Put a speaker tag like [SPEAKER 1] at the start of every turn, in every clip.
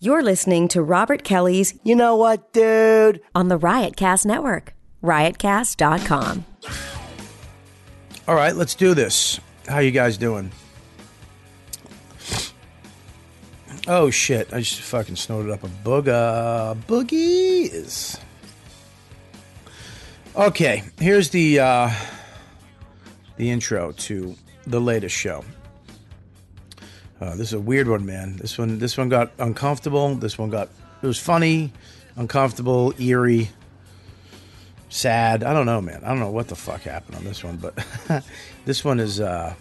[SPEAKER 1] You're listening to Robert Kelly's
[SPEAKER 2] You know what, dude?
[SPEAKER 1] on the Riotcast Network, riotcast.com.
[SPEAKER 3] All right, let's do this. How you guys doing? Oh shit! I just fucking snorted up a booga boogies. Okay, here's the uh, the intro to the latest show. Uh, this is a weird one, man. This one, this one got uncomfortable. This one got it was funny, uncomfortable, eerie sad. I don't know, man. I don't know what the fuck happened on this one, but this one is, uh,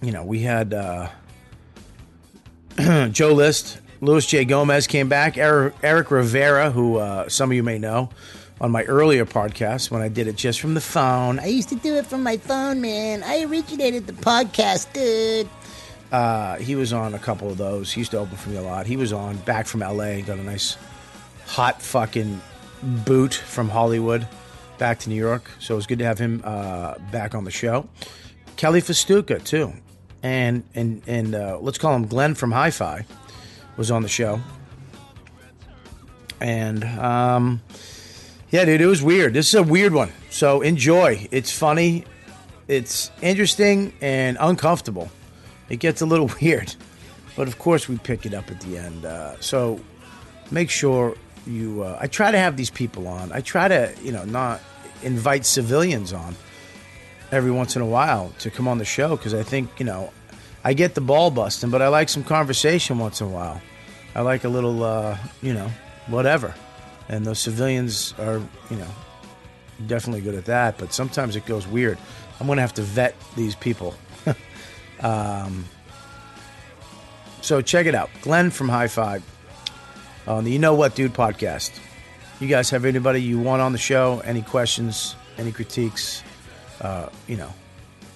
[SPEAKER 3] you know, we had uh, Joe List, Luis J. Gomez came back, Eric, Eric Rivera, who uh, some of you may know on my earlier podcast when I did it just from the phone. I used to do it from my phone, man. I originated the podcast, dude. Uh, he was on a couple of those. He used to open for me a lot. He was on back from LA, got a nice hot fucking boot from Hollywood back to New York. So it was good to have him uh, back on the show. Kelly Festuca too, and and and uh, let's call him Glenn from Hi-Fi was on the show. And um, yeah, dude, it was weird. This is a weird one. So enjoy. It's funny, it's interesting and uncomfortable. It gets a little weird, but of course we pick it up at the end. Uh, so make sure you uh, i try to have these people on i try to you know not invite civilians on every once in a while to come on the show because i think you know i get the ball busting but i like some conversation once in a while i like a little uh, you know whatever and those civilians are you know definitely good at that but sometimes it goes weird i'm gonna have to vet these people Um, So check it out. Glenn from High Five on the You Know What Dude podcast. You guys have anybody you want on the show? Any questions? Any critiques? Uh, you know,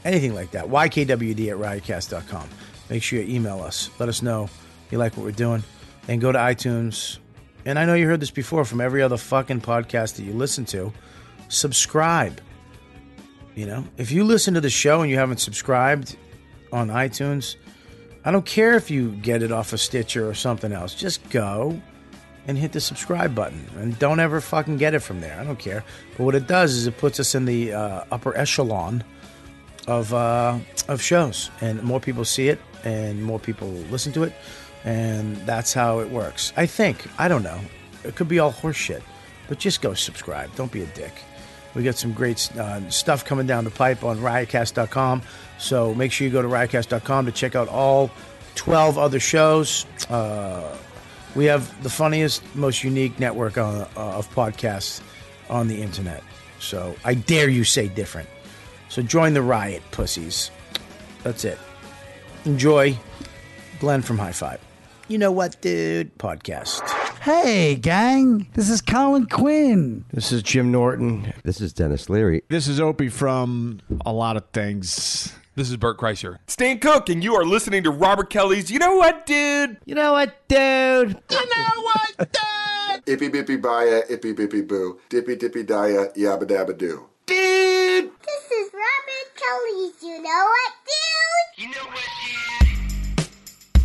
[SPEAKER 3] anything like that. YKWD at riotcast.com. Make sure you email us. Let us know you like what we're doing. And go to iTunes. And I know you heard this before from every other fucking podcast that you listen to. Subscribe. You know, if you listen to the show and you haven't subscribed on iTunes, I don't care if you get it off of Stitcher or something else. Just go and hit the subscribe button, and don't ever fucking get it from there. I don't care. But what it does is it puts us in the uh, upper echelon of uh, of shows, and more people see it, and more people listen to it, and that's how it works. I think. I don't know. It could be all horseshit, but just go subscribe. Don't be a dick. We got some great uh, stuff coming down the pipe on riotcast.com. So make sure you go to riotcast.com to check out all 12 other shows. Uh, we have the funniest, most unique network on, uh, of podcasts on the internet. So I dare you say different. So join the riot, pussies. That's it. Enjoy Glenn from High Five. You know what, dude? Podcast.
[SPEAKER 2] Hey, gang. This is Colin Quinn.
[SPEAKER 4] This is Jim Norton.
[SPEAKER 5] This is Dennis Leary.
[SPEAKER 6] This is Opie from a lot of things.
[SPEAKER 7] This is Bert Kreischer. Stan Cook, and you are listening to Robert Kelly's You Know What, Dude?
[SPEAKER 4] You know what, dude?
[SPEAKER 8] Ippy bippy baya, ippy bippy boo. Dippy dippy dia, yabba dabba doo.
[SPEAKER 9] This is Robert Kelly's You Know What Dude? You know what, dude?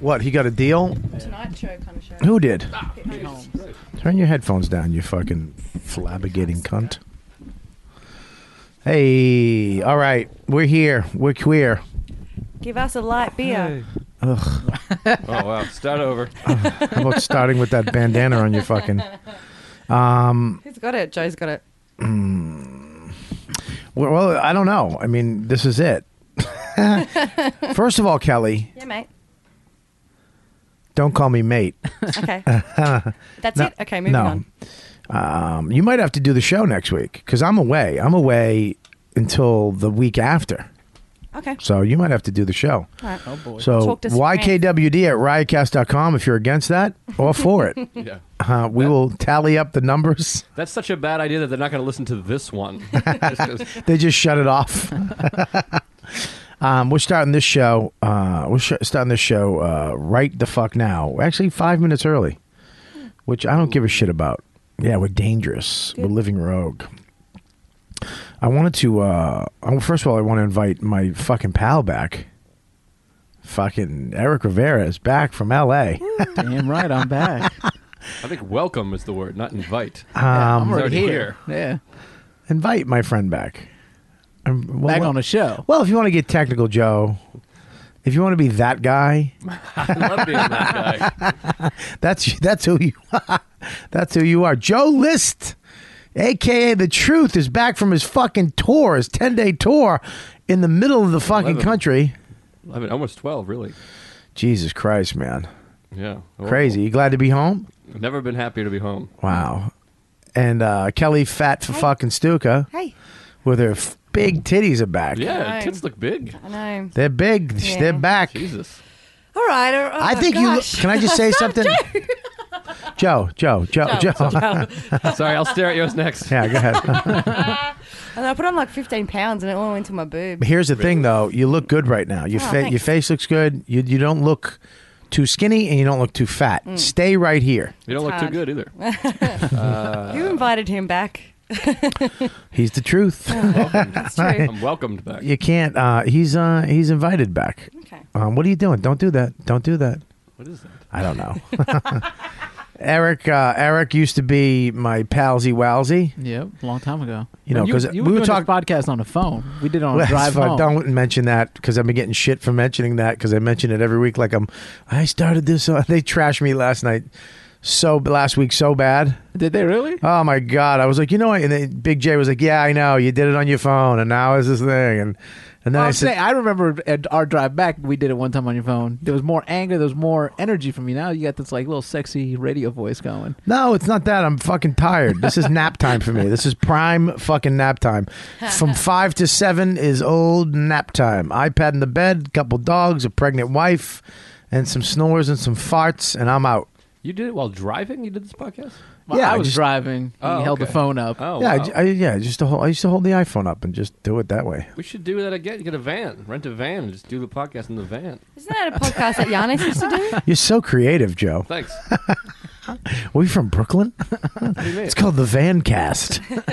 [SPEAKER 3] What? He got a deal?
[SPEAKER 10] Tonight Show kind of show.
[SPEAKER 3] Who did? Turn your headphones down, you fucking flabbergating cunt. Hey, all right, we're here. We're queer.
[SPEAKER 10] Give us a light beer.
[SPEAKER 7] Oh, wow. Start over.
[SPEAKER 3] How about starting with that bandana on your fucking? um,
[SPEAKER 10] Who's got it? Joe's got it.
[SPEAKER 3] hmm. Well, I don't know. I mean, this is it. First of all, Kelly,
[SPEAKER 10] Yeah, mate.
[SPEAKER 3] don't call me mate.
[SPEAKER 10] Okay. That's it. Okay, moving
[SPEAKER 3] no.
[SPEAKER 10] on.
[SPEAKER 3] Um, you might have to do the show next week because I'm away. I'm away until the week after.
[SPEAKER 10] Okay.
[SPEAKER 3] So you might have to do the show.
[SPEAKER 10] All right. Oh boy.
[SPEAKER 3] So
[SPEAKER 10] Talk to some
[SPEAKER 3] YKWD at riotcast.com if you're against that or for it.
[SPEAKER 7] Yeah.
[SPEAKER 3] Uh, we will tally up the numbers.
[SPEAKER 7] That's such a bad idea that they're not going to listen to this one. Just 'cause-
[SPEAKER 3] They just shut it off. um, we're starting this show. Uh, we're sh- starting this show uh, right the fuck now. We're actually five minutes early, which I don't give a shit about. Yeah, we're dangerous. We're living rogue. I wanted to. Uh, oh, first of all, I want to invite my fucking pal back. Fucking Eric Rivera is back from L.A.
[SPEAKER 11] Damn right, I'm back.
[SPEAKER 7] I think welcome is the word, not invite.
[SPEAKER 3] Um,
[SPEAKER 11] I'm
[SPEAKER 7] He's
[SPEAKER 11] already
[SPEAKER 7] already
[SPEAKER 11] here.
[SPEAKER 3] invite my friend back. Um, well,
[SPEAKER 11] Back
[SPEAKER 3] what-
[SPEAKER 11] on the show.
[SPEAKER 3] Well, if you want to get technical, Joe, if you want to be that guy,
[SPEAKER 7] I love being that guy.
[SPEAKER 3] that's that's who you that's who you are. Joe List, aka the Truth, is back from his fucking tour, his ten day tour in the middle of the fucking
[SPEAKER 7] Eleven.
[SPEAKER 3] country.
[SPEAKER 7] I mean, almost 12, really.
[SPEAKER 3] Jesus Christ, man,
[SPEAKER 7] Yeah. Well,
[SPEAKER 3] crazy. You glad to be home?
[SPEAKER 7] I've never been happier to be home.
[SPEAKER 3] Wow. And uh, Kelly Fat for fucking Stuka
[SPEAKER 10] Hey.
[SPEAKER 3] with her f- big titties are back.
[SPEAKER 7] Yeah,
[SPEAKER 10] Hi.
[SPEAKER 7] kids look big.
[SPEAKER 10] I know.
[SPEAKER 3] They're big. They're back.
[SPEAKER 7] Jesus.
[SPEAKER 10] All right. all right.
[SPEAKER 3] I
[SPEAKER 10] Oh,
[SPEAKER 3] think you look.
[SPEAKER 10] gosh.
[SPEAKER 3] Can I just say something? Joe, Joe, Joe,
[SPEAKER 10] Joe,
[SPEAKER 3] Joe.
[SPEAKER 10] Joe.
[SPEAKER 7] Sorry, I'll stare at yours next.
[SPEAKER 3] Yeah, go ahead.
[SPEAKER 10] And I put on like 15 pounds and it all went to my boob.
[SPEAKER 3] Here's the thing, though. You look good right now. Your,
[SPEAKER 10] Oh,
[SPEAKER 3] fa-
[SPEAKER 10] thanks.
[SPEAKER 3] your face looks good. You, you don't look too skinny and you don't look too fat.
[SPEAKER 10] Mm.
[SPEAKER 3] Stay right here.
[SPEAKER 7] You don't look too Uh,
[SPEAKER 10] hard.
[SPEAKER 7] good either.
[SPEAKER 10] you invited him back.
[SPEAKER 3] He's the truth.
[SPEAKER 10] Oh, That's true.
[SPEAKER 7] I'm welcomed back.
[SPEAKER 3] you can't. Uh, he's uh, he's invited back.
[SPEAKER 10] okay.
[SPEAKER 3] Um, what are you doing? Don't do that. Don't do that.
[SPEAKER 7] What is that?
[SPEAKER 3] I don't know. Eric uh, Eric used to be my palsy wowsy.
[SPEAKER 11] Yep, long time ago.
[SPEAKER 3] You know,
[SPEAKER 11] You-
[SPEAKER 3] 'cause
[SPEAKER 11] you
[SPEAKER 3] we were
[SPEAKER 11] were talking
[SPEAKER 3] talk-
[SPEAKER 11] podcast on the phone. We did it on a
[SPEAKER 3] Well,
[SPEAKER 11] drive
[SPEAKER 3] so
[SPEAKER 11] home.
[SPEAKER 3] Don't mention that because I've been getting shit for mentioning that because I mention it every week. Like I'm, I started this. On, they trashed me last night, so last week so bad.
[SPEAKER 11] Did they really?
[SPEAKER 3] Oh my god! I was like, you know what? And then Big J was like, yeah, I know. You did it on your phone, and now is this thing. And and then
[SPEAKER 11] Well,
[SPEAKER 3] I
[SPEAKER 11] I'm
[SPEAKER 3] said,
[SPEAKER 11] saying, I remember at our drive back, we did it one time on your phone. There was more anger. There was more energy from you. Now you got this like little sexy radio voice going.
[SPEAKER 3] no, it's not that. I'm fucking tired. This is nap time for me. This is prime fucking nap time. From five to seven is old nap time. iPad in the bed, couple dogs, a pregnant wife, and some snores and some farts, and I'm out.
[SPEAKER 7] You did it while driving? You did this podcast?
[SPEAKER 11] Well,
[SPEAKER 3] Yeah,
[SPEAKER 11] I
[SPEAKER 3] I
[SPEAKER 11] was
[SPEAKER 3] just-
[SPEAKER 11] driving. and
[SPEAKER 7] Oh,
[SPEAKER 11] he held
[SPEAKER 7] okay.
[SPEAKER 11] the phone up.
[SPEAKER 7] Oh,
[SPEAKER 3] yeah, I
[SPEAKER 7] wow.
[SPEAKER 3] j- I, yeah. Just to hold, I used to hold the iPhone up and just do it that way.
[SPEAKER 7] we should do that again. Get a van, rent a van, and just do the podcast in the van.
[SPEAKER 10] Isn't that a podcast that Giannis used to do?
[SPEAKER 3] You're so creative, Joe.
[SPEAKER 7] Thanks.
[SPEAKER 3] Are we from Brooklyn? It's called the Van Cast.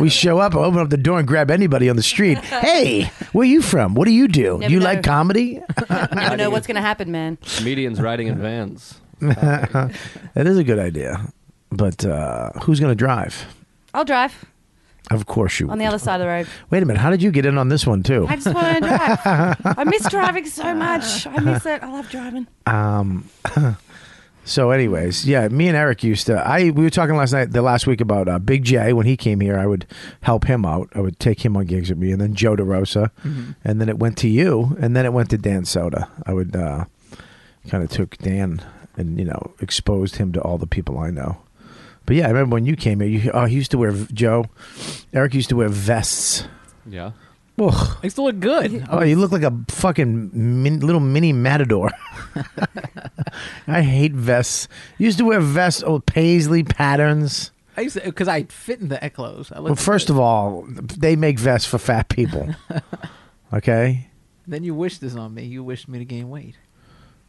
[SPEAKER 3] we show up, open up the door, and grab anybody on the street. Hey, where you from? What do you do?
[SPEAKER 10] Never
[SPEAKER 3] you
[SPEAKER 10] know.
[SPEAKER 3] like comedy?
[SPEAKER 10] Never know what's going to happen, man.
[SPEAKER 7] Comedians riding in vans.
[SPEAKER 3] that is a good idea. But uh, who's going to drive?
[SPEAKER 10] I'll drive
[SPEAKER 3] Of course you.
[SPEAKER 10] on the other side of the road.
[SPEAKER 3] Wait a minute. How did you get in on this one too?
[SPEAKER 10] I just want to drive. I miss driving so much. I miss it. I love driving.
[SPEAKER 3] Um, So, anyways, yeah, me and Eric used to. I we were talking last night, the last week about uh, Big J when he came here. I would help him out. I would take him on gigs with me, and then Joe DeRosa, and then it went to you, and then it went to Dan Soda. I would uh, kind of took Dan and you know exposed him to all the people I know. But yeah, I remember when you came here. You, oh, he used to wear Joe, Eric used to wear vests.
[SPEAKER 7] Yeah.
[SPEAKER 3] Ugh.
[SPEAKER 11] They still look good.
[SPEAKER 3] Oh, you look like a fucking min- little mini matador. I hate vests. Used to wear vests, old paisley patterns.
[SPEAKER 11] I used because I fit in the clothes. I
[SPEAKER 3] Well, first of all, they make vests for fat people. Okay?
[SPEAKER 11] then you wished this on me. You wished me to gain weight.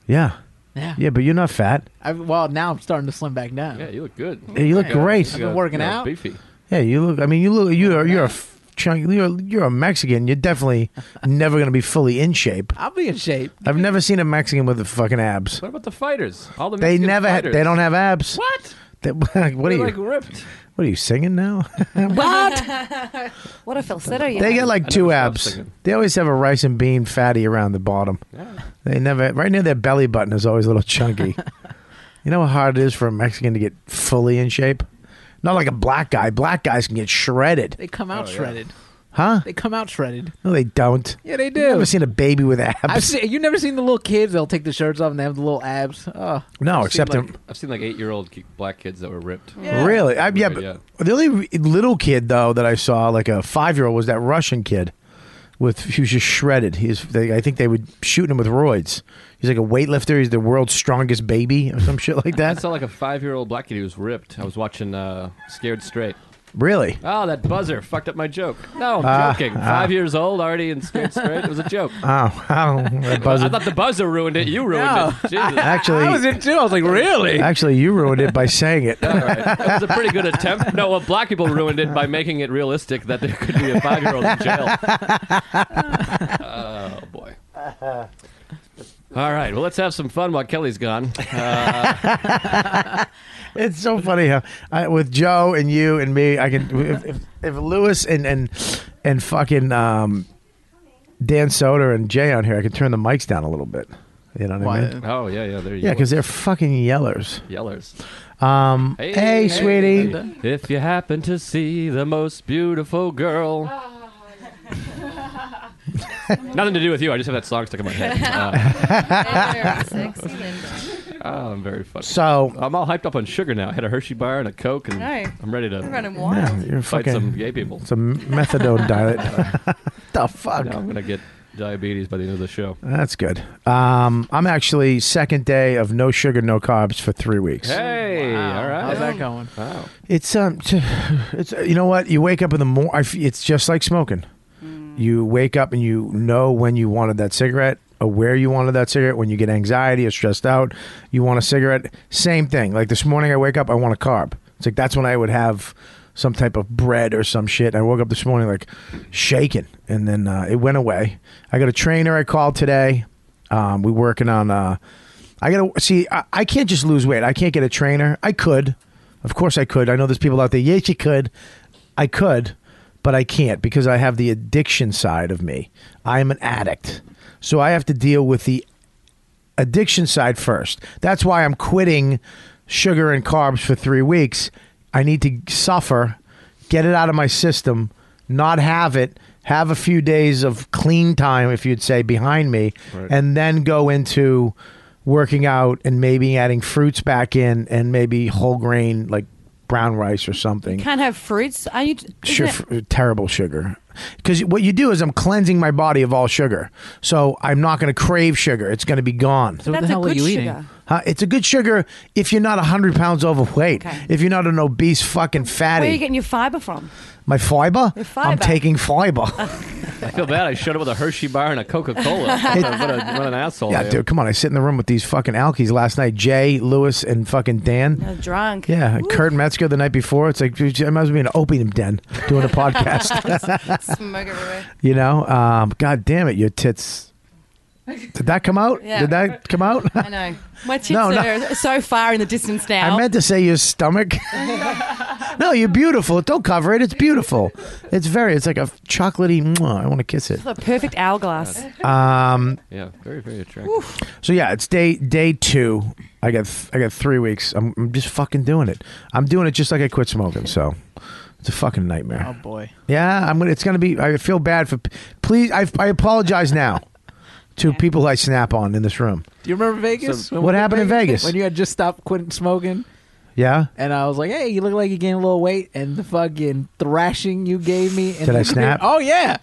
[SPEAKER 3] Yeah.
[SPEAKER 11] Yeah.
[SPEAKER 3] Yeah, but you're not fat.
[SPEAKER 11] I, well, now I'm starting to slim back down.
[SPEAKER 7] Yeah, you look good.
[SPEAKER 3] Yeah, you look
[SPEAKER 11] Yeah.
[SPEAKER 3] great.
[SPEAKER 11] I've been working
[SPEAKER 7] You know,
[SPEAKER 11] out.
[SPEAKER 7] Beefy.
[SPEAKER 3] Yeah, you look. I mean, you look. You are. You're a f- chunk. You're. You're a Mexican. You're definitely never going to be fully in shape.
[SPEAKER 11] I'll be in shape.
[SPEAKER 3] I've never seen a Mexican with the fucking abs.
[SPEAKER 7] What about the fighters? All the
[SPEAKER 3] They
[SPEAKER 7] Mexican
[SPEAKER 3] never. Ha-
[SPEAKER 7] fighters.
[SPEAKER 3] they don't have abs.
[SPEAKER 7] What?
[SPEAKER 3] They- what are
[SPEAKER 7] They're
[SPEAKER 3] you?
[SPEAKER 7] like ripped.
[SPEAKER 3] What are you singing now? what?
[SPEAKER 10] What a falsetto you
[SPEAKER 3] They
[SPEAKER 10] have.
[SPEAKER 3] get like
[SPEAKER 7] I
[SPEAKER 3] two
[SPEAKER 7] never stopped
[SPEAKER 3] abs.
[SPEAKER 7] singing.
[SPEAKER 3] They always have a rice and bean fatty around the bottom.
[SPEAKER 7] Yeah.
[SPEAKER 3] They never right near their belly button is always a little chunky. you know how hard it is for a Mexican to get fully in shape? Not like a black guy. Black guys can get shredded.
[SPEAKER 11] They come
[SPEAKER 7] Oh,
[SPEAKER 11] out shredded.
[SPEAKER 3] Huh?
[SPEAKER 11] They come out shredded.
[SPEAKER 3] No, they don't.
[SPEAKER 11] Yeah, they do.
[SPEAKER 3] I've never seen a baby with abs.
[SPEAKER 11] I've seen, you never seen the little kids? They'll take the shirts off and they have the little abs. Oh,
[SPEAKER 7] I've
[SPEAKER 3] no,
[SPEAKER 7] seen,
[SPEAKER 3] except
[SPEAKER 7] like,
[SPEAKER 3] in-
[SPEAKER 7] I've seen like eight-year-old ki- black kids that were ripped.
[SPEAKER 3] really. I, yeah,
[SPEAKER 7] Right,
[SPEAKER 3] but
[SPEAKER 7] yeah.
[SPEAKER 3] the only little kid though that I saw, like a five year old, was that Russian kid. with he was just shredded. He was, they, I think they were shooting him with roids. He's like a weightlifter. He's the world's strongest baby or some shit like
[SPEAKER 7] I
[SPEAKER 3] that.
[SPEAKER 7] saw like a five-year-old black kid who was ripped. I was watching uh, Scared Straight.
[SPEAKER 3] Really?
[SPEAKER 7] Oh, that buzzer fucked up my joke. No, I'm
[SPEAKER 3] Ah,
[SPEAKER 7] joking.
[SPEAKER 3] ah.
[SPEAKER 7] Five years old already and Scared Straight. It was a joke.
[SPEAKER 3] Oh, wow. That buzzer.
[SPEAKER 7] I thought the buzzer ruined it. You ruined
[SPEAKER 3] No.
[SPEAKER 7] it. Jesus.
[SPEAKER 3] Actually,
[SPEAKER 11] too. I was like,
[SPEAKER 3] Actually, you ruined it by saying it.
[SPEAKER 7] All right. That was a pretty good attempt. No, well, black people ruined it by making it realistic that there could be a five-year-old in jail. Oh boy. All right. Well, let's have some fun while Kelly's gone. Uh,
[SPEAKER 3] It's so funny how I, with Joe and you and me, I can if, if, if Lewis and and and fucking um, Dan Soder and Jay on here, I can turn the mics down a little bit. You know what I mean?
[SPEAKER 7] oh yeah, yeah. There you go.
[SPEAKER 3] Yeah, because they're fucking yellers.
[SPEAKER 7] Yellers.
[SPEAKER 3] Um, hey, sweetie.
[SPEAKER 7] If you happen to see the most beautiful girl. Nothing to do with you. I just have that song stuck in my head. Uh, oh, I'm very funny.
[SPEAKER 3] So
[SPEAKER 7] I'm all hyped up on sugar now. I had a Hershey bar and a Coke, and
[SPEAKER 10] I know.
[SPEAKER 7] I'm ready to
[SPEAKER 10] You're running wild.
[SPEAKER 3] Yeah, you're
[SPEAKER 7] fight
[SPEAKER 3] fucking
[SPEAKER 7] some gay people.
[SPEAKER 3] It's a methadone diet. the fuck?
[SPEAKER 7] Now I'm gonna get diabetes by the end of the show.
[SPEAKER 3] That's good. Um, I'm actually second day of no sugar, no carbs for three weeks.
[SPEAKER 7] Hey, all right.
[SPEAKER 11] How's that going?
[SPEAKER 7] Wow.
[SPEAKER 3] It's um, t- it's uh, you know what? You wake up in the morning. It's just like smoking. You wake up and you know when you wanted that cigarette or where you wanted that cigarette. When you get anxiety or stressed out, you want a cigarette. Same thing. Like this morning, I wake up, I want a carb. It's like that's when I would have some type of bread or some shit. I woke up this morning like shaking, and then uh, it went away. I got a trainer I called today. Um, we working on. Uh, I gotta see. I, I can't just lose weight. I can't get a trainer. I could, of course, I could. I know there's people out there. Yes, you could. I could, but I can't because I have the addiction side of me. I am an addict, so I have to deal with the addiction side first. That's why I'm quitting sugar and carbs for three weeks. I need to suffer, get it out of my system, not have it, have a few days of clean time, if you'd say, behind me, and then go into working out and maybe adding fruits back in and maybe whole grain like brown rice or something.
[SPEAKER 10] Can't have fruits. Are you? isn't
[SPEAKER 3] Sure,
[SPEAKER 10] it-
[SPEAKER 3] f- terrible sugar. Because what you do is I'm cleansing my body of all sugar, so I'm not going to crave sugar. It's going to be gone.
[SPEAKER 11] So what
[SPEAKER 10] That's
[SPEAKER 11] the
[SPEAKER 10] a
[SPEAKER 11] hell are
[SPEAKER 10] good
[SPEAKER 11] you
[SPEAKER 10] sugar.
[SPEAKER 11] eating?
[SPEAKER 3] Huh? It's a good sugar if you're not 100 pounds overweight.
[SPEAKER 10] Okay.
[SPEAKER 3] If you're not an obese fucking
[SPEAKER 10] Where are you
[SPEAKER 3] fatty.
[SPEAKER 10] getting your fiber from?
[SPEAKER 3] My fiber?
[SPEAKER 10] Your fiber.
[SPEAKER 3] I'm taking fiber.
[SPEAKER 7] I feel bad. I showed up with a Hershey bar and a Coca Cola. what, a- what a- what an asshole! I
[SPEAKER 3] yeah,
[SPEAKER 7] am.
[SPEAKER 3] dude, come on. I sit in the room with these fucking alkies last night. Jay, Lewis, and fucking Dan.
[SPEAKER 10] You're drunk.
[SPEAKER 3] Yeah, and Kurt Metzger the night before. It's like, dude, I might as well be in an opium den doing a podcast.
[SPEAKER 10] Smoke everywhere.
[SPEAKER 3] you know? Um, God damn it, your tits. Did that come out?
[SPEAKER 10] Yeah.
[SPEAKER 3] Oh, Did that come out?
[SPEAKER 10] I know. My tits
[SPEAKER 3] No, no.
[SPEAKER 10] are so far in the distance now.
[SPEAKER 3] I meant to say your stomach. no, you're beautiful. Don't cover it. It's beautiful. It's very. It's like a chocolatey. mwah, I want to kiss it.
[SPEAKER 10] the perfect hourglass.
[SPEAKER 3] Um.
[SPEAKER 7] Yeah, very very attractive.
[SPEAKER 3] So yeah, it's day day two. I got th- I got three weeks. I'm, I'm just fucking doing it. I'm doing it just like I quit smoking. So it's a fucking nightmare.
[SPEAKER 11] Oh boy.
[SPEAKER 3] Yeah, I'm gonna. It's gonna be. I feel bad for. Please, I I apologize now to people I snap on in this room.
[SPEAKER 11] Do you remember Vegas?
[SPEAKER 3] What happened in Vegas?
[SPEAKER 11] When you had just stopped quitting smoking,
[SPEAKER 3] Yeah.
[SPEAKER 11] and I was like, "Hey, you look like you gained a little weight," and the fucking thrashing you gave me. And
[SPEAKER 3] Did I
[SPEAKER 11] you-
[SPEAKER 3] snap?
[SPEAKER 11] Oh yeah,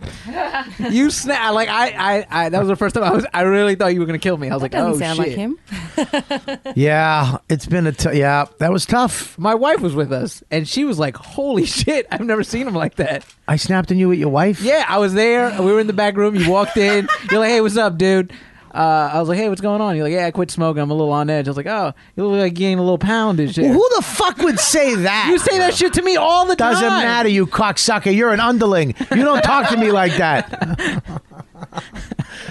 [SPEAKER 11] you snap. Like I, I, I, that was the first time I was. I really thought you were gonna kill me. I was like,
[SPEAKER 10] Doesn't
[SPEAKER 11] "Oh
[SPEAKER 10] sound
[SPEAKER 11] shit."
[SPEAKER 10] like him.
[SPEAKER 3] Yeah. It's been a. T- yeah. That was tough.
[SPEAKER 11] My wife was with us, and she was like, "Holy shit! I've never seen him like that."
[SPEAKER 3] I snapped on you with your wife.
[SPEAKER 11] Yeah, I was there. We were in the back room. You walked in. You're like, "Hey, what's up, dude?" Uh, I was like, "Hey, what's going on?" You're like, "Yeah, I quit smoking. I'm a little on edge." I was like, "Oh, you look like you gained a little pound and shit."
[SPEAKER 3] Well, who the fuck would say that?
[SPEAKER 11] You say that shit to me all the
[SPEAKER 3] Doesn't
[SPEAKER 11] time.
[SPEAKER 3] matter, you cocksucker. You're an underling. You don't talk to me like that.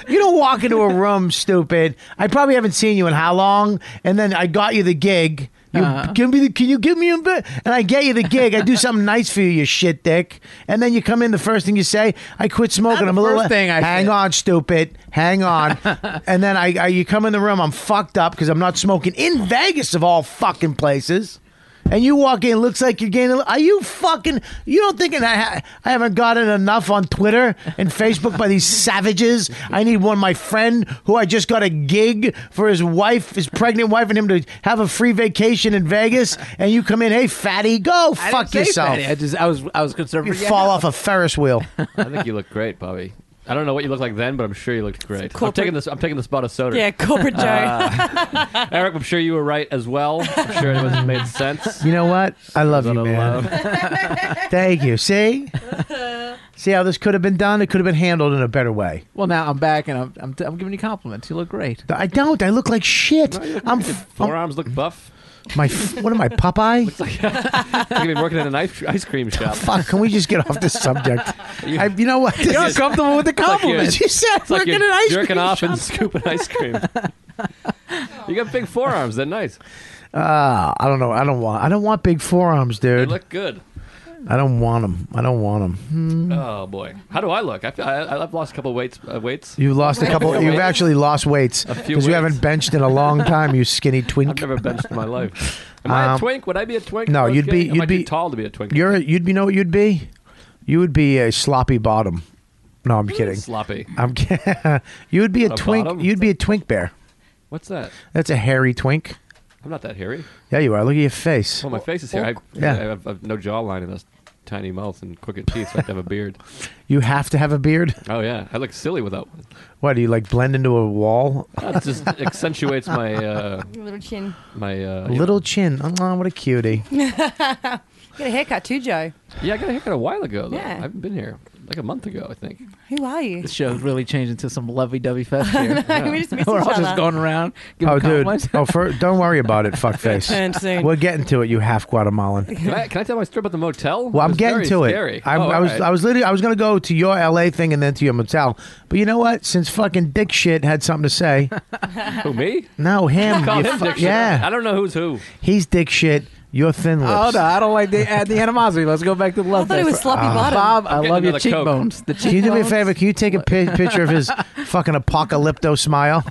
[SPEAKER 3] You don't walk into a room, stupid. I probably haven't seen you in how long, and then I got you the gig. You
[SPEAKER 11] Uh-huh.
[SPEAKER 3] give me the, can you give me a bit? And I get you the gig. I do something nice for you, you shit dick. And then you come in. The first thing you say, I quit smoking.
[SPEAKER 11] the
[SPEAKER 3] I'm a little.
[SPEAKER 11] first thing I
[SPEAKER 3] hang
[SPEAKER 11] said.
[SPEAKER 3] on, stupid. Hang on. and then I, I, you come in the room. I'm fucked up because I'm not smoking in Vegas of all fucking places and you walk in, looks like you're gaining. Are you fucking? You don't think I, ha- I haven't gotten enough on Twitter and Facebook by these savages? I need one, my friend, who I just got a gig for his wife, his pregnant wife, and him to have a free vacation in Vegas. And you come in, hey, fatty, go
[SPEAKER 11] I didn't
[SPEAKER 3] fuck
[SPEAKER 11] say
[SPEAKER 3] yourself.
[SPEAKER 11] fatty. I just, I was, I was concerned.
[SPEAKER 3] You
[SPEAKER 11] for- yeah.
[SPEAKER 3] fall off a Ferris wheel.
[SPEAKER 7] I think you look great, Bobby. I don't know what you looked like then, but I'm sure you looked great. I'm
[SPEAKER 12] corporate-
[SPEAKER 7] taking this. I'm taking the spot of soda. Uh,
[SPEAKER 12] Yeah, corporate Joe.
[SPEAKER 7] Eric, I'm sure you were right as well. I'm sure it was made sense.
[SPEAKER 3] You know what? I love you, man. Thank you. See, see how this could have been done. It could have been handled in a better way.
[SPEAKER 11] Well, now I'm back and I'm, I'm, I'm giving you compliments. You look great.
[SPEAKER 3] I don't. I look like shit. I'm f-
[SPEAKER 7] Forearms look buff.
[SPEAKER 3] my. F- what am I, Popeye?
[SPEAKER 7] You're gonna be working at an ice, ice cream shop.
[SPEAKER 3] Fuck, can we just get off this subject?
[SPEAKER 7] You-
[SPEAKER 3] I, you know what?
[SPEAKER 7] You're uncomfortable
[SPEAKER 11] with the
[SPEAKER 7] It's like
[SPEAKER 3] you said
[SPEAKER 7] it's like
[SPEAKER 3] we're
[SPEAKER 7] you're
[SPEAKER 3] getting ice
[SPEAKER 7] jerking
[SPEAKER 3] cream
[SPEAKER 7] off
[SPEAKER 3] shop.
[SPEAKER 7] and scooping ice cream. you got big forearms. They're nice.
[SPEAKER 3] Ah, I don't know. I don't want. I don't want big forearms,
[SPEAKER 7] They
[SPEAKER 3] dude.
[SPEAKER 7] look good.
[SPEAKER 3] I don't want them. I don't want them.
[SPEAKER 7] Oh boy, how do I look? I feel, I, I've lost a couple weights. Uh, weights.
[SPEAKER 3] You've lost a couple.
[SPEAKER 7] Weight.
[SPEAKER 3] You've actually lost weights
[SPEAKER 7] A few
[SPEAKER 3] because you haven't benched in a long time. You skinny twink.
[SPEAKER 7] I've never benched in my life. Am I a
[SPEAKER 3] Um,
[SPEAKER 7] twink? Would I be a twink?
[SPEAKER 3] No,
[SPEAKER 7] Okay.
[SPEAKER 3] you'd be.
[SPEAKER 7] Am I
[SPEAKER 3] You'd
[SPEAKER 7] too
[SPEAKER 3] be
[SPEAKER 7] tall to be a twink.
[SPEAKER 3] You're. You'd be. Know what you'd be? You would be a sloppy bottom. No, I'm kidding.
[SPEAKER 7] Mm, Sloppy.
[SPEAKER 3] I'm kidding. you would be a,
[SPEAKER 7] Not a
[SPEAKER 3] twink.
[SPEAKER 7] bottom.
[SPEAKER 3] You'd be a twink bear.
[SPEAKER 7] What's that?
[SPEAKER 3] That's a hairy twink.
[SPEAKER 7] I'm not that hairy.
[SPEAKER 3] Yeah, you are. Look at your face.
[SPEAKER 7] Well, my face is hairy. I,
[SPEAKER 3] Yeah.
[SPEAKER 7] I, have, I have no jawline and a tiny mouth and crooked teeth. So I have to have a beard.
[SPEAKER 3] You have to have a beard.
[SPEAKER 7] Oh yeah, I look silly without one.
[SPEAKER 3] What do you like? Blend into a wall?
[SPEAKER 7] That just accentuates my uh,
[SPEAKER 10] Your little chin.
[SPEAKER 7] my uh, you
[SPEAKER 3] Little chin. Oh, what a cutie.
[SPEAKER 10] Get a haircut too, Joe.
[SPEAKER 7] know- Yeah, I got a haircut a while ago. Though.
[SPEAKER 10] Yeah.
[SPEAKER 7] I haven't been here like a month ago, I think.
[SPEAKER 10] Who are you?
[SPEAKER 11] This show's really changed into some lovey-dovey fest here.
[SPEAKER 10] know, we just miss
[SPEAKER 11] We're
[SPEAKER 10] each
[SPEAKER 11] all
[SPEAKER 10] other.
[SPEAKER 11] just going around. Giving
[SPEAKER 3] oh, dude.
[SPEAKER 11] compliments.
[SPEAKER 3] Oh, for, don't worry about it, fuckface.
[SPEAKER 11] Turn soon.
[SPEAKER 3] We're getting to it, you half Guatemalan.
[SPEAKER 7] Can I, can I tell my story about the motel?
[SPEAKER 3] Well, I'm
[SPEAKER 7] It's
[SPEAKER 3] getting
[SPEAKER 7] very
[SPEAKER 3] to
[SPEAKER 7] scary.
[SPEAKER 3] it. I'm,
[SPEAKER 7] Oh,
[SPEAKER 3] I
[SPEAKER 7] all
[SPEAKER 3] was,
[SPEAKER 7] right.
[SPEAKER 3] I was literally, I was gonna go to your LA thing and then to your motel. But you know what? Since fucking dick shit had something to say,
[SPEAKER 7] Who me?
[SPEAKER 3] no, him.
[SPEAKER 7] Call
[SPEAKER 3] you
[SPEAKER 7] him
[SPEAKER 3] fu-
[SPEAKER 7] dick shit. I
[SPEAKER 3] yeah,
[SPEAKER 7] don't know who's who.
[SPEAKER 3] he's dick shit. You're thin lips.
[SPEAKER 11] Oh, no, I don't like the, uh, the animosity. Let's go back to the love.
[SPEAKER 10] thought it
[SPEAKER 11] fest.
[SPEAKER 10] was sloppy Ah. bottom.
[SPEAKER 11] Bob, I
[SPEAKER 7] I'm getting
[SPEAKER 11] love your
[SPEAKER 7] another Coke.
[SPEAKER 11] cheekbones. The
[SPEAKER 3] Uh, Can you do me a
[SPEAKER 11] cheekbones.
[SPEAKER 3] favor? Can you take a pi- picture of his fucking apocalypto smile?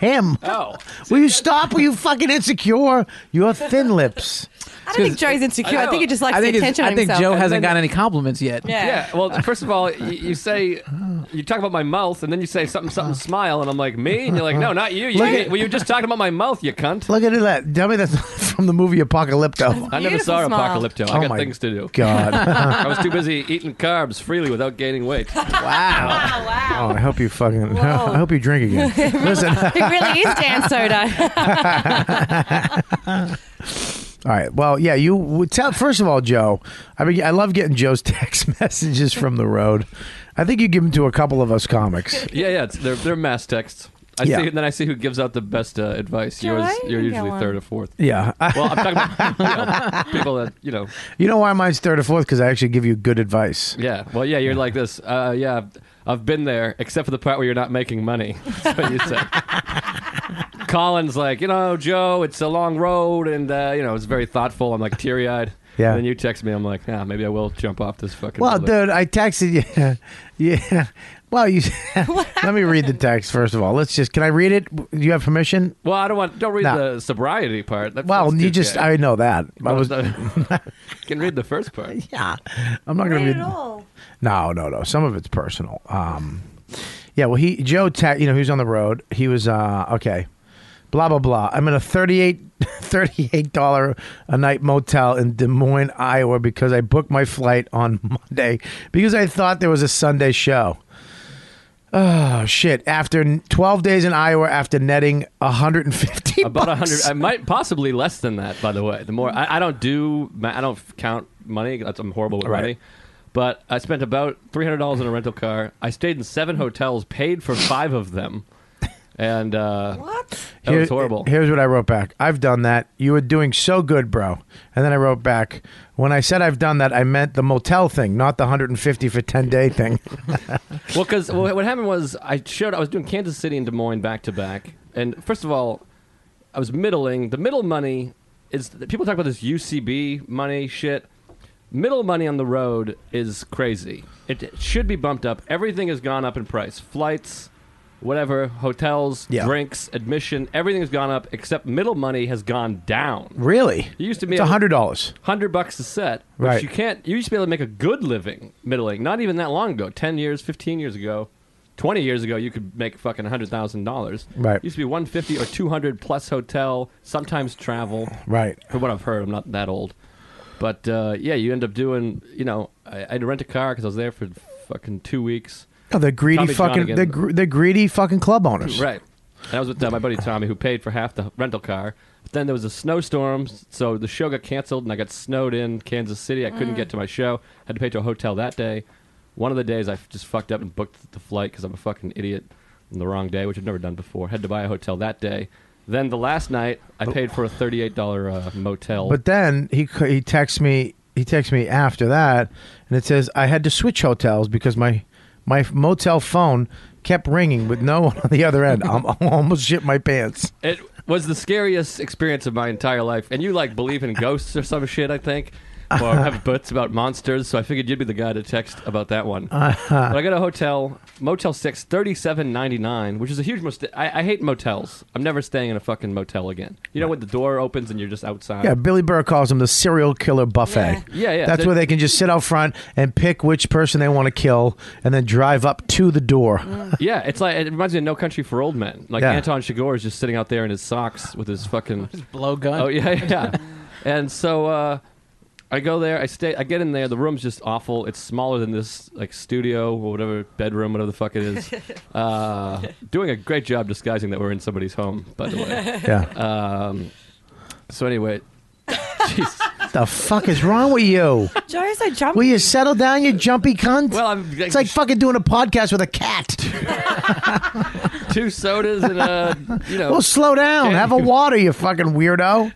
[SPEAKER 3] him.
[SPEAKER 7] Oh,
[SPEAKER 3] Will you stop? Will you fucking insecure? Your thin lips.
[SPEAKER 10] I don't think Joe's insecure. I, think he just likes
[SPEAKER 11] I think,
[SPEAKER 10] the
[SPEAKER 11] it's-
[SPEAKER 10] attention
[SPEAKER 11] I
[SPEAKER 10] on
[SPEAKER 11] think
[SPEAKER 10] himself.
[SPEAKER 11] Joe hasn't gotten any compliments yet.
[SPEAKER 10] Yeah.
[SPEAKER 7] Yeah. Well, first of all, you, you say you talk about my mouth, and then you say something, something, smile, and I'm like, me? And you're like, no, not you. you
[SPEAKER 3] Uh-huh. Look at-
[SPEAKER 7] well, you were just talking about my mouth, you cunt.
[SPEAKER 3] Look at that. Tell me that's not from the movie Apocalypto.
[SPEAKER 7] I never
[SPEAKER 10] Beautiful
[SPEAKER 7] saw
[SPEAKER 10] smile.
[SPEAKER 7] Apocalypto.
[SPEAKER 3] Oh
[SPEAKER 7] I got
[SPEAKER 3] my
[SPEAKER 7] things to do.
[SPEAKER 3] God.
[SPEAKER 7] I was too busy eating carbs freely without gaining weight.
[SPEAKER 10] Oh, wow.
[SPEAKER 3] Oh, I hope you fucking.
[SPEAKER 10] Whoa.
[SPEAKER 3] I hope you drink again. Listen. All
[SPEAKER 10] It really is Dan Soda.
[SPEAKER 3] right. Well, yeah. You would tell. First of all, Joe. I mean, I love getting Joe's text messages from the road. I think you give them to a couple of us comics.
[SPEAKER 7] Yeah, yeah. It's, they're they're mass texts. I
[SPEAKER 3] Yeah.
[SPEAKER 7] see, and then I see who gives out the best uh, advice. Yours,
[SPEAKER 10] Joy,
[SPEAKER 7] you're
[SPEAKER 10] you
[SPEAKER 7] usually
[SPEAKER 10] got one.
[SPEAKER 7] third or fourth.
[SPEAKER 3] Yeah. I-
[SPEAKER 7] Well, I'm talking about you know, people that you know.
[SPEAKER 3] you know why mine's third or fourth? Because I actually give you good advice.
[SPEAKER 7] Yeah. Well, yeah. You're like this. Uh, yeah. I've- I've been there, except for the part where you're not making money. That's what you say. Colin's like, you know, Joe, it's a long road, and uh, you know, it's very thoughtful. I'm like teary eyed.
[SPEAKER 3] Yeah.
[SPEAKER 7] And then you text me. I'm like, yeah, maybe I will jump off this fucking.
[SPEAKER 3] Well,
[SPEAKER 7] building."
[SPEAKER 3] dude, I texted you. Yeah. Well, you. let me read the text first of all. Let's just. Can I read it? Do you have permission?
[SPEAKER 7] Well, I don't want. Don't read
[SPEAKER 3] No.
[SPEAKER 7] the sobriety part. That,
[SPEAKER 3] Well,
[SPEAKER 7] that's
[SPEAKER 3] you
[SPEAKER 7] too
[SPEAKER 3] just.
[SPEAKER 7] gay.
[SPEAKER 3] I know that. I was.
[SPEAKER 7] You can read the first part.
[SPEAKER 3] Yeah. I'm not gonna read. No, no, no. Some of it's personal. Um, yeah. Well, he Joe, ta- you know, he was on the road. He was uh, okay. Blah blah blah. I'm in a 38 dollar a night motel in Des Moines, Iowa, because I booked my flight on Monday because I thought there was a Sunday show. Oh shit! After 12 days in Iowa, after netting 150
[SPEAKER 7] About a
[SPEAKER 3] bucks.
[SPEAKER 7] hundred. I might possibly less than that. By the way, the more I, I don't do, ma- I don't count money. That's, I'm horrible with
[SPEAKER 3] Right.
[SPEAKER 7] money. But I spent about three hundred dollars in a rental car. I stayed in seven hotels, paid for five of them, and uh,
[SPEAKER 10] What?
[SPEAKER 7] that
[SPEAKER 3] Here-
[SPEAKER 7] was horrible.
[SPEAKER 3] Here's what I wrote back. I've done that. You were doing so good, bro. And then I wrote back, when I said I've done that, I meant the motel thing, not the 150 for 10 day thing.
[SPEAKER 7] well, because what happened was I showed I was doing Kansas City and Des Moines back to back, and first of all, I was middling. The middle money is people talk about this UCB money shit. Middle money on the road is crazy. It, it should be bumped up. Everything has gone up in price. Flights, whatever, hotels,
[SPEAKER 3] Yeah.
[SPEAKER 7] drinks, admission, everything has gone up except middle money has gone down.
[SPEAKER 3] really?
[SPEAKER 7] It used to be
[SPEAKER 3] It's
[SPEAKER 7] able-
[SPEAKER 3] $100.
[SPEAKER 7] hundred bucks a set, which
[SPEAKER 3] Right.
[SPEAKER 7] you can't. You used to be able to make a good living middling. Not even that long ago, ten years, fifteen years ago, twenty years ago, you could make fucking hundred thousand dollars.
[SPEAKER 3] Right.
[SPEAKER 7] used to be one fifty or two hundred plus hotel, sometimes travel.
[SPEAKER 3] Right.
[SPEAKER 7] From what I've heard, I'm not that old, but uh, yeah, you end up doing. You know, I, I had to rent a car because I was there for fucking two weeks.
[SPEAKER 3] Oh, they're greedy
[SPEAKER 7] Tommy
[SPEAKER 3] fucking.
[SPEAKER 7] Johnigan.
[SPEAKER 3] They're, gr- they're greedy fucking club owners.
[SPEAKER 7] Right. And I was with uh, my buddy Tommy, who paid for half the rental car. But then there was a snowstorm, so the show got canceled, and I got snowed in Kansas City. I couldn't
[SPEAKER 2] Mm.
[SPEAKER 7] get to my show. Had to pay to a hotel that day. One of the days, I f- just fucked up and booked the flight because I'm a fucking idiot on the wrong day, which I've never done before. Had to buy a hotel that day. Then the last night, I paid for a $38 uh, motel.
[SPEAKER 3] But then he c- he texts me. He texts me after that, and it says I had to switch hotels because my my motel phone kept ringing with no one on the other end. I'm, I almost shit my pants.
[SPEAKER 7] It was the scariest experience of my entire life. And you like believe in ghosts or some shit, I think, or have butts about monsters. So I figured you'd be the guy to text about that one.
[SPEAKER 3] Uh-huh.
[SPEAKER 7] But I got a hotel, Motel Six, thirty-seven ninety-nine, which is a huge mistake. I, I hate motels. I'm never staying in a fucking motel again. You know when the door opens and you're just outside.
[SPEAKER 3] Yeah, Billy Burr calls them the serial killer buffet.
[SPEAKER 7] Uh, Yeah, yeah,
[SPEAKER 3] That's
[SPEAKER 7] they're-
[SPEAKER 3] where they can just sit out front and pick which person they want to kill, and then drive up to the door.
[SPEAKER 7] yeah, it's like it reminds me of No Country for Old Men. Like
[SPEAKER 3] Yeah.
[SPEAKER 7] Anton Chigurh is just sitting out there in his socks with his fucking
[SPEAKER 11] blowgun.
[SPEAKER 7] Oh yeah, yeah. and so uh, I go there. I stay. I get in there. The room's just awful. It's smaller than this like studio or whatever bedroom, whatever the fuck it is. Uh, doing a great job disguising that we're in somebody's home, by the way.
[SPEAKER 3] Yeah.
[SPEAKER 7] Um, so anyway,
[SPEAKER 3] the fuck is wrong with you?
[SPEAKER 10] Joe's so jumpy.
[SPEAKER 3] Will you settle down, you jumpy cunt?
[SPEAKER 7] Well, I'm-
[SPEAKER 3] it's like fucking doing a podcast with a cat.
[SPEAKER 7] two sodas and uh, you know.
[SPEAKER 3] well, slow down. Have a water, you fucking weirdo.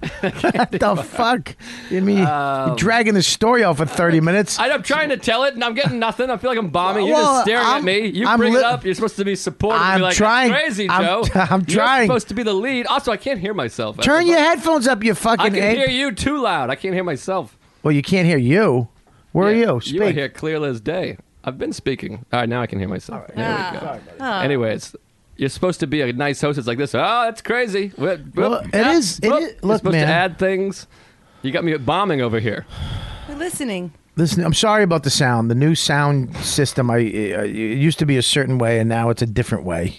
[SPEAKER 3] what the fuck? You mean
[SPEAKER 7] Um,
[SPEAKER 3] you're dragging the story out for thirty minutes?
[SPEAKER 7] I, I'm trying to tell it, and I'm getting nothing. I feel like I'm bombing. You're
[SPEAKER 3] Well,
[SPEAKER 7] just staring at
[SPEAKER 3] I'm-
[SPEAKER 7] me. You
[SPEAKER 3] I'm
[SPEAKER 7] bring
[SPEAKER 3] li-
[SPEAKER 7] it up. You're supposed to be supportive.
[SPEAKER 3] I'm
[SPEAKER 7] be like,
[SPEAKER 3] trying.
[SPEAKER 7] Crazy,
[SPEAKER 3] I'm-
[SPEAKER 7] Joe.
[SPEAKER 3] I'm trying.
[SPEAKER 7] You're supposed to be the lead. Also, I can't hear myself.
[SPEAKER 3] Turn your headphones up, you fucking.
[SPEAKER 7] I can
[SPEAKER 3] ape.
[SPEAKER 7] hear you too loud. I can't hear myself.
[SPEAKER 3] Well, you can't hear you. Where are you?
[SPEAKER 7] You are
[SPEAKER 3] Oh, Speak.
[SPEAKER 7] here clear as day. I've been speaking. All right, now I can hear myself. There we go.
[SPEAKER 10] Ah.
[SPEAKER 7] Anyways, you're supposed to be a nice host. It's like this. Oh, that's crazy. Whoop, whoop,
[SPEAKER 3] Well, it
[SPEAKER 7] ah,
[SPEAKER 3] is- it
[SPEAKER 7] whoop.
[SPEAKER 3] is-
[SPEAKER 7] you're
[SPEAKER 3] look,
[SPEAKER 7] supposed
[SPEAKER 3] man.
[SPEAKER 7] to add things. You got me bombing over here.
[SPEAKER 10] We're listening.
[SPEAKER 3] Listen, I'm sorry about the sound. The new sound system, I uh, it used to be a certain way, and now it's a different way,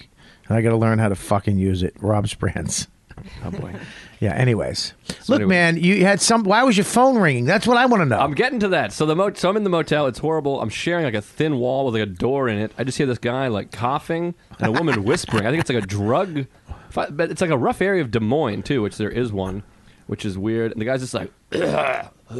[SPEAKER 3] and I got to learn how to fucking use it. Rob Sprance.
[SPEAKER 7] Oh boy.
[SPEAKER 3] Yeah. Anyways,
[SPEAKER 7] So
[SPEAKER 3] look,
[SPEAKER 7] anyway.
[SPEAKER 3] man, you had some. Why was your phone ringing? That's what I want to know.
[SPEAKER 7] I'm getting to that. So the mo- so I'm in the motel. It's horrible. I'm sharing like a thin wall with like a door in it. I just hear this guy like coughing and a woman whispering. I think it's like a drug, fi- but it's like a rough area of Des Moines too, which there is one, which is weird. And the guy's just like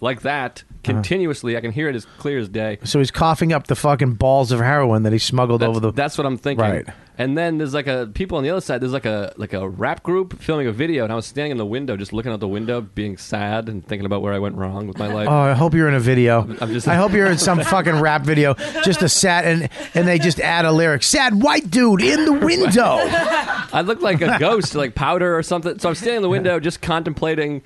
[SPEAKER 7] like that
[SPEAKER 3] Uh-huh.
[SPEAKER 7] continuously. I can hear it as clear as day.
[SPEAKER 3] so he's coughing up the fucking balls of heroin that he smuggled over the.
[SPEAKER 7] That's what I'm thinking.
[SPEAKER 3] Right.
[SPEAKER 7] And then there's like a people on the other side. There's like a like a rap group filming a video, and I was standing in the window, just looking out the window, being sad and thinking about where I went wrong with my life.
[SPEAKER 3] Oh, I hope you're in a video.
[SPEAKER 7] I'm just-
[SPEAKER 3] I hope you're in some fucking rap video. Just a sad and and they just add a lyric. Sad white dude in the window.
[SPEAKER 7] I look like a ghost, like powder or something. So I'm standing in the window, just contemplating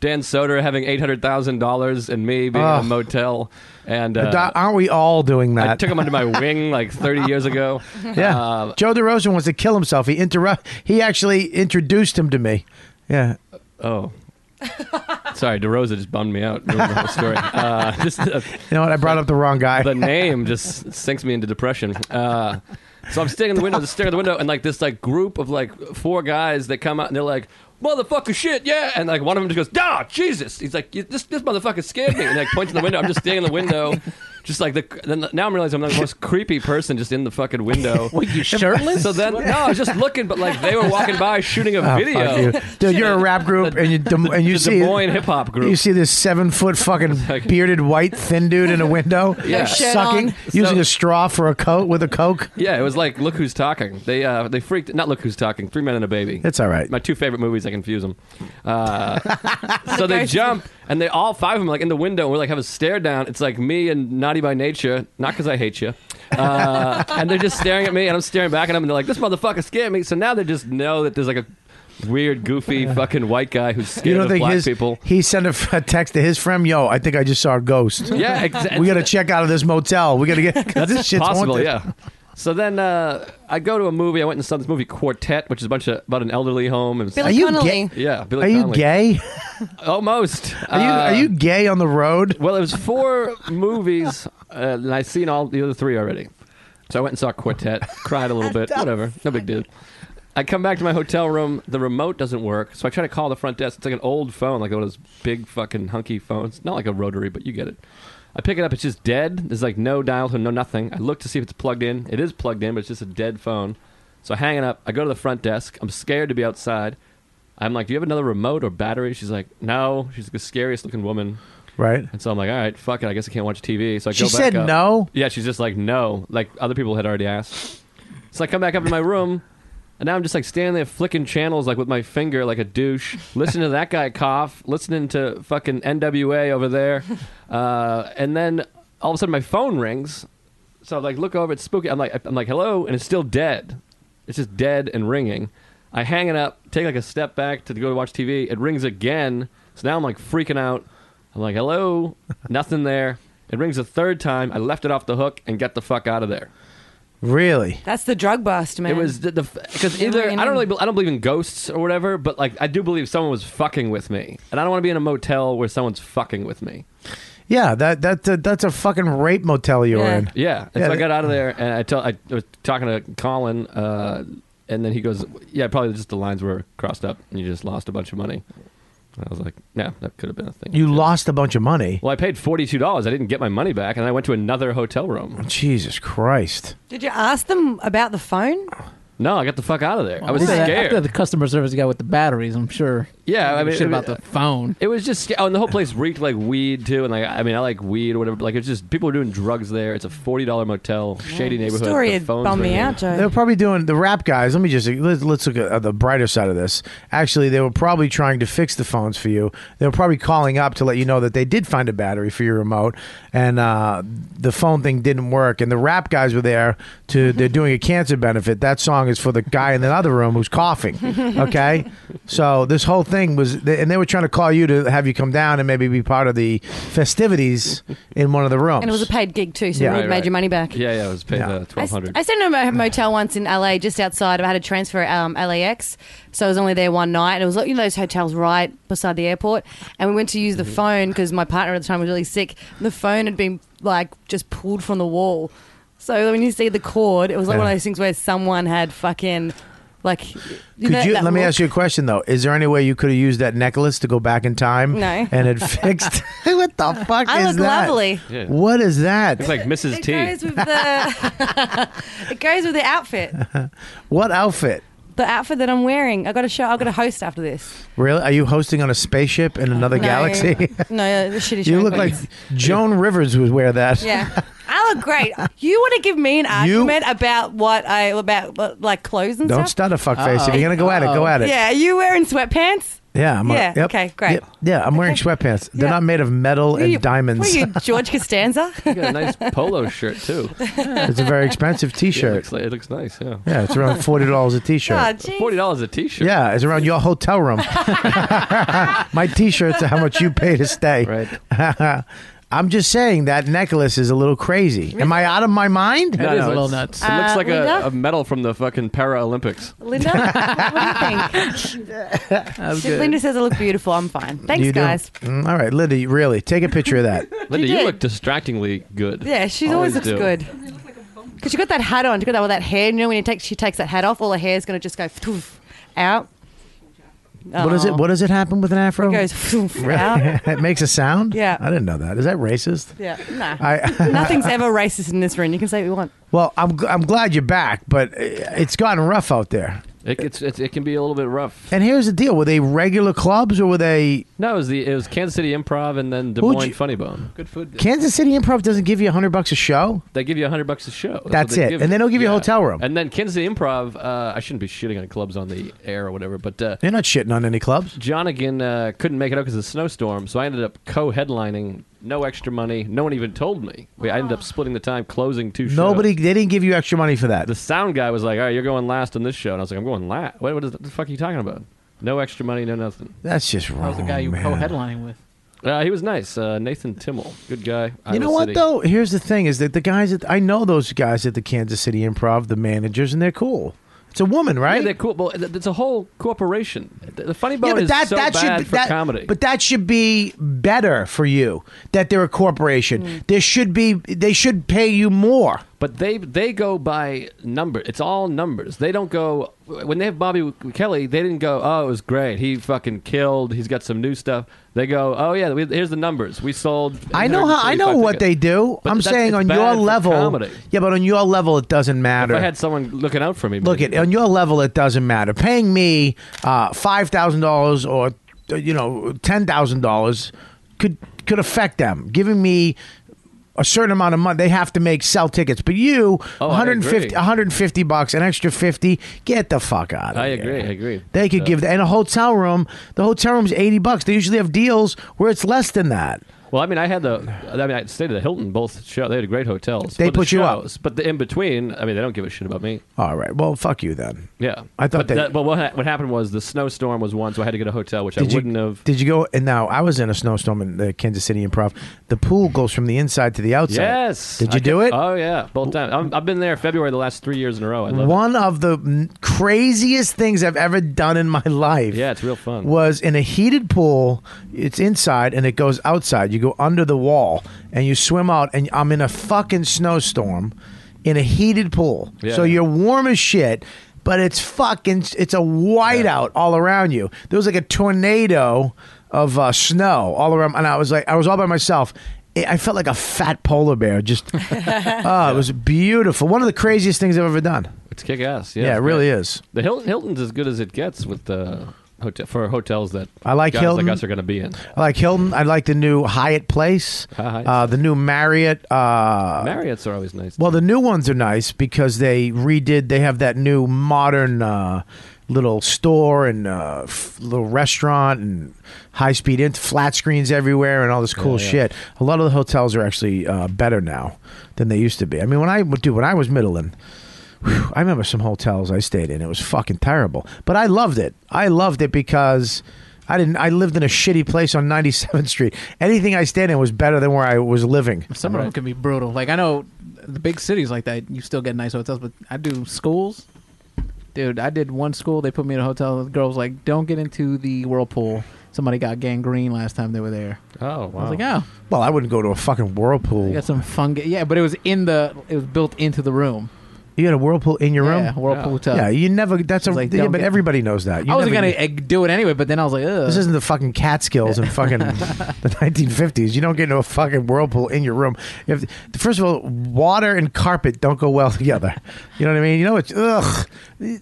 [SPEAKER 7] Dan Soder having eight hundred thousand dollars and me being in a
[SPEAKER 3] Ugh.
[SPEAKER 7] motel. And uh,
[SPEAKER 3] Doc, Aren't we all doing that?
[SPEAKER 7] I took him under my wing like thirty years ago.
[SPEAKER 3] Yeah.
[SPEAKER 7] Uh,
[SPEAKER 3] Joe DeRosa wants to kill himself. He interrupt. He actually introduced him to me. Yeah.
[SPEAKER 7] oh. Sorry, DeRosa just bummed me out. Ruined the whole story. Uh, just, uh,
[SPEAKER 3] You know what? I brought up the wrong guy.
[SPEAKER 7] the name just sinks me into depression. Uh, so I'm standing in the window, just staring at the window, and like this like group of like four guys that come out and they're like, "Motherfucker, shit, yeah!" And like one of them just goes, "Nah, Jesus!" He's like, "You- "This this motherfucker scared me," and like points in the window. I'm just standing in the window. Just like the then now I'm realizing I'm the most creepy person just in the fucking window. Wait, you
[SPEAKER 3] shirtless?
[SPEAKER 7] So then no, I was just looking, but like they were walking by shooting a
[SPEAKER 3] Oh, fuck
[SPEAKER 7] video.
[SPEAKER 3] you. dude. You're a rap group, and you dem- and you
[SPEAKER 7] the
[SPEAKER 3] see
[SPEAKER 7] Des Moines hip hop group.
[SPEAKER 3] You see this seven foot fucking bearded white thin dude in a window,
[SPEAKER 7] Yeah. Shirt
[SPEAKER 3] sucking,
[SPEAKER 7] on.
[SPEAKER 3] using
[SPEAKER 7] So-
[SPEAKER 3] a straw for a coat with a coke.
[SPEAKER 7] Yeah, it was like Look Who's Talking. They uh, they freaked. Not Look Who's Talking. Three Men and a Baby.
[SPEAKER 3] It's all right.
[SPEAKER 7] My two favorite movies. I confuse them. Uh, so they jump and they all five of them like in the window. and We like have a stare down. It's like me and Naughty by Nature. Not because I hate you. Uh, and they're just staring at me and I'm staring back at them and they're like, "This motherfucker scared me." So now they just know that there's like a weird, goofy, fucking white guy who's scared
[SPEAKER 3] You don't
[SPEAKER 7] of
[SPEAKER 3] think
[SPEAKER 7] black
[SPEAKER 3] his
[SPEAKER 7] people.
[SPEAKER 3] he sent a, f- a text to his friend? Yo, I think I just saw a ghost.
[SPEAKER 7] Yeah, exactly.
[SPEAKER 3] We got to check out of this motel. We got to get 'cause this shit's
[SPEAKER 7] possible,
[SPEAKER 3] haunted.
[SPEAKER 7] yeah. So then uh, I go to a movie. I went and saw this movie Quartet, which is a bunch of about an elderly home. And
[SPEAKER 3] Billy Are you Connolly. gay?
[SPEAKER 7] Yeah, Billy
[SPEAKER 3] Are you
[SPEAKER 7] Connolly.
[SPEAKER 3] gay?
[SPEAKER 7] Almost. Uh,
[SPEAKER 3] Are you are you gay on the road?
[SPEAKER 7] Well, it was four movies, uh, and I've seen all the other three already. So I went and saw Quartet, cried a little bit, whatever, no big deal. I come back to my hotel room. The remote doesn't work, so I try to call the front desk. It's like an old phone, like one of those big fucking hunky phones, not like a rotary, but you get it. I pick it up. It's just dead. There's like no dial tone, no nothing. I look to see if it's plugged in. It is plugged in, but it's just a dead phone. So I hang it up. I go to the front desk. I'm scared to be outside. I'm like, "Do you have another remote or battery?" She's like, "No." She's the scariest looking woman.
[SPEAKER 3] Right.
[SPEAKER 7] And so I'm like, "All right, fuck it. I guess I can't watch TV." So I
[SPEAKER 11] She
[SPEAKER 7] go back
[SPEAKER 11] said
[SPEAKER 7] up.
[SPEAKER 11] no?
[SPEAKER 7] Yeah, she's just like, "No." Like other people had already asked. So I come back up to my room, and now I'm just like standing there flicking channels like with my finger like a douche, listening to that guy cough, listening to fucking NWA over there, uh, and then all of a sudden my phone rings. So I like look over, it's spooky. I'm like, I'm like, hello, and it's still dead. It's just dead and ringing. I hang it up, take like a step back to go to watch TV. It rings again. So now I'm like freaking out. I'm like, hello, nothing there. It rings a third time. I left it off the hook and got the fuck out of there.
[SPEAKER 3] Really?
[SPEAKER 10] That's the drug bust, man.
[SPEAKER 7] It was the because either
[SPEAKER 10] I
[SPEAKER 7] I,
[SPEAKER 10] mean-
[SPEAKER 7] don't really be- I don't believe in ghosts or whatever, but like I do believe someone was fucking with me, and I don't want to be in a motel where someone's fucking with me.
[SPEAKER 3] Yeah, that that, that that's a fucking rape motel you were in.
[SPEAKER 7] Yeah, and
[SPEAKER 3] Yeah,
[SPEAKER 7] so I
[SPEAKER 3] that-
[SPEAKER 7] got out of there, and I tell I was talking to Colin, uh, and then he goes, "Yeah, probably just the lines were crossed up, and you just lost a bunch of money." And I was like, "Yeah, that could have been a thing."
[SPEAKER 3] You lost a bunch of money.
[SPEAKER 7] Well, I paid forty two dollars. I didn't get my money back, and I went to another hotel room.
[SPEAKER 3] Jesus Christ!
[SPEAKER 10] Did you ask them about the phone?
[SPEAKER 7] No, I got the fuck out of there. I was
[SPEAKER 11] After that-
[SPEAKER 7] scared.
[SPEAKER 11] After the customer service guy with the batteries, I'm sure.
[SPEAKER 7] Yeah, I mean,
[SPEAKER 11] shit
[SPEAKER 7] it-
[SPEAKER 11] about the phone.
[SPEAKER 7] It was just, sca- oh, and the whole place reeked like weed too. And like, I mean, I like weed or whatever. But like, it's just people were doing drugs there. It's a forty dollar motel, shady neighborhood.
[SPEAKER 10] story
[SPEAKER 7] The
[SPEAKER 10] had
[SPEAKER 7] phones
[SPEAKER 10] bummed me
[SPEAKER 7] ringing.
[SPEAKER 10] out, Joe.
[SPEAKER 3] They're probably doing the rap guys. Let me just let's, let's look at uh, the brighter side of this. Actually, they were probably trying to fix the phones for you. They were probably calling up to let you know that they did find a battery for your remote, and uh, the phone thing didn't work. And the rap guys were there to they're doing a cancer benefit. That song is for the guy in the other room who's coughing. Okay, so this whole thing was, and they were trying to call you to have you come down and maybe be part of the festivities in one of the rooms.
[SPEAKER 10] And it was a paid gig too, so
[SPEAKER 3] Yeah.
[SPEAKER 10] you
[SPEAKER 3] Right,
[SPEAKER 10] made
[SPEAKER 7] right.
[SPEAKER 10] your money back.
[SPEAKER 7] Oh. Yeah, yeah, I was paid
[SPEAKER 3] Yeah.
[SPEAKER 7] uh,
[SPEAKER 10] I
[SPEAKER 7] twelve hundred.
[SPEAKER 10] I stayed in a motel once in LA, just outside. I had a transfer at um, LAX, so I was only there one night. And it was like, you know those hotels right beside the airport. And we went to
[SPEAKER 7] Mm-hmm.
[SPEAKER 10] use the phone because my partner at the time was really sick. The phone had been like just pulled from the wall. So when you see the cord, it was like one
[SPEAKER 3] Yeah.
[SPEAKER 10] of those things where someone had fucking like. You
[SPEAKER 3] Could
[SPEAKER 10] know,
[SPEAKER 3] you
[SPEAKER 10] that
[SPEAKER 3] let me
[SPEAKER 10] look?
[SPEAKER 3] ask you a question though? Is there any way you could have used that necklace to go back in time?
[SPEAKER 10] No.
[SPEAKER 3] and it fixed. what the fuck
[SPEAKER 10] I
[SPEAKER 3] is
[SPEAKER 10] look
[SPEAKER 3] that?
[SPEAKER 10] lovely.
[SPEAKER 7] Yeah.
[SPEAKER 3] What is
[SPEAKER 7] It's
[SPEAKER 3] that?
[SPEAKER 7] like Mrs.
[SPEAKER 10] It
[SPEAKER 7] T.
[SPEAKER 10] goes with the. it goes with the outfit.
[SPEAKER 3] What outfit?
[SPEAKER 10] The outfit that I'm wearing. I got a show. I got a host after this.
[SPEAKER 3] Really? Are you hosting on a spaceship in another
[SPEAKER 10] No.
[SPEAKER 3] galaxy?
[SPEAKER 10] No, the shitty show.
[SPEAKER 3] you look
[SPEAKER 10] but-
[SPEAKER 3] like Joan Rivers would wear that.
[SPEAKER 10] Yeah. I look great. You want to give me an
[SPEAKER 3] You-
[SPEAKER 10] argument about what I about what, like clothes and
[SPEAKER 3] Don't
[SPEAKER 10] stuff?
[SPEAKER 3] start a fuck face. If
[SPEAKER 11] Uh-oh.
[SPEAKER 3] you're gonna go at it, go at it.
[SPEAKER 10] Yeah, you wearing sweatpants?
[SPEAKER 3] Yeah. I'm a-
[SPEAKER 10] Yeah,
[SPEAKER 3] yep.
[SPEAKER 10] okay, great.
[SPEAKER 3] Yep. Yeah. I'm wearing sweatpants. They're
[SPEAKER 10] Yeah.
[SPEAKER 3] not made of metal
[SPEAKER 10] What are
[SPEAKER 3] and
[SPEAKER 10] you-
[SPEAKER 3] diamonds.
[SPEAKER 10] What are you, George Costanza?
[SPEAKER 7] You got a nice polo shirt too. Yeah,
[SPEAKER 3] it's a very expensive
[SPEAKER 7] it,
[SPEAKER 3] T-shirt.
[SPEAKER 7] looks, like- it looks nice. Yeah,
[SPEAKER 3] yeah. It's around forty dollars a T-shirt.
[SPEAKER 10] Oh, geez.
[SPEAKER 7] forty dollars a T-shirt.
[SPEAKER 3] Yeah, it's around your hotel room. My t-shirts are how much you pay to stay. Right. I'm just saying that necklace is a little crazy. Am I out of my mind?
[SPEAKER 11] That is a little
[SPEAKER 7] it's-
[SPEAKER 11] nuts.
[SPEAKER 7] It looks
[SPEAKER 10] Uh,
[SPEAKER 7] like a,
[SPEAKER 10] Linda?
[SPEAKER 7] a medal from the fucking Paralympics.
[SPEAKER 10] Linda, what do you think?
[SPEAKER 11] That was
[SPEAKER 10] If
[SPEAKER 11] good.
[SPEAKER 10] Linda says I look beautiful. I'm fine. Thanks,
[SPEAKER 3] You do?
[SPEAKER 10] guys.
[SPEAKER 3] Mm, all right, Liddy, really, take a picture of that.
[SPEAKER 7] Linda,
[SPEAKER 10] did.
[SPEAKER 7] you look distractingly good.
[SPEAKER 10] Yeah, she always, looks
[SPEAKER 7] do.
[SPEAKER 10] good. Because she got that hat on. She got that with that hair. You know when you take, she takes that hat off, all her hair's going to just go poof, out.
[SPEAKER 3] What is it? What does it happen with an
[SPEAKER 10] Oh.
[SPEAKER 3] afro?
[SPEAKER 10] It goes poof, out.
[SPEAKER 3] it makes a sound.
[SPEAKER 10] Yeah.
[SPEAKER 3] I didn't know that. Is that racist?
[SPEAKER 10] Yeah, no.
[SPEAKER 3] I
[SPEAKER 10] Nothing's ever racist in this room. You can say what you want.
[SPEAKER 3] well, I'm gl- I'm glad you're back, but uh, it's gotten rough out there.
[SPEAKER 7] It, it's, it's, it can be a little bit rough.
[SPEAKER 3] And here's the deal: were they regular clubs or were they
[SPEAKER 7] No, it was the it was Kansas City Improv and then Des
[SPEAKER 3] Who'd
[SPEAKER 7] Moines
[SPEAKER 3] you-
[SPEAKER 7] Funny Bone. Good food.
[SPEAKER 3] Kansas City Improv doesn't give you hundred bucks a show?
[SPEAKER 7] They give you a hundred bucks a show. what
[SPEAKER 3] That's
[SPEAKER 7] they
[SPEAKER 3] it. And they don't give you a hotel room.
[SPEAKER 7] And then Kansas City Improv. Uh, I shouldn't be shitting on clubs on the air or whatever, but uh,
[SPEAKER 3] You're not shitting on any clubs.
[SPEAKER 7] Jonigan uh, couldn't make it up because of the snowstorm, so I ended up co-headlining. No extra money. No one even told me. We, I ended
[SPEAKER 10] Ah.
[SPEAKER 7] up splitting the time, closing two shows.
[SPEAKER 3] Nobody, they didn't give you extra money for that.
[SPEAKER 7] The sound guy was like, "All right, you're going last on this show," and I was like, "I'm going last. What, what is that, the fuck are you talking about? No extra money, no nothing."
[SPEAKER 3] That's just wrong.
[SPEAKER 11] That was the guy you were
[SPEAKER 3] man.
[SPEAKER 11] co-headlining with.
[SPEAKER 7] Uh, he was nice. Uh, Nathan Timmel, good guy.
[SPEAKER 3] You
[SPEAKER 7] Iowa
[SPEAKER 3] know what
[SPEAKER 7] City.
[SPEAKER 3] though? Here's the thing: is that the guys that I know those guys at the Kansas City Improv, the managers, and they're cool. It's a woman,
[SPEAKER 7] Yeah,
[SPEAKER 3] right?
[SPEAKER 7] they're cool. Well, th- it's a whole corporation. The the funny bone is so bad for
[SPEAKER 3] that,
[SPEAKER 7] comedy.
[SPEAKER 3] But that should be
[SPEAKER 7] Mm.
[SPEAKER 3] better for you that they're a corporation. There should be they should pay you more.
[SPEAKER 7] But they they go by number. It's all numbers. They don't go when they have Bobby Kelly. They didn't go. Oh, it was great. He fucking killed. He's got some new stuff. They go. Oh yeah. We, here's the numbers. We sold.
[SPEAKER 3] I know how. I know
[SPEAKER 7] 835
[SPEAKER 3] what
[SPEAKER 7] tickets."
[SPEAKER 3] they do.
[SPEAKER 7] But
[SPEAKER 3] I'm
[SPEAKER 7] that's-
[SPEAKER 3] saying
[SPEAKER 7] it's
[SPEAKER 3] on
[SPEAKER 7] bad
[SPEAKER 3] your
[SPEAKER 7] for
[SPEAKER 3] level.
[SPEAKER 7] comedy.
[SPEAKER 3] Yeah, but on your level, it doesn't matter.
[SPEAKER 7] If I had someone looking out for me.
[SPEAKER 3] Look at on your level, it doesn't matter. Paying me uh, five thousand dollars or uh, you know ten thousand dollars could could affect them. Giving me a certain amount of money, they have to make sell tickets. But you,
[SPEAKER 7] Oh, I
[SPEAKER 3] 150,
[SPEAKER 7] agree.
[SPEAKER 3] 150 bucks, an extra fifty, get the fuck out of
[SPEAKER 7] I
[SPEAKER 3] here.
[SPEAKER 7] agree. I agree.
[SPEAKER 3] They could
[SPEAKER 7] Yeah.
[SPEAKER 3] give and a hotel room. The hotel room's eighty bucks. They usually have deals where it's less than that.
[SPEAKER 7] Well, I mean, I had the. I mean, I stayed at the Hilton. Both show they had great hotels.
[SPEAKER 3] They
[SPEAKER 7] But the
[SPEAKER 3] put you up.
[SPEAKER 7] shows- but the in between. I mean, they don't give a shit about me.
[SPEAKER 3] All right. Well, fuck you then.
[SPEAKER 7] Yeah,
[SPEAKER 3] I thought
[SPEAKER 7] but
[SPEAKER 3] they-
[SPEAKER 7] that- but what ha- what happened was the snowstorm was one, so I had to get a hotel, which I wouldn't
[SPEAKER 3] you,
[SPEAKER 7] have.
[SPEAKER 3] Did you go? And now I was in a snowstorm in the Kansas City Improv. The pool goes from the inside to the outside.
[SPEAKER 7] Yes.
[SPEAKER 3] Did
[SPEAKER 7] I
[SPEAKER 3] you do
[SPEAKER 7] ca-
[SPEAKER 3] it?
[SPEAKER 7] Oh yeah, both times. I'm, I've been there February the last three years in a row. I love it.
[SPEAKER 3] One of the m- craziest things I've ever done in my life.
[SPEAKER 7] Yeah, it's real fun.
[SPEAKER 3] Was in a heated pool. It's inside and it goes outside. You go under the wall and you swim out. And I'm in a fucking snowstorm, in a heated pool.
[SPEAKER 8] Yeah,
[SPEAKER 3] so
[SPEAKER 8] yeah.
[SPEAKER 3] you're warm as shit, but it's fucking. It's a whiteout all around you. There was like a tornado of uh, snow all around, and I was like, I was all by myself. It, I felt like a fat polar bear. Just, oh, it was beautiful. One of the craziest things I've ever done.
[SPEAKER 7] It's kick ass.
[SPEAKER 3] Yeah, it really is.
[SPEAKER 7] The Hilton, Hilton's as good as it gets with the hotel for hotels that
[SPEAKER 3] I like
[SPEAKER 7] guys
[SPEAKER 3] Hilton.
[SPEAKER 7] like us are going to be in.
[SPEAKER 3] I like Hilton. I like the new Hyatt Place.
[SPEAKER 7] Hyatt.
[SPEAKER 3] Uh, the new Marriott. Uh,
[SPEAKER 7] Marriott's are always nice.
[SPEAKER 3] Well, the new ones are nice because they redid. They have that new modern uh, little store and uh, f- little restaurant and high speed int- flat screens everywhere and all this cool
[SPEAKER 8] Yeah, yeah.
[SPEAKER 3] shit. A lot of the hotels are actually uh, better now than they used to be. I mean, when I do when I was Middleton. whew, I remember some hotels I stayed in. It was fucking terrible, but I loved it. I loved it because I didn't. I lived in a shitty place on 97th Street. Anything I stayed in was better than where I was living.
[SPEAKER 11] Some of them can be brutal. Like I know the big cities like that, you still get nice hotels, but I do schools. Dude, I did one school. They put me in a hotel. The girl was like, "Don't get into the whirlpool." Somebody got gangrene last time they were there.
[SPEAKER 7] Oh wow!
[SPEAKER 11] I was like, "Oh,
[SPEAKER 3] Well, I wouldn't go to a fucking whirlpool.
[SPEAKER 11] I got some fungi." Yeah, but it was in the. It was built into the room.
[SPEAKER 3] You got a whirlpool in your room.
[SPEAKER 11] Yeah, whirlpool tub.
[SPEAKER 3] Yeah, you never. That's a.
[SPEAKER 11] It's like,
[SPEAKER 3] yeah,
[SPEAKER 11] don't
[SPEAKER 3] but
[SPEAKER 11] get-
[SPEAKER 3] everybody knows that. You
[SPEAKER 11] I wasn't
[SPEAKER 3] never-
[SPEAKER 11] gonna uh, do it anyway, but then I was like, "Ugh."
[SPEAKER 3] This isn't the fucking Catskills and fucking the 1950s. You don't get into a fucking whirlpool in your room. If first of all, water and carpet don't go well together. You know what I mean? You know it's ugh,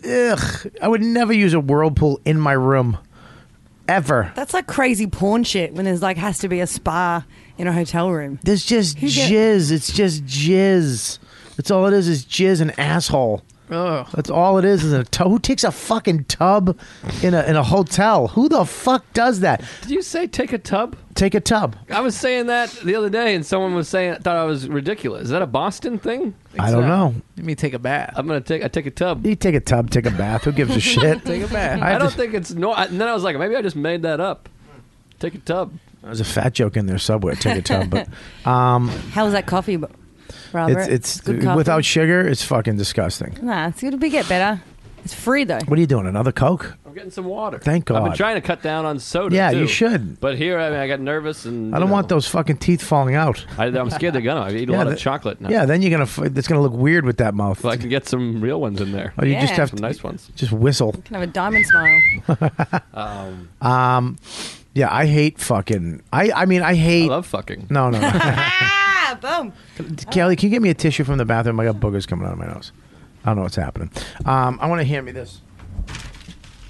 [SPEAKER 3] ugh. I would never use a whirlpool in my room, ever.
[SPEAKER 10] That's like crazy porn shit when there's like has to be a spa in a hotel room.
[SPEAKER 3] There's just
[SPEAKER 10] Who get-
[SPEAKER 3] jizz. It's just jizz. That's all it is. Is jizz and asshole.
[SPEAKER 11] Ugh.
[SPEAKER 3] That's all it is. Is a tub. Who takes a fucking tub in a in a hotel? Who the fuck does that?
[SPEAKER 7] Did you say take a tub?
[SPEAKER 3] Take a tub.
[SPEAKER 7] I was saying that the other day, and someone was saying thought I was ridiculous. Is that a Boston thing?
[SPEAKER 3] I don't know.
[SPEAKER 11] Let me take a bath.
[SPEAKER 7] I'm gonna take. I take a tub.
[SPEAKER 3] You take a tub. Take a bath. Who gives a shit?
[SPEAKER 11] Take a bath.
[SPEAKER 7] I,
[SPEAKER 3] I
[SPEAKER 7] don't
[SPEAKER 3] just-
[SPEAKER 7] think it's no. I, and then I was like, maybe I just made that up. Take a tub.
[SPEAKER 3] There's a fat joke in there somewhere. Take a tub, but um,
[SPEAKER 10] How was that coffee, Bo- Robert?
[SPEAKER 3] it's it's
[SPEAKER 10] good coffee.
[SPEAKER 3] without sugar. It's fucking disgusting.
[SPEAKER 10] Nah, it's gonna be get better. It's free though.
[SPEAKER 3] What are you doing? Another Coke?
[SPEAKER 7] I'm getting some water.
[SPEAKER 3] Thank
[SPEAKER 7] I've been
[SPEAKER 3] God.
[SPEAKER 7] trying to cut down on soda.
[SPEAKER 3] Yeah, you
[SPEAKER 7] too.
[SPEAKER 3] should.
[SPEAKER 7] But here, I mean, I got nervous and
[SPEAKER 3] I don't want those fucking teeth falling out.
[SPEAKER 7] I, I'm scared they're gonna. I eat a lot
[SPEAKER 3] Yeah,
[SPEAKER 7] of
[SPEAKER 3] the-
[SPEAKER 7] chocolate now.
[SPEAKER 3] Yeah, then you're gonna. f- It's gonna look weird with that mouth.
[SPEAKER 7] If I can get some real ones in there.
[SPEAKER 3] Oh, you just
[SPEAKER 10] Yeah.
[SPEAKER 3] have
[SPEAKER 7] some
[SPEAKER 3] to
[SPEAKER 7] nice ones.
[SPEAKER 3] Just whistle.
[SPEAKER 10] Can have a diamond smile.
[SPEAKER 7] Um,
[SPEAKER 3] Um, yeah, I hate fucking. I I mean, I hate. I
[SPEAKER 7] love fucking.
[SPEAKER 3] No, no. no.
[SPEAKER 10] ah, boom.
[SPEAKER 3] Kelly, can you get me a tissue from the bathroom? I got boogers coming out of my nose. I don't know what's happening. Um, I want to hand me this.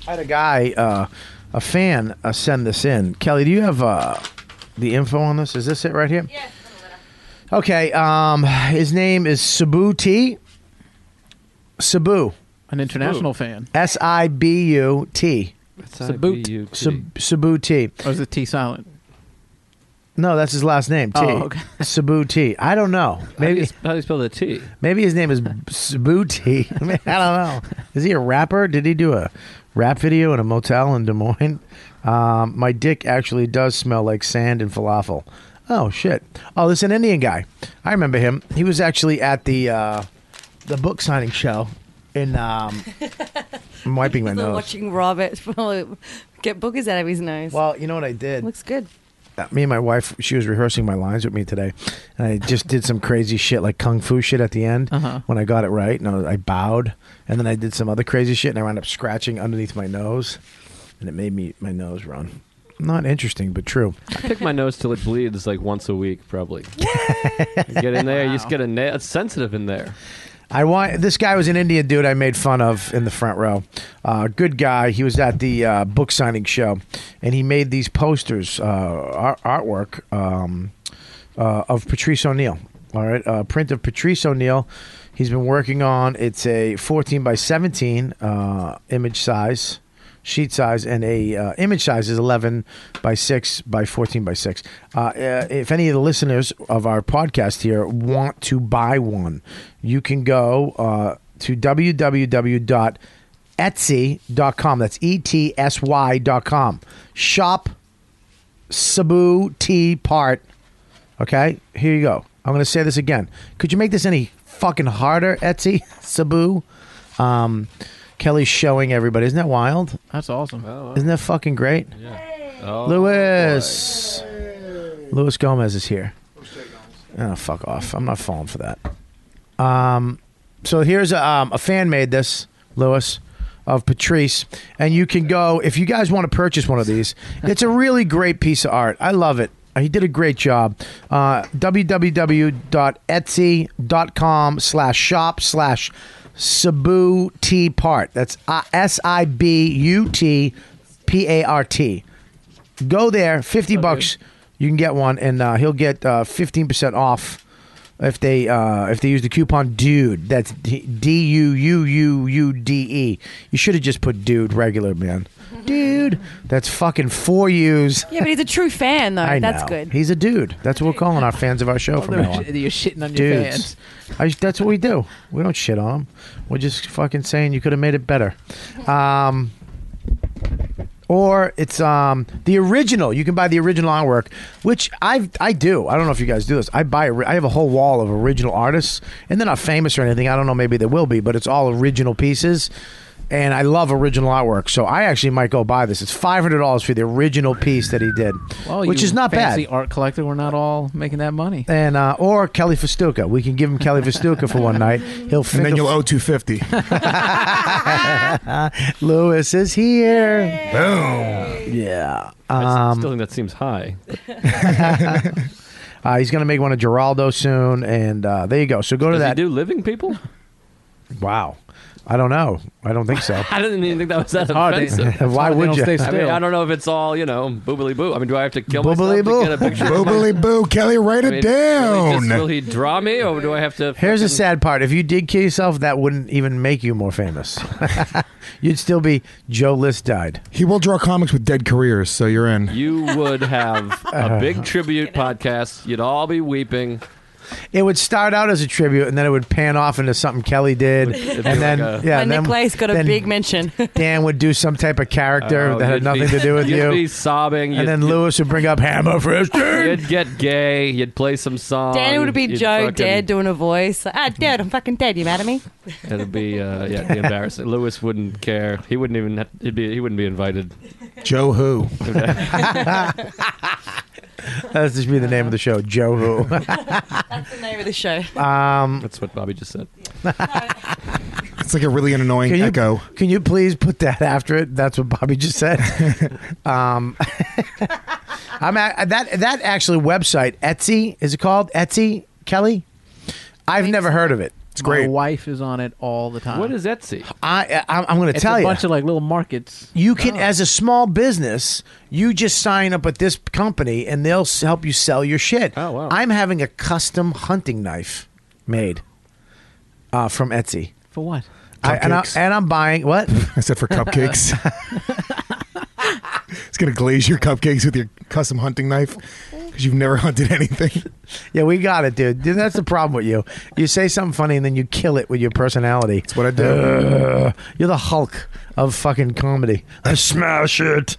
[SPEAKER 3] I had a guy, uh, a fan, uh, send this in. Kelly, do you have uh, the info on this? Is this it right here? Yeah. Okay. Um, his name is Sabu T. Sabu.
[SPEAKER 11] An international fan.
[SPEAKER 3] S I B U T.
[SPEAKER 11] Sabut.
[SPEAKER 3] Sab- Sabu T.
[SPEAKER 11] Or is the T silent?
[SPEAKER 3] No, that's his last name. T.
[SPEAKER 11] Oh, okay.
[SPEAKER 3] Sabu T. I don't know. Maybe
[SPEAKER 7] How do you spell the T?
[SPEAKER 3] Maybe his name is Sabu T. I, mean, I don't know. Is he a rapper? Did he do a rap video in a motel in Des Moines? Um, my dick actually does smell like sand and falafel. Oh shit! Oh, this is an Indian guy. I remember him. He was actually at the uh, the book signing show. In um, I'm wiping my
[SPEAKER 10] People
[SPEAKER 3] nose.
[SPEAKER 10] watching Robert get boogers out of his nose.
[SPEAKER 3] Well, you know what I did?
[SPEAKER 10] Looks good.
[SPEAKER 3] uh, me and my wife, she was rehearsing my lines with me today, and I just did some crazy shit like kung fu shit at the end when I got it right, and I, I bowed, and then I did some other crazy shit, and I wound up scratching underneath my nose, and it made me my nose run. Not interesting, but true.
[SPEAKER 7] I pick my nose till it bleeds like once a week, probably. You get in there, you just get a nail. It's sensitive in there.
[SPEAKER 3] I want this guy was an Indian dude I made fun of in the front row. Uh, good guy. He was at the uh, book signing show, and he made these posters, uh, art, artwork um, uh, of Patrice O'Neill. All right, a print of Patrice O'Neill. He's been working on. It's a 14 by 17 uh, image size sheet size and a uh, image size is 11 by 6 by 14 by 6 uh, uh, if any of the listeners of our podcast here want to buy one you can go uh, to www.etsy.com that's E e-t-s-y dot com shop sabu tea part okay here you go i'm gonna say this again could you make this any fucking harder etsy sabu um, kelly's showing everybody isn't that wild
[SPEAKER 11] That's awesome.
[SPEAKER 3] isn't that fucking great?
[SPEAKER 7] Oh,
[SPEAKER 3] Lewis. Lewis Gomez is here. Oh, fuck off. I'm not falling for that. Um, so here's a, um, a fan made this, Lewis, of Patrice. And you can go, if you guys want to purchase one of these, it's a really great piece of art. I love it. He did a great job. Uh, www.etsy.com slash shop slash Sabu T Part. That's uh, S-I-B-U-T P A R T. Go there, fifty bucks. You can get one, and uh, he'll get fifteen percent off if they uh, if they use the coupon dude. That's D U U U U D E. You should have just put dude regular man. Dude, that's fucking four U's.
[SPEAKER 10] Yeah, but he's a true fan, though.
[SPEAKER 3] I know.
[SPEAKER 10] That's good.
[SPEAKER 3] He's a dude. That's what we're calling our fans of our show from
[SPEAKER 11] Although
[SPEAKER 3] now on.
[SPEAKER 11] you're shitting on your
[SPEAKER 3] Dudes, I, that's what we do. We don't shit on them. We're just fucking saying you could have made it better. Um, or it's um the original. You can buy the original artwork, which I I do. I don't know if you guys do this. I buy ori- I have a whole wall of original artists, and they're not famous or anything. I don't know. Maybe they will be, but it's all original pieces. And I love original artwork, so I actually might go buy this. It's five hundred dollars for the original piece that he did,
[SPEAKER 11] Well,
[SPEAKER 3] which
[SPEAKER 11] you
[SPEAKER 3] is not bad.
[SPEAKER 11] fancy art collector, we're not all making that money.
[SPEAKER 3] And uh, or Kelly Festuca, we can give him Kelly Festuca for one night. He'll and
[SPEAKER 8] then you'll owe two fifty.
[SPEAKER 3] Lewis is here. Boom. Yeah.
[SPEAKER 7] I s-
[SPEAKER 3] Um,
[SPEAKER 7] still think that seems high.
[SPEAKER 3] uh, he's gonna make one of Geraldo soon, and uh, there you go. So go to
[SPEAKER 7] Does he
[SPEAKER 3] that.
[SPEAKER 7] do living people?
[SPEAKER 3] Wow. I don't know. I don't think so.
[SPEAKER 7] I didn't even think that was that
[SPEAKER 3] hard. They-
[SPEAKER 7] offensive.
[SPEAKER 3] It's Why hard they would don't you? stay
[SPEAKER 7] I, mean,
[SPEAKER 3] still.
[SPEAKER 7] I don't know if it's all you know, boobily boo. I mean, do I have to kill
[SPEAKER 3] Boobily
[SPEAKER 7] myself
[SPEAKER 3] boo.
[SPEAKER 7] to get a picture? of
[SPEAKER 8] Boobily boo, Kelly, write
[SPEAKER 7] my- I
[SPEAKER 8] it
[SPEAKER 7] mean, will he just-
[SPEAKER 8] down.
[SPEAKER 7] Will he draw me, or do I have to?
[SPEAKER 3] Here's the sad part: if you did kill yourself, that wouldn't even make you more famous. You'd still be Joe List died.
[SPEAKER 8] He will draw comics with dead careers, so you're in.
[SPEAKER 7] You would have
[SPEAKER 3] Uh-huh.
[SPEAKER 7] a big tribute podcast. You'd all be weeping.
[SPEAKER 3] It would start out as a tribute, and then it would pan off into something Kelly did,
[SPEAKER 7] it'd
[SPEAKER 3] and
[SPEAKER 7] be
[SPEAKER 3] then
[SPEAKER 7] like a-
[SPEAKER 3] yeah,
[SPEAKER 13] My
[SPEAKER 3] and then,
[SPEAKER 13] Nick Lace got a
[SPEAKER 3] then
[SPEAKER 13] big mention.
[SPEAKER 3] Dan would do some type of character
[SPEAKER 7] Oh,
[SPEAKER 3] that had
[SPEAKER 7] you'd
[SPEAKER 3] nothing
[SPEAKER 7] be-
[SPEAKER 3] to do with
[SPEAKER 7] you'd
[SPEAKER 3] you.
[SPEAKER 7] be sobbing.
[SPEAKER 3] and
[SPEAKER 7] you'd-
[SPEAKER 3] then Lewis would bring up Hammer Fist.
[SPEAKER 7] You'd get gay. You'd play some song.
[SPEAKER 10] Dan, it would be
[SPEAKER 7] you'd
[SPEAKER 10] Joe
[SPEAKER 7] Oh, fucking-
[SPEAKER 10] dead doing a voice. Like, ah, dude, I'm fucking dead. You mad at me?
[SPEAKER 7] It'd be uh, yeah, it'd be embarrassing. Lewis wouldn't care. He wouldn't even. Have, he'd be. He wouldn't be invited.
[SPEAKER 8] Joe who?
[SPEAKER 3] That's just be the name of the show, Joe Who.
[SPEAKER 13] That's the name of the show.
[SPEAKER 3] um,
[SPEAKER 7] That's what Bobby just said.
[SPEAKER 8] It's like a really annoying
[SPEAKER 3] Can you-
[SPEAKER 8] echo.
[SPEAKER 3] can you please put that after it? That's what Bobby just said. um, I'm at, that that actually website Etsy is it called Etsy Kelly? I've never heard of it.
[SPEAKER 8] It's
[SPEAKER 11] My
[SPEAKER 8] great.
[SPEAKER 11] wife is on it all the time.
[SPEAKER 7] What is Etsy?
[SPEAKER 3] I, I I'm going to
[SPEAKER 11] It's
[SPEAKER 3] tell
[SPEAKER 11] a
[SPEAKER 3] you.
[SPEAKER 11] bunch of like little markets. Oh.
[SPEAKER 3] you can, as a small business, you just sign up with this company and they'll s- help you sell your shit.
[SPEAKER 7] Oh, wow.
[SPEAKER 3] I'm having a custom hunting knife made uh, from Etsy.
[SPEAKER 11] For what?
[SPEAKER 3] I, and, I,
[SPEAKER 8] Cupcakes.
[SPEAKER 3] and I'm buying what?
[SPEAKER 8] I said for cupcakes. it's gonna glaze your cupcakes with your custom hunting knife because you've never hunted anything.
[SPEAKER 3] Yeah, we got it, dude. Dude, That's the problem with you. You say something funny and then you kill it with your personality. That's
[SPEAKER 8] what I do.
[SPEAKER 3] you're the Hulk of fucking comedy. I smash it.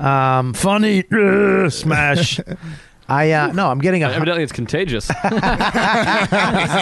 [SPEAKER 3] Um, funny, uh, smash. I uh, no, I'm getting a.
[SPEAKER 7] Evidently, it's contagious.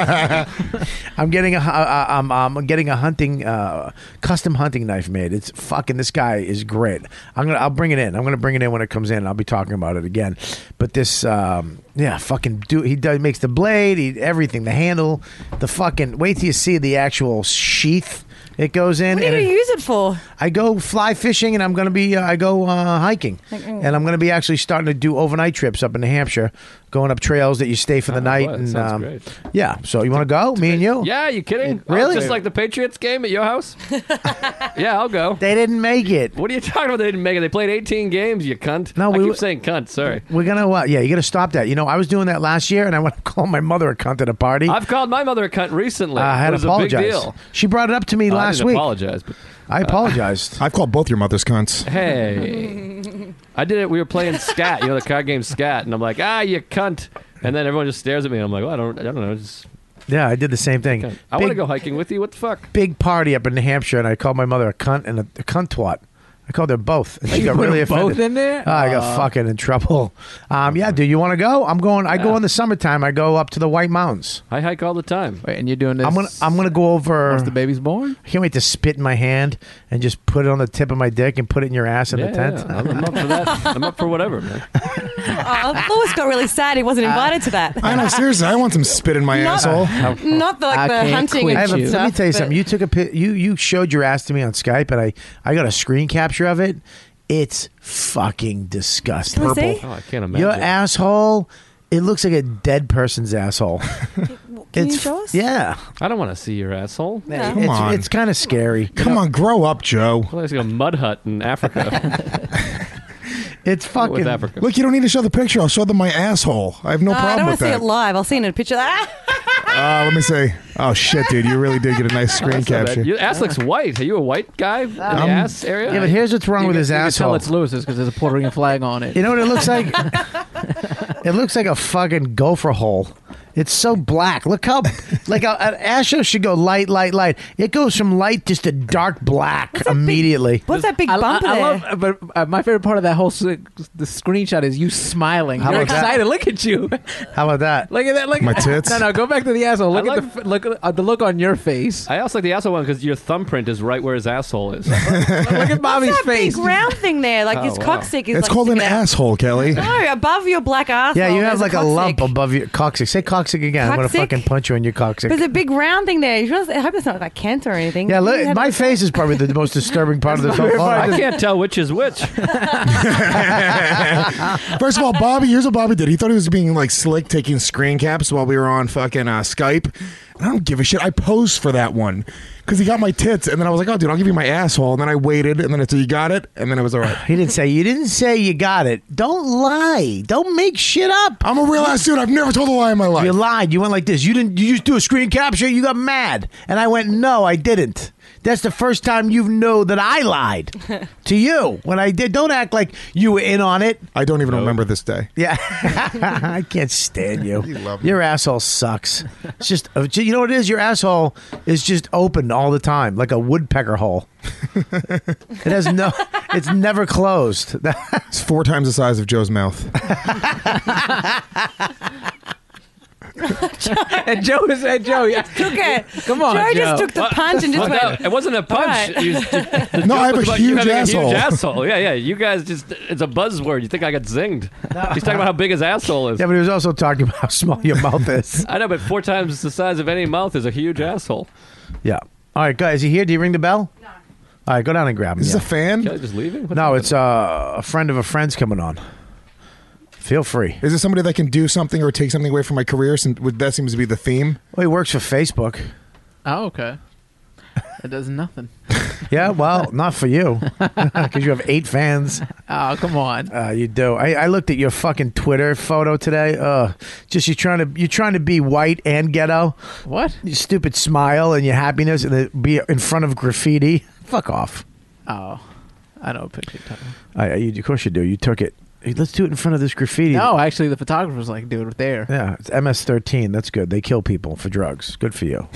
[SPEAKER 3] I'm getting a. hu- Uh, I'm, I'm getting a hunting, uh, custom hunting knife made. It's fucking. This guy is great. I'm gonna. I'll bring it in. I'm gonna bring it in when it comes in. I'll be talking about it again. But this, um, yeah, fucking do. He does makes the blade. He everything. The handle. The fucking. Wait till you see the actual sheath. It goes in.
[SPEAKER 10] What do
[SPEAKER 3] and
[SPEAKER 10] you
[SPEAKER 3] it-
[SPEAKER 10] use it for?
[SPEAKER 3] I go fly fishing and I'm going to be, uh, I go uh, hiking.
[SPEAKER 10] Like, mm.
[SPEAKER 3] and I'm going to be actually starting to do overnight trips up in New Hampshire, going up trails that you stay for the night.
[SPEAKER 7] wow, Oh, that
[SPEAKER 3] and
[SPEAKER 7] sounds
[SPEAKER 3] um,
[SPEAKER 7] great.
[SPEAKER 3] Yeah. So you want to go? Me and you?
[SPEAKER 7] yeah, you kidding? Oh,
[SPEAKER 3] Really?
[SPEAKER 7] just like the Patriots game at your house? yeah, I'll go.
[SPEAKER 3] They didn't make it.
[SPEAKER 7] What are you talking about? They didn't make it. They played 18 games. You cunt.
[SPEAKER 3] No,
[SPEAKER 7] I
[SPEAKER 3] we
[SPEAKER 7] keep
[SPEAKER 3] were-
[SPEAKER 7] saying cunt. Sorry.
[SPEAKER 3] We're going to, uh, yeah, you got to stop that. You know, I was doing that last year and I went to call my mother a cunt at a party.
[SPEAKER 7] I've called my mother a cunt recently.
[SPEAKER 3] I
[SPEAKER 7] it
[SPEAKER 3] had to
[SPEAKER 7] was
[SPEAKER 3] apologize.
[SPEAKER 7] a big deal.
[SPEAKER 3] She brought it up to me
[SPEAKER 7] Oh, I
[SPEAKER 3] last
[SPEAKER 7] didn't
[SPEAKER 3] week.
[SPEAKER 7] apologize, but-
[SPEAKER 3] I apologized.
[SPEAKER 8] I've called both your mothers cunts.
[SPEAKER 7] Hey, I did it. We were playing Scat, you know, the card game Scat, and I'm like, ah, you cunt, and then everyone just stares at me. and I'm like, well, I don't, I don't know. Just,
[SPEAKER 3] yeah, I did the same thing.
[SPEAKER 7] I want to
[SPEAKER 3] Big-
[SPEAKER 7] go hiking with you. What the fuck?
[SPEAKER 3] Big party up in New Hampshire, and I called my mother a cunt and a, a cunt twat. I called her both, and she
[SPEAKER 11] You
[SPEAKER 3] got
[SPEAKER 11] put
[SPEAKER 3] really
[SPEAKER 11] them both
[SPEAKER 3] offended.
[SPEAKER 11] in there?
[SPEAKER 3] Oh, I got
[SPEAKER 11] Aw.
[SPEAKER 3] fucking in trouble. Um, yeah, dude, you want to go? I'm going. I go in the summertime. I go up to the White Mountains.
[SPEAKER 7] I hike all the time.
[SPEAKER 11] Wait, and you're doing this?
[SPEAKER 3] I'm gonna. I'm gonna go over. Once the
[SPEAKER 11] baby's born,
[SPEAKER 3] I can't wait to spit in my hand and just put it on the tip of my dick and put it in your ass in
[SPEAKER 7] Yeah,
[SPEAKER 3] the tent.
[SPEAKER 7] yeah, I'm, I'm up for that. I'm up for whatever, man.
[SPEAKER 10] Oh, Lewis got really sad. He wasn't invited to that.
[SPEAKER 8] I know, seriously, I want some spit in my
[SPEAKER 10] Not-
[SPEAKER 8] asshole.
[SPEAKER 10] Not the, like the hunting
[SPEAKER 3] I
[SPEAKER 10] and
[SPEAKER 3] have a-
[SPEAKER 10] stuff.
[SPEAKER 3] let me tell you
[SPEAKER 10] but-
[SPEAKER 3] something. You took a pi- you you showed your ass to me on Skype, and I I got a screen capture of it. It's fucking disgusting.
[SPEAKER 10] Can we see?
[SPEAKER 7] Oh, I can't imagine.
[SPEAKER 3] Your asshole. It looks like a dead person's asshole. Can
[SPEAKER 10] Can you show us?
[SPEAKER 3] Yeah.
[SPEAKER 7] I don't want to see your asshole.
[SPEAKER 3] It's-
[SPEAKER 8] Come on.
[SPEAKER 3] It's kind of scary.
[SPEAKER 8] Come on, grow up, Joe.
[SPEAKER 7] Well, there's like a mud hut in Africa.
[SPEAKER 3] It's fucking.
[SPEAKER 7] with Africa.
[SPEAKER 8] Look, you don't need to show the picture. I'll show them my asshole. I have no
[SPEAKER 10] Uh, I
[SPEAKER 8] problem
[SPEAKER 10] don't
[SPEAKER 8] with
[SPEAKER 10] want to see
[SPEAKER 8] that.
[SPEAKER 10] it live. I'll see it in a picture. Ah!
[SPEAKER 8] Uh, let me say, oh shit, dude, you really did get a nice screen
[SPEAKER 7] That's not bad.
[SPEAKER 8] capture.
[SPEAKER 7] Your ass looks white. Are you a white guy in the
[SPEAKER 8] Um,
[SPEAKER 7] ass area?
[SPEAKER 3] Yeah, but here's what's wrong with his
[SPEAKER 11] Tell
[SPEAKER 3] asshole.
[SPEAKER 11] it's Lewis's because there's a Puerto Rican flag on it.
[SPEAKER 3] You know what it looks like? it looks like a fucking gopher hole. It's so black. Look how like a, an asho should go light, light, light. It goes from light just to dark black immediately.
[SPEAKER 10] What's that big
[SPEAKER 11] I,
[SPEAKER 10] bump
[SPEAKER 11] I,
[SPEAKER 10] there?
[SPEAKER 11] I love, but uh, my favorite part of that whole s- the screenshot is you smiling.
[SPEAKER 3] How
[SPEAKER 11] You're
[SPEAKER 3] about that?
[SPEAKER 11] excited. Look at you.
[SPEAKER 3] How about that?
[SPEAKER 11] Look at that! Look
[SPEAKER 8] My tits.
[SPEAKER 11] No, no, go back to the asshole. Look
[SPEAKER 7] I
[SPEAKER 11] at the f- look uh, the look on your face.
[SPEAKER 7] I also like the asshole one because your thumbprint is right where his asshole is.
[SPEAKER 11] look at Bobby's
[SPEAKER 10] that
[SPEAKER 11] face.
[SPEAKER 10] big round thing there, like
[SPEAKER 7] Oh,
[SPEAKER 10] his
[SPEAKER 7] wow.
[SPEAKER 10] coccyx is
[SPEAKER 8] It's
[SPEAKER 10] like
[SPEAKER 8] called an
[SPEAKER 10] sticking out.
[SPEAKER 8] asshole, Kelly.
[SPEAKER 10] No, above your black ass.
[SPEAKER 3] Yeah, you have like a, lump above your coccyx. Say coccyx again. I'm gonna
[SPEAKER 10] Coccyx?
[SPEAKER 3] fucking punch you in your coccyx.
[SPEAKER 10] There's a big round thing there. You realize, I hope it's not like cancer or anything.
[SPEAKER 3] Yeah,
[SPEAKER 10] You
[SPEAKER 3] look,
[SPEAKER 10] had-
[SPEAKER 3] my face is probably the most disturbing part of this whole.
[SPEAKER 7] I
[SPEAKER 3] photo.
[SPEAKER 7] can't tell which is which.
[SPEAKER 8] First of all, Bobby, here's what Bobby did. He thought he was being like slick, taking screen caps while we were on fucking uh, Skype. And I don't give a shit. I posed for that one because he got my tits, and then I was like, "Oh, dude, I'll give you my asshole." And then I waited, and then until you got it, and then it was all right.
[SPEAKER 3] He didn't say. You didn't say you got it. Don't lie. Don't make shit up.
[SPEAKER 8] I'm a real ass dude. I've never told a lie in my life.
[SPEAKER 3] You lied. You went like this. You didn't. You just do a screen capture. You got mad, and I went, "No, I didn't." That's the first time you know that I lied to you when I did. Don't act like you were in on it.
[SPEAKER 8] I don't even remember this day.
[SPEAKER 3] Yeah, I can't stand you.
[SPEAKER 8] You love me.
[SPEAKER 3] Your asshole sucks. It's just uh, you know what it is. Your asshole is just open all the time, like a woodpecker hole. it has no. It's never closed.
[SPEAKER 8] It's four times the size of Joe's mouth.
[SPEAKER 11] and Joe is and Joe. Yeah.
[SPEAKER 10] Took it.
[SPEAKER 11] Come on,
[SPEAKER 10] Joe,
[SPEAKER 11] Joe.
[SPEAKER 10] just took the punch and just
[SPEAKER 7] Well,
[SPEAKER 10] went.
[SPEAKER 7] no, it wasn't a punch.
[SPEAKER 10] right.
[SPEAKER 7] It was- the- the
[SPEAKER 8] No, I
[SPEAKER 7] joke
[SPEAKER 8] have
[SPEAKER 7] was
[SPEAKER 8] a
[SPEAKER 7] about you
[SPEAKER 8] huge
[SPEAKER 7] having
[SPEAKER 8] asshole.
[SPEAKER 7] huge asshole. Yeah, yeah. You guys just—it's a buzzword. You think I got zinged? He's talking about how big his asshole is.
[SPEAKER 3] yeah, but he was also talking about how small your mouth is.
[SPEAKER 7] I know, but four times the size of any mouth is a huge asshole.
[SPEAKER 3] Yeah. All right, guys, is he here? Do you ring the bell? No. All right, go down and grab him.
[SPEAKER 8] Is this
[SPEAKER 3] yeah.
[SPEAKER 8] a fan?
[SPEAKER 7] Kelly just leaving? What's
[SPEAKER 3] no,
[SPEAKER 7] happening?
[SPEAKER 3] it's uh, a friend of a friend's coming on. Feel free.
[SPEAKER 8] Is this somebody that can do something or take something away from my career? Since would- that seems to be the theme.
[SPEAKER 3] Well, he works for Facebook.
[SPEAKER 11] Oh, okay. That does nothing.
[SPEAKER 3] Yeah, well, not for you, because you have eight fans.
[SPEAKER 11] Oh, come on.
[SPEAKER 3] Uh, you do. I, I looked at your fucking Twitter photo today. Uh, just you trying to you're trying to be white and ghetto.
[SPEAKER 11] What?
[SPEAKER 3] Your stupid smile and your happiness and then be in front of graffiti. Fuck off.
[SPEAKER 11] Oh, I don't picture you're talking.
[SPEAKER 3] I, I, you, of course you do. You took it. Hey, Let's do it in front of this graffiti.
[SPEAKER 11] No, actually, the photographer's like, dude, there.
[SPEAKER 3] Yeah, it's MS-13. That's good. They kill people for drugs. Good for you.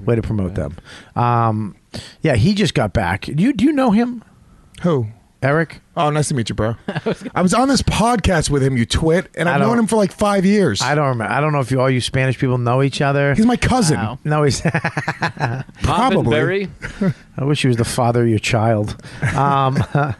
[SPEAKER 3] Way to promote them. Um, yeah, he just got back. You do you know him?
[SPEAKER 8] Who?
[SPEAKER 3] Eric.
[SPEAKER 8] Oh, nice to meet you, bro. I was on this podcast with him, you twit, and
[SPEAKER 3] I
[SPEAKER 8] I've
[SPEAKER 3] don't-
[SPEAKER 8] known him for like five years.
[SPEAKER 3] I don't remember. I don't know if you, all you Spanish people know each other. He's
[SPEAKER 8] my cousin.
[SPEAKER 3] No, he's
[SPEAKER 7] Bob and Barry?
[SPEAKER 3] I wish he was the father of your child. Um,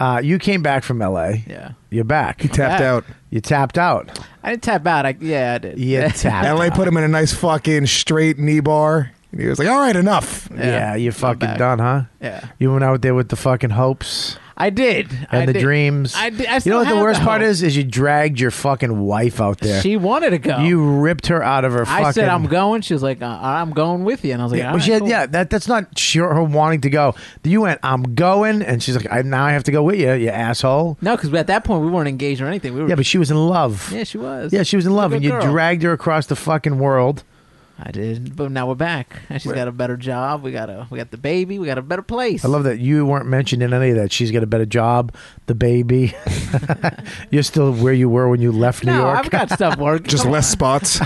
[SPEAKER 3] uh, you came back from L.A.
[SPEAKER 11] Yeah,
[SPEAKER 3] you're back. You
[SPEAKER 8] tapped Yeah. out.
[SPEAKER 3] You tapped out.
[SPEAKER 11] I didn't tap out. I, yeah, I did.
[SPEAKER 3] You tapped.
[SPEAKER 8] LA put him in a nice fucking straight knee bar. And he was like, all right, enough.
[SPEAKER 3] Yeah, you're fucking done, huh?
[SPEAKER 11] Yeah.
[SPEAKER 3] You went out there with the fucking hopes.
[SPEAKER 11] I did.
[SPEAKER 3] and
[SPEAKER 11] I
[SPEAKER 3] the
[SPEAKER 11] did.
[SPEAKER 3] dreams.
[SPEAKER 11] I
[SPEAKER 3] you
[SPEAKER 11] did. I
[SPEAKER 3] know
[SPEAKER 11] still
[SPEAKER 3] what the
[SPEAKER 11] have
[SPEAKER 3] worst
[SPEAKER 11] the
[SPEAKER 3] part
[SPEAKER 11] hope.
[SPEAKER 3] is? Is you dragged your fucking wife out there.
[SPEAKER 11] She wanted to go.
[SPEAKER 3] You ripped her out of her.
[SPEAKER 11] I
[SPEAKER 3] fucking,
[SPEAKER 11] said I'm going. She was like, uh, I'm going with you, and I was like,
[SPEAKER 3] Yeah,
[SPEAKER 11] "All
[SPEAKER 3] well,
[SPEAKER 11] right,
[SPEAKER 3] she had-
[SPEAKER 11] cool."
[SPEAKER 3] yeah, that that's not sure her wanting to go. You went, I'm going, and she's like, I, now I have to go with you, you asshole.
[SPEAKER 11] No, because at that point we weren't engaged or anything. We were.
[SPEAKER 3] Yeah, but she was in love.
[SPEAKER 11] Yeah, she was.
[SPEAKER 3] Yeah, she was in
[SPEAKER 11] She's a
[SPEAKER 3] love,
[SPEAKER 11] good
[SPEAKER 3] and you
[SPEAKER 11] girl.
[SPEAKER 3] dragged her across the fucking world.
[SPEAKER 11] I did, but now we're back, and she's got a better job. We got a, we got the baby. We got a better place.
[SPEAKER 3] I love that you weren't mentioned in any of that. She's got a better job, the baby. You're still where you were when you left New
[SPEAKER 11] No,
[SPEAKER 3] York.
[SPEAKER 11] I've got stuff working.
[SPEAKER 8] Just
[SPEAKER 11] Come
[SPEAKER 8] less spots.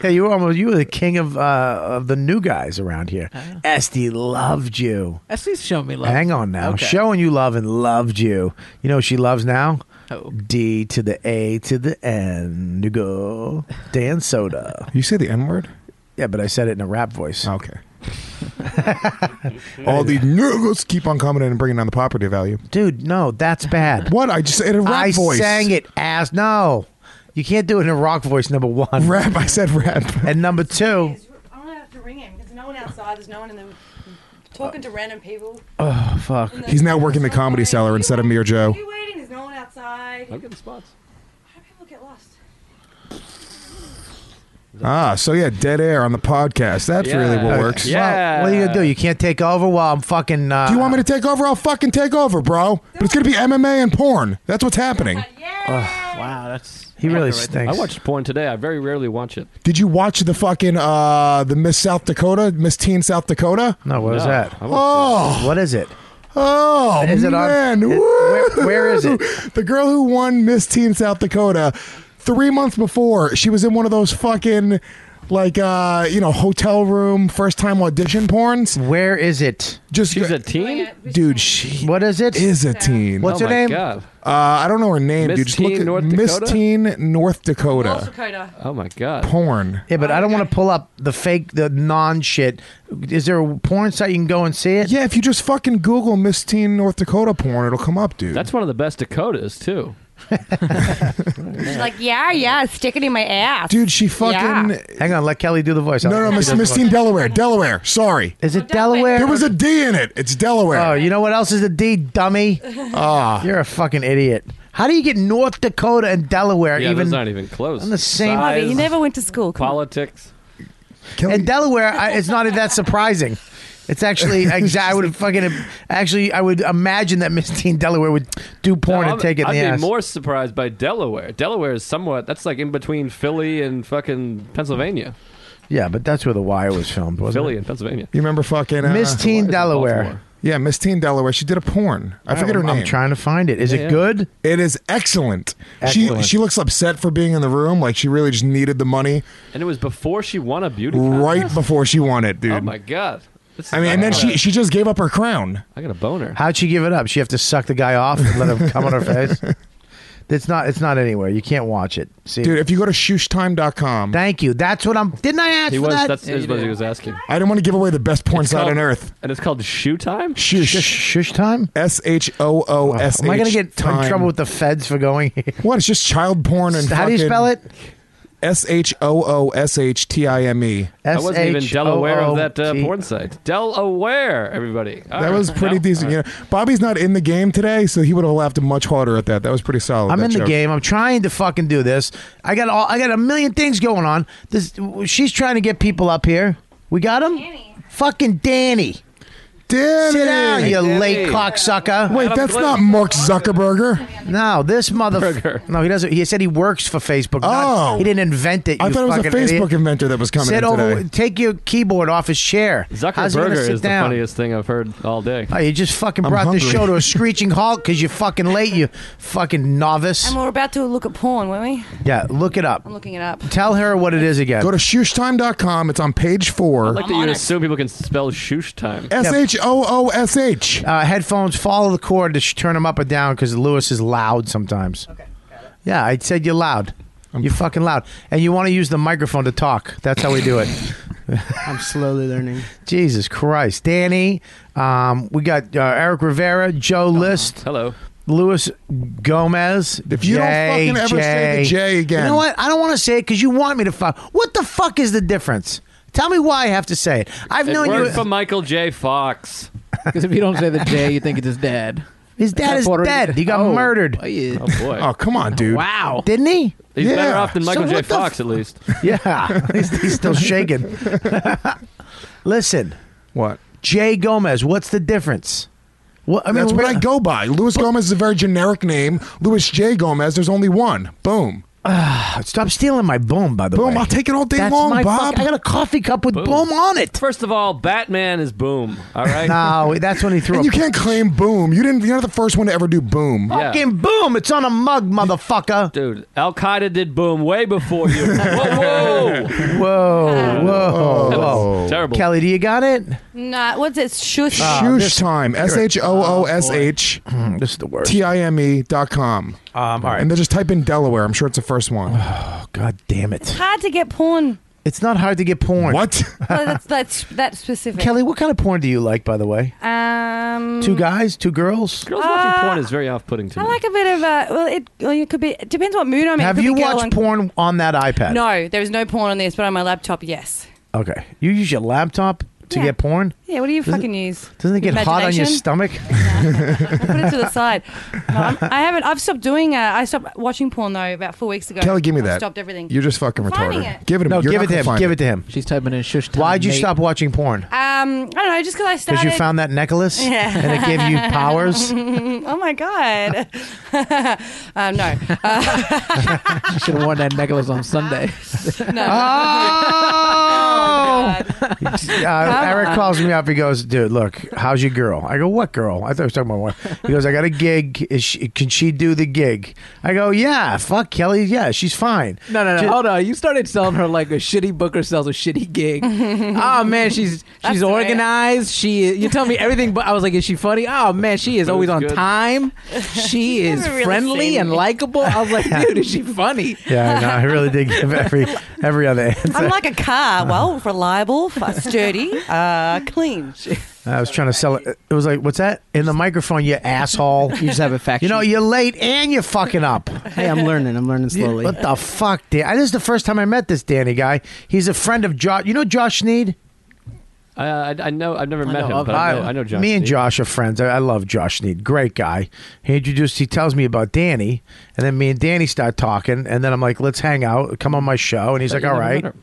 [SPEAKER 3] hey, you were almost you were the king of uh, of the new guys around here. Esty loved you.
[SPEAKER 11] Esty's showing me love.
[SPEAKER 3] Hang on now,
[SPEAKER 11] Okay.
[SPEAKER 3] showing you love and loved you. You know what she loves now. D to the A to the N. You go Dan Soda.
[SPEAKER 8] you say the N word?
[SPEAKER 3] Yeah, but I said it in a rap voice.
[SPEAKER 8] Okay. All the niggas keep on coming in and bringing down the property value.
[SPEAKER 3] Dude, no, that's bad.
[SPEAKER 8] What? I just in a rap
[SPEAKER 3] I
[SPEAKER 8] voice.
[SPEAKER 3] sang it ass. No, you can't do it in a rock voice. Number one,
[SPEAKER 8] rap. I said rap.
[SPEAKER 3] And number two,
[SPEAKER 10] I don't have to ring him because no one outside. There's no one in the talking to random people.
[SPEAKER 8] Oh
[SPEAKER 10] fuck.
[SPEAKER 8] He's now working the comedy cellar instead of me or Joe.
[SPEAKER 10] Are you waiting? There's no one outside.
[SPEAKER 7] I'm getting spots.
[SPEAKER 10] How do people get lost?
[SPEAKER 8] Ah, so yeah, dead air on the podcast. That's really what works.
[SPEAKER 3] Well, what are you gonna do? You can't take over while I'm fucking. Uh,
[SPEAKER 8] Do you want me to take over? I'll fucking take over, bro. But it's gonna be MMA and porn. That's what's happening.
[SPEAKER 11] wow, that's
[SPEAKER 3] he really
[SPEAKER 7] I watched porn today. I very rarely watch it.
[SPEAKER 8] Did you watch the fucking uh the Miss South Dakota, Miss Teen South Dakota?
[SPEAKER 3] No, what was
[SPEAKER 8] No,
[SPEAKER 3] that?
[SPEAKER 8] I watched
[SPEAKER 3] what is it?
[SPEAKER 8] Oh
[SPEAKER 3] Is it on-
[SPEAKER 8] man,
[SPEAKER 3] it- where- where is it?
[SPEAKER 8] The girl who won Miss Teen South Dakota three months before, she was in one of those fucking like uh you know hotel room first time audition porns.
[SPEAKER 3] Where is it?
[SPEAKER 8] Just she's
[SPEAKER 7] a teen,
[SPEAKER 8] dude. She
[SPEAKER 3] what is it?
[SPEAKER 8] Is a teen.
[SPEAKER 7] What's Oh her my name? God.
[SPEAKER 8] Uh, I don't know her name,
[SPEAKER 7] Miss
[SPEAKER 8] dude. Just look
[SPEAKER 7] Teen
[SPEAKER 8] at
[SPEAKER 7] North
[SPEAKER 8] Miss
[SPEAKER 7] Dakota?
[SPEAKER 8] Teen North Dakota.
[SPEAKER 10] Dakota.
[SPEAKER 7] Oh my god.
[SPEAKER 8] Porn.
[SPEAKER 3] Yeah, but I don't want to pull up the fake, the non shit. Is there a porn site you can go and see it?
[SPEAKER 8] Yeah, if you just fucking Google Miss Teen North Dakota porn, it'll come up, dude.
[SPEAKER 7] That's one of the best Dakotas too.
[SPEAKER 14] She's like, yeah, yeah, stick it in my ass.
[SPEAKER 8] Dude, she
[SPEAKER 14] Yeah.
[SPEAKER 8] fucking.
[SPEAKER 3] Hang on, let Kelly do the voice.
[SPEAKER 8] No, no, Miss, Miss Teen Delaware. Delaware. Sorry.
[SPEAKER 3] Is it Delaware?
[SPEAKER 8] There was a D in it. It's Delaware.
[SPEAKER 3] Oh, you know what else is a D, dummy?
[SPEAKER 8] Ah.
[SPEAKER 3] You're a fucking idiot. How do you get North Dakota and Delaware
[SPEAKER 7] Yeah,
[SPEAKER 3] even?
[SPEAKER 7] those aren't even close.
[SPEAKER 3] on the same- Bobby, you never
[SPEAKER 10] went to school.
[SPEAKER 7] Politics.
[SPEAKER 3] and Delaware, I, it's not that surprising. It's actually, exa- I would fucking, actually, I would imagine that Miss Teen Delaware would do porn
[SPEAKER 7] I'm-
[SPEAKER 3] and take it in
[SPEAKER 7] I'd
[SPEAKER 3] the
[SPEAKER 7] be
[SPEAKER 3] ass.
[SPEAKER 7] more surprised by Delaware. Delaware is somewhat that's like in between Philly and fucking Pennsylvania.
[SPEAKER 3] yeah, but that's where The Wire was filmed, wasn't
[SPEAKER 7] Philly
[SPEAKER 3] it?
[SPEAKER 7] and Pennsylvania.
[SPEAKER 8] You remember fucking uh,
[SPEAKER 3] Miss Teen Delaware.
[SPEAKER 8] Yeah, Miss Teen Delaware. She did a porn. I forget her
[SPEAKER 3] I'm-
[SPEAKER 8] name.
[SPEAKER 3] I'm trying to find it. Is
[SPEAKER 8] Yeah,
[SPEAKER 3] it
[SPEAKER 8] yeah.
[SPEAKER 3] good?
[SPEAKER 8] It is excellent.
[SPEAKER 3] Excellent.
[SPEAKER 8] She she looks upset for being in the room. Like she really just needed the money
[SPEAKER 7] And it was before she won a beauty contest.
[SPEAKER 8] right before she won it, dude.
[SPEAKER 7] Oh my god. This
[SPEAKER 8] I mean,
[SPEAKER 7] is-
[SPEAKER 8] and then she she just gave up her crown.
[SPEAKER 7] I got a boner.
[SPEAKER 3] How'd she give it up? She have to suck the guy off and let him come on her face. It's not. It's not anywhere. You can't watch it. See,
[SPEAKER 8] Dude, if you go to shushtime.com.
[SPEAKER 3] Thank you. That's what I'm. Didn't I ask
[SPEAKER 7] He
[SPEAKER 3] for
[SPEAKER 7] was
[SPEAKER 3] that?
[SPEAKER 7] that's is what he was asking.
[SPEAKER 8] I don't want to give away the best porn site on earth.
[SPEAKER 7] And it's called Shoe Time?
[SPEAKER 8] Shush.
[SPEAKER 3] Shush time?
[SPEAKER 8] S H O O S H.
[SPEAKER 3] Am I gonna get in
[SPEAKER 8] time.
[SPEAKER 3] trouble with the feds for going here?
[SPEAKER 8] What? It's just child porn and
[SPEAKER 3] How do you
[SPEAKER 8] fucking-
[SPEAKER 3] spell it?
[SPEAKER 8] S H O O S H T I M E.
[SPEAKER 7] I wasn't even Delaware of that uh, porn site. Delaware, everybody. All
[SPEAKER 8] That was
[SPEAKER 7] right.
[SPEAKER 8] pretty
[SPEAKER 7] No?
[SPEAKER 8] decent. You know, Bobby's not in the game today, so he would have laughed much harder at that. That was pretty solid.
[SPEAKER 3] I'm
[SPEAKER 8] that
[SPEAKER 3] in the
[SPEAKER 8] joke.
[SPEAKER 3] game. I'm trying to fucking do this. I got all. I got a million things going on. This. She's trying to get people up here. We got him. Fucking Danny.
[SPEAKER 8] Danny.
[SPEAKER 3] Sit down, you
[SPEAKER 8] Danny.
[SPEAKER 3] late cocksucker.
[SPEAKER 8] Wait, that's not Mark Zuckerberger.
[SPEAKER 3] No, this motherfucker. No, he doesn't. He said he works for Facebook. not-
[SPEAKER 8] Oh.
[SPEAKER 3] he didn't invent it.
[SPEAKER 8] I
[SPEAKER 3] you
[SPEAKER 8] thought it was a
[SPEAKER 3] fucking
[SPEAKER 8] Facebook
[SPEAKER 3] idiot.
[SPEAKER 8] inventor that was coming
[SPEAKER 3] Sit
[SPEAKER 8] in
[SPEAKER 3] over.
[SPEAKER 8] today.
[SPEAKER 3] Take your keyboard off his chair. How's he gonna
[SPEAKER 7] Zuckerberger
[SPEAKER 3] sit
[SPEAKER 7] is the
[SPEAKER 3] down?
[SPEAKER 7] funniest thing I've heard all day.
[SPEAKER 3] Oh, you just fucking
[SPEAKER 7] I'm
[SPEAKER 3] brought this
[SPEAKER 7] hungry.
[SPEAKER 3] show to a screeching halt because you're fucking late, you fucking novice.
[SPEAKER 10] And we're about to look at porn, weren't we?
[SPEAKER 3] Yeah, look it up.
[SPEAKER 10] I'm looking it up.
[SPEAKER 3] Tell her what it is again.
[SPEAKER 8] Go to shushtime.com. It's on page
[SPEAKER 7] I
[SPEAKER 8] four.
[SPEAKER 7] like that you assume people can spell shoosh time.
[SPEAKER 8] S H O O S H.
[SPEAKER 3] Uh, headphones follow the cord. Just turn them up or down because Lewis is loud sometimes. Okay. Yeah, I said you're loud. you're fucking loud, and you want to use the microphone to talk. That's how we do it.
[SPEAKER 11] I'm slowly learning.
[SPEAKER 3] Jesus Christ, Danny. Um, we got uh, Eric Rivera, Joe List.
[SPEAKER 7] Hello.
[SPEAKER 3] Luis Gomez. If
[SPEAKER 8] you don't fucking ever say the J again.
[SPEAKER 3] You know what? I don't want to say it because you want me to fuck. What the fuck is the difference? Tell me why I have to say it. I've
[SPEAKER 7] it
[SPEAKER 3] known you.
[SPEAKER 7] worked for Michael J. Fox.
[SPEAKER 11] Because if you don't say the J, you think it's his dad.
[SPEAKER 3] His dad
[SPEAKER 11] That
[SPEAKER 3] is
[SPEAKER 11] Puerto Rican-
[SPEAKER 3] dead. He got
[SPEAKER 11] Oh.
[SPEAKER 3] murdered.
[SPEAKER 11] Oh, yeah.
[SPEAKER 7] Oh boy.
[SPEAKER 8] Oh, come on, dude.
[SPEAKER 11] Wow.
[SPEAKER 3] Didn't he?
[SPEAKER 7] He's better off than
[SPEAKER 3] So
[SPEAKER 7] Michael J.
[SPEAKER 3] what the
[SPEAKER 7] Fox, at least.
[SPEAKER 3] Yeah, he's, he's still shaking. Listen,
[SPEAKER 8] What?
[SPEAKER 3] Jay Gomez. What's the difference? What I mean,
[SPEAKER 8] That's what I
[SPEAKER 3] what-
[SPEAKER 8] go by. Luis Gomez is a very generic name. Luis J. Gomez, there's only one. Boom.
[SPEAKER 3] Ah, Stop stealing my boom. By the way,
[SPEAKER 8] Boom. I'll take it all day
[SPEAKER 3] That's
[SPEAKER 8] long,
[SPEAKER 3] my
[SPEAKER 8] Bob.
[SPEAKER 3] fuck- I got a coffee cup with boom, on it.
[SPEAKER 7] First of all, Batman is boom. All right.
[SPEAKER 3] No, that's when he threw.
[SPEAKER 8] and
[SPEAKER 3] a
[SPEAKER 8] you can't claim boom. You didn't. You're not the first one to ever do boom.
[SPEAKER 7] Yeah.
[SPEAKER 3] fucking boom. It's on a mug, motherfucker.
[SPEAKER 7] Dude, Al Qaeda did boom way before you. whoa, whoa.
[SPEAKER 3] Whoa,
[SPEAKER 10] Oh,
[SPEAKER 3] whoa,
[SPEAKER 7] That
[SPEAKER 3] whoa.
[SPEAKER 7] was terrible.
[SPEAKER 3] Kelly, do you got it?
[SPEAKER 10] Nah, what's it? Shush.
[SPEAKER 3] Ah,
[SPEAKER 8] Shoosh Ah, time. S H O O S H
[SPEAKER 3] This is the worst.
[SPEAKER 8] T I M E dot com.
[SPEAKER 3] Um, all right.
[SPEAKER 8] And then just type in Delaware. I'm sure it's the first one.
[SPEAKER 3] Oh, God damn it.
[SPEAKER 10] Hard to get porn.
[SPEAKER 3] It's not hard to get porn.
[SPEAKER 8] What?
[SPEAKER 10] Oh, that's that's that specific.
[SPEAKER 3] Kelly, what kind of porn do you like, by the way?
[SPEAKER 10] Um, Uh,
[SPEAKER 3] Two guys, two girls?
[SPEAKER 7] Girls watching porn is very off-putting to
[SPEAKER 10] I
[SPEAKER 7] me.
[SPEAKER 10] like a bit of a. Well, it, well, it could be. It depends what mood I'm in. It
[SPEAKER 3] Have
[SPEAKER 10] could
[SPEAKER 3] you
[SPEAKER 10] be girl
[SPEAKER 3] watched
[SPEAKER 10] and-
[SPEAKER 3] porn on that iPad?
[SPEAKER 10] No, there is no porn on this, but on my laptop, yes.
[SPEAKER 3] Okay. You use your laptop to
[SPEAKER 10] Yeah.
[SPEAKER 3] get porn?
[SPEAKER 10] Yeah, what do you
[SPEAKER 3] Doesn't-
[SPEAKER 10] fucking use?
[SPEAKER 3] Doesn't it get hot on your
[SPEAKER 10] Imagination?
[SPEAKER 3] stomach?
[SPEAKER 10] Put it to the side. No, I'm, I haven't. I've stopped doing. Uh, I stopped watching porn though about four weeks ago.
[SPEAKER 8] Kelly, give me
[SPEAKER 10] I
[SPEAKER 8] that.
[SPEAKER 10] Stopped everything.
[SPEAKER 8] You're just fucking
[SPEAKER 10] Finding
[SPEAKER 8] retarded.
[SPEAKER 10] it.
[SPEAKER 8] Give it to
[SPEAKER 3] No,
[SPEAKER 8] me. You're
[SPEAKER 3] give
[SPEAKER 8] not
[SPEAKER 3] it to
[SPEAKER 8] gonna
[SPEAKER 3] him.
[SPEAKER 8] find
[SPEAKER 3] Give it to him.
[SPEAKER 11] She's typing in shush time.
[SPEAKER 3] Why'd you
[SPEAKER 11] mate.
[SPEAKER 3] stop watching porn?
[SPEAKER 10] Um, I don't know, just because I started.
[SPEAKER 3] Because you found that necklace and it gave you powers?
[SPEAKER 10] oh my god. uh, no,
[SPEAKER 11] You should have worn that necklace on Sunday.
[SPEAKER 3] Uh, Oh!
[SPEAKER 10] God.
[SPEAKER 3] Uh, Eric calls me up. He goes, "Dude, look, how's your girl?" I go, "What girl?" I thought he was talking about one. He goes, "I got a gig. Is she, can she do the gig?" I go, "Yeah, fuck Kelly. Yeah, she's fine."
[SPEAKER 11] No, no, no.
[SPEAKER 3] Ju-
[SPEAKER 11] Hold on. You started selling her like a shitty booker sells a shitty gig. oh man, she's
[SPEAKER 10] That's
[SPEAKER 11] she's
[SPEAKER 10] the way-
[SPEAKER 11] organized. She you tell me everything, but I was like, is she funny? Oh man, she is always on
[SPEAKER 7] good.
[SPEAKER 11] time. She is
[SPEAKER 10] never really
[SPEAKER 11] friendly
[SPEAKER 10] seen
[SPEAKER 11] and
[SPEAKER 10] me.
[SPEAKER 11] likable. I was like, dude, is she funny?
[SPEAKER 3] Yeah, no, I really did give every every other answer.
[SPEAKER 15] I'm like a car. Well, reliable, f- sturdy, uh, clean.
[SPEAKER 3] I was trying to sell it. It was like, "What's that?" In the microphone, you asshole.
[SPEAKER 11] You just have a fact.
[SPEAKER 3] You know, you're late and you're fucking up.
[SPEAKER 1] Hey, I'm learning. I'm learning slowly.
[SPEAKER 3] What the fuck, Dan? This is the first time I met this Danny guy. He's a friend of Josh. You know Josh Need?
[SPEAKER 7] I, I, I know. I've never met
[SPEAKER 11] know
[SPEAKER 7] him,
[SPEAKER 11] of
[SPEAKER 7] but I know, I know Josh.
[SPEAKER 3] Me and
[SPEAKER 7] Steve.
[SPEAKER 3] Josh are friends. I, I love Josh Need. Great guy. He introduced, he tells me about Danny, and then me and Danny start talking, and then I'm like, let's hang out. Come on my show. And he's like,
[SPEAKER 7] you
[SPEAKER 3] all
[SPEAKER 7] never
[SPEAKER 3] right.
[SPEAKER 7] met her.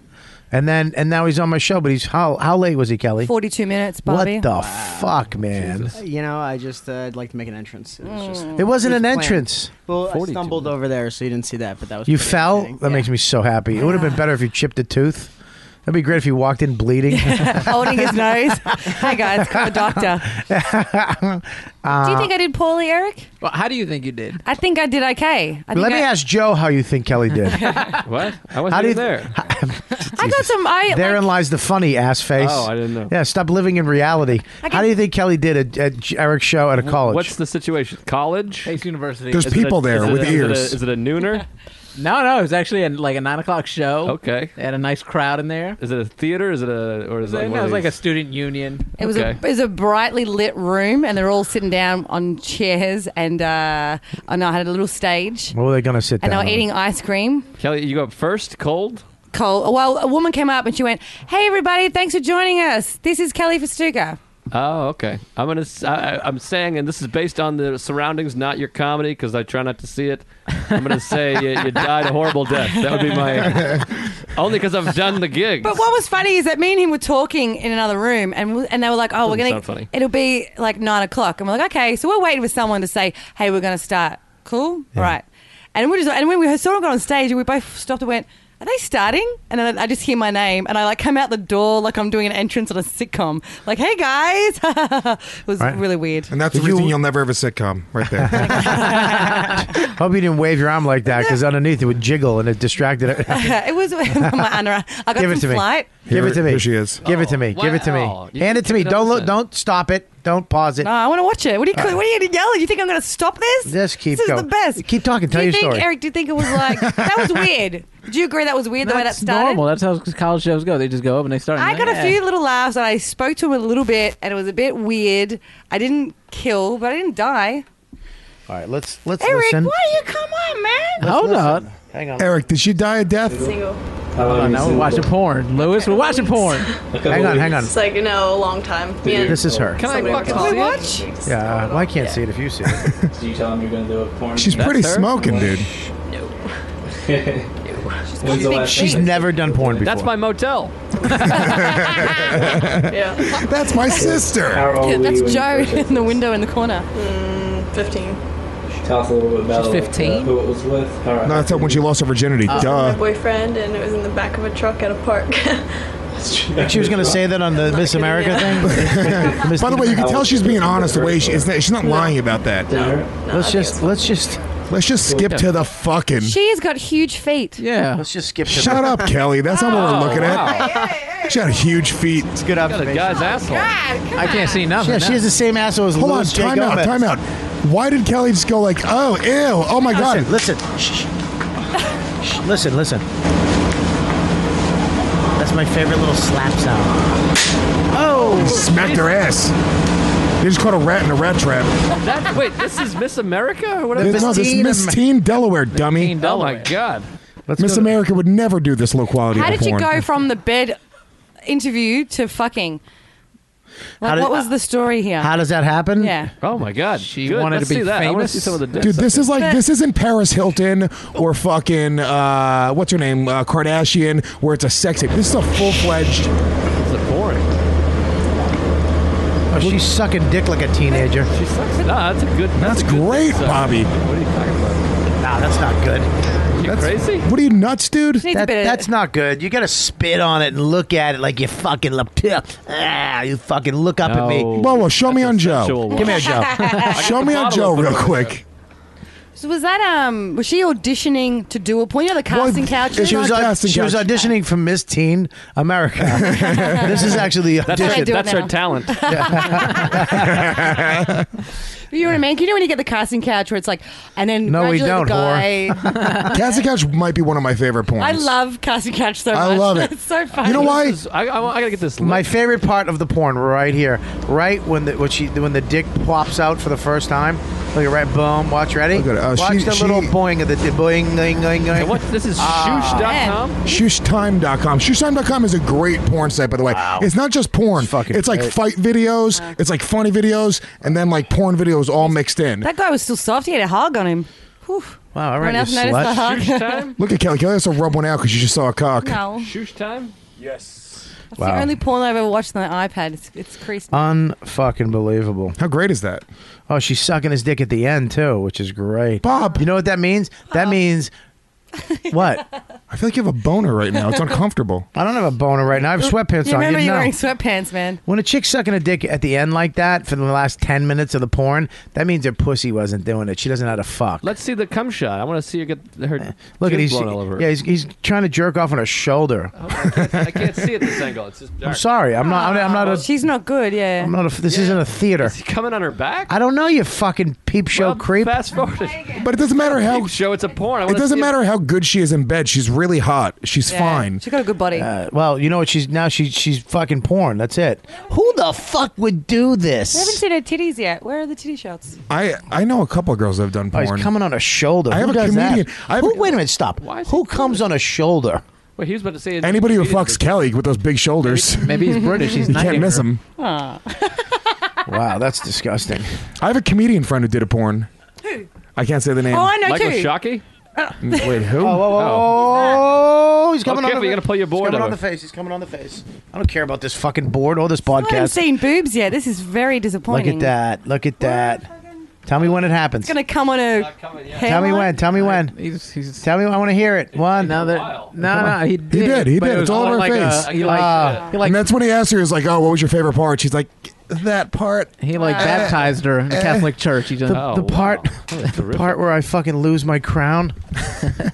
[SPEAKER 3] And then, and now he's on my show, but he's, how, how late was he, Kelly?
[SPEAKER 10] forty-two minutes,
[SPEAKER 3] what
[SPEAKER 10] Bobby.
[SPEAKER 3] the fuck, man?
[SPEAKER 1] you know, I just uh, I'd like to make an entrance. It was just
[SPEAKER 3] It wasn't
[SPEAKER 1] It was
[SPEAKER 3] an
[SPEAKER 1] a plan.
[SPEAKER 3] entrance.
[SPEAKER 1] well, I
[SPEAKER 7] 42.
[SPEAKER 1] stumbled over there, so you didn't see that, but that was
[SPEAKER 3] You
[SPEAKER 1] pretty
[SPEAKER 3] fell?
[SPEAKER 1] entertaining.
[SPEAKER 3] That makes me so happy. It would have been better if you chipped a tooth. That'd be great if you walked in bleeding.
[SPEAKER 10] Holding his nose. Hey guys, call a doctor.
[SPEAKER 3] Uh,
[SPEAKER 10] do you think I did poorly, Eric?
[SPEAKER 11] Well, how do you think you did?
[SPEAKER 10] I think I did okay. I think
[SPEAKER 3] Let
[SPEAKER 10] I,
[SPEAKER 3] me ask Joe how you think Kelly did.
[SPEAKER 7] What? I wasn't
[SPEAKER 3] How do you
[SPEAKER 7] even there.
[SPEAKER 10] I got some. I
[SPEAKER 3] Therein
[SPEAKER 10] like,
[SPEAKER 3] lies the funny ass face.
[SPEAKER 7] Oh, I didn't know.
[SPEAKER 3] Yeah, stop living in reality.
[SPEAKER 10] I
[SPEAKER 3] How
[SPEAKER 10] can-
[SPEAKER 3] do you think Kelly did at, at Eric's show at a college?
[SPEAKER 7] What's the situation? College?
[SPEAKER 11] Ace University.
[SPEAKER 8] There's
[SPEAKER 7] Is it a-
[SPEAKER 8] people there
[SPEAKER 7] is it
[SPEAKER 8] with
[SPEAKER 7] a-
[SPEAKER 8] ears.
[SPEAKER 7] Is it a, is it a nooner?
[SPEAKER 11] no, no. It was actually a, like a nine o'clock show.
[SPEAKER 7] Okay.
[SPEAKER 11] They had a nice crowd in there.
[SPEAKER 7] Is it a theater? Is it a or is it, like,
[SPEAKER 11] It
[SPEAKER 7] one
[SPEAKER 11] was
[SPEAKER 7] of
[SPEAKER 11] like a
[SPEAKER 7] these-
[SPEAKER 11] student union.
[SPEAKER 10] it was a
[SPEAKER 7] okay.
[SPEAKER 10] it was a brightly lit room, and they're all sitting down on chairs, and uh, and I had a little stage,
[SPEAKER 3] what were they gonna sit
[SPEAKER 10] and they
[SPEAKER 3] down?
[SPEAKER 10] were
[SPEAKER 3] on?
[SPEAKER 10] eating ice cream.
[SPEAKER 7] Kelly? You go up first. Cold.
[SPEAKER 10] Cold. Well, a woman came up and she went, "Hey, everybody! Thanks for joining us. This is Kelly Festuca."
[SPEAKER 7] Oh, okay. I'm gonna. s- I, am going to i am saying, and this is based on the surroundings, not your comedy, because I try not to see it. I'm gonna say you, you died a horrible death. That would be my only because I've done the gig.
[SPEAKER 10] But what was funny is that me and him were talking in another room, and we- and they were like, "Oh, we're
[SPEAKER 7] Doesn't
[SPEAKER 10] gonna
[SPEAKER 7] sound funny.
[SPEAKER 10] it'll be like nine o'clock," and we're like, "Okay." So we're waiting for someone to say, "Hey, we're gonna start." Cool, All right? And we just and when we sort of got on stage, and we both stopped and went. Are they starting? And then I just hear my name, and I like come out the door like I'm doing an entrance on a sitcom. Like, hey guys, it was
[SPEAKER 3] Right.
[SPEAKER 10] really weird.
[SPEAKER 8] And that's the
[SPEAKER 3] You-
[SPEAKER 8] reason you'll never have a sitcom right there.
[SPEAKER 3] Hope you didn't wave your arm like that because underneath it would jiggle and it distracted it.
[SPEAKER 10] it was my Anna. I got
[SPEAKER 3] Give it
[SPEAKER 10] some
[SPEAKER 3] to me.
[SPEAKER 10] flight. Oh,
[SPEAKER 3] Give it to me.
[SPEAKER 8] Here she is.
[SPEAKER 3] Give it to me. Give it to me.
[SPEAKER 8] wow. You-
[SPEAKER 3] Hand it to me.
[SPEAKER 8] you
[SPEAKER 3] Don't
[SPEAKER 8] don't
[SPEAKER 3] look.
[SPEAKER 8] listen.
[SPEAKER 3] Don't stop it. Don't pause it.
[SPEAKER 10] No, I want to watch it. What are you?
[SPEAKER 3] All right.
[SPEAKER 10] What are you yelling? You think I'm going to stop this?
[SPEAKER 3] Just keep
[SPEAKER 10] This is
[SPEAKER 3] going.
[SPEAKER 10] the best.
[SPEAKER 3] Keep talking.
[SPEAKER 10] do
[SPEAKER 3] Tell
[SPEAKER 10] you
[SPEAKER 3] your
[SPEAKER 10] think,
[SPEAKER 3] story.
[SPEAKER 10] Eric? Do you think it was like that was weird? Do you agree that was weird the way that
[SPEAKER 11] That's
[SPEAKER 10] started?
[SPEAKER 11] normal. That's how college shows go. They just go up and they start.
[SPEAKER 10] I got a few little laughs and I spoke to him a little bit and it was a bit weird. I didn't kill, but I didn't die.
[SPEAKER 3] All right, let's let's
[SPEAKER 10] Eric,
[SPEAKER 3] listen.
[SPEAKER 10] why do you come on, man?
[SPEAKER 11] Hold on.
[SPEAKER 3] Hang on.
[SPEAKER 8] Eric, did she die a death?
[SPEAKER 9] Single.
[SPEAKER 11] Hold on. Now we're watching porn, Lewis. We're watching porn.
[SPEAKER 3] Hang on, hang on.
[SPEAKER 9] It's like, no, a long time. Me and
[SPEAKER 3] This is her. Can I
[SPEAKER 9] somebody
[SPEAKER 3] fucking
[SPEAKER 9] were
[SPEAKER 3] see
[SPEAKER 9] talking.
[SPEAKER 3] Yeah, well, I can't see it if you see it.
[SPEAKER 16] So you tell him you're gonna do a porn.
[SPEAKER 8] She's pretty smoking, dude.
[SPEAKER 16] When's the last
[SPEAKER 3] She's
[SPEAKER 16] time-
[SPEAKER 3] never done porn before.
[SPEAKER 7] That's my motel.
[SPEAKER 9] Yeah.
[SPEAKER 8] That's my sister.
[SPEAKER 16] How old
[SPEAKER 10] Yeah,
[SPEAKER 16] were you
[SPEAKER 10] that's
[SPEAKER 16] when you
[SPEAKER 10] Joe
[SPEAKER 16] first met
[SPEAKER 10] in the winw- Window in the corner.
[SPEAKER 9] Mm, 15.
[SPEAKER 16] Tell us a little bit about
[SPEAKER 8] She's
[SPEAKER 16] uh,
[SPEAKER 8] 15?
[SPEAKER 16] who it was with. All right.
[SPEAKER 8] No, that's when she lost her virginity.
[SPEAKER 9] Uh, My
[SPEAKER 8] Duh.
[SPEAKER 9] boyfriend, and it was in the back of a truck at a park.
[SPEAKER 3] Think she was gonna say that on the Miss America thing.
[SPEAKER 8] By the way, you can tell she's being honest. The way she is, she's not lying about that.
[SPEAKER 3] let's just let's just
[SPEAKER 8] let's just skip to the fucking.
[SPEAKER 10] She has got huge feet.
[SPEAKER 3] Let's just skip. To
[SPEAKER 8] Shut up, Kelly. That's not
[SPEAKER 11] Oh,
[SPEAKER 8] what we're looking at. She had huge feet. It's
[SPEAKER 3] good observation.
[SPEAKER 7] guy's asshole.
[SPEAKER 11] I can't see nothing.
[SPEAKER 8] Yeah, she has
[SPEAKER 3] the same asshole as
[SPEAKER 8] Hold
[SPEAKER 3] Louis
[SPEAKER 8] on,
[SPEAKER 3] J.
[SPEAKER 8] time
[SPEAKER 3] Gomez.
[SPEAKER 8] out, time out. Why did Kelly just go like, oh, ew, oh my god?
[SPEAKER 3] Listen, shh, shh. listen, listen. That's my favorite little slap sound. Oh!
[SPEAKER 8] Smacked her ass. They just caught a rat in a rat trap.
[SPEAKER 7] That, wait, this is Miss America or whatever.
[SPEAKER 8] no, this Miss Teen Delaware dummy.
[SPEAKER 7] Oh my god.
[SPEAKER 8] Miss America would never do this low quality.
[SPEAKER 10] How
[SPEAKER 8] of
[SPEAKER 10] did you
[SPEAKER 8] porn.
[SPEAKER 10] go from the bed interview to fucking? Like,
[SPEAKER 3] How did-
[SPEAKER 10] what was the story here?
[SPEAKER 3] How does that happen?
[SPEAKER 10] Yeah.
[SPEAKER 7] Oh my god. She
[SPEAKER 11] wanted
[SPEAKER 7] Let's
[SPEAKER 11] to be
[SPEAKER 7] see that. I wanna
[SPEAKER 11] famous?
[SPEAKER 7] see some of the dick
[SPEAKER 8] Dude, this
[SPEAKER 7] sucking.
[SPEAKER 8] is like this isn't Paris Hilton or fucking uh, what's her name uh, Kardashian, where it's a sex tape. This is a full fledged.
[SPEAKER 7] It's boring.
[SPEAKER 3] Oh, she's sucking dick like a teenager. She
[SPEAKER 7] sucks. Nah, that's a good. uh,
[SPEAKER 8] That's, great, Bobby.
[SPEAKER 7] What are you talking about?
[SPEAKER 3] Nah, that's not good.
[SPEAKER 7] You crazy?
[SPEAKER 8] What are you nuts, dude?
[SPEAKER 3] That- that's not good. You gotta spit on it and look at it like you fucking look. Ah, you fucking look up at me.
[SPEAKER 8] Whoa, whoa! Show me on Joe.
[SPEAKER 3] one. Come here, Joe.
[SPEAKER 8] show me on Joe real quick.
[SPEAKER 10] So was that um? Was she auditioning to do a porn? You know the casting couch.
[SPEAKER 3] She was,
[SPEAKER 8] uh,
[SPEAKER 3] au- she was auditioning for Miss Teen America. this is actually the
[SPEAKER 7] That's,
[SPEAKER 3] audition.
[SPEAKER 7] her, that's her talent.
[SPEAKER 10] You know what I mean? You know when you get the casting couch where it's like, and then
[SPEAKER 8] No, we
[SPEAKER 10] gradually
[SPEAKER 8] don't,
[SPEAKER 10] the guy.
[SPEAKER 8] whore. Cassie Couch might be one of my favorite porns.
[SPEAKER 10] I love casting couch so much.
[SPEAKER 8] I love it.
[SPEAKER 10] it's so funny.
[SPEAKER 7] This is- I, I, I gotta get this.
[SPEAKER 3] My favorite part of the porn right here, right when the when she when the dick pops out for the first time. Look at right, boom. Watch, ready?
[SPEAKER 8] Look at it. Oh,
[SPEAKER 3] Watch
[SPEAKER 8] she-
[SPEAKER 3] the
[SPEAKER 8] she-
[SPEAKER 3] little boing of the boing, boing, boing, boing. Ah.
[SPEAKER 7] What? This is shoosh.com?
[SPEAKER 8] Shushtime.com. Shushtime.com is a great porn site, by the way. It's not just porn. It's, like
[SPEAKER 10] great.
[SPEAKER 8] fight videos,
[SPEAKER 10] Uh-huh.
[SPEAKER 8] it's like funny videos, and then like porn videos all mixed in.
[SPEAKER 10] That guy was still soft. He had a hog on him. Whew.
[SPEAKER 3] Wow,
[SPEAKER 10] Everyone else noticed the hog.
[SPEAKER 8] Look at Kelly. Kelly has to rub one out because she just saw a cock.
[SPEAKER 10] no.
[SPEAKER 7] Shoosh time? Yes.
[SPEAKER 10] That's
[SPEAKER 3] Wow.
[SPEAKER 10] the only porn I've ever watched on my iPad. It's, it's creased.
[SPEAKER 3] Unfucking believable.
[SPEAKER 8] How great is that?
[SPEAKER 3] Oh, she's sucking his dick at the end too, which is great.
[SPEAKER 8] Bob,
[SPEAKER 3] you know what that means? That means what?
[SPEAKER 8] I feel like you have a boner right now. It's uncomfortable.
[SPEAKER 3] I don't have a boner right now. I have sweatpants
[SPEAKER 10] you
[SPEAKER 3] on.
[SPEAKER 10] remember
[SPEAKER 3] You'd
[SPEAKER 10] you
[SPEAKER 3] know.
[SPEAKER 10] wearing sweatpants, man.
[SPEAKER 3] When a chick's sucking a dick at the end like that for the last 10 minutes of the porn, that means her pussy wasn't doing it. She doesn't know how to fuck.
[SPEAKER 7] Let's see the cum shot. I want to see her get
[SPEAKER 11] Eh,
[SPEAKER 7] her.
[SPEAKER 3] Look at
[SPEAKER 7] jizz
[SPEAKER 3] he's,
[SPEAKER 7] blown all over. her.
[SPEAKER 3] Yeah, he's, he's trying to jerk off on her shoulder.
[SPEAKER 7] I can't see at this angle. It's just dark.
[SPEAKER 3] I'm sorry. I'm not. I'm not- I'm not a.
[SPEAKER 10] She's not good, yeah.
[SPEAKER 3] I'm not a. This isn't a theater.
[SPEAKER 7] Coming on her back.
[SPEAKER 3] I don't know you fucking peep show creep.
[SPEAKER 7] Fast forward.
[SPEAKER 8] But it doesn't matter how.
[SPEAKER 7] Show it's a porn. I
[SPEAKER 8] It
[SPEAKER 7] wanna
[SPEAKER 8] doesn't
[SPEAKER 7] see
[SPEAKER 8] matter how good she is in bed. She's really hot. She's fine.
[SPEAKER 10] got a good body.
[SPEAKER 3] Uh, well, you know what? She's now she's she's fucking porn. That's it. Who the fuck would do
[SPEAKER 10] We haven't
[SPEAKER 3] this?
[SPEAKER 10] seen her titties yet. Where are the titty shots?
[SPEAKER 8] I I know a couple of girls that have done
[SPEAKER 3] Oh,
[SPEAKER 8] porn.
[SPEAKER 3] he's coming on a shoulder.
[SPEAKER 8] I
[SPEAKER 3] Who
[SPEAKER 8] have a
[SPEAKER 3] does that?
[SPEAKER 8] comedian- I have-
[SPEAKER 3] Who? Wait a minute. Stop. Who comes on a shoulder?
[SPEAKER 7] Wait, he was about to say
[SPEAKER 8] Anybody who fucks Kelly with those big shoulders.
[SPEAKER 11] Maybe he's British. He's
[SPEAKER 8] you
[SPEAKER 11] not
[SPEAKER 8] can't miss
[SPEAKER 11] here.
[SPEAKER 8] him.
[SPEAKER 3] Wow, that's disgusting.
[SPEAKER 8] I have a comedian friend who did a porn.
[SPEAKER 10] Who?
[SPEAKER 8] I can't say the name.
[SPEAKER 10] Oh, I know
[SPEAKER 7] Michael
[SPEAKER 10] too. Uh,
[SPEAKER 7] Shockey.
[SPEAKER 8] Wait, who?
[SPEAKER 3] Oh, whoa, whoa, whoa, whoa, Oh, he's coming
[SPEAKER 7] Okay,
[SPEAKER 3] on.
[SPEAKER 7] but you gotta pull your board
[SPEAKER 3] He's coming on
[SPEAKER 7] over.
[SPEAKER 3] the face. He's coming on the face. I don't care about this fucking board or this
[SPEAKER 10] I haven't
[SPEAKER 3] podcast.
[SPEAKER 10] seen boobs yet. This is very
[SPEAKER 3] Look
[SPEAKER 10] disappointing.
[SPEAKER 3] at that. Look at that. Tell me when it happens.
[SPEAKER 10] It's gonna come on a.
[SPEAKER 3] Tell me when. Tell me when. Tell me. I want to hear it. One.
[SPEAKER 11] No, no, no, he did.
[SPEAKER 8] He did. He
[SPEAKER 11] but
[SPEAKER 8] did.
[SPEAKER 11] it
[SPEAKER 8] It's
[SPEAKER 11] was
[SPEAKER 8] all over her
[SPEAKER 11] like
[SPEAKER 8] face.
[SPEAKER 3] Ah.
[SPEAKER 11] A, he like,
[SPEAKER 8] and that's when he asked her, he was like, oh, what was your favorite part? She's like, that part. Uh,
[SPEAKER 11] He like baptized her in a Catholic church. He just
[SPEAKER 3] The, the part, the part where I fucking lose my crown.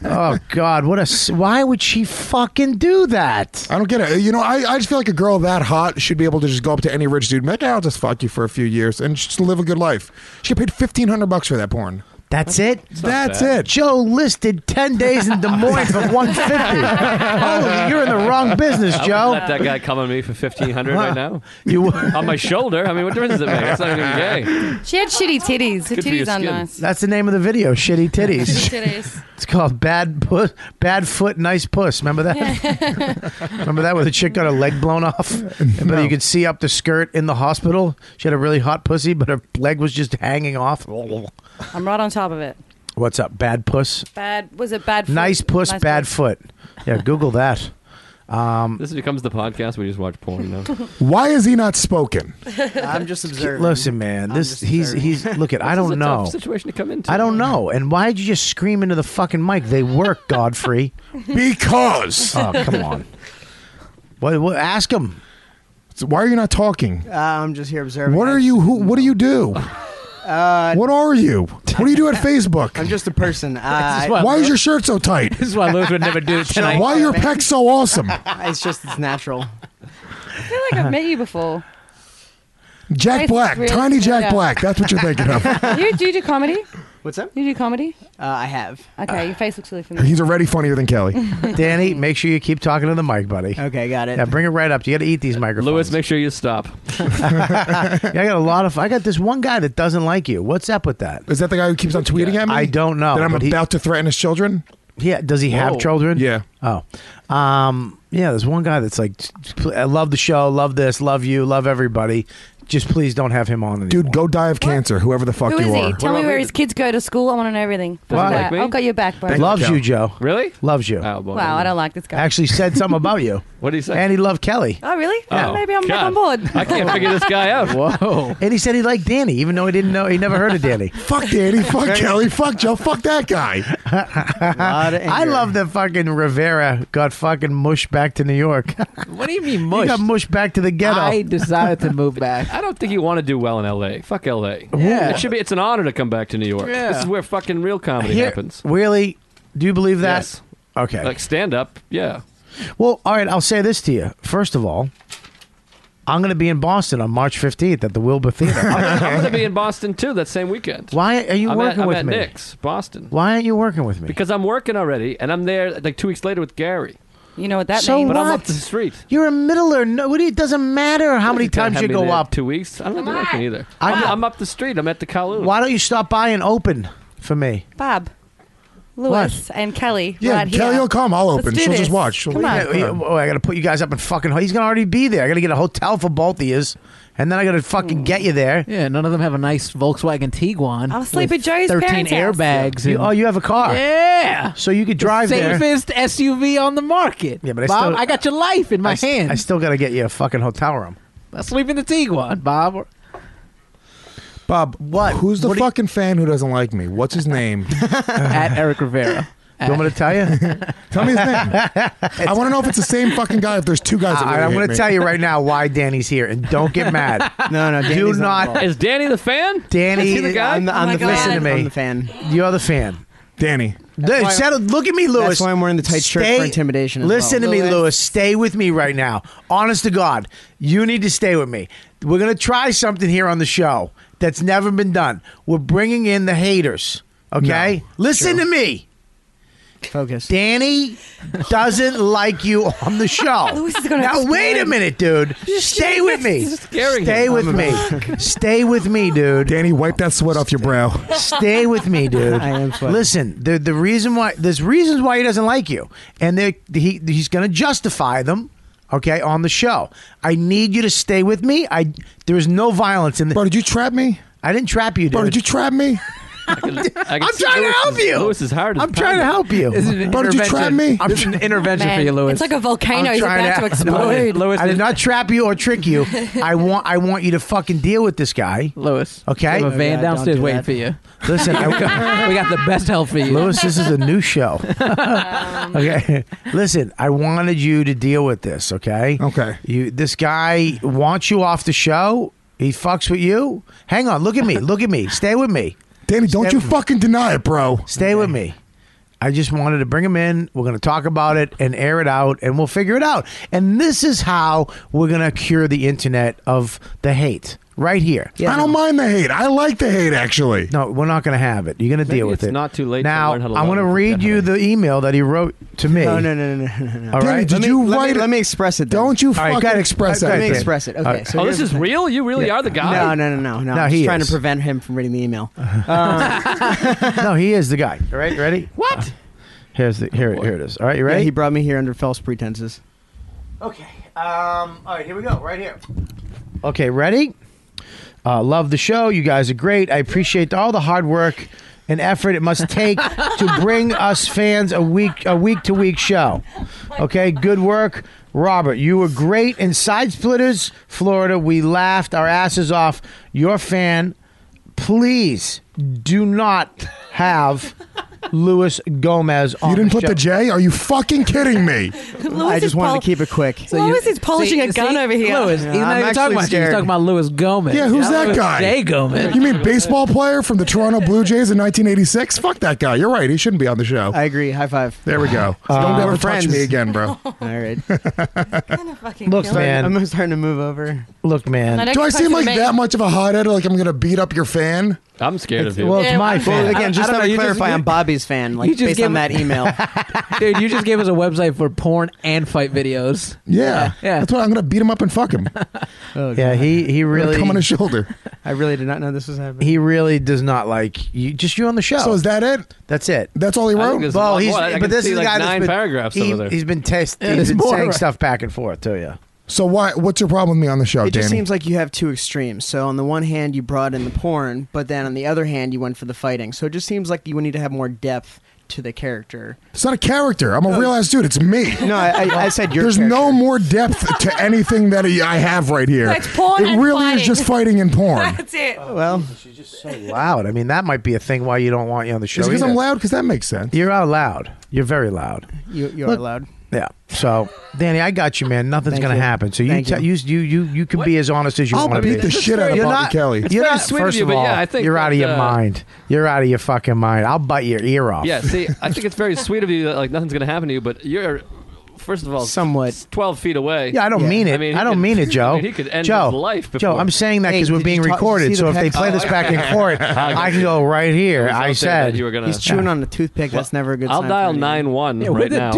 [SPEAKER 3] oh God! What a! s- Why would she fucking do that?
[SPEAKER 8] I don't get it. You know, I, I just feel like a girl that hot should be able to just go up to any rich dude and be like, "Yeah, I'll just fuck you for a few years and just live a good life. She paid fifteen hundred bucks for that porn.
[SPEAKER 3] That's it.
[SPEAKER 8] not That's bad. it.
[SPEAKER 3] Joe listed ten days in Des Moines for one fifty. oh, you're in the wrong business,
[SPEAKER 7] I wouldn't
[SPEAKER 3] Joe.
[SPEAKER 7] Let that guy come on me for fifteen hundred right now.
[SPEAKER 3] You
[SPEAKER 7] on my shoulder? I mean, what difference does it make? It's not even gay.
[SPEAKER 17] She had shitty titties. Her
[SPEAKER 3] Could be
[SPEAKER 17] titties
[SPEAKER 3] a
[SPEAKER 17] aren't
[SPEAKER 3] skin.
[SPEAKER 17] nice.
[SPEAKER 3] That's the name of the video. Shitty titties.
[SPEAKER 17] titties.
[SPEAKER 3] It's called Bad Puss, Bad Foot, Nice Puss. Remember that? Remember that where the chick got her leg blown off, but you could see up the skirt in the hospital. She had a really hot pussy, but her leg was just hanging off.
[SPEAKER 17] I'm right on top of it.
[SPEAKER 3] What's up, Bad Puss?
[SPEAKER 17] Bad was it bad? Foot?
[SPEAKER 3] Nice puss, bad foot. Yeah, Google that. Um,
[SPEAKER 7] This becomes the podcast. We just watch porn now.
[SPEAKER 8] Why is he not spoken?
[SPEAKER 1] I'm just observing.
[SPEAKER 3] Listen, man, this he's he's look at. I
[SPEAKER 7] This is
[SPEAKER 3] don't
[SPEAKER 7] a tough
[SPEAKER 3] know.
[SPEAKER 7] situation to come into.
[SPEAKER 3] I don't know. And why did you just scream into the fucking mic? They work, Godfrey.
[SPEAKER 8] Because.
[SPEAKER 3] Oh, come on. What? what ask him.
[SPEAKER 8] So why are you not talking?
[SPEAKER 1] Uh, I'm just here observing.
[SPEAKER 8] What are you? Who? What do you do?
[SPEAKER 1] Uh,
[SPEAKER 8] What are you? What do you do at Facebook?
[SPEAKER 1] I'm just a person. Uh,
[SPEAKER 8] Why is your shirt so tight?
[SPEAKER 1] This is why Lewis would never do it tonight.
[SPEAKER 8] Why are your pecs so awesome?
[SPEAKER 1] It's just it's natural.
[SPEAKER 17] I feel like I've met you before.
[SPEAKER 8] Jack
[SPEAKER 17] Nice
[SPEAKER 8] Black,
[SPEAKER 17] really
[SPEAKER 8] tiny Jack
[SPEAKER 17] good.
[SPEAKER 8] Black. That's what you're thinking of.
[SPEAKER 17] you do you do comedy?
[SPEAKER 1] What's that?
[SPEAKER 17] You do comedy?
[SPEAKER 1] Uh, I have.
[SPEAKER 17] Okay, your face looks really familiar.
[SPEAKER 8] He's already funnier than Kelly.
[SPEAKER 3] Danny, make sure you keep talking to the mic, buddy.
[SPEAKER 1] Okay, got it.
[SPEAKER 3] Yeah, bring it right up. You got to eat these microphones.
[SPEAKER 7] Lewis, make sure you stop.
[SPEAKER 3] Yeah, I got a lot of. I got this one guy that doesn't like you. What's up with that?
[SPEAKER 8] Is that the guy who keeps on tweeting at me?
[SPEAKER 3] I don't know.
[SPEAKER 8] That I'm
[SPEAKER 3] but he-
[SPEAKER 8] about to threaten his children?
[SPEAKER 3] Yeah. Does he
[SPEAKER 8] Whoa.
[SPEAKER 3] have children?
[SPEAKER 8] Yeah.
[SPEAKER 3] Oh. Um. Yeah. There's one guy that's like, I love the show, love this, love you, love everybody. Just please don't have him on. Anymore.
[SPEAKER 8] Dude, go die of cancer, whoever the fuck
[SPEAKER 17] Who is
[SPEAKER 8] you are.
[SPEAKER 17] he? Tell me where his kids go to school. I want to know everything.
[SPEAKER 3] Wow. Like me?
[SPEAKER 17] I've got your back, bro.
[SPEAKER 3] Loves you, Joe.
[SPEAKER 7] Really?
[SPEAKER 3] Loves you.
[SPEAKER 17] Wow, I don't like this guy.
[SPEAKER 3] Actually said something about you.
[SPEAKER 7] what did he say?
[SPEAKER 3] And he loved Kelly.
[SPEAKER 17] Oh, really?
[SPEAKER 3] Yeah.
[SPEAKER 17] Oh, Maybe I'm back
[SPEAKER 7] God.
[SPEAKER 17] on board.
[SPEAKER 7] I can't figure this guy out.
[SPEAKER 11] Whoa.
[SPEAKER 3] And he said he liked Danny, even though he didn't know he never heard of Danny.
[SPEAKER 8] Fuck Danny. Fuck Kelly. Fuck Joe. Fuck that guy.
[SPEAKER 3] I love that fucking Rivera got fucking mushed back to New York.
[SPEAKER 11] What do you mean
[SPEAKER 3] He
[SPEAKER 11] mush?
[SPEAKER 3] got mushed back to the ghetto.
[SPEAKER 11] I decided to move back.
[SPEAKER 7] I don't think you want to do well in L.A. Fuck L.A.
[SPEAKER 3] Yeah.
[SPEAKER 7] It should be. It's an honor to come back to New York.
[SPEAKER 3] Yeah.
[SPEAKER 7] This is where fucking real comedy
[SPEAKER 3] Here-
[SPEAKER 7] happens.
[SPEAKER 3] Really? Do you believe that?
[SPEAKER 7] Yes.
[SPEAKER 3] Okay.
[SPEAKER 7] Like stand up. Yeah.
[SPEAKER 3] Well, all right, I'll say this to you. First of all, I'm going to be in Boston on March 15th at the Wilbur
[SPEAKER 7] I'm
[SPEAKER 3] Theater.
[SPEAKER 7] gonna, I'm gonna be in Boston too that same weekend.
[SPEAKER 3] Why are you
[SPEAKER 7] I'm
[SPEAKER 3] working
[SPEAKER 7] at, I'm
[SPEAKER 3] with
[SPEAKER 7] at
[SPEAKER 3] me?
[SPEAKER 7] Nick's, Boston.
[SPEAKER 3] Why aren't you working with me?
[SPEAKER 7] Because I'm working already, and I'm there like two weeks later with Gary.
[SPEAKER 17] You know what that
[SPEAKER 3] So
[SPEAKER 17] means?
[SPEAKER 7] But I'm up
[SPEAKER 3] What?
[SPEAKER 7] the street.
[SPEAKER 3] You're a middler. No, what do you- it doesn't matter how many
[SPEAKER 7] He's gonna
[SPEAKER 3] times
[SPEAKER 7] have
[SPEAKER 3] you
[SPEAKER 7] me
[SPEAKER 3] go
[SPEAKER 7] there
[SPEAKER 3] up.
[SPEAKER 7] Two weeks. I don't have to do anything either.
[SPEAKER 3] I-
[SPEAKER 7] I'm, I'm up the street. I'm at the Kowloon.
[SPEAKER 3] Why don't you stop by and open for me?
[SPEAKER 17] Bob, Lewis, and Kelly.
[SPEAKER 8] Yeah,
[SPEAKER 17] right
[SPEAKER 8] Kelly
[SPEAKER 17] here.
[SPEAKER 8] will come. I'll
[SPEAKER 17] Let's
[SPEAKER 8] open.
[SPEAKER 17] do
[SPEAKER 8] She'll
[SPEAKER 17] this.
[SPEAKER 8] just watch. She'll
[SPEAKER 17] Come
[SPEAKER 8] leave.
[SPEAKER 17] on.
[SPEAKER 3] Yeah, yeah, oh, I got to put you guys up in fucking. He's going to already be there. I got to get a hotel for both of yous, and then I got to fucking get you there.
[SPEAKER 11] Yeah, none of them have a nice Volkswagen Tiguan.
[SPEAKER 17] I'll sleep at
[SPEAKER 11] with
[SPEAKER 17] Joe's
[SPEAKER 11] Thirteen
[SPEAKER 17] parents' house.
[SPEAKER 11] airbags.
[SPEAKER 3] You-
[SPEAKER 11] and-
[SPEAKER 3] oh, you have a car.
[SPEAKER 11] Yeah.
[SPEAKER 3] So you could drive
[SPEAKER 11] the
[SPEAKER 3] there.
[SPEAKER 11] safest SUV on the market.
[SPEAKER 3] Yeah, but I
[SPEAKER 11] Bob,
[SPEAKER 3] still-
[SPEAKER 11] I got your life in my
[SPEAKER 3] I,
[SPEAKER 11] hand.
[SPEAKER 3] I still got to get you a fucking hotel room.
[SPEAKER 11] I sleep in the Tiguan, Bob.
[SPEAKER 8] Bob, what? Who's the fucking fan who doesn't like me? What's his name?
[SPEAKER 11] At Eric Rivera.
[SPEAKER 3] Do you want me to tell you?
[SPEAKER 8] Tell me his name. I want to know if it's the same fucking guy. If there's two guys. That
[SPEAKER 3] All
[SPEAKER 8] really
[SPEAKER 3] right, I'm
[SPEAKER 8] hate
[SPEAKER 3] going to
[SPEAKER 8] me.
[SPEAKER 3] tell you right now why Danny's here, and don't get mad.
[SPEAKER 1] No, no.
[SPEAKER 3] Do
[SPEAKER 1] Danny's
[SPEAKER 3] not-
[SPEAKER 1] involved.
[SPEAKER 7] Is Danny the fan?
[SPEAKER 3] Danny,
[SPEAKER 7] Is he the guy? Oh
[SPEAKER 1] I'm the, I'm
[SPEAKER 17] Oh my
[SPEAKER 1] the
[SPEAKER 17] God.
[SPEAKER 1] fan.
[SPEAKER 3] Listen to me.
[SPEAKER 1] I'm the fan.
[SPEAKER 3] You're the fan.
[SPEAKER 8] Danny.
[SPEAKER 3] Dude,
[SPEAKER 1] why-
[SPEAKER 3] settle- look at me, Lewis.
[SPEAKER 1] That's why I'm wearing the tight shirt for intimidation. as
[SPEAKER 3] Listen
[SPEAKER 1] well.
[SPEAKER 3] to me, Lewis. Stay with me right now. Honest to God, you need to stay with me. We're going to try something here on the show that's never been done. We're bringing in the haters. Okay? Listen to me.
[SPEAKER 1] Focus.
[SPEAKER 3] Danny doesn't like you on the show.
[SPEAKER 17] Lewis is gonna
[SPEAKER 3] now, wait a
[SPEAKER 17] explode.
[SPEAKER 3] minute, dude. Stay with me.
[SPEAKER 7] scaring
[SPEAKER 3] Stay
[SPEAKER 7] him.
[SPEAKER 3] with me. Stay with me, dude.
[SPEAKER 8] Danny, wipe that sweat off your brow.
[SPEAKER 3] Stay with me, dude.
[SPEAKER 1] I am sweating.
[SPEAKER 3] Listen, the the reason why there's reasons why he doesn't like you, and they- he he's going to justify them. Okay, on the show, I need you to stay with me. I there is no violence in the.
[SPEAKER 8] Bro, did you trap me?
[SPEAKER 3] I didn't trap you, dude.
[SPEAKER 8] Bro, did you trap me?
[SPEAKER 7] I can
[SPEAKER 3] I'm
[SPEAKER 7] see
[SPEAKER 3] trying to
[SPEAKER 7] Lewis's-
[SPEAKER 3] help you.
[SPEAKER 7] Lewis is hard. as
[SPEAKER 3] I'm trying to
[SPEAKER 7] pounding.
[SPEAKER 3] help you.
[SPEAKER 11] This is an
[SPEAKER 8] Bro, did you
[SPEAKER 11] intervention.
[SPEAKER 8] trap me?
[SPEAKER 11] This is an intervention
[SPEAKER 17] Man,
[SPEAKER 11] for you, Lewis.
[SPEAKER 17] It's like a volcano
[SPEAKER 3] I'm
[SPEAKER 17] is
[SPEAKER 3] trying
[SPEAKER 17] about to,
[SPEAKER 3] to-
[SPEAKER 17] explode.
[SPEAKER 11] Lewis,
[SPEAKER 3] I did not trap you or trick you. I want I want you to fucking deal with this guy.
[SPEAKER 11] Lewis.
[SPEAKER 3] Okay.
[SPEAKER 11] We have a
[SPEAKER 3] Oh,
[SPEAKER 11] van
[SPEAKER 1] God,
[SPEAKER 11] downstairs
[SPEAKER 1] don't do
[SPEAKER 11] waiting
[SPEAKER 1] that.
[SPEAKER 11] for you.
[SPEAKER 3] Listen, I,
[SPEAKER 11] we got the best help for you.
[SPEAKER 3] Lewis, this is a new show.
[SPEAKER 8] Um,
[SPEAKER 3] okay, listen, I wanted you to deal with this. Okay,
[SPEAKER 8] Okay.
[SPEAKER 3] you this guy wants you off the show. He fucks with you? Hang on, look at me. Look at me. Stay with me.
[SPEAKER 8] Danny, don't you fucking deny it, bro.
[SPEAKER 3] Stay with me. I just wanted to bring him in. We're going to talk about it and air it out and we'll figure it out. And this is how we're going to cure the internet of the hate. Right here.
[SPEAKER 8] I don't mind the hate. I like the hate, actually.
[SPEAKER 3] No, we're not going to have it. You're going to deal with
[SPEAKER 7] it's
[SPEAKER 3] it.
[SPEAKER 7] not too late to
[SPEAKER 3] Now,
[SPEAKER 7] learn how to love
[SPEAKER 3] I'm going to
[SPEAKER 7] and
[SPEAKER 3] read you the email that he wrote to me.
[SPEAKER 1] No, no, no, no, no, no.
[SPEAKER 3] All
[SPEAKER 8] Danny,
[SPEAKER 3] right.
[SPEAKER 8] did you
[SPEAKER 1] let me,
[SPEAKER 8] write it?
[SPEAKER 1] let me express it. Then.
[SPEAKER 8] Don't you
[SPEAKER 3] All right,
[SPEAKER 8] fucking
[SPEAKER 3] go ahead.
[SPEAKER 8] express
[SPEAKER 3] All
[SPEAKER 8] that.
[SPEAKER 3] right,
[SPEAKER 1] Let me
[SPEAKER 3] Dan.
[SPEAKER 1] express it. Okay.
[SPEAKER 3] All right.
[SPEAKER 1] So
[SPEAKER 7] oh, this
[SPEAKER 1] here's
[SPEAKER 7] is
[SPEAKER 1] the thing.
[SPEAKER 7] real. You really
[SPEAKER 1] Yeah.
[SPEAKER 7] are the guy.
[SPEAKER 1] No, no, no, no, no.
[SPEAKER 3] No,
[SPEAKER 1] I'm
[SPEAKER 3] he
[SPEAKER 1] just trying
[SPEAKER 3] is.
[SPEAKER 1] to
[SPEAKER 3] Uh,
[SPEAKER 1] prevent him from reading the email.
[SPEAKER 3] no, he is the guy. All right, ready?
[SPEAKER 7] What?
[SPEAKER 3] Here's the here, here it is. All right, you
[SPEAKER 1] Oh, Yeah,
[SPEAKER 3] ready?
[SPEAKER 1] he brought me here under false pretenses.
[SPEAKER 3] Okay. Um, all right, here we go. Right here. Okay, ready? Uh, love the show. You guys are great. I appreciate all the hard work and effort it must take to bring us fans a week a week to week show. Okay, good work, Robert. You were great in Side Splitters, Florida. We laughed our asses off. Your fan. Please do not have Luis Gomez on.
[SPEAKER 8] You didn't
[SPEAKER 3] the
[SPEAKER 8] put
[SPEAKER 3] show.
[SPEAKER 8] the J? Are you fucking kidding me?
[SPEAKER 1] I just wanted to keep it quick.
[SPEAKER 11] So you-
[SPEAKER 10] Lois is polishing
[SPEAKER 11] See-
[SPEAKER 10] a gun
[SPEAKER 11] see,
[SPEAKER 10] over here.
[SPEAKER 11] Lois, he's
[SPEAKER 1] I'm
[SPEAKER 11] not even
[SPEAKER 1] actually
[SPEAKER 11] talking about you. He's
[SPEAKER 1] scared.
[SPEAKER 11] talking about Louis Gomez.
[SPEAKER 8] Yeah, who's
[SPEAKER 11] Not
[SPEAKER 8] that
[SPEAKER 11] Louis
[SPEAKER 8] guy?
[SPEAKER 11] J. Gomez.
[SPEAKER 8] You mean baseball player from the Toronto Blue Jays in 1986? Fuck that guy. You're right. He shouldn't be on the show.
[SPEAKER 1] I agree. High five.
[SPEAKER 8] There we go.
[SPEAKER 3] Uh,
[SPEAKER 8] Don't ever touch
[SPEAKER 1] friends.
[SPEAKER 8] me again, bro.
[SPEAKER 1] All right.
[SPEAKER 10] Fucking
[SPEAKER 3] Looks
[SPEAKER 10] kill it.
[SPEAKER 3] man.
[SPEAKER 1] I'm starting to move over.
[SPEAKER 3] Look, man.
[SPEAKER 10] No,
[SPEAKER 8] Do I
[SPEAKER 10] keep
[SPEAKER 8] seem
[SPEAKER 10] pushing
[SPEAKER 8] like
[SPEAKER 10] me.
[SPEAKER 8] that much of a hothead? Like I'm gonna beat up your fan?
[SPEAKER 7] I'm scared of you.
[SPEAKER 3] Well, it's
[SPEAKER 10] Yeah,
[SPEAKER 3] my
[SPEAKER 10] I'm-
[SPEAKER 3] fan.
[SPEAKER 1] Well, again, just
[SPEAKER 11] I don't
[SPEAKER 1] to
[SPEAKER 11] know, you
[SPEAKER 1] clarify,
[SPEAKER 11] just-
[SPEAKER 1] I'm Bobby's fan. Like
[SPEAKER 11] You just
[SPEAKER 1] based on that
[SPEAKER 11] gave-
[SPEAKER 1] email.
[SPEAKER 11] Dude, you just gave us a website for porn and fight videos.
[SPEAKER 8] Yeah.
[SPEAKER 11] Yeah.
[SPEAKER 8] That's why I'm gonna beat him up and fuck him.
[SPEAKER 1] oh, God.
[SPEAKER 3] Yeah, he he really
[SPEAKER 8] Come on his shoulder.
[SPEAKER 1] I really did not know this was happening.
[SPEAKER 3] he really does not like you. Just you on the show.
[SPEAKER 8] So is that it?
[SPEAKER 3] that's it.
[SPEAKER 8] That's all he
[SPEAKER 7] I think
[SPEAKER 8] wrote?
[SPEAKER 7] this-
[SPEAKER 3] Well,
[SPEAKER 7] Well,
[SPEAKER 3] he's
[SPEAKER 7] boy, I
[SPEAKER 3] but
[SPEAKER 7] can
[SPEAKER 3] this
[SPEAKER 7] see
[SPEAKER 3] is the
[SPEAKER 7] like
[SPEAKER 3] guy that's
[SPEAKER 7] nine
[SPEAKER 3] been,
[SPEAKER 7] paragraphs
[SPEAKER 3] he,
[SPEAKER 7] over there.
[SPEAKER 3] He's been test.
[SPEAKER 1] Yeah,
[SPEAKER 3] he's
[SPEAKER 1] there's
[SPEAKER 3] been
[SPEAKER 1] more,
[SPEAKER 3] saying
[SPEAKER 1] right.
[SPEAKER 3] stuff back and forth to you.
[SPEAKER 8] so why? What's your problem with me on the
[SPEAKER 3] Oh,
[SPEAKER 8] show,
[SPEAKER 1] It just
[SPEAKER 8] Danny?
[SPEAKER 1] seems like you have two extremes. So on the one hand, you brought in the porn, but then on the other hand, you went for the fighting. So it just seems like you would need to have more depth to the character.
[SPEAKER 8] it's not a character. I'm a real ass dude. It's me.
[SPEAKER 1] No, I, I, I said your
[SPEAKER 8] There's
[SPEAKER 1] character.
[SPEAKER 8] no more depth to anything that I have right here.
[SPEAKER 10] It's porn
[SPEAKER 8] It
[SPEAKER 10] and
[SPEAKER 8] really is
[SPEAKER 10] fighting.
[SPEAKER 8] just fighting and porn.
[SPEAKER 10] That's it.
[SPEAKER 1] Oh, Well,
[SPEAKER 3] She's just so loud. I mean, that might be a thing why you don't want you on the show.
[SPEAKER 8] Is it because
[SPEAKER 3] either.
[SPEAKER 8] I'm loud? Because that makes sense.
[SPEAKER 3] You're out loud. You're very loud.
[SPEAKER 1] you, you are
[SPEAKER 8] Look-
[SPEAKER 1] allowed.
[SPEAKER 3] Yeah. So, Danny, I got you, man. Nothing's
[SPEAKER 1] Thank
[SPEAKER 3] gonna
[SPEAKER 1] you.
[SPEAKER 3] happen. So you
[SPEAKER 1] Thank
[SPEAKER 3] te- you you you you can be as honest as you
[SPEAKER 8] I'll
[SPEAKER 3] want to
[SPEAKER 8] beat
[SPEAKER 3] be.
[SPEAKER 8] the shit out of
[SPEAKER 3] You're
[SPEAKER 8] Bobby
[SPEAKER 3] not-
[SPEAKER 8] Kelly.
[SPEAKER 3] You're
[SPEAKER 7] very
[SPEAKER 3] not,
[SPEAKER 7] sweet of
[SPEAKER 3] first
[SPEAKER 7] you,
[SPEAKER 3] of
[SPEAKER 7] but
[SPEAKER 3] all,
[SPEAKER 7] yeah, I think
[SPEAKER 3] you're out of
[SPEAKER 7] that,
[SPEAKER 3] your
[SPEAKER 7] uh,
[SPEAKER 3] mind. You're out of your fucking mind. I'll bite your ear off.
[SPEAKER 7] Yeah, see, I think it's very sweet of you that like nothing's gonna happen to you, but you're first of all
[SPEAKER 1] Somewhat.
[SPEAKER 7] s- twelve feet away.
[SPEAKER 3] Yeah, I don't
[SPEAKER 1] Yeah.
[SPEAKER 3] mean it. I,
[SPEAKER 7] I mean, he
[SPEAKER 3] don't
[SPEAKER 7] could-
[SPEAKER 3] mean it, Joe.
[SPEAKER 7] I mean, he could end
[SPEAKER 3] Joe,
[SPEAKER 7] his life
[SPEAKER 3] Joe,
[SPEAKER 7] before.
[SPEAKER 3] I'm saying that because
[SPEAKER 1] Hey,
[SPEAKER 3] we're
[SPEAKER 1] did
[SPEAKER 3] being
[SPEAKER 1] you talk- see
[SPEAKER 3] recorded.
[SPEAKER 1] the
[SPEAKER 3] So if they
[SPEAKER 1] text?
[SPEAKER 3] play
[SPEAKER 1] Oh,
[SPEAKER 3] this back in court, I can go right here.
[SPEAKER 7] was
[SPEAKER 3] I
[SPEAKER 7] out there that
[SPEAKER 3] said
[SPEAKER 7] you were gonna-
[SPEAKER 1] He's chewing on a toothpick. That's never a good
[SPEAKER 7] I'll
[SPEAKER 1] sign.
[SPEAKER 7] dial
[SPEAKER 1] for anything.
[SPEAKER 7] nine one right now.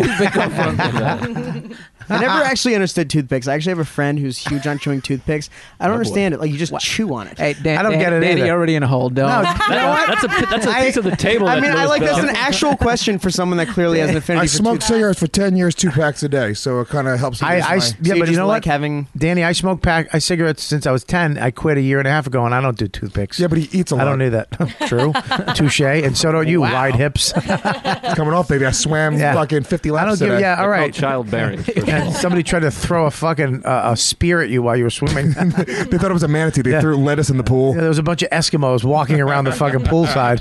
[SPEAKER 1] I never actually understood toothpicks. I actually have a friend who's huge on chewing toothpicks. I
[SPEAKER 8] Oh,
[SPEAKER 1] don't understand it. Like you just chew on it.
[SPEAKER 11] Hey, Dan,
[SPEAKER 3] I don't
[SPEAKER 11] Dan-
[SPEAKER 3] get it
[SPEAKER 11] Danny,
[SPEAKER 3] either.
[SPEAKER 11] you're already in a hole. Don't.
[SPEAKER 1] No,
[SPEAKER 7] That- that's a that's a piece of the table.
[SPEAKER 1] I
[SPEAKER 7] that
[SPEAKER 1] mean, I
[SPEAKER 7] Louis
[SPEAKER 1] like that's
[SPEAKER 7] built.
[SPEAKER 1] an actual question for someone that clearly has an affinity
[SPEAKER 8] I
[SPEAKER 1] for
[SPEAKER 8] smoked
[SPEAKER 1] toothpicks.
[SPEAKER 8] cigarettes for ten years, two packs a day, so it kind of helps.
[SPEAKER 3] I,
[SPEAKER 8] reduce
[SPEAKER 3] I
[SPEAKER 8] my-
[SPEAKER 3] s- yeah,
[SPEAKER 1] So you
[SPEAKER 3] but you
[SPEAKER 1] just
[SPEAKER 3] know
[SPEAKER 1] like
[SPEAKER 3] what?
[SPEAKER 1] having
[SPEAKER 3] Danny, I smoked pack I cigarettes since I was ten. I quit a year and a half ago, and I don't do toothpicks.
[SPEAKER 8] yeah, but he eats a lot.
[SPEAKER 3] I don't do that. True, touche. And so don't you, wide hips.
[SPEAKER 8] It's coming off, baby. I swam
[SPEAKER 3] Yeah.
[SPEAKER 8] fucking fifty laps
[SPEAKER 3] I don't give.
[SPEAKER 8] today.
[SPEAKER 3] Yeah, all
[SPEAKER 7] Called
[SPEAKER 3] right.
[SPEAKER 7] childbearing.
[SPEAKER 3] And somebody tried to throw a fucking uh, a spear at you while you were swimming. Yeah,
[SPEAKER 8] They thought it was a manatee. They threw lettuce in the pool.
[SPEAKER 3] there was a bunch of Eskimos walking around the fucking poolside.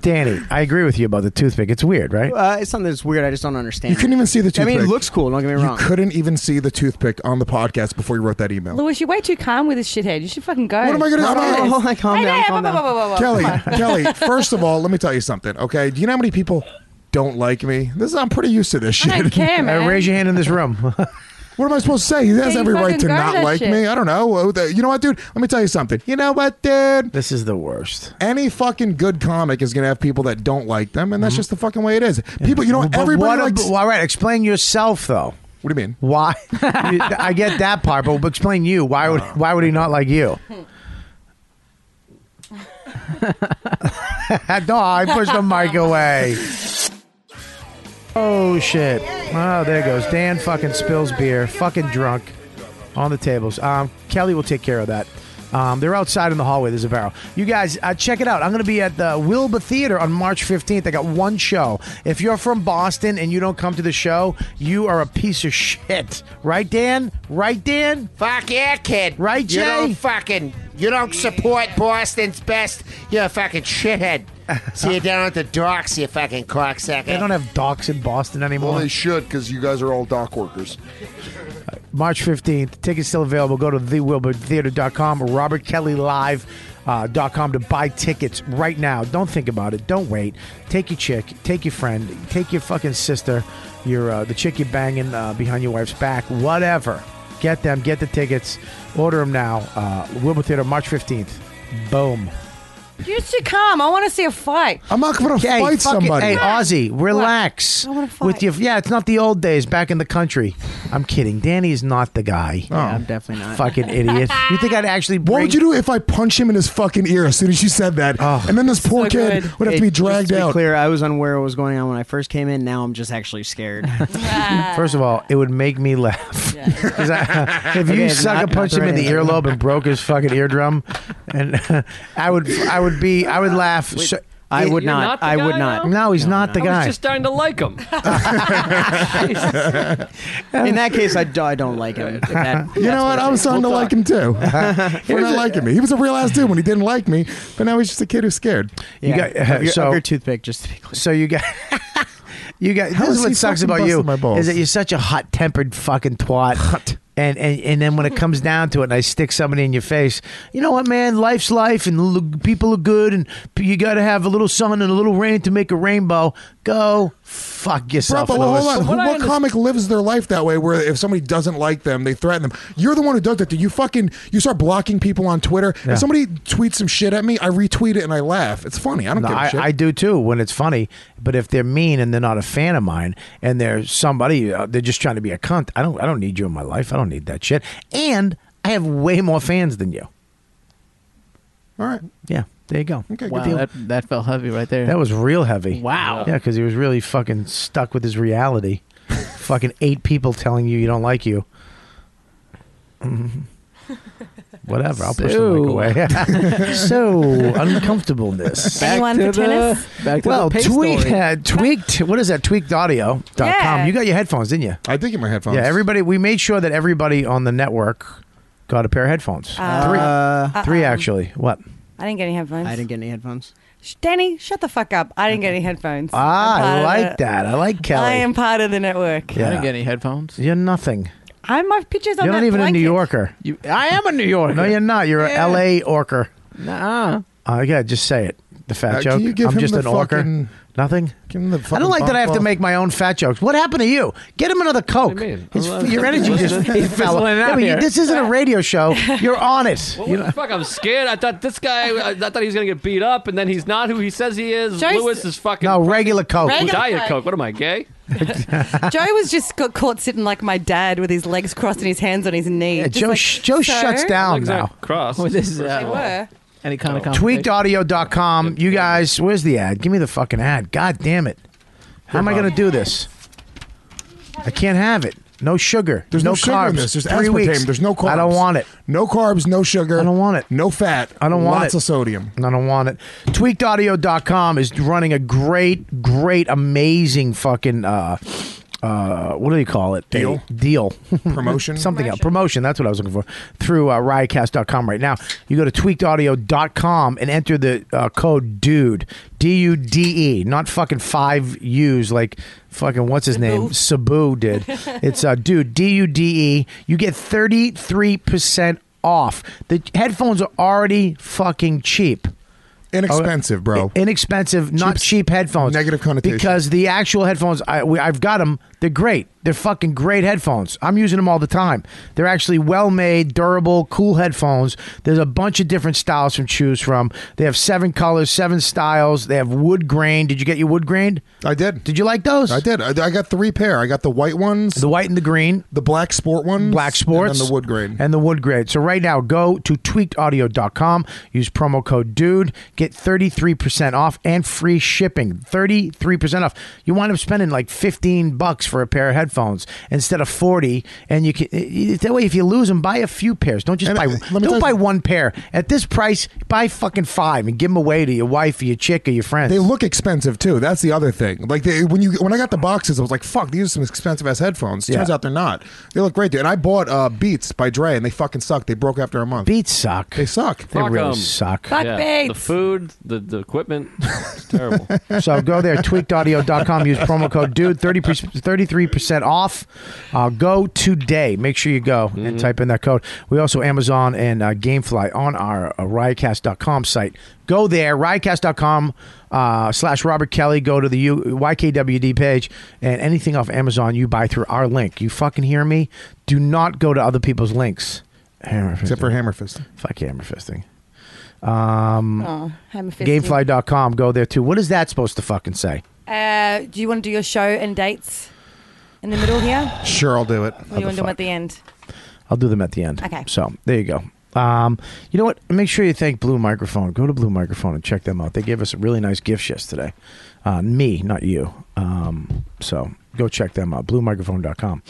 [SPEAKER 3] Danny, I agree with you about the toothpick. It's weird, right?
[SPEAKER 1] uh, it's something that's weird. I just don't understand.
[SPEAKER 8] You couldn't even see the
[SPEAKER 1] I
[SPEAKER 8] toothpick.
[SPEAKER 1] mean, it looks cool. Don't get me
[SPEAKER 8] You
[SPEAKER 1] wrong.
[SPEAKER 8] couldn't even see the toothpick on the podcast before you wrote that email.
[SPEAKER 10] Louis, you're way too calm with this shithead. You should fucking go.
[SPEAKER 8] What am I gonna-
[SPEAKER 10] Stop
[SPEAKER 8] I'm
[SPEAKER 10] this.
[SPEAKER 8] not-
[SPEAKER 1] Hold on, calm
[SPEAKER 10] Hey,
[SPEAKER 1] down,
[SPEAKER 10] hey,
[SPEAKER 1] calm
[SPEAKER 10] whoa, whoa,
[SPEAKER 1] down.
[SPEAKER 10] whoa, whoa, whoa, whoa.
[SPEAKER 8] Kelly,
[SPEAKER 10] Come on.
[SPEAKER 8] Kelly, first of all, let me tell you something, okay? Do you know how many people don't like me? This is, I'm pretty used to this shit.
[SPEAKER 10] I don't care,
[SPEAKER 3] Uh,
[SPEAKER 10] man.
[SPEAKER 3] raise your hand in this room.
[SPEAKER 8] What am I supposed to say? He has
[SPEAKER 10] you
[SPEAKER 8] every right
[SPEAKER 10] fucking
[SPEAKER 8] to
[SPEAKER 10] guard
[SPEAKER 8] not
[SPEAKER 10] that
[SPEAKER 8] like
[SPEAKER 10] shit.
[SPEAKER 8] me. I don't know. Oh, the- You know what, dude? Let me tell you something. You know what, dude?
[SPEAKER 3] this is the worst.
[SPEAKER 8] Any fucking good comic is gonna have people that don't like them, and that's just the fucking way it is. People, you know,
[SPEAKER 3] But
[SPEAKER 8] everybody
[SPEAKER 3] what ab-
[SPEAKER 8] likes.
[SPEAKER 3] well, all right, explain yourself though.
[SPEAKER 8] what do you mean?
[SPEAKER 3] Why? You- I get that part, but explain you. Why
[SPEAKER 8] Uh.
[SPEAKER 3] would why would he not like you? no, I pushed the mic away. Oh shit! Oh, there goes Dan. Fucking spills beer. Fucking drunk on the tables. Um, Kelly will take care of that. Um, they're outside in the hallway. There's a barrel. You guys, uh, check it out. I'm going to be at the Wilbur Theater on March 15th. I got one show. If you're from Boston and you don't come to the show, you are a piece of shit. Right, Dan? Right, Dan?
[SPEAKER 18] Fuck yeah, kid.
[SPEAKER 3] Right,
[SPEAKER 18] You
[SPEAKER 3] Jay?
[SPEAKER 18] don't fucking. You don't support Boston's best. You're a fucking shithead. See you down at the docks, you fucking cocksucker.
[SPEAKER 3] They don't have docks in Boston anymore.
[SPEAKER 9] Well, they should because you guys are all dock workers.
[SPEAKER 3] March 15th. Tickets still available. Go to thewilbertheater.com, robertkellylive.com to buy tickets right now. Don't think about it. Don't wait. Take your chick, take your friend, take your fucking sister, your uh, the chick you're banging uh, behind your wife's back, whatever. Get them. Get the tickets. Order them now. Uh, Wilbur Theater, March 15th. Boom.
[SPEAKER 10] You should come. I want to see a fight.
[SPEAKER 8] I'm not going
[SPEAKER 3] Hey, fuck it. Hey, Ozzy, relax.
[SPEAKER 10] I wanna fight.
[SPEAKER 3] With your yeah, it's not the old days back in the country. I'm kidding. Danny is not the guy.
[SPEAKER 11] Yeah, I'm definitely not.
[SPEAKER 3] Fucking idiot. You think I'd actually? Bring,
[SPEAKER 8] Oh. What would you do if I punch him in his fucking ear as soon as you said that?
[SPEAKER 3] Oh.
[SPEAKER 8] and then this poor kid would have to be dragged
[SPEAKER 1] Be
[SPEAKER 8] out.
[SPEAKER 1] clear, I was unaware of what was going on when I first came in. Now I'm just actually scared.
[SPEAKER 3] First of all, it would make me laugh. 'Cause I- if you
[SPEAKER 1] Okay,
[SPEAKER 3] sucker
[SPEAKER 1] not- not
[SPEAKER 3] punched him in the
[SPEAKER 1] threatening.
[SPEAKER 3] earlobe and broke his fucking eardrum, and I would, I would be, I would laugh. so-
[SPEAKER 1] I would You're not. not the I would guy not. now?
[SPEAKER 3] No, he's not the
[SPEAKER 7] I was
[SPEAKER 3] guy.
[SPEAKER 7] just starting to like him.
[SPEAKER 1] In that case, I, do, I don't like him. If that-
[SPEAKER 8] You know what? I was starting to like him too. We're not liking me. He was a real ass dude when he didn't like me, but now he's just a kid who's scared.
[SPEAKER 3] You got- uh,
[SPEAKER 1] Of your, of
[SPEAKER 3] so-
[SPEAKER 1] your toothpick, just to be clear.
[SPEAKER 3] So you got you got
[SPEAKER 8] How
[SPEAKER 3] this is
[SPEAKER 8] is
[SPEAKER 3] what
[SPEAKER 8] he
[SPEAKER 3] sucks
[SPEAKER 8] fucking
[SPEAKER 3] about you
[SPEAKER 8] busting my balls?
[SPEAKER 3] is that you're such a hot tempered fucking twat. And, and and then when it comes down to it, and I stick somebody in your face, you know what, man? Life's life, and l- people are good, and p- you got to have a little sun and a little rain to make a rainbow. Go fuck
[SPEAKER 8] Bro,
[SPEAKER 3] yourself,
[SPEAKER 8] but hold
[SPEAKER 3] Louis.
[SPEAKER 8] on. Who- What comic lives their life that way, where if somebody doesn't like them, they threaten them? You're the one who does that. dude. You fucking you start blocking people on Twitter.
[SPEAKER 3] Yeah.
[SPEAKER 8] If somebody tweets some shit at me, I retweet it and I laugh. It's funny. I don't
[SPEAKER 3] No,
[SPEAKER 8] give a
[SPEAKER 3] I,
[SPEAKER 8] shit.
[SPEAKER 3] I do too when it's funny. But if they're mean and they're not a fan of mine, and they're somebody, uh, they're just trying to be a cunt. I don't. I don't need you in my life. I don't need that shit. And I have way more fans than you.
[SPEAKER 8] All right.
[SPEAKER 3] Yeah, there you go.
[SPEAKER 8] Okay,
[SPEAKER 11] Wow,
[SPEAKER 8] good deal.
[SPEAKER 11] that, that felt heavy right there.
[SPEAKER 3] That was real heavy.
[SPEAKER 11] Wow.
[SPEAKER 3] Yeah, because he was really fucking stuck with his reality. fucking eight people telling you you don't like you. Mhm. Whatever. I'll push
[SPEAKER 11] So-
[SPEAKER 3] the mic away. so uncomfortableness.
[SPEAKER 11] Back
[SPEAKER 10] Anyone
[SPEAKER 11] to
[SPEAKER 10] for
[SPEAKER 11] the-
[SPEAKER 10] tennis?
[SPEAKER 11] Back to
[SPEAKER 3] well,
[SPEAKER 11] the pay
[SPEAKER 3] tweak,
[SPEAKER 11] story.
[SPEAKER 3] uh, tweaked. What is that? Tweakedaudio.com.
[SPEAKER 10] Yeah.
[SPEAKER 3] You got your headphones, didn't you?
[SPEAKER 8] I did get my headphones.
[SPEAKER 3] Yeah. Everybody. We made sure that everybody on the network got a pair of headphones. three,
[SPEAKER 10] Uh,
[SPEAKER 3] three
[SPEAKER 10] uh-uh.
[SPEAKER 3] actually. What?
[SPEAKER 10] I didn't get any headphones.
[SPEAKER 1] I didn't get any headphones.
[SPEAKER 10] Sh- Danny, shut the fuck up. I didn't get any headphones. I'm
[SPEAKER 3] Ah,
[SPEAKER 10] part
[SPEAKER 3] I
[SPEAKER 10] of
[SPEAKER 3] like
[SPEAKER 10] the-
[SPEAKER 3] that. I like Kelly.
[SPEAKER 10] I am part of the network.
[SPEAKER 3] Yeah.
[SPEAKER 11] I didn't get any headphones.
[SPEAKER 3] You're nothing.
[SPEAKER 10] I my pictures on
[SPEAKER 3] You're
[SPEAKER 10] that
[SPEAKER 3] not even
[SPEAKER 10] blanket.
[SPEAKER 3] a New Yorker.
[SPEAKER 11] You, I am a New Yorker.
[SPEAKER 3] No, you're not. You're
[SPEAKER 11] Yeah.
[SPEAKER 3] a L.A. orker.
[SPEAKER 11] Nah.
[SPEAKER 3] Uh, yeah, just say it. The fat
[SPEAKER 8] Uh,
[SPEAKER 3] joke.
[SPEAKER 8] can you give
[SPEAKER 3] I'm
[SPEAKER 8] him
[SPEAKER 3] just
[SPEAKER 8] the
[SPEAKER 3] an orker.
[SPEAKER 8] fucking-
[SPEAKER 3] Nothing.
[SPEAKER 8] Give him the fucking
[SPEAKER 3] I don't like that I have to
[SPEAKER 8] bump
[SPEAKER 3] make my own fat jokes. What happened to you? Get him another coke.
[SPEAKER 7] do you mean?
[SPEAKER 3] His,
[SPEAKER 7] I'm not-
[SPEAKER 3] your energy just
[SPEAKER 11] He's
[SPEAKER 3] fell.
[SPEAKER 11] fizzling
[SPEAKER 3] Yeah,
[SPEAKER 11] out
[SPEAKER 3] but you-
[SPEAKER 11] here.
[SPEAKER 3] this isn't a radio show. You're on it.
[SPEAKER 7] Well,
[SPEAKER 3] You
[SPEAKER 7] what the fuck? I'm scared. I thought this guy. I, I thought he was gonna get beat up, and then he's not who he says he is.
[SPEAKER 10] Joyce-
[SPEAKER 7] Lewis is fucking
[SPEAKER 3] know, no regular coke.
[SPEAKER 10] Regular-
[SPEAKER 7] diet
[SPEAKER 17] uh,
[SPEAKER 7] coke. What am I gay?
[SPEAKER 10] Joe was just got caught sitting like my dad with his legs crossed and his hands on his knees.
[SPEAKER 3] Yeah,
[SPEAKER 10] Just
[SPEAKER 3] Joe,
[SPEAKER 10] like,
[SPEAKER 3] sh- Joe
[SPEAKER 10] so?
[SPEAKER 3] shuts down now.
[SPEAKER 7] Cross.
[SPEAKER 11] What is
[SPEAKER 10] They
[SPEAKER 11] that?
[SPEAKER 10] were.
[SPEAKER 11] uh, Any kind of conversation?
[SPEAKER 3] Tweakedaudio.com. You guys, where's the ad? Give me the fucking ad. God damn it. How am I going to do this? I can't have it. No sugar.
[SPEAKER 8] There's no, sugar
[SPEAKER 3] carbs.
[SPEAKER 8] in this. There's
[SPEAKER 3] Three
[SPEAKER 8] aspartame.
[SPEAKER 3] weeks.
[SPEAKER 8] There's no carbs.
[SPEAKER 3] I don't want it.
[SPEAKER 8] No carbs. No sugar.
[SPEAKER 3] I don't want it.
[SPEAKER 8] No fat.
[SPEAKER 3] I don't want
[SPEAKER 8] Lots
[SPEAKER 3] it.
[SPEAKER 8] of sodium.
[SPEAKER 3] I don't want it. Tweakedaudio.com is running a great, great, amazing fucking. Uh, uh, what do you call it?
[SPEAKER 8] Deal?
[SPEAKER 3] A deal.
[SPEAKER 8] Promotion?
[SPEAKER 3] Something else. Promotion. That's what I was looking for. Through uh, riotcast.com right now. You go to tweakedaudio.com and enter the uh, code DUDE. D U D E. Not fucking five U's like fucking what's his name? Sabu did. It's uh, DUDE. D U D E. You get 33% off. The headphones are already fucking cheap.
[SPEAKER 8] Inexpensive, bro.
[SPEAKER 3] Inexpensive, not cheap headphones.
[SPEAKER 8] Negative connotation.
[SPEAKER 3] Because the actual headphones, I, we, I've got them. They're great. They're fucking great headphones. I'm using them all the time. They're actually well made, durable, cool headphones. There's a bunch of different styles to choose from. They have seven colors, seven styles. They have wood grain. Did you get your wood grained?
[SPEAKER 8] I did.
[SPEAKER 3] Did you like those?
[SPEAKER 8] I did. I, I got three pair. I got the white ones,
[SPEAKER 3] The
[SPEAKER 8] the,
[SPEAKER 3] white and the green.
[SPEAKER 8] black sport ones,
[SPEAKER 3] Black Sports.
[SPEAKER 8] and then the wood grain.
[SPEAKER 3] And the wood grade. So right now, go to tweakedaudio.com, use promo code DUDE, get 33% off and free shipping. 33% off. You wind up spending like 15 bucks for a pair of headphones instead of 40 and you can it- it- that way if you lose them buy a few pairs. Don't just
[SPEAKER 8] And,
[SPEAKER 3] buy
[SPEAKER 8] uh, let me tell
[SPEAKER 3] don't
[SPEAKER 8] you-
[SPEAKER 3] buy one pair. At this price, buy fucking 5 and give them away to your wife or your chick or your friends.
[SPEAKER 8] They look expensive too. That's the other thing. Like they, when you when I got the boxes, I was like, "Fuck, these are some expensive ass headphones." Turns
[SPEAKER 3] Yeah.
[SPEAKER 8] out they're not. They look great, dude. And I bought uh, Beats by Dre, and they fucking suck. They broke after a month.
[SPEAKER 3] Beats suck.
[SPEAKER 8] They suck.
[SPEAKER 3] They
[SPEAKER 7] Fuck
[SPEAKER 3] really
[SPEAKER 7] 'em.
[SPEAKER 3] suck.
[SPEAKER 10] Fuck
[SPEAKER 7] The
[SPEAKER 10] Bates.
[SPEAKER 7] food, the the equipment, it's terrible.
[SPEAKER 3] So go there, tweakedaudio.com, use promo code DUDE, 33 percent percent off. Uh, go today. Make sure you go and type in that code. We also Amazon and uh, GameFly on our uh, riotcast.com site. Go there, riotcast.com uh, slash Robert Kelly. Go to the U- YKWD page and anything off Amazon you buy through our link. You fucking hear me? Do not go to other people's links. Hammer
[SPEAKER 8] Except for hammer fisting.
[SPEAKER 3] Fuck hammer fisting. Um,
[SPEAKER 10] Oh, hammer fisting.
[SPEAKER 3] Gamefly.com. Go there too. What is that supposed to fucking say?
[SPEAKER 10] Uh, do you want to do your show and dates in the middle here?
[SPEAKER 3] Sure, I'll do it.
[SPEAKER 10] Or do you want to do them at the end?
[SPEAKER 3] I'll do them at the end.
[SPEAKER 10] Okay.
[SPEAKER 3] So there you go. Um, you know what? Make sure you thank Blue Microphone. Go to Blue Microphone and check them out. They gave us a really nice gift yesterday. Uh, me, not you. Um, so go check them out. BlueMicrophone.com.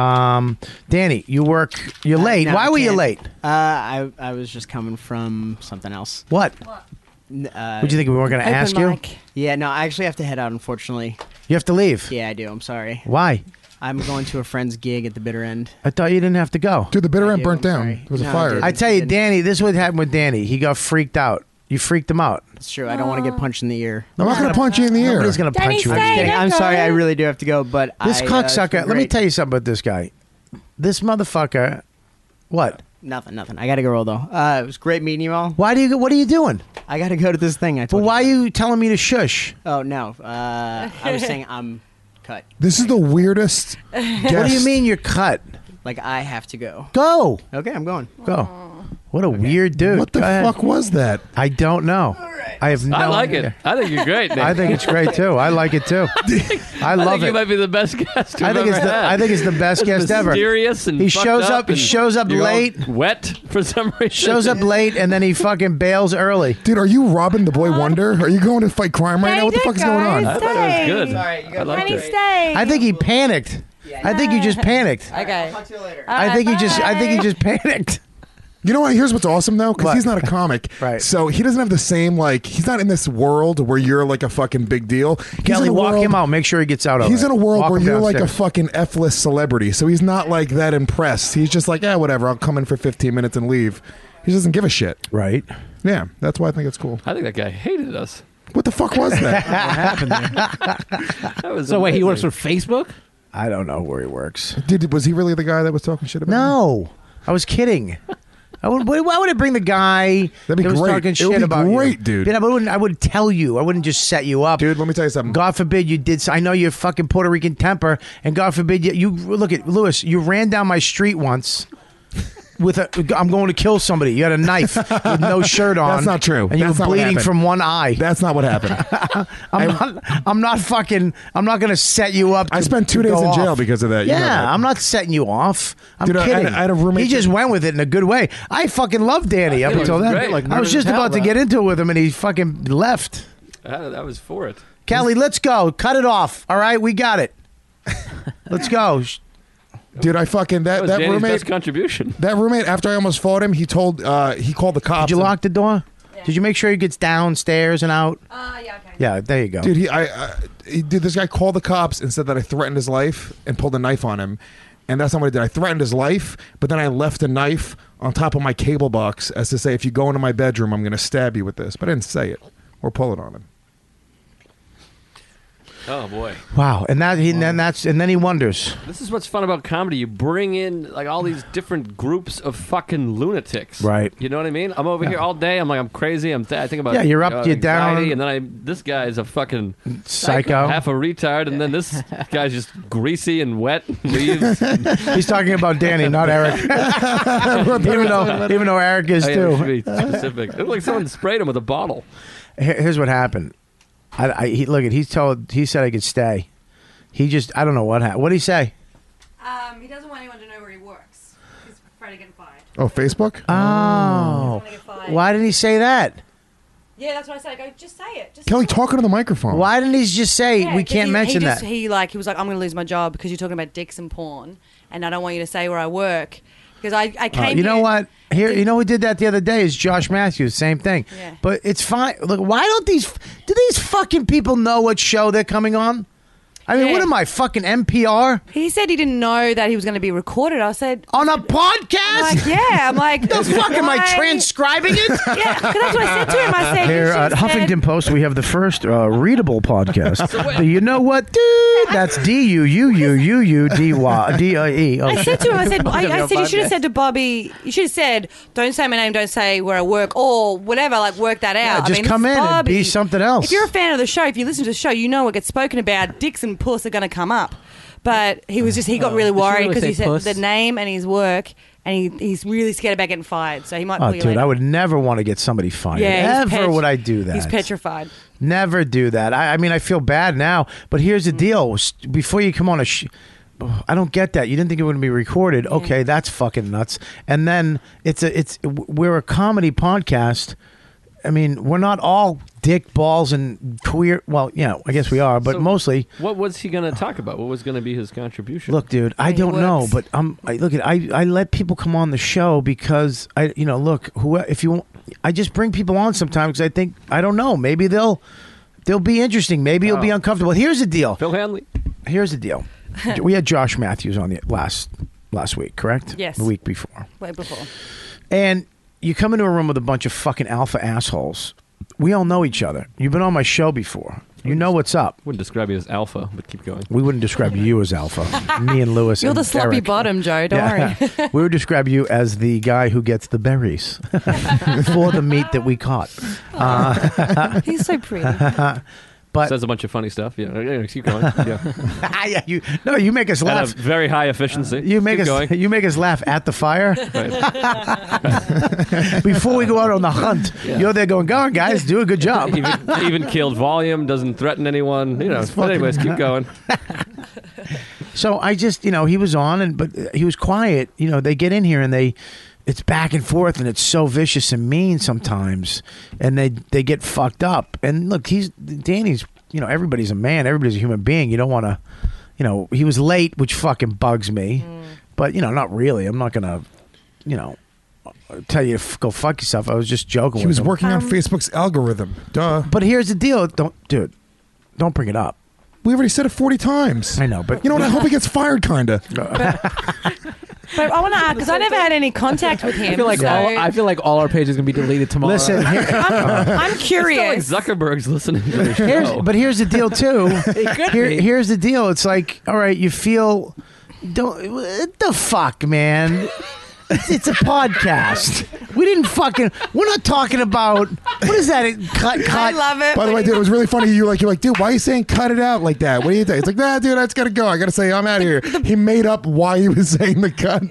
[SPEAKER 3] Um, Danny, you work. You're late.
[SPEAKER 1] Uh, No,
[SPEAKER 3] Why
[SPEAKER 1] I
[SPEAKER 3] were you
[SPEAKER 1] can't.
[SPEAKER 3] late?
[SPEAKER 1] Uh, I I was just coming from something else.
[SPEAKER 3] What?
[SPEAKER 1] N- Uh,
[SPEAKER 3] What'd you think we weren't gonna Open ask you? mic.
[SPEAKER 1] Yeah, no, I actually have to head out. Unfortunately,
[SPEAKER 3] You have to leave.
[SPEAKER 1] yeah, I do. I'm sorry.
[SPEAKER 3] Why?
[SPEAKER 1] I'm going to a friend's gig at the bitter end.
[SPEAKER 3] I thought you didn't have to go. Dude,
[SPEAKER 8] the bitter
[SPEAKER 1] end do, burnt I'm down. sorry. There was a No, I fire. didn't.
[SPEAKER 3] I tell you, Danny, this is what happened with Danny. He got freaked out. You freaked him out.
[SPEAKER 1] It's true. I don't want to get punched in the ear.
[SPEAKER 3] I'm not gonna punch you in the ear. Nobody's gonna Danny, punch you in the
[SPEAKER 1] I'm,
[SPEAKER 3] say
[SPEAKER 1] just kidding.
[SPEAKER 3] no
[SPEAKER 1] I'm sorry.
[SPEAKER 3] good.
[SPEAKER 1] I really do have to go, but
[SPEAKER 3] This
[SPEAKER 1] I, uh, it's
[SPEAKER 3] cocksucker.
[SPEAKER 1] been
[SPEAKER 3] let me
[SPEAKER 1] great.
[SPEAKER 3] tell you something about this guy. This motherfucker. What?
[SPEAKER 1] Nothing. Nothing. I gotta go roll though. Uh, it was great meeting you all.
[SPEAKER 3] Why do you? go- What are you doing?
[SPEAKER 1] I gotta go to this thing. I told
[SPEAKER 3] But why are you telling me to shush?
[SPEAKER 1] Oh no. Uh, I was saying I'm cut.
[SPEAKER 8] This is the weirdest.
[SPEAKER 3] What do you mean you're cut?
[SPEAKER 1] Like I have to go.
[SPEAKER 3] Go.
[SPEAKER 1] Okay, I'm going.
[SPEAKER 3] Go. What a weird dude. What the
[SPEAKER 8] fuck was that?
[SPEAKER 3] I don't know. I have no.
[SPEAKER 7] I like
[SPEAKER 3] idea.
[SPEAKER 7] it. I think you're great. Nick.
[SPEAKER 3] I think it's great too. I like it too. I
[SPEAKER 7] I
[SPEAKER 3] love
[SPEAKER 7] think
[SPEAKER 3] it.
[SPEAKER 7] You might be the best guest.
[SPEAKER 3] I
[SPEAKER 7] we've
[SPEAKER 3] think it's
[SPEAKER 7] ever
[SPEAKER 3] the-
[SPEAKER 7] had.
[SPEAKER 3] I think it's the best
[SPEAKER 7] It's
[SPEAKER 3] guest ever.
[SPEAKER 7] Mysterious and
[SPEAKER 3] He
[SPEAKER 7] fucked
[SPEAKER 3] shows
[SPEAKER 7] up.
[SPEAKER 3] up- he
[SPEAKER 7] and
[SPEAKER 3] shows up
[SPEAKER 7] you're all
[SPEAKER 3] late.
[SPEAKER 7] wet for some reason.
[SPEAKER 3] Shows up late and then he fucking bails early.
[SPEAKER 8] Dude, are you Robin the Boy Wonder? Are you going to fight crime right now? What the fuck is going on?
[SPEAKER 7] I thought that was good.
[SPEAKER 10] Sorry,
[SPEAKER 7] I liked it.
[SPEAKER 3] I think he panicked. I think you just panicked.
[SPEAKER 10] Okay.
[SPEAKER 3] I think he just. I think he just panicked.
[SPEAKER 8] You know what? Here's what's awesome though, because he's not a comic, right? So he doesn't have the same like. He's not in this world where you're like a fucking big deal. He's in
[SPEAKER 3] Kelly,
[SPEAKER 8] a
[SPEAKER 3] walk
[SPEAKER 8] world-
[SPEAKER 3] him out. Make sure he gets out of
[SPEAKER 8] He's
[SPEAKER 3] it.
[SPEAKER 8] in a world
[SPEAKER 3] Walk
[SPEAKER 8] where
[SPEAKER 3] him
[SPEAKER 8] you're like a
[SPEAKER 3] downstairs.
[SPEAKER 8] fucking F-list celebrity, so he's not like that impressed. He's just like, yeah, whatever. I'll come in for 15 minutes and leave. He doesn't give a shit.
[SPEAKER 3] Right.
[SPEAKER 8] Yeah, that's why I think it's cool.
[SPEAKER 7] I think that guy hated us.
[SPEAKER 8] What the fuck was that?
[SPEAKER 7] That was
[SPEAKER 11] So wait, he
[SPEAKER 7] amazing.
[SPEAKER 11] works for Facebook?
[SPEAKER 3] I don't know where he works.
[SPEAKER 8] Did was he really the guy that was talking shit about?
[SPEAKER 3] No, I was kidding. I would, why why would I bring the guy
[SPEAKER 8] That'd be
[SPEAKER 3] that was
[SPEAKER 8] great.
[SPEAKER 3] talking
[SPEAKER 8] It
[SPEAKER 3] shit
[SPEAKER 8] would be
[SPEAKER 3] about
[SPEAKER 8] great,
[SPEAKER 3] you?
[SPEAKER 8] dude.
[SPEAKER 3] Then I wouldn't. I would tell you. I wouldn't just set you up,
[SPEAKER 8] dude. Let me tell you something.
[SPEAKER 3] God forbid you did. s- I know you're fucking Puerto Rican temper, and God forbid you. you look at Lewis. You ran down my street once. With a, I'm going to kill somebody. You had a knife with no shirt on.
[SPEAKER 8] That's not true.
[SPEAKER 3] And you
[SPEAKER 8] That's
[SPEAKER 3] were
[SPEAKER 8] not what
[SPEAKER 3] bleeding
[SPEAKER 8] happened.
[SPEAKER 3] from one eye.
[SPEAKER 8] That's not what happened.
[SPEAKER 3] I'm not. I'm not fucking. I'm not going to set you up.
[SPEAKER 8] I
[SPEAKER 3] to-
[SPEAKER 8] spent two
[SPEAKER 3] to
[SPEAKER 8] days
[SPEAKER 3] go
[SPEAKER 8] in jail
[SPEAKER 3] off.
[SPEAKER 8] because of that. You know that.
[SPEAKER 3] Yeah, I'm not setting you off. I'm
[SPEAKER 8] Dude, I had-
[SPEAKER 3] kidding.
[SPEAKER 8] I had a roommate-
[SPEAKER 3] He just went with it in a good way. I fucking love Danny up
[SPEAKER 7] Yeah,
[SPEAKER 3] until
[SPEAKER 7] it was
[SPEAKER 3] then.
[SPEAKER 7] great. Like
[SPEAKER 3] I
[SPEAKER 7] nervous
[SPEAKER 3] was just
[SPEAKER 7] as hell
[SPEAKER 3] about to
[SPEAKER 7] about
[SPEAKER 3] get into it with him, and he fucking left.
[SPEAKER 7] I, I Uh, was for it.
[SPEAKER 3] Kelly, let's go. Cut it off. All right, we got it.
[SPEAKER 10] Uh,
[SPEAKER 3] let's go.
[SPEAKER 8] Dude, I fucking that
[SPEAKER 7] That was
[SPEAKER 8] that,
[SPEAKER 7] Danny's
[SPEAKER 8] roommate.
[SPEAKER 7] best contribution.
[SPEAKER 8] That roommate, after I almost fought him, he told uh he called the cops.
[SPEAKER 3] Did you lock the door? Did you make sure he gets downstairs and out?
[SPEAKER 10] Uh, yeah, okay.
[SPEAKER 3] Yeah, there you go.
[SPEAKER 8] Dude, he, I, I, he, dude, this guy called the cops and said that I threatened his life and pulled a knife on him, and that's not what I did. I threatened his life, but then I left a knife on top of my cable box as to say, if you go into my bedroom, I'm gonna stab you with this. But I didn't say it or pull it on him.
[SPEAKER 7] Oh boy.
[SPEAKER 3] wow, and that he, and then that's and then he wonders.
[SPEAKER 7] This is what's fun about comedy. You bring in like all these different groups of fucking lunatics.
[SPEAKER 3] Right.
[SPEAKER 7] You know what I mean? I'm over here all day. I'm like, I'm crazy. I'm th- I think about
[SPEAKER 3] Yeah, you're up,
[SPEAKER 7] uh,
[SPEAKER 3] you're down.
[SPEAKER 7] anxiety, and then I this guy is a fucking
[SPEAKER 3] Psycho.
[SPEAKER 7] half a retard, and then this guy's just greasy and wet. and leaves.
[SPEAKER 3] He's talking about Danny, not Eric. even though even though Eric is
[SPEAKER 7] Oh, yeah,
[SPEAKER 3] too.
[SPEAKER 7] we should be specific. It looked like someone sprayed him with a bottle.
[SPEAKER 3] Here- here's what happened. I, I he, look at he told he said I could stay. He just I don't know what happened. What did he say?
[SPEAKER 10] Um, he doesn't want anyone to know where he works. He's afraid of getting fired.
[SPEAKER 8] Oh, Facebook.
[SPEAKER 3] Oh, why didn't he say that?
[SPEAKER 10] Yeah, that's what I said. I go, just say it. Just
[SPEAKER 8] Kelly talking to the microphone.
[SPEAKER 3] Why didn't he just say
[SPEAKER 10] Yeah,
[SPEAKER 3] we
[SPEAKER 10] 'cause
[SPEAKER 3] can't
[SPEAKER 10] he-
[SPEAKER 3] mention
[SPEAKER 10] he just-
[SPEAKER 3] that?
[SPEAKER 10] He like he was like, I'm going to lose my job because you're talking about dicks and porn, and I don't want you to say where I work because I I
[SPEAKER 3] Uh,
[SPEAKER 10] came.
[SPEAKER 3] you know
[SPEAKER 10] here-
[SPEAKER 3] what? Here, you know, who did that the other day. Is Josh Matthews? Same thing.
[SPEAKER 10] Yeah.
[SPEAKER 3] But it's fine. Look, why don't these do these fucking people know what show they're coming on? I mean, what am I fucking NPR?
[SPEAKER 10] He said he didn't know that he was going to be recorded. I said
[SPEAKER 3] on a podcast.
[SPEAKER 10] like, yeah, I'm like
[SPEAKER 3] The fuck am I
[SPEAKER 10] why-
[SPEAKER 3] transcribing it?
[SPEAKER 10] yeah, 'cause that's what I said to him. I said
[SPEAKER 3] Here
[SPEAKER 10] you
[SPEAKER 3] at
[SPEAKER 10] should've said-
[SPEAKER 3] Huffington Post, we have the first uh, readable podcast. But you know what, dude? That's D U U U U U D Y D I E.
[SPEAKER 10] I said to him, I said, I, I said, you should have said to Bobby, you should have said, don't say my name, don't say where I work, or whatever, like work that out.
[SPEAKER 3] Yeah,
[SPEAKER 10] I
[SPEAKER 3] Uh, just
[SPEAKER 10] mean,
[SPEAKER 3] come
[SPEAKER 10] this is
[SPEAKER 3] in and
[SPEAKER 10] Bobby.
[SPEAKER 3] be something else.
[SPEAKER 10] If you're a fan of the show, if you listen to the show, you know what gets spoken about. Dicks and puss are going to come up. But he was just, he
[SPEAKER 3] Oh.
[SPEAKER 10] got really
[SPEAKER 11] Did she
[SPEAKER 10] worried
[SPEAKER 11] really
[SPEAKER 10] because
[SPEAKER 11] say
[SPEAKER 10] he said
[SPEAKER 11] puss?
[SPEAKER 10] the name and his work, and he, he's really scared about getting fired. So he might
[SPEAKER 3] Oh,
[SPEAKER 10] pull you
[SPEAKER 3] dude,
[SPEAKER 10] later.
[SPEAKER 3] I would never want to get somebody fired.
[SPEAKER 10] Yeah, he's
[SPEAKER 3] Ever
[SPEAKER 10] pet-
[SPEAKER 3] would I do that?
[SPEAKER 10] He's petrified.
[SPEAKER 3] Never do that. I, I mean, I feel bad now, but here's the deal. S- Before you come on a sh- Ugh, I don't get that. You didn't think it would be recorded. Okay, that's fucking nuts. And then it's a it's we're a comedy podcast. I mean, we're not all dick balls and queer. Well, yeah, I guess we are, but
[SPEAKER 7] So-
[SPEAKER 3] mostly
[SPEAKER 7] What was he going to talk about? What was going to be his contribution?
[SPEAKER 3] Look, dude, I don't know, but I'm. I, look, at I I let people come on the show because I, you know, look, who if you, want- I just bring people on sometimes because I think I don't know, maybe they'll, they'll be interesting, maybe you'll be
[SPEAKER 7] Oh.
[SPEAKER 3] uncomfortable. Here's the deal,
[SPEAKER 7] Phil Hanley.
[SPEAKER 3] Here's the deal, we had Josh Matthews on the last last week, correct?
[SPEAKER 10] Yes.
[SPEAKER 3] the week before,
[SPEAKER 10] Way before.
[SPEAKER 3] and you come into a room with a bunch of fucking alpha assholes. We all know each other. You've been on my show before. You know what's up.
[SPEAKER 7] Wouldn't describe you as alpha, but keep going.
[SPEAKER 3] We wouldn't describe you as alpha. Me and Lewis.
[SPEAKER 10] You're
[SPEAKER 3] and
[SPEAKER 10] the sloppy
[SPEAKER 3] Eric.
[SPEAKER 10] bottom, Joe. Don't worry.
[SPEAKER 3] worry. we would describe you as the guy who gets the berries for the meat that we caught. Uh,
[SPEAKER 10] He's so pretty.
[SPEAKER 3] but
[SPEAKER 7] Says a bunch of funny stuff. Yeah, yeah, keep going. Yeah.
[SPEAKER 3] yeah, you no, you make us
[SPEAKER 7] At a
[SPEAKER 3] laugh.
[SPEAKER 7] very high efficiency.
[SPEAKER 3] You make
[SPEAKER 7] keep
[SPEAKER 3] us
[SPEAKER 7] going.
[SPEAKER 3] you make us laugh at the fire before we go out on the hunt.
[SPEAKER 7] Yeah.
[SPEAKER 3] You're there going, "Go on, guys, do a good job."
[SPEAKER 7] even, even killed volume. Doesn't threaten anyone. You know.
[SPEAKER 3] It's
[SPEAKER 7] But anyways,
[SPEAKER 3] fucking-
[SPEAKER 7] keep going.
[SPEAKER 3] So I just, you know, he was on, and but he was quiet. You know, they get in here and they, it's back and forth, and it's so vicious and mean sometimes, and they they get fucked up. And look, he's Danny's. You know, everybody's a man. Everybody's a human being. You don't want to, you know, he was late, which fucking bugs me. But you know, not really. I'm not gonna, you know, tell you to f- go fuck yourself. I was just joking.
[SPEAKER 8] He was
[SPEAKER 3] with him.
[SPEAKER 8] working on Facebook's algorithm. Duh.
[SPEAKER 3] But here's the deal. Don't, dude, don't bring it up.
[SPEAKER 8] We already said it 40 times.
[SPEAKER 3] I know, but
[SPEAKER 8] You know what? I hope he gets fired, kinda.
[SPEAKER 10] But I want to ask because I never had any contact with him.
[SPEAKER 11] I feel like
[SPEAKER 10] so
[SPEAKER 11] all I feel like all our pages gonna be deleted tomorrow.
[SPEAKER 3] Listen, uh,
[SPEAKER 10] I'm
[SPEAKER 7] It's
[SPEAKER 10] curious.
[SPEAKER 7] not like Zuckerberg's listening to the show.
[SPEAKER 3] Here's, but here's the deal too.
[SPEAKER 7] It could
[SPEAKER 3] Here-
[SPEAKER 7] be.
[SPEAKER 3] Here's the deal. It's like, all right, you feel don't what the fuck, man. It's it's a podcast. We didn't fucking. We're not talking about what is that? Cut, cut.
[SPEAKER 10] it.
[SPEAKER 8] By the way, dude, it was really funny. You like, you're like, dude, why are you saying cut it out like that? What do you think? It's like, nah, dude, I just gotta go. I gotta say, I'm out of here. He made up why he was saying the cut.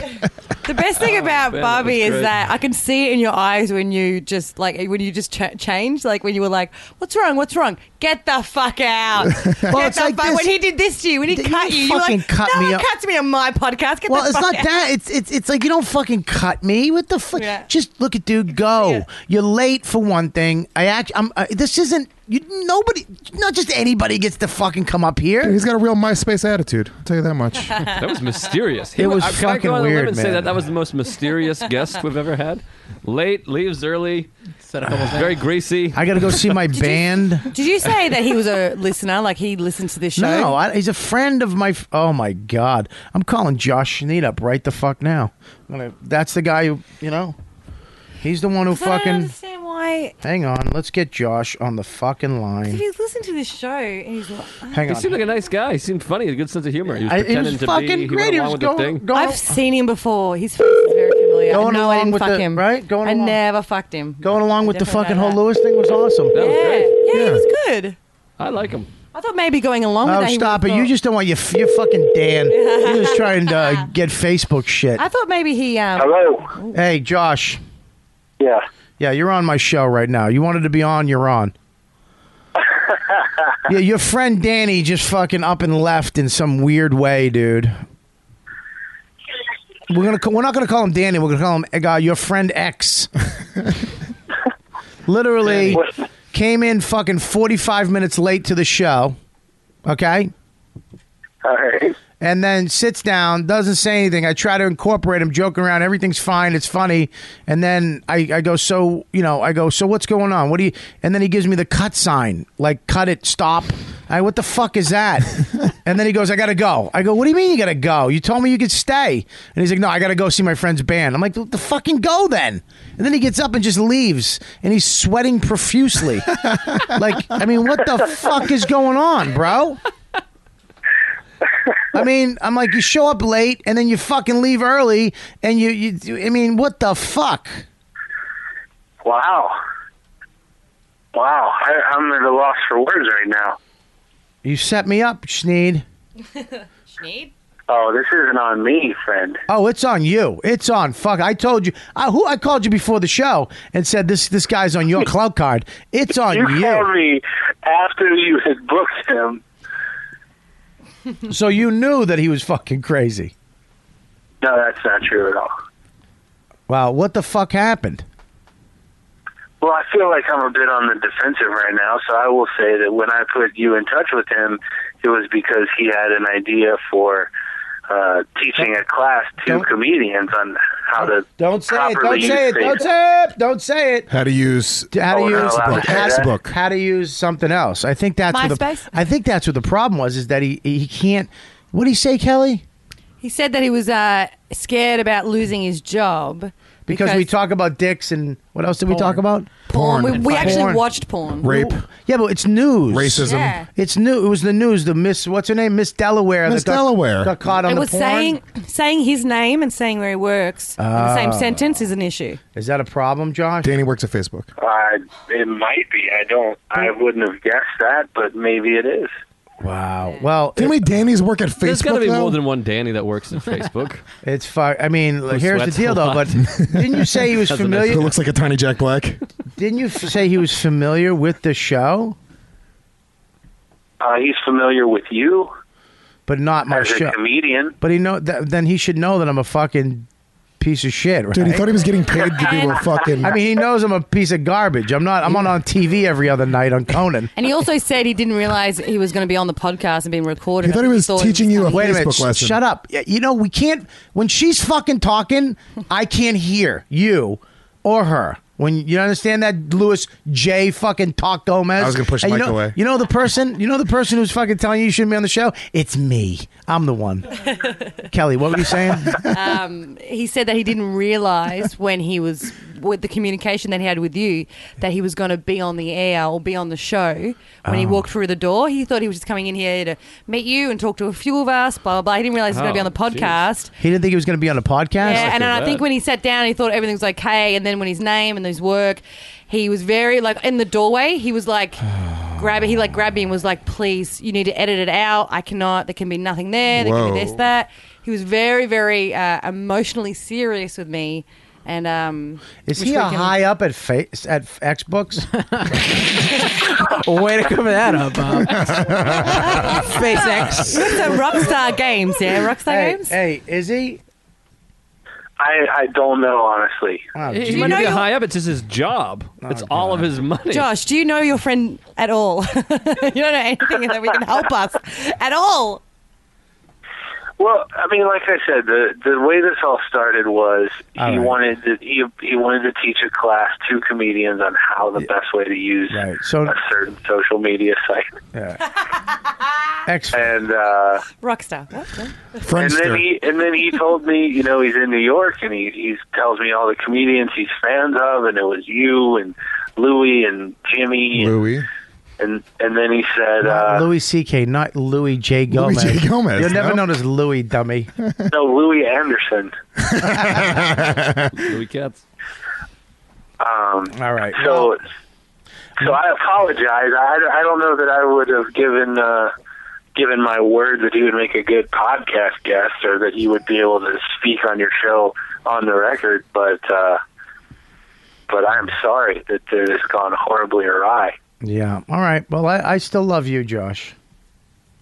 [SPEAKER 10] The best thing about
[SPEAKER 8] man, Oh, that
[SPEAKER 10] Barbie
[SPEAKER 8] was
[SPEAKER 10] is
[SPEAKER 8] great.
[SPEAKER 10] that I can see it in your eyes when you just like when you just ch- change, like when you were like, "What's wrong? What's wrong? Get the fuck out!" Get
[SPEAKER 3] it's
[SPEAKER 10] the
[SPEAKER 3] like
[SPEAKER 10] fuck.
[SPEAKER 3] this.
[SPEAKER 10] When he did this to you, when he cut you, you're
[SPEAKER 3] fucking
[SPEAKER 10] like,
[SPEAKER 3] cut
[SPEAKER 10] "No
[SPEAKER 3] me
[SPEAKER 10] one
[SPEAKER 3] up."
[SPEAKER 10] cuts me on my podcast." Get
[SPEAKER 3] Well,
[SPEAKER 10] the
[SPEAKER 3] it's
[SPEAKER 10] fuck
[SPEAKER 3] not
[SPEAKER 10] out.
[SPEAKER 3] that. It's it's it's like you don't fucking cut me. What the fuck? Just look at dude go. You're late for one thing. I act. I'm. Uh, this isn't. You nobody. Not just anybody gets to fucking come up here.
[SPEAKER 8] Dude, he's got a real MySpace attitude. I'll tell you that much.
[SPEAKER 7] That was mysterious.
[SPEAKER 3] It was
[SPEAKER 7] I- can I go
[SPEAKER 3] fucking
[SPEAKER 7] on a limb
[SPEAKER 3] weird,
[SPEAKER 7] and Say
[SPEAKER 3] man.
[SPEAKER 7] that that was the most mysterious guest we've ever had. Late, leaves early. very greasy.
[SPEAKER 3] I gotta go see my band.
[SPEAKER 10] Did you say that he was a listener? Like he listened to this show?
[SPEAKER 3] No, I, he's a friend of my. f- Oh my god, I'm calling Josh Schneed up right the fuck now. I'm gonna- that's the guy who you know. He's the one who
[SPEAKER 10] 'Cause I don't
[SPEAKER 3] fucking.
[SPEAKER 10] understand why.
[SPEAKER 3] Hang on, let's get Josh on the fucking
[SPEAKER 10] If
[SPEAKER 3] line.
[SPEAKER 10] he's listened to this show and he's like,
[SPEAKER 3] Hang
[SPEAKER 7] he
[SPEAKER 3] on.
[SPEAKER 7] seemed like a nice guy. He seemed funny. He had a good sense of humor. He was
[SPEAKER 3] I- he was
[SPEAKER 7] pretending to
[SPEAKER 3] fucking
[SPEAKER 7] be.
[SPEAKER 3] great.
[SPEAKER 7] He went
[SPEAKER 3] He
[SPEAKER 7] along
[SPEAKER 3] was
[SPEAKER 7] with the
[SPEAKER 3] going-
[SPEAKER 7] thing.
[SPEAKER 10] I've seen him before. His face is very familiar.
[SPEAKER 3] Going
[SPEAKER 10] I know I
[SPEAKER 3] along
[SPEAKER 10] didn't
[SPEAKER 3] with
[SPEAKER 10] fuck
[SPEAKER 3] the-
[SPEAKER 10] him.
[SPEAKER 3] right? Going
[SPEAKER 10] I
[SPEAKER 3] along-
[SPEAKER 10] never fucked him.
[SPEAKER 3] Going along with the
[SPEAKER 10] Definitely
[SPEAKER 3] fucking
[SPEAKER 10] not
[SPEAKER 3] whole Lewis thing was awesome.
[SPEAKER 7] That was great.
[SPEAKER 10] Yeah, yeah, he was good.
[SPEAKER 7] I like him.
[SPEAKER 10] I thought maybe going along with
[SPEAKER 3] Oh,
[SPEAKER 10] that. he
[SPEAKER 3] stop it!
[SPEAKER 10] would've
[SPEAKER 3] You
[SPEAKER 10] thought-
[SPEAKER 3] just don't want your f- your fucking Dan. You're just trying to uh, get Facebook shit.
[SPEAKER 10] I thought maybe he. Um,
[SPEAKER 3] Hello. Hey, Josh.
[SPEAKER 9] Yeah.
[SPEAKER 3] Yeah, you're on my show right now. You wanted to be on, you're on. yeah, your friend Danny just fucking up and left in some weird way, dude. We're gonna ca- we're not gonna call him Danny. We're gonna call him uh, your friend X. Literally came in fucking forty five minutes late to the show. Okay.
[SPEAKER 9] All right.
[SPEAKER 3] And then sits down, doesn't say anything. I try to incorporate him, joking around. Everything's fine. It's funny. And then I, I go, so, you know, I go, so what's going on? What do you, and then he gives me the cut sign, like cut it, stop. I, what the fuck is that? And then he goes, I gotta go. I go, what do you mean you gotta go? You told me you could stay. And he's like, no, I gotta go see my friend's band. I'm like, the the fucking go then. And then he gets up and just leaves, and he's sweating profusely. like, I mean, what the fuck is going on, bro? I mean, I'm like, you show up late and then you fucking leave early, and you, you, you- I mean, what the fuck?
[SPEAKER 9] Wow. Wow. I, I'm at a loss for words right now.
[SPEAKER 3] You set me up, Schneed.
[SPEAKER 17] Schneed?
[SPEAKER 9] Oh, this isn't on me, friend.
[SPEAKER 3] Oh, it's on you. It's on. Fuck. I told you. I, who I called you before the show and said this this guy's on your cloud card. It's on
[SPEAKER 9] you
[SPEAKER 3] you.
[SPEAKER 9] called me after you had booked him.
[SPEAKER 3] So you knew that he was fucking crazy.
[SPEAKER 9] No, that's not true at all.
[SPEAKER 3] Wow. What the fuck happened?
[SPEAKER 9] Well, I feel like I'm a bit on the defensive right now, so I will say that when I put you in touch with him, it was because he had an idea for uh, teaching a class to comedians on how to
[SPEAKER 3] don't say it.
[SPEAKER 9] properly
[SPEAKER 3] Don't say it.
[SPEAKER 9] use
[SPEAKER 3] Don't
[SPEAKER 9] face-
[SPEAKER 3] say it. Don't say it.
[SPEAKER 8] How to use
[SPEAKER 3] How to
[SPEAKER 9] Oh, no,
[SPEAKER 3] use
[SPEAKER 9] I'm not allowed to say
[SPEAKER 3] Facebook. How to use something else. I think that's what the,
[SPEAKER 17] MySpace?
[SPEAKER 3] I think that's what the problem was. Is that he he can't. What did he say, Kelly?
[SPEAKER 10] He said that he was uh, scared about losing his job.
[SPEAKER 3] Because, we talk about dicks and what else did we talk about?
[SPEAKER 10] Porn. We, we actually
[SPEAKER 3] Porn.
[SPEAKER 10] watched porn.
[SPEAKER 3] Yeah, but it's news.
[SPEAKER 8] Racism.
[SPEAKER 10] Yeah.
[SPEAKER 3] It's new. It was the news. The Miss, what's her name? Miss Delaware.
[SPEAKER 8] Miss
[SPEAKER 3] that got-
[SPEAKER 8] Delaware.
[SPEAKER 3] got caught on
[SPEAKER 10] It
[SPEAKER 3] the
[SPEAKER 10] was
[SPEAKER 3] porn.
[SPEAKER 10] saying saying his name and saying where he works in the same
[SPEAKER 3] Ah.
[SPEAKER 10] sentence is an issue.
[SPEAKER 3] Is that a problem, Josh?
[SPEAKER 8] Danny works at Facebook.
[SPEAKER 9] Uh, it might be. I don't. I wouldn't have guessed that, but maybe it is.
[SPEAKER 3] Wow. Well,
[SPEAKER 8] Didn't we Danny's work at Facebook?
[SPEAKER 7] There's got to be
[SPEAKER 8] though?
[SPEAKER 7] more than one Danny that works at Facebook.
[SPEAKER 3] It's far. I mean,
[SPEAKER 7] Who
[SPEAKER 3] here's the
[SPEAKER 7] sweats
[SPEAKER 3] deal,
[SPEAKER 7] a
[SPEAKER 3] though.
[SPEAKER 7] lot.
[SPEAKER 3] But didn't you say he was
[SPEAKER 7] Doesn't
[SPEAKER 3] familiar?
[SPEAKER 8] Who looks like a tiny Jack Black?
[SPEAKER 3] Didn't you f- say he was familiar with the show,
[SPEAKER 9] Uh, he's familiar with you
[SPEAKER 3] but not my
[SPEAKER 9] as a
[SPEAKER 3] show?
[SPEAKER 9] comedian.
[SPEAKER 3] But he know that then he should know that I'm a fucking piece of shit, right?
[SPEAKER 8] Dude, he thought he was getting paid to do a fucking.
[SPEAKER 3] I mean, he knows I'm a piece of garbage. I'm not. I'm on on TV every other night on Conan.
[SPEAKER 17] And he also said he didn't realize he was going to be on the podcast and being recorded. I think
[SPEAKER 8] you a
[SPEAKER 3] Wait a minute,
[SPEAKER 8] Facebook
[SPEAKER 3] sh-
[SPEAKER 8] lesson.
[SPEAKER 3] Shut up. Y- You know we can't. When she's fucking talking, I can't hear you or her. When you understand that, Louis J. Fucking talk Gomez.
[SPEAKER 8] I was gonna push
[SPEAKER 3] And you
[SPEAKER 8] Mike
[SPEAKER 3] know-
[SPEAKER 8] away.
[SPEAKER 3] You know the person. You know the person who's fucking telling you you shouldn't be on the show. It's me. I'm the one. Kelly, what were you saying?
[SPEAKER 17] um, he said that he didn't realize when he was with the communication that he had with you that he was going to be on the air or be on the show when he
[SPEAKER 3] Oh.
[SPEAKER 17] walked through the door. He thought he was just coming in here to meet you and talk to a few of us, blah, blah, blah. He didn't realize he was going to be on the
[SPEAKER 3] Oh,
[SPEAKER 17] podcast.
[SPEAKER 3] He didn't think he was going to be on a podcast.
[SPEAKER 17] Yeah, and then I think when he sat down, he thought everything was okay. And then when his name and his work, he was very like in the doorway. He was like, grab it. He like grabbed me and was like, "Please, you need to edit it out. I cannot. There can be nothing there. There can be this,
[SPEAKER 8] Whoa.
[SPEAKER 17] that." He was very, very uh, emotionally serious with me. And um,
[SPEAKER 3] Is
[SPEAKER 17] which
[SPEAKER 3] he
[SPEAKER 17] we
[SPEAKER 3] a
[SPEAKER 17] can-
[SPEAKER 3] high up at face at Xbox? Way to cover that up,
[SPEAKER 10] SpaceX. With the Rockstar Games, yeah, Rockstar
[SPEAKER 3] hey,
[SPEAKER 10] Games.
[SPEAKER 3] Hey, is he?
[SPEAKER 9] I I don't know honestly.
[SPEAKER 3] Oh,
[SPEAKER 7] He
[SPEAKER 3] gee.
[SPEAKER 7] might not be
[SPEAKER 10] you're-
[SPEAKER 7] high up. It's just his job.
[SPEAKER 3] Oh,
[SPEAKER 7] it's all of his money.
[SPEAKER 10] Josh, do you know your friend at all? you don't know anything that we can help us at all.
[SPEAKER 9] Well, I mean, like I said, the the way this all started was he
[SPEAKER 3] All right.
[SPEAKER 9] wanted to, he he wanted to teach a class to comedians on how the best way to use
[SPEAKER 3] Right, so-
[SPEAKER 9] a certain social media site,
[SPEAKER 3] Yeah. X.
[SPEAKER 9] and uh,
[SPEAKER 10] Rockstar. What?
[SPEAKER 9] and then he and then he told me, you know, he's in New York, and he he tells me all the comedians he's fans of, and it was you and Louie and Jimmy,
[SPEAKER 8] Louis.
[SPEAKER 9] and and then he said,
[SPEAKER 3] Not
[SPEAKER 9] uh,
[SPEAKER 3] Louis C.K., not Louis J.
[SPEAKER 8] Louis
[SPEAKER 3] Gomez.
[SPEAKER 8] J. Gomez,
[SPEAKER 3] You'll never
[SPEAKER 8] no?
[SPEAKER 3] known as Louis, dummy.
[SPEAKER 9] no, Louie Anderson.
[SPEAKER 7] Louis Katz.
[SPEAKER 9] Um,
[SPEAKER 3] All right.
[SPEAKER 9] So, so I apologize. I, I don't know that I would have given uh, given my word that he would make a good podcast guest or that he would be able to speak on your show on the record. But uh, but I'm sorry that it has gone horribly awry.
[SPEAKER 3] Yeah. All right. Well, I, I still love you, Josh.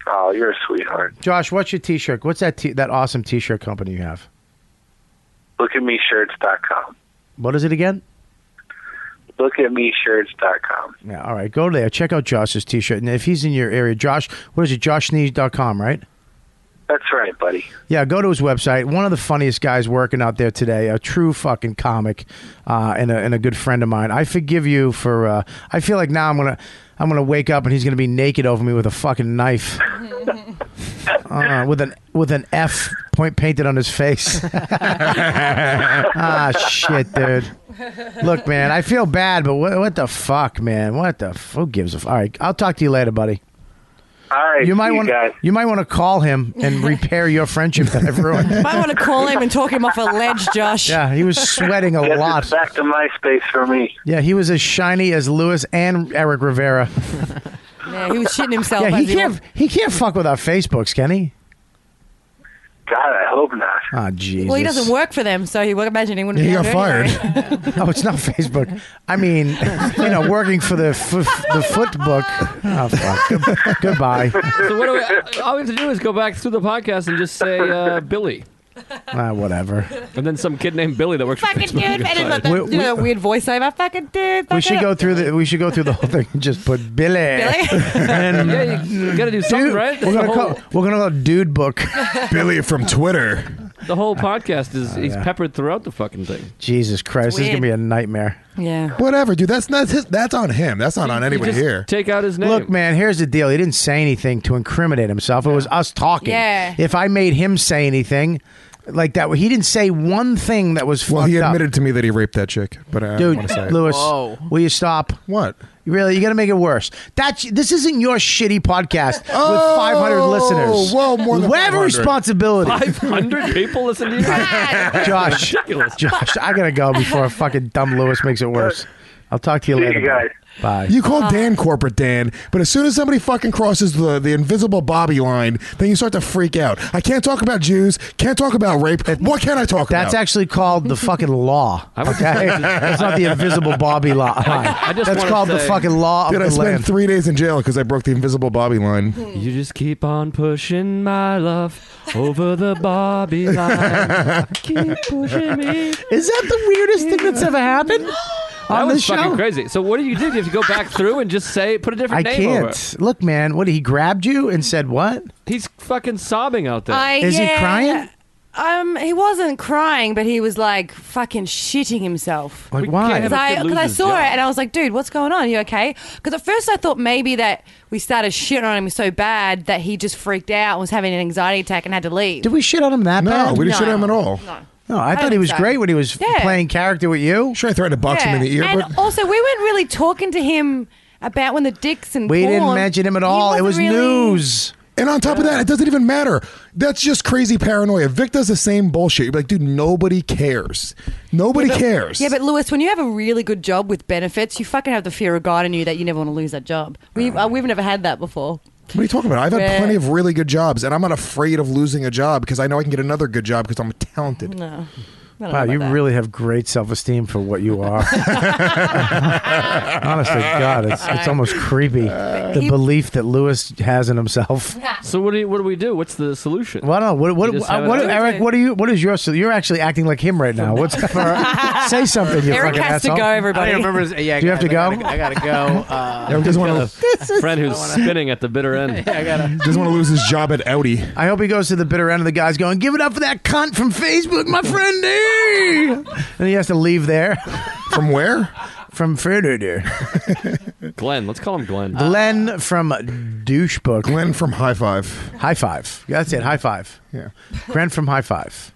[SPEAKER 9] Oh, you're a sweetheart.
[SPEAKER 3] Josh, what's your T-shirt? What's that t- that awesome T-shirt company you have?
[SPEAKER 9] Look at me shirts.com.
[SPEAKER 3] What is it again?
[SPEAKER 9] Look at me shirts.com.
[SPEAKER 3] Yeah. All right. Go there. Check out Josh's T-shirt, and if he's in your area, Josh, what is it? JoshNees.com, right?
[SPEAKER 9] That's right, buddy.
[SPEAKER 3] Yeah, go to his website. One of the funniest guys working out there today, a true fucking comic, uh, and, a, and a good friend of mine. I forgive you for. Uh, I feel like now I'm gonna I'm gonna wake up and he's gonna be naked over me with a fucking knife. uh, with an with an F point painted on his face. ah, shit, dude. Look, man, I feel bad, but what, what the fuck, man? What the? F- who gives a? F- All right, I'll talk to you later, buddy.
[SPEAKER 9] All right,
[SPEAKER 3] you might
[SPEAKER 9] see
[SPEAKER 3] want
[SPEAKER 9] guys.
[SPEAKER 3] you might want to call him and repair your friendship that I've ruined.
[SPEAKER 10] Might want to call him and talk him off a ledge, Josh.
[SPEAKER 3] Yeah, he was sweating a
[SPEAKER 9] Yes,
[SPEAKER 3] lot.
[SPEAKER 9] it's back to MySpace for me.
[SPEAKER 3] Yeah, he was as shiny as Lewis and Eric Rivera.
[SPEAKER 10] Yeah, he was shitting himself.
[SPEAKER 3] yeah,
[SPEAKER 10] as
[SPEAKER 3] he can't he can't fuck with our Facebooks, can he?
[SPEAKER 9] God, I hope not.
[SPEAKER 3] Ah, Jesus.
[SPEAKER 10] Well, he doesn't work for them, so he would imagine he wouldn't.
[SPEAKER 3] Yeah,
[SPEAKER 10] be
[SPEAKER 3] he
[SPEAKER 10] able
[SPEAKER 3] got
[SPEAKER 10] to anyway.
[SPEAKER 3] No, it's not Facebook. I mean, you know, working for the f- the foot book. Oh, fuck. Goodbye.
[SPEAKER 7] So what do we, all we have to do is go back through the podcast and just say uh, Billy,
[SPEAKER 3] Ah, whatever.
[SPEAKER 7] and then some kid named Billy that works for
[SPEAKER 10] Fucking dude,
[SPEAKER 7] Facebook.
[SPEAKER 10] and
[SPEAKER 7] gets
[SPEAKER 10] then
[SPEAKER 7] fired.
[SPEAKER 10] the- you know, weird voiceover. Fucking dude.
[SPEAKER 3] We
[SPEAKER 10] fucking-
[SPEAKER 3] should go through the we should go through the whole thing and just put Billy. and
[SPEAKER 7] yeah, you, you gotta do something,
[SPEAKER 3] dude,
[SPEAKER 7] right?
[SPEAKER 3] We're gonna
[SPEAKER 7] the, whole,
[SPEAKER 3] call we're gonna call it dude book.
[SPEAKER 8] Billy from Twitter.
[SPEAKER 7] the whole podcast is he's
[SPEAKER 3] yeah.
[SPEAKER 7] peppered throughout the fucking thing.
[SPEAKER 3] Jesus Christ, this is gonna be a nightmare.
[SPEAKER 10] Yeah.
[SPEAKER 8] Whatever, dude. That's not his, that's on him. That's not on anybody here.
[SPEAKER 7] Take out his name.
[SPEAKER 3] Look, man, here's the deal. He didn't say anything to incriminate himself. It was us talking.
[SPEAKER 10] Yeah.
[SPEAKER 3] If I made him say anything like that, he didn't say one thing that was
[SPEAKER 8] Well,
[SPEAKER 3] fucked
[SPEAKER 8] he
[SPEAKER 3] up.
[SPEAKER 8] admitted to me that he raped that chick, but I don't want
[SPEAKER 3] Dude,
[SPEAKER 8] to say it.
[SPEAKER 3] Lewis, will you stop?
[SPEAKER 8] What?
[SPEAKER 3] You really, you're gonna make it worse. That's this isn't your shitty podcast
[SPEAKER 8] Oh,
[SPEAKER 3] with 500 listeners.
[SPEAKER 8] whoa, more than
[SPEAKER 3] We have a
[SPEAKER 8] 500.
[SPEAKER 3] responsibility.
[SPEAKER 7] Five hundred people listen to you.
[SPEAKER 3] Josh,
[SPEAKER 7] ridiculous.
[SPEAKER 3] Josh, I gotta go before fucking dumb Lewis makes it worse. I'll talk to you
[SPEAKER 9] See you
[SPEAKER 3] later.
[SPEAKER 9] guys.
[SPEAKER 3] Bye.
[SPEAKER 8] You call Dan corporate Dan, but as soon as somebody fucking crosses the, the invisible Bobby line, then you start to freak out. I can't talk about Jews. Can't talk about rape. What can I talk
[SPEAKER 3] That's
[SPEAKER 8] about?
[SPEAKER 3] actually called the fucking law.
[SPEAKER 7] I would-
[SPEAKER 3] Okay, that's not the invisible Bobby law.
[SPEAKER 7] I just
[SPEAKER 3] that's
[SPEAKER 7] wanna
[SPEAKER 3] called the
[SPEAKER 7] say-
[SPEAKER 3] fucking law of
[SPEAKER 8] Dude, I
[SPEAKER 3] the
[SPEAKER 8] spent
[SPEAKER 3] land.
[SPEAKER 8] three days in jail because I broke the invisible Bobby line.
[SPEAKER 7] You just keep on pushing my love over the Bobby line. keep pushing me.
[SPEAKER 3] Is that the weirdest thing that's ever happened
[SPEAKER 7] That
[SPEAKER 3] on
[SPEAKER 7] was
[SPEAKER 3] the show?
[SPEAKER 7] fucking crazy. So what do you do? Do you have to go back through and just say put a
[SPEAKER 3] I
[SPEAKER 7] different name over? it?
[SPEAKER 3] can't. Look, man, what he grabbed you and said what?
[SPEAKER 7] He's fucking sobbing out there.
[SPEAKER 10] I,
[SPEAKER 3] Is he
[SPEAKER 10] yeah,
[SPEAKER 3] crying?
[SPEAKER 10] Um, he wasn't crying, but he was like fucking shitting himself.
[SPEAKER 3] Like
[SPEAKER 7] We
[SPEAKER 3] why?
[SPEAKER 7] can't have
[SPEAKER 10] Because
[SPEAKER 7] a
[SPEAKER 10] I,
[SPEAKER 7] kid
[SPEAKER 10] cause
[SPEAKER 7] lose
[SPEAKER 10] I
[SPEAKER 7] his
[SPEAKER 10] saw
[SPEAKER 7] job.
[SPEAKER 10] it and I was like, dude, what's going on? Are you okay? Because at first I thought maybe that we started shitting on him so bad that he just freaked out and was having an anxiety attack and had to leave.
[SPEAKER 3] Did we shit on him that
[SPEAKER 8] No,
[SPEAKER 3] bad?
[SPEAKER 8] we didn't shoot him at all.
[SPEAKER 3] No, I,
[SPEAKER 10] I
[SPEAKER 3] thought he
[SPEAKER 10] think
[SPEAKER 3] was
[SPEAKER 10] so.
[SPEAKER 3] great when he was
[SPEAKER 10] Yeah.
[SPEAKER 3] playing character with you.
[SPEAKER 8] Sure, I threatened to box him in the ear,
[SPEAKER 10] and
[SPEAKER 8] but
[SPEAKER 10] also, we weren't really talking to him about when the dicks and
[SPEAKER 3] We didn't
[SPEAKER 10] porn-
[SPEAKER 3] mention him at
[SPEAKER 10] He
[SPEAKER 3] all. It
[SPEAKER 10] wasn't
[SPEAKER 3] was
[SPEAKER 10] really-
[SPEAKER 3] news.
[SPEAKER 8] And on top of that, it doesn't even matter. That's just crazy paranoia. Vic does the same bullshit. You're like, dude, nobody cares. Nobody cares.
[SPEAKER 10] Yeah, but Lewis, when you have a really good job with benefits, you fucking have the fear of God in you that you never want to lose that job. We've uh, we've never had that before.
[SPEAKER 8] what are you talking about? I've had
[SPEAKER 10] Yeah.
[SPEAKER 8] plenty of really good jobs, and I'm not afraid of losing a job because I know I can get another good job because I'm talented.
[SPEAKER 10] No. I don't know
[SPEAKER 3] Wow,
[SPEAKER 10] about
[SPEAKER 3] you
[SPEAKER 10] that.
[SPEAKER 3] really have great self esteem for what you are. Honestly, God, it's, it's almost creepy. The
[SPEAKER 10] he-
[SPEAKER 3] belief that Lewis has in himself.
[SPEAKER 7] So what do you, what do we do? What's the solution?
[SPEAKER 3] Well, no, what, what,
[SPEAKER 7] You just
[SPEAKER 3] uh,
[SPEAKER 7] have it
[SPEAKER 3] what-
[SPEAKER 7] out.
[SPEAKER 3] Eric? What are you? What is your? sol- You're actually acting like him right now. What's say something? You
[SPEAKER 10] Eric
[SPEAKER 3] fucking
[SPEAKER 10] has to
[SPEAKER 3] asshole.
[SPEAKER 10] go,
[SPEAKER 11] I
[SPEAKER 10] everybody.
[SPEAKER 11] don't remember. His, yeah,
[SPEAKER 3] Do you have
[SPEAKER 11] guys,
[SPEAKER 3] to
[SPEAKER 11] I
[SPEAKER 3] go?
[SPEAKER 11] Gotta, I gotta go. Uh,
[SPEAKER 8] Everyone just want to
[SPEAKER 7] Friend who's spinning at the bitter end.
[SPEAKER 11] I gotta.
[SPEAKER 8] just want to lose his job at Audi.
[SPEAKER 3] I hope he goes to the bitter end of the guys going, "Give it up for that cunt from Facebook, my friend." eh?" and he has to leave there
[SPEAKER 8] From where?
[SPEAKER 3] from further.
[SPEAKER 7] Glenn, let's call him Glenn.
[SPEAKER 3] Glenn from Douchebook.
[SPEAKER 8] Glenn from High Five.
[SPEAKER 3] High five. That's it. High five.
[SPEAKER 8] Yeah.
[SPEAKER 3] Glenn from High Five.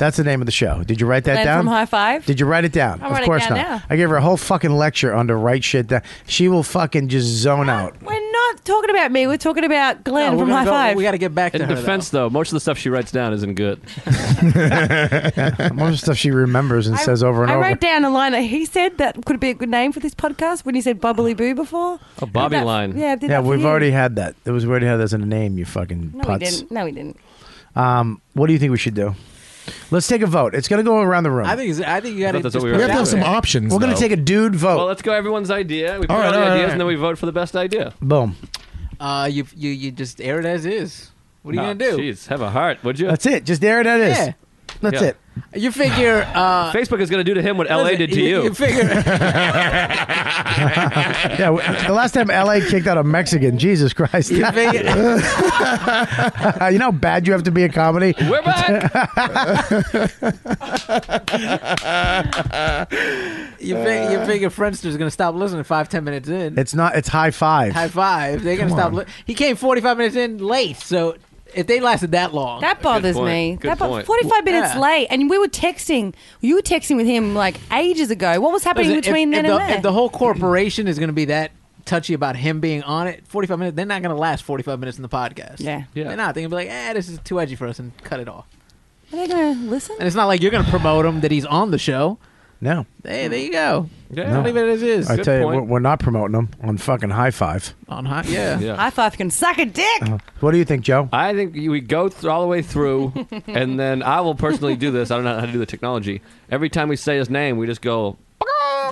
[SPEAKER 3] That's the name of the show. Did you write that
[SPEAKER 10] Glenn
[SPEAKER 3] down?
[SPEAKER 10] from High Five?
[SPEAKER 3] Did you write it down?
[SPEAKER 10] I'll
[SPEAKER 3] of
[SPEAKER 10] write it
[SPEAKER 3] course
[SPEAKER 10] down
[SPEAKER 3] not.
[SPEAKER 10] now.
[SPEAKER 3] I gave her a whole fucking lecture on to write shit down. She will fucking just zone out.
[SPEAKER 10] We're not talking about me. We're talking about Glenn
[SPEAKER 11] No, we're
[SPEAKER 10] from
[SPEAKER 11] gonna
[SPEAKER 10] High
[SPEAKER 11] go-
[SPEAKER 10] Five.
[SPEAKER 11] We gotta get back to
[SPEAKER 7] In
[SPEAKER 11] her.
[SPEAKER 7] defense, though. most of the stuff she writes down isn't good.
[SPEAKER 3] Most of the stuff she remembers and
[SPEAKER 10] I-
[SPEAKER 3] says over and
[SPEAKER 10] I
[SPEAKER 3] over.
[SPEAKER 10] wrote down a line that he said that could be a good name for this podcast when he said bubbly boo before.
[SPEAKER 7] A Oh, Bobby
[SPEAKER 10] That-
[SPEAKER 7] line.
[SPEAKER 10] Yeah, I did
[SPEAKER 3] yeah,
[SPEAKER 10] that for
[SPEAKER 3] we've
[SPEAKER 10] you.
[SPEAKER 3] already had that. It was we already had that as a name. You fucking
[SPEAKER 10] No,
[SPEAKER 3] putz.
[SPEAKER 10] we didn't. No, we didn't.
[SPEAKER 3] Um, what do you think we should do? Let's take a vote. It's gonna go around the room.
[SPEAKER 11] though. I think. it's- I think you gotta.
[SPEAKER 7] thought that's
[SPEAKER 11] Just
[SPEAKER 7] what we were
[SPEAKER 11] put
[SPEAKER 8] We have
[SPEAKER 11] it
[SPEAKER 8] to
[SPEAKER 11] out
[SPEAKER 8] have some
[SPEAKER 11] there.
[SPEAKER 8] options.
[SPEAKER 3] We're gonna
[SPEAKER 8] though.
[SPEAKER 3] take a dude vote.
[SPEAKER 7] Well, let's go everyone's idea. We put
[SPEAKER 8] All right,
[SPEAKER 7] all the
[SPEAKER 8] all right,
[SPEAKER 7] ideas
[SPEAKER 8] all right.
[SPEAKER 7] and then we vote for the best idea.
[SPEAKER 3] Boom.
[SPEAKER 11] Uh, you you you just air it as is. What are you
[SPEAKER 7] Nah,
[SPEAKER 11] gonna do?
[SPEAKER 7] Ah, Jeez, have a heart, would you?
[SPEAKER 3] That's it. Just there. That is.
[SPEAKER 11] Yeah.
[SPEAKER 3] That's
[SPEAKER 7] Yeah.
[SPEAKER 3] it.
[SPEAKER 11] You figure. Uh,
[SPEAKER 7] Facebook is going to do to him what LA
[SPEAKER 11] listen,
[SPEAKER 7] did to you.
[SPEAKER 11] You figure.
[SPEAKER 3] Yeah, w- the last time LA kicked out a Mexican, Jesus Christ.
[SPEAKER 11] You figure.
[SPEAKER 3] you know how bad you have to be in comedy?
[SPEAKER 7] We're back.
[SPEAKER 11] You figure. You figure. Friendster's gonna stop listening five ten minutes in.
[SPEAKER 3] It's not, it's high five.
[SPEAKER 11] High five. They're gonna stop. Li- he came forty five minutes in late, so if they lasted that long,
[SPEAKER 10] That bothers me. that bo- 45 minutes
[SPEAKER 11] Yeah.
[SPEAKER 10] late, and we were texting. You were texting with him like ages ago. What was happening
[SPEAKER 11] Listen, if-
[SPEAKER 10] between
[SPEAKER 11] if,
[SPEAKER 10] then
[SPEAKER 11] the,
[SPEAKER 10] and there?
[SPEAKER 11] if the whole corporation is going to be that touchy about him being on it, 45 minutes, they're not going to last 45 minutes in the podcast.
[SPEAKER 10] Yeah.
[SPEAKER 11] yeah. They're not. They're going to be like, eh, this is too edgy for us and cut it off.
[SPEAKER 10] Are they going to listen?
[SPEAKER 11] And it's not like you're going to promote him that he's on the show.
[SPEAKER 19] No.
[SPEAKER 11] Hey, there you go.
[SPEAKER 19] Yeah.
[SPEAKER 11] Don't leave it as is.
[SPEAKER 19] I tell you, we're, we're not promoting them on fucking high five.
[SPEAKER 11] On high,
[SPEAKER 10] High five can suck a dick.
[SPEAKER 19] What do you think, Joe?
[SPEAKER 7] I think we go th- all the way through, and then I will personally do this. I don't know how to do the technology. Every time we say his name, we just go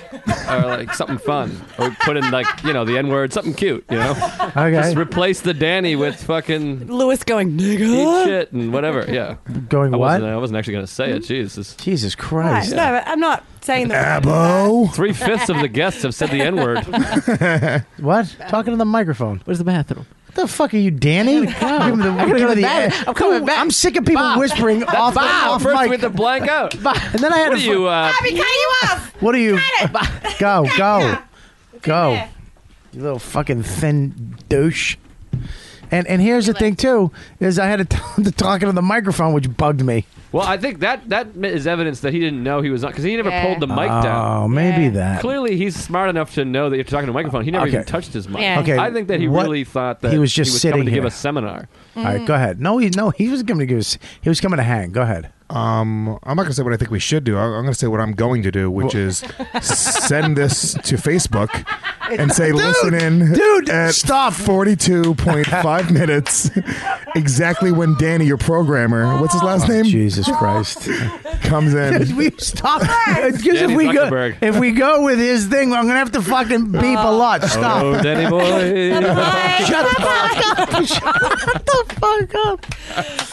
[SPEAKER 7] or like something fun, or we put in like you know the N word, something cute, you know.
[SPEAKER 19] Okay.
[SPEAKER 7] Just replace the Danny with fucking
[SPEAKER 10] Lewis going
[SPEAKER 7] eat
[SPEAKER 10] nigga.
[SPEAKER 7] shit and whatever. Yeah.
[SPEAKER 19] Going
[SPEAKER 7] I
[SPEAKER 19] what?
[SPEAKER 7] Wasn't, I wasn't actually gonna say it. Jesus.
[SPEAKER 19] Jesus
[SPEAKER 10] Right.
[SPEAKER 19] Christ.
[SPEAKER 10] No, I'm not saying
[SPEAKER 19] Ah.
[SPEAKER 10] that.
[SPEAKER 7] Three fifths of the guests have said the N word.
[SPEAKER 3] what? Talking to the microphone.
[SPEAKER 11] Where's the bathroom?
[SPEAKER 3] What the fuck are you, Danny? Give him the-
[SPEAKER 11] gotta
[SPEAKER 3] give
[SPEAKER 11] go
[SPEAKER 3] him
[SPEAKER 11] to
[SPEAKER 3] the-
[SPEAKER 11] the bathroom. I'm coming back.
[SPEAKER 3] I'm sick of people
[SPEAKER 11] Bob.
[SPEAKER 3] whispering
[SPEAKER 11] That's
[SPEAKER 3] off,
[SPEAKER 11] Bob.
[SPEAKER 3] off
[SPEAKER 11] First
[SPEAKER 3] mic.
[SPEAKER 11] with the
[SPEAKER 7] blank out.
[SPEAKER 3] And then I had
[SPEAKER 7] What
[SPEAKER 3] a
[SPEAKER 7] are you? Uh,
[SPEAKER 3] What are you? Go, go, go. You little fucking thin douche. And and here's the thing too is I had to tell him to talk into the microphone, which bugged me.
[SPEAKER 7] well, I think that that is evidence that he didn't know he was on because he never
[SPEAKER 10] Yeah.
[SPEAKER 7] pulled the mic down.
[SPEAKER 3] Oh, maybe that.
[SPEAKER 7] Clearly, he's smart enough to know that you're talking to a microphone. He never
[SPEAKER 3] Okay.
[SPEAKER 7] even touched his mic.
[SPEAKER 3] Yeah. Okay,
[SPEAKER 7] I think that he
[SPEAKER 3] what-
[SPEAKER 7] really thought that
[SPEAKER 3] he was just
[SPEAKER 7] coming
[SPEAKER 3] sitting
[SPEAKER 7] to give
[SPEAKER 3] here.
[SPEAKER 7] a seminar.
[SPEAKER 3] All
[SPEAKER 8] Mm.
[SPEAKER 3] right, go ahead. No, he no, he was coming to give us. He was coming to hang. Go ahead.
[SPEAKER 8] Um, I'm not gonna say what I think we should do. I- I'm gonna say what I'm going to do, which
[SPEAKER 3] Well-
[SPEAKER 8] is send this to Facebook and say, "Listen in, dude, at stop 42.5 minutes, exactly when Danny, your programmer, what's his last name?
[SPEAKER 3] Oh, Jesus Christ,
[SPEAKER 8] comes in.
[SPEAKER 3] we stop. Because if
[SPEAKER 8] Danny
[SPEAKER 3] we
[SPEAKER 8] Zuckerberg.
[SPEAKER 3] go, if we go with his thing, I'm gonna have to fucking beep a lot. Stop.
[SPEAKER 7] Oh, Danny boy.
[SPEAKER 3] Shut the fuck up.
[SPEAKER 10] Shut the fuck up.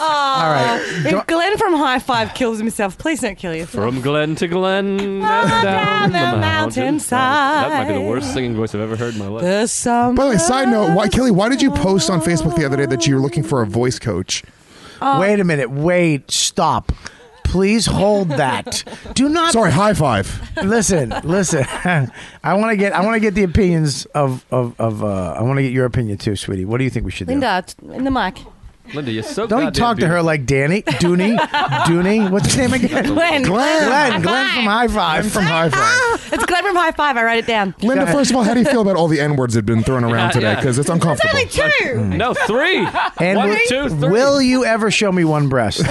[SPEAKER 10] Oh, All
[SPEAKER 3] right.
[SPEAKER 10] If Glenn from High Five kills himself, please don't kill yourself.
[SPEAKER 7] From Glen to Glen, and down,
[SPEAKER 10] down the
[SPEAKER 7] mountainside. That might be the
[SPEAKER 10] mountainside.
[SPEAKER 7] worst singing voice I've ever heard in my life.
[SPEAKER 8] By the way, side note, why, Kelly, why did you post on Facebook the other day that you were looking for a voice coach?
[SPEAKER 3] Wait a minute. Wait. Stop. Please hold that. Do not.
[SPEAKER 8] Sorry, high five.
[SPEAKER 3] Listen, listen. I want to get. I want to get the opinions of of of. Uh, I want to get your opinion too, sweetie. What do you think we should
[SPEAKER 10] Linda, t- in the mic.
[SPEAKER 7] Linda, you're so
[SPEAKER 3] do? Don't you
[SPEAKER 7] goddamn
[SPEAKER 3] talk to her
[SPEAKER 7] beautiful.
[SPEAKER 3] like Danny, Dooney, Dooney. What's his name again?
[SPEAKER 10] Glenn.
[SPEAKER 3] Glenn. Glenn. Glenn from High Five.
[SPEAKER 8] Glenn from High Five.
[SPEAKER 10] It's Glenn from High Five. I write it down.
[SPEAKER 8] Linda, first of all, how do you feel about all the N words that have been thrown around
[SPEAKER 7] Yeah,
[SPEAKER 8] today?
[SPEAKER 7] yeah.
[SPEAKER 8] Because it's uncomfortable.
[SPEAKER 10] It's only two.
[SPEAKER 7] No, three.
[SPEAKER 3] And
[SPEAKER 7] One,
[SPEAKER 3] will,
[SPEAKER 7] two, three.
[SPEAKER 3] will you ever show me one breast?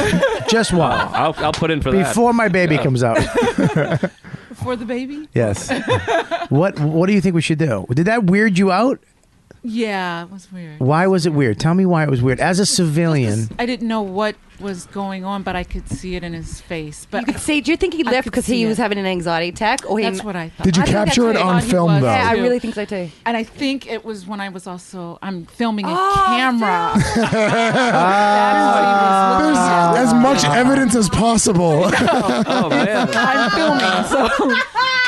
[SPEAKER 3] Just one.
[SPEAKER 7] I'll, I'll put in for that.
[SPEAKER 3] Before my baby
[SPEAKER 7] Yeah.
[SPEAKER 3] comes out.
[SPEAKER 20] For the baby?
[SPEAKER 3] yes. What What do you think we should do? Did that weird you out?
[SPEAKER 20] Yeah, it was weird.
[SPEAKER 3] Why was it weird? Tell me why it was weird. As a civilian,
[SPEAKER 20] I didn't know what was going on, but I could see it in his face. But
[SPEAKER 10] You could see. Do you think he
[SPEAKER 20] I
[SPEAKER 10] left
[SPEAKER 20] could
[SPEAKER 10] because he
[SPEAKER 20] see
[SPEAKER 10] was
[SPEAKER 20] it.
[SPEAKER 10] having an anxiety attack, or he?
[SPEAKER 20] That's what I thought.
[SPEAKER 8] Did you
[SPEAKER 20] I think
[SPEAKER 8] capture
[SPEAKER 20] that's
[SPEAKER 8] it
[SPEAKER 20] what
[SPEAKER 8] on
[SPEAKER 20] I thought he
[SPEAKER 8] film,
[SPEAKER 20] was,
[SPEAKER 8] though?
[SPEAKER 10] Yeah, I
[SPEAKER 20] too.
[SPEAKER 10] really think so too.
[SPEAKER 20] And I think it was when I was also I'm filming a
[SPEAKER 10] Oh,
[SPEAKER 20] camera.
[SPEAKER 8] There's as much evidence as possible.
[SPEAKER 7] oh man.
[SPEAKER 20] I'm filming, so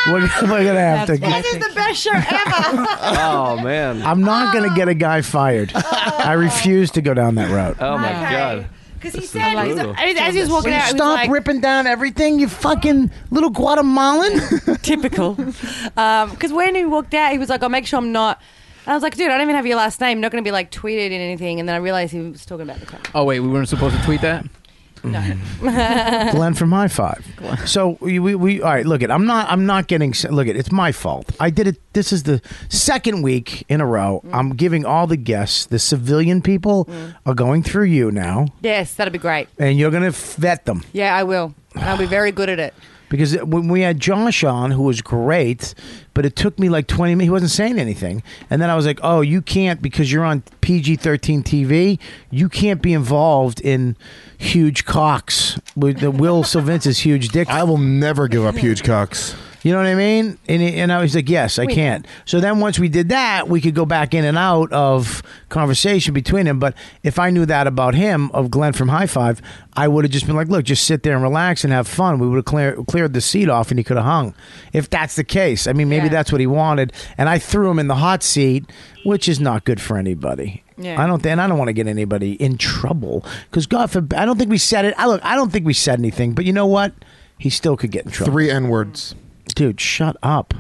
[SPEAKER 3] we're, we're gonna have to.
[SPEAKER 20] That's what I think.
[SPEAKER 10] the best show ever.
[SPEAKER 7] Oh man.
[SPEAKER 3] I'm not gonna get a guy fired. I refuse to go down that route.
[SPEAKER 7] Oh my
[SPEAKER 10] Okay.
[SPEAKER 7] god.
[SPEAKER 10] Because he
[SPEAKER 7] This is
[SPEAKER 10] said,
[SPEAKER 7] brutal.
[SPEAKER 10] he's- I mean, as he was
[SPEAKER 3] Will
[SPEAKER 10] walking
[SPEAKER 3] you
[SPEAKER 10] out, he was
[SPEAKER 3] stop
[SPEAKER 10] like,
[SPEAKER 3] ripping down everything, you fucking little Guatemalan.
[SPEAKER 10] typical. Because when he walked out, he was like, "I'll make sure I'm not." And I was like, "Dude, I don't even have your last name. Not going to be like tweeted in anything." And then I realized he was talking about the camera.
[SPEAKER 11] Oh, wait, we weren't supposed to tweet that?
[SPEAKER 3] Glenn from High Five. So we, we, we all right. Look it. I'm not. I'm not getting. s- Look it. It's my fault. I did it. This is the second week in a row. I'm giving all the guests. The civilian people are going through you now,
[SPEAKER 10] Yes, that'd be great.
[SPEAKER 3] and you're gonna vet them
[SPEAKER 10] Yeah, I will. And I'll be very good at it.
[SPEAKER 3] because when we had Josh on, who was great, but it took me like 20 minutes. He wasn't saying anything, and then I was like, "Oh, you can't because you're on PG-13 TV. You can't be involved in huge cocks with the Will Silvince's huge dick."
[SPEAKER 8] I will never give up huge cocks.
[SPEAKER 3] You know what I mean? And, he- and I was like, yes, I
[SPEAKER 10] Wait.
[SPEAKER 3] can't. So then once we did that, we could go back in and out of conversation between him. But if I knew that about him, of Glenn from High Five, I would have just been like, look, just sit there and relax and have fun. We would have clear, cleared the seat off and he could have hung. If that's the case, I mean, maybe
[SPEAKER 10] Yeah.
[SPEAKER 3] that's what he wanted. And I threw him in the hot seat, which is not good for anybody.
[SPEAKER 10] Yeah.
[SPEAKER 3] I don't think, and I don't want to get anybody in trouble because God forbid, I don't think we said it. I look, I don't think we said anything, but you know what? He still could get in trouble.
[SPEAKER 8] Three N words.
[SPEAKER 3] Dude, shut up.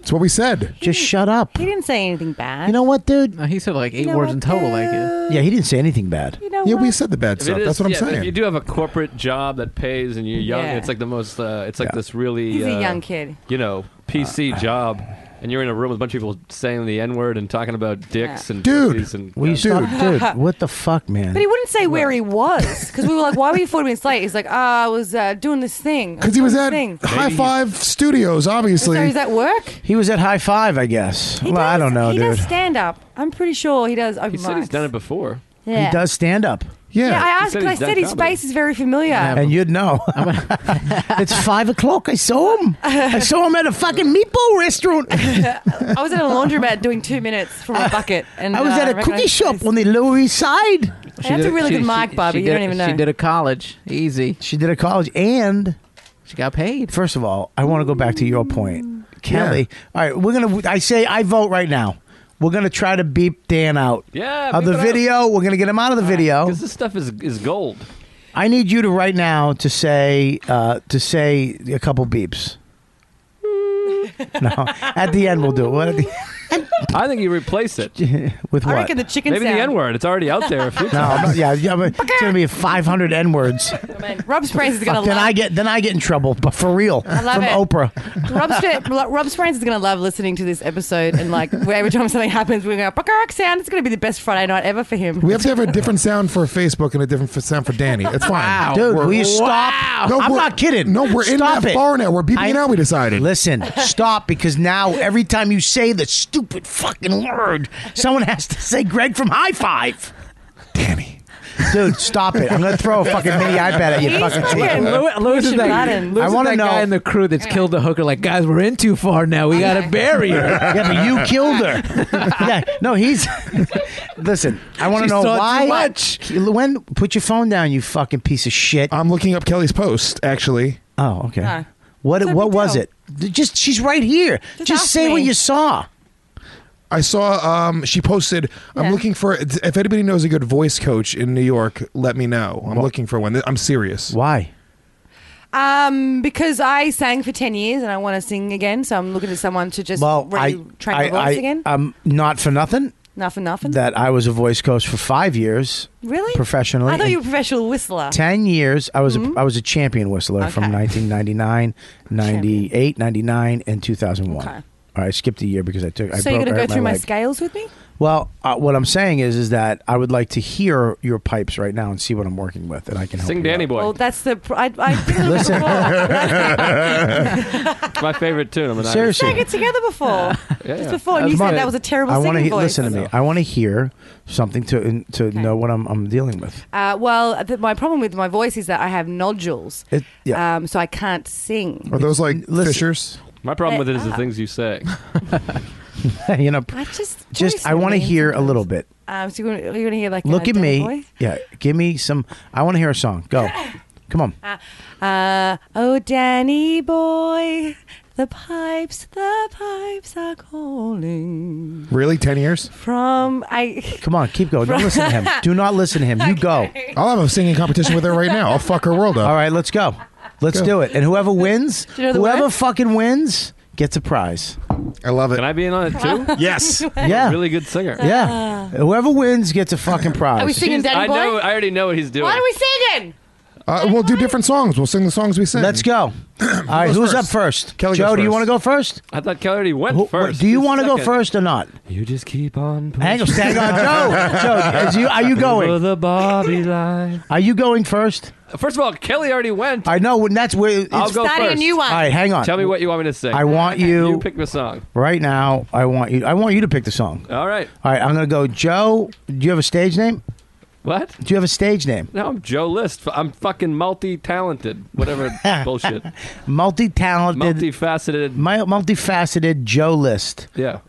[SPEAKER 8] It's what we said.
[SPEAKER 3] Just shut up.
[SPEAKER 10] He didn't say anything bad.
[SPEAKER 3] You know what, dude?
[SPEAKER 11] he said like eight words in total. Like it.
[SPEAKER 3] Yeah, he didn't say anything bad.
[SPEAKER 10] You know
[SPEAKER 8] yeah, we said the bad
[SPEAKER 7] If
[SPEAKER 8] stuff.
[SPEAKER 7] it is-
[SPEAKER 8] That's what I'm
[SPEAKER 7] yeah,
[SPEAKER 8] saying.
[SPEAKER 7] If you do have a corporate job that pays and you're young,
[SPEAKER 10] Yeah.
[SPEAKER 7] it's like the most. Uh, it's like this really.
[SPEAKER 10] He's a
[SPEAKER 7] uh,
[SPEAKER 10] young kid.
[SPEAKER 7] You know,
[SPEAKER 3] Uh,
[SPEAKER 7] PC job, and you're in a room with a bunch of people saying the N word and talking about dicks and
[SPEAKER 3] Dude.
[SPEAKER 7] pussies and
[SPEAKER 3] Will you stop? Dude, what the fuck, man?
[SPEAKER 10] But he wouldn't say where he was because we were like, "Why were you 40 minutes late?" He's like, "Ah, I was uh, doing this thing."
[SPEAKER 8] Because he was at
[SPEAKER 10] doing this thing."
[SPEAKER 8] High Five Studios, obviously.
[SPEAKER 10] So he's at work.
[SPEAKER 3] He was at High Five, I guess. well, I don't know,
[SPEAKER 10] he
[SPEAKER 3] Oh, dude.
[SPEAKER 10] does stand up. I'm pretty sure he does open
[SPEAKER 7] He said he's
[SPEAKER 10] mics.
[SPEAKER 7] done it before.
[SPEAKER 10] Yeah.
[SPEAKER 3] He does stand up.
[SPEAKER 10] Yeah, I asked because I said his face is very familiar.
[SPEAKER 3] And you'd know. it's five o'clock. I saw him. I saw him at a fucking meatball restaurant.
[SPEAKER 10] I was at a laundromat doing two minutes from a bucket, and
[SPEAKER 3] I was
[SPEAKER 10] uh,
[SPEAKER 3] at a
[SPEAKER 10] recognized-
[SPEAKER 3] cookie shop on the Lower East Side.
[SPEAKER 10] Hey, that's a really good mic, Bobby. You don't even know.
[SPEAKER 11] She did a college. Easy.
[SPEAKER 3] She did a college and
[SPEAKER 11] she got paid.
[SPEAKER 3] First of all, I want to go back to your point, Kelly. All right, we're gonna. I say I vote right now. We're gonna try to beep Dan out.
[SPEAKER 7] Yeah, beep
[SPEAKER 3] Of the
[SPEAKER 7] it out.
[SPEAKER 3] video, we're gonna get him out of the video.
[SPEAKER 7] This stuff is is gold.
[SPEAKER 3] I need you to right now to say uh, to say a couple beeps. no, at the end we'll do it. What at the,
[SPEAKER 7] I think you replace it
[SPEAKER 3] with what?
[SPEAKER 7] Maybe the N word. It's already out there. A few
[SPEAKER 3] No,
[SPEAKER 7] times.
[SPEAKER 3] I'm not- yeah, yeah, but it's gonna be 500 n words.
[SPEAKER 10] Rob Sprains is gonna
[SPEAKER 3] then
[SPEAKER 10] love.
[SPEAKER 3] I get then I get in trouble, but for real,
[SPEAKER 10] I love
[SPEAKER 3] from
[SPEAKER 10] it.
[SPEAKER 3] Oprah.
[SPEAKER 10] Rob, Spra- Ro- Rob Sprains is gonna love listening to this episode, and like every time something happens, we're gonna Bacarak sound. It's gonna be the best Friday night ever for him.
[SPEAKER 8] We have to have a different sound for Facebook and a different f- sound for Danny. It's fine.
[SPEAKER 3] Wow. Dude, will you stop? I'm
[SPEAKER 8] we're-
[SPEAKER 3] not kidding.
[SPEAKER 8] No, we're in
[SPEAKER 3] Stop
[SPEAKER 8] that
[SPEAKER 3] it.
[SPEAKER 8] bar now. We're beeping
[SPEAKER 3] I-
[SPEAKER 8] it out. We decided.
[SPEAKER 3] Listen, stop because now every time you say the stupid fucking word, someone has to say Greg from High Five. Danny. Dude, stop it. I'm going to throw a fucking mini iPad at you.
[SPEAKER 10] He's
[SPEAKER 3] fucking
[SPEAKER 10] fucking
[SPEAKER 3] teeth.
[SPEAKER 10] Lew- Lewis is that- Lewis
[SPEAKER 3] I
[SPEAKER 11] I
[SPEAKER 3] want
[SPEAKER 11] want
[SPEAKER 3] to
[SPEAKER 11] that
[SPEAKER 3] know.
[SPEAKER 11] guy in the crew that's killed the hooker. Like, guys, we're in too far now. We gotta bury her.
[SPEAKER 3] yeah, but you killed her. yeah, no, he's. Listen, I want to
[SPEAKER 11] She
[SPEAKER 3] know
[SPEAKER 11] saw too
[SPEAKER 3] why.
[SPEAKER 11] much.
[SPEAKER 3] When put your phone down, you fucking piece of shit.
[SPEAKER 8] I'm looking up Kelly's post actually.
[SPEAKER 3] Oh, okay.
[SPEAKER 10] Nah.
[SPEAKER 3] What
[SPEAKER 10] It's no
[SPEAKER 3] what
[SPEAKER 10] big
[SPEAKER 3] was
[SPEAKER 10] deal.
[SPEAKER 3] it? Just she's right here. Just,
[SPEAKER 10] ask
[SPEAKER 3] say what
[SPEAKER 10] me.
[SPEAKER 3] you saw.
[SPEAKER 8] I saw um, she posted. I'm
[SPEAKER 10] Yeah.
[SPEAKER 8] looking for if anybody knows a good voice coach in New York, let me know. I'm looking for one. I'm serious.
[SPEAKER 3] Why?
[SPEAKER 10] Um, because I sang for ten years and I want to sing again, so I'm looking to someone to just
[SPEAKER 3] Well,
[SPEAKER 10] really
[SPEAKER 3] I
[SPEAKER 10] train
[SPEAKER 3] I,
[SPEAKER 10] my voice
[SPEAKER 3] I-
[SPEAKER 10] again.
[SPEAKER 3] um, not for nothing
[SPEAKER 10] nothing, nothing.
[SPEAKER 3] that I was a voice coach for five years.
[SPEAKER 10] really
[SPEAKER 3] Professionally,
[SPEAKER 10] I thought
[SPEAKER 3] and
[SPEAKER 10] you were Mm-hmm. a professional whistler.
[SPEAKER 3] ten years. I was a, I was a champion whistler from 1999, 98, 99, and 2001.
[SPEAKER 10] Okay.
[SPEAKER 3] All right, I skipped a year because I took. I
[SPEAKER 10] so you're
[SPEAKER 3] broke-
[SPEAKER 10] gonna
[SPEAKER 3] I
[SPEAKER 10] go
[SPEAKER 3] hurt
[SPEAKER 10] through my,
[SPEAKER 3] leg.
[SPEAKER 10] scales with me?
[SPEAKER 3] Well, uh, what I'm saying is, is that I would like to hear your pipes right now and see what I'm working with, and I can help
[SPEAKER 7] Sing
[SPEAKER 3] you
[SPEAKER 7] Danny
[SPEAKER 3] out.
[SPEAKER 7] Boy.
[SPEAKER 10] Well, that's the. Pr- I, I did it
[SPEAKER 3] Listen.
[SPEAKER 10] before.
[SPEAKER 7] It's my favorite tune. I'm an
[SPEAKER 10] We
[SPEAKER 3] Seriously.
[SPEAKER 10] sang it together before.
[SPEAKER 7] Yeah,
[SPEAKER 10] Just
[SPEAKER 7] yeah.
[SPEAKER 10] before, and you
[SPEAKER 3] Come
[SPEAKER 10] said
[SPEAKER 3] on.
[SPEAKER 10] that was a terrible
[SPEAKER 3] I wanna
[SPEAKER 10] singing
[SPEAKER 3] he-
[SPEAKER 10] voice.
[SPEAKER 3] Listen to me. I want to hear something to in- to know what I'm, I'm dealing with.
[SPEAKER 10] Uh, well, th- my problem with my voice is that I have nodules,
[SPEAKER 3] It, yeah.
[SPEAKER 10] um, so I can't sing.
[SPEAKER 8] Are those like fishers?
[SPEAKER 7] My problem with it is the
[SPEAKER 10] Uh,
[SPEAKER 7] things you say.
[SPEAKER 3] you know,
[SPEAKER 10] I just
[SPEAKER 3] just I want to hear a little bit.
[SPEAKER 10] Um, so you're going to hear like
[SPEAKER 3] Look
[SPEAKER 10] a
[SPEAKER 3] at
[SPEAKER 10] Danny
[SPEAKER 3] me.
[SPEAKER 10] Boy?
[SPEAKER 3] Yeah, give me some. I want to hear a song. Go, come on.
[SPEAKER 10] Uh, oh, Danny boy, the pipes, the pipes are calling
[SPEAKER 8] Really, ten years?
[SPEAKER 10] from I.
[SPEAKER 3] Come on, keep going. Don't listen to him. Do not listen to him. You go.
[SPEAKER 8] I'll have a singing competition with her right now. I'll fuck her world up.
[SPEAKER 3] All right, let's go. Let's
[SPEAKER 8] Go.
[SPEAKER 3] do it. And whoever wins,
[SPEAKER 10] you know the
[SPEAKER 3] whoever
[SPEAKER 10] word?
[SPEAKER 3] fucking wins gets a prize.
[SPEAKER 8] I love it.
[SPEAKER 7] Can I be in on it too?
[SPEAKER 8] Yes.
[SPEAKER 3] Yeah.
[SPEAKER 7] A really good singer.
[SPEAKER 3] Yeah. Whoever wins gets a fucking prize.
[SPEAKER 10] Are we singing
[SPEAKER 7] I
[SPEAKER 10] Danny boy?
[SPEAKER 7] know. I already know what he's doing.
[SPEAKER 10] Why are we singing?
[SPEAKER 8] Uh, we'll do different songs. We'll sing the songs we sing.
[SPEAKER 3] Let's go. All right,
[SPEAKER 8] goes
[SPEAKER 3] who's
[SPEAKER 8] first?
[SPEAKER 3] up first?
[SPEAKER 8] Kelly
[SPEAKER 3] Joe,
[SPEAKER 8] goes
[SPEAKER 3] do you
[SPEAKER 8] first.
[SPEAKER 3] want to go first?
[SPEAKER 7] I thought Kelly already went
[SPEAKER 3] Who-
[SPEAKER 7] first.
[SPEAKER 3] Do you
[SPEAKER 7] Who's
[SPEAKER 3] want to go
[SPEAKER 7] second?
[SPEAKER 3] first or not?
[SPEAKER 7] You just keep on.
[SPEAKER 3] Hang on, hang on, Joe. Joe, is you, are you
[SPEAKER 7] Over
[SPEAKER 3] going?
[SPEAKER 7] the Bobby line.
[SPEAKER 3] Are you going first?
[SPEAKER 7] First of all, Kelly already went.
[SPEAKER 3] I know when that's where.
[SPEAKER 7] I'll
[SPEAKER 3] it's-
[SPEAKER 7] go
[SPEAKER 10] starting a
[SPEAKER 7] first.
[SPEAKER 10] new one.
[SPEAKER 3] All right, hang on.
[SPEAKER 7] Tell me what you want me to sing.
[SPEAKER 3] I want
[SPEAKER 7] You
[SPEAKER 3] you
[SPEAKER 7] pick the song.
[SPEAKER 3] right now. I want you. I want you to pick the song.
[SPEAKER 7] All right.
[SPEAKER 3] All right, I'm gonna go. Joe, do you have a stage name?
[SPEAKER 7] What?
[SPEAKER 3] Do you have a stage name?
[SPEAKER 7] No, I'm Joe List. I'm fucking multi-talented. Whatever bullshit.
[SPEAKER 3] Multi-talented,
[SPEAKER 7] Multifaceted.
[SPEAKER 3] mi- multifaceted Joe List.
[SPEAKER 7] Yeah.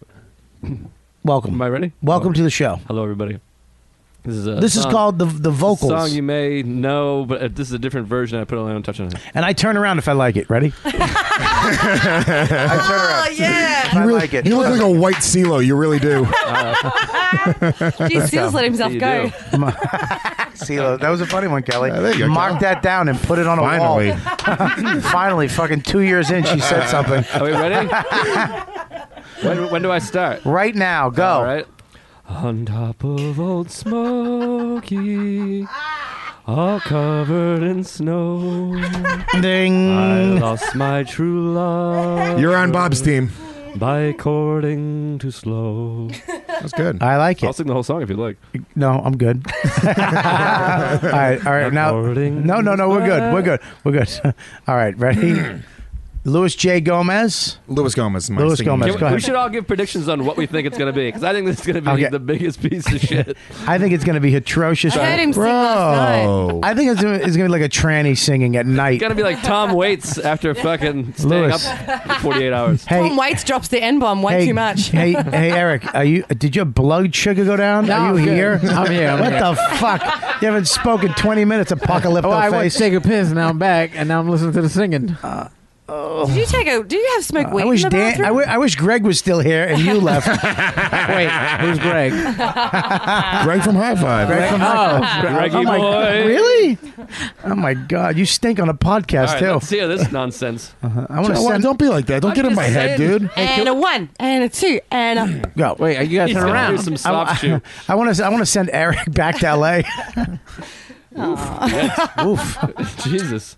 [SPEAKER 3] Welcome.
[SPEAKER 7] Am I ready?
[SPEAKER 3] Welcome to the show.
[SPEAKER 7] Hello, everybody. This is a
[SPEAKER 3] This is
[SPEAKER 7] song-
[SPEAKER 3] called the the vocals.
[SPEAKER 7] song you may know, but uh, this is a different version. I put my own touch on it.
[SPEAKER 3] And I turn around if I like it. Ready?
[SPEAKER 10] Oh yeah!
[SPEAKER 8] You, really,
[SPEAKER 3] like it.
[SPEAKER 8] you look like a white CeeLo. You really do.
[SPEAKER 10] Gee, Seals let himself
[SPEAKER 7] You
[SPEAKER 10] go.
[SPEAKER 7] do.
[SPEAKER 3] See, that was a funny one, Kelly.
[SPEAKER 8] Yeah, there you go,
[SPEAKER 3] Mark
[SPEAKER 8] Kelly.
[SPEAKER 3] that down and put it on a
[SPEAKER 8] Finally.
[SPEAKER 3] wall. Finally, fucking two years in, she said something.
[SPEAKER 7] Are we ready? when, when do I start?
[SPEAKER 3] Right now, go.
[SPEAKER 7] All right. On top of Old Smoky, all covered in snow.
[SPEAKER 3] Ding.
[SPEAKER 7] I lost my true love.
[SPEAKER 8] You're on Bob's team.
[SPEAKER 7] By courting too slow.
[SPEAKER 8] That's good.
[SPEAKER 3] I like it.
[SPEAKER 7] I'll sing the whole song if you like.
[SPEAKER 3] No, I'm good. all right, all right. Now, no, no, no. We're good. We're good. We're good. all right, ready? Louis J. Gomez.
[SPEAKER 8] Louis Gomez.
[SPEAKER 7] Can
[SPEAKER 3] Louis Gomez.
[SPEAKER 7] we- We
[SPEAKER 3] Go ahead.
[SPEAKER 7] should all give predictions on what we think it's going to be because I think this is going to be
[SPEAKER 3] Okay.
[SPEAKER 7] the biggest piece of shit.
[SPEAKER 3] I think it's going to be atrocious.
[SPEAKER 7] I heard him sing
[SPEAKER 3] Bro.
[SPEAKER 7] last night.
[SPEAKER 3] I think it's gonna, it's going to be like a tranny singing at night.
[SPEAKER 7] It's going to be like Tom Waits after fucking staying
[SPEAKER 3] Louis.
[SPEAKER 7] up for 48 hours.
[SPEAKER 10] Tom Waits drops the N bomb way
[SPEAKER 3] hey,
[SPEAKER 10] too much.
[SPEAKER 3] hey, hey, Eric, are you? Did your blood sugar go down?
[SPEAKER 10] No,
[SPEAKER 3] are you
[SPEAKER 10] I'm good.
[SPEAKER 3] here?
[SPEAKER 11] I'm here, I'm
[SPEAKER 3] what
[SPEAKER 11] here.
[SPEAKER 3] the fuck? You haven't spoken twenty minutes. Apocalypto
[SPEAKER 11] Oh, I went
[SPEAKER 3] face.
[SPEAKER 11] to take a piss. Now I'm back, and now I'm listening to the singing. Uh,
[SPEAKER 10] Did you take a? Do you have smoke weed
[SPEAKER 3] I wish
[SPEAKER 10] in the
[SPEAKER 3] Dan. I
[SPEAKER 10] bathroom?
[SPEAKER 3] wi- I wish Greg was still here and you left. Wait,
[SPEAKER 11] who's Greg?
[SPEAKER 8] Greg from High Five.
[SPEAKER 3] Greg from High
[SPEAKER 8] Oh,
[SPEAKER 3] Five.
[SPEAKER 8] Greggy
[SPEAKER 3] oh my,
[SPEAKER 8] boy.
[SPEAKER 3] Really? Oh my God! You stink on a
[SPEAKER 7] All
[SPEAKER 3] podcast
[SPEAKER 7] right,
[SPEAKER 3] too.
[SPEAKER 7] let's see how this nonsense.
[SPEAKER 3] Uh-huh. I want to
[SPEAKER 8] Joe,
[SPEAKER 3] send.
[SPEAKER 8] Don't be like that. Don't get in my head, dude.
[SPEAKER 10] And a one, and a two, and a. uh,
[SPEAKER 3] Go.
[SPEAKER 11] Wait, you gotta He's turn gonna around. do some soft
[SPEAKER 3] I,
[SPEAKER 11] shoe.
[SPEAKER 3] I want to. I want to send Eric back to LA. Oof.
[SPEAKER 7] Jesus.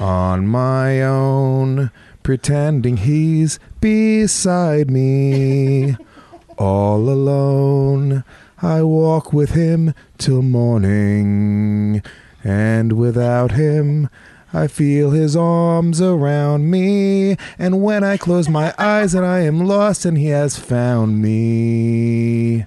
[SPEAKER 8] On my own, pretending he's beside me. All alone, I walk with him till morning. And without him, I feel his arms around me. And when I close my eyes and I am lost, and he has found me.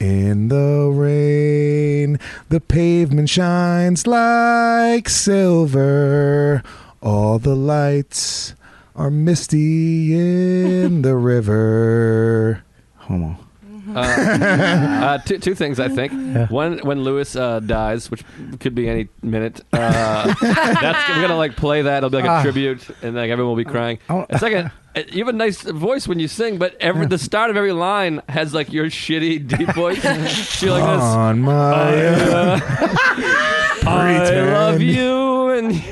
[SPEAKER 8] In the rain, the pavement shines like silver. All the lights are misty in the river.
[SPEAKER 3] Homo.
[SPEAKER 7] Uh, uh, two, two things I think. One, when Lewis uh, dies, which could be any minute, uh, that's we're gonna like play that. It'll be like a
[SPEAKER 3] Ah.
[SPEAKER 7] tribute, and like everyone will be crying. And second, uh, you have a nice voice when you sing, but every the start of every line has like your shitty deep voice. she like this.
[SPEAKER 8] On my
[SPEAKER 7] uh, I
[SPEAKER 8] Pretend.
[SPEAKER 7] love you and.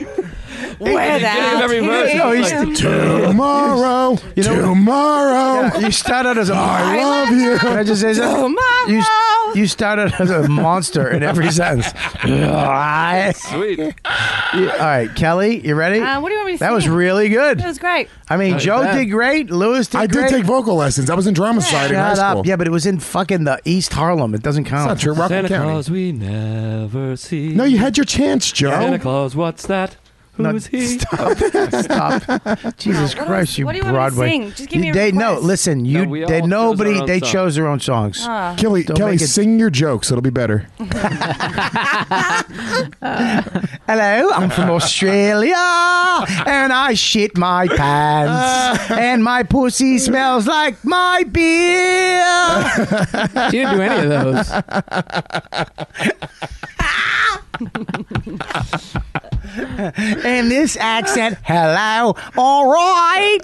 [SPEAKER 10] Wear that.
[SPEAKER 7] Every verse,
[SPEAKER 8] No,
[SPEAKER 7] it's
[SPEAKER 8] he's-
[SPEAKER 7] like-
[SPEAKER 8] tomorrow, tomorrow.
[SPEAKER 3] Yeah, you start out as a,
[SPEAKER 8] I love you.
[SPEAKER 3] Can I just say something?
[SPEAKER 11] Oh,
[SPEAKER 3] You, s- you start out as a monster in every sentence.
[SPEAKER 7] Sweet.
[SPEAKER 3] You- all right, Kelly, you ready?
[SPEAKER 10] Uh, what do you want me to
[SPEAKER 3] That was
[SPEAKER 10] sing?
[SPEAKER 3] really good.
[SPEAKER 10] That was great.
[SPEAKER 3] I mean,
[SPEAKER 8] Not
[SPEAKER 3] Joe
[SPEAKER 8] bad.
[SPEAKER 3] did great. Lewis did
[SPEAKER 8] I
[SPEAKER 3] great.
[SPEAKER 8] did take vocal lessons. I was in drama society in high
[SPEAKER 3] Shut
[SPEAKER 8] school.
[SPEAKER 3] up. Yeah, but it was in fucking the East Harlem. It doesn't count.
[SPEAKER 8] not true. Rockland
[SPEAKER 7] Santa
[SPEAKER 8] County.
[SPEAKER 7] Claus we never see.
[SPEAKER 8] No, you had your chance, Joe.
[SPEAKER 7] Santa Claus, what's that? Who's he? Stop.
[SPEAKER 3] Stop. Jesus
[SPEAKER 10] what
[SPEAKER 3] Christ,
[SPEAKER 10] else-
[SPEAKER 3] you
[SPEAKER 10] what do you want me to
[SPEAKER 3] Broadway.
[SPEAKER 10] sing? Just give me a
[SPEAKER 3] they, No,
[SPEAKER 10] request.
[SPEAKER 3] listen, you
[SPEAKER 7] No, we all
[SPEAKER 3] they
[SPEAKER 7] chose
[SPEAKER 3] nobody
[SPEAKER 7] our own
[SPEAKER 3] they
[SPEAKER 7] song.
[SPEAKER 3] chose their own songs.
[SPEAKER 10] Ah.
[SPEAKER 8] Kelly,
[SPEAKER 3] Don't
[SPEAKER 8] Kelly,
[SPEAKER 3] make it-
[SPEAKER 8] sing your jokes. It'll be better.
[SPEAKER 3] Hello, I'm from Australia and I shit my pants and my pussy smells like my beer.
[SPEAKER 11] she didn't do any of those.
[SPEAKER 3] and this accent, hello, all right.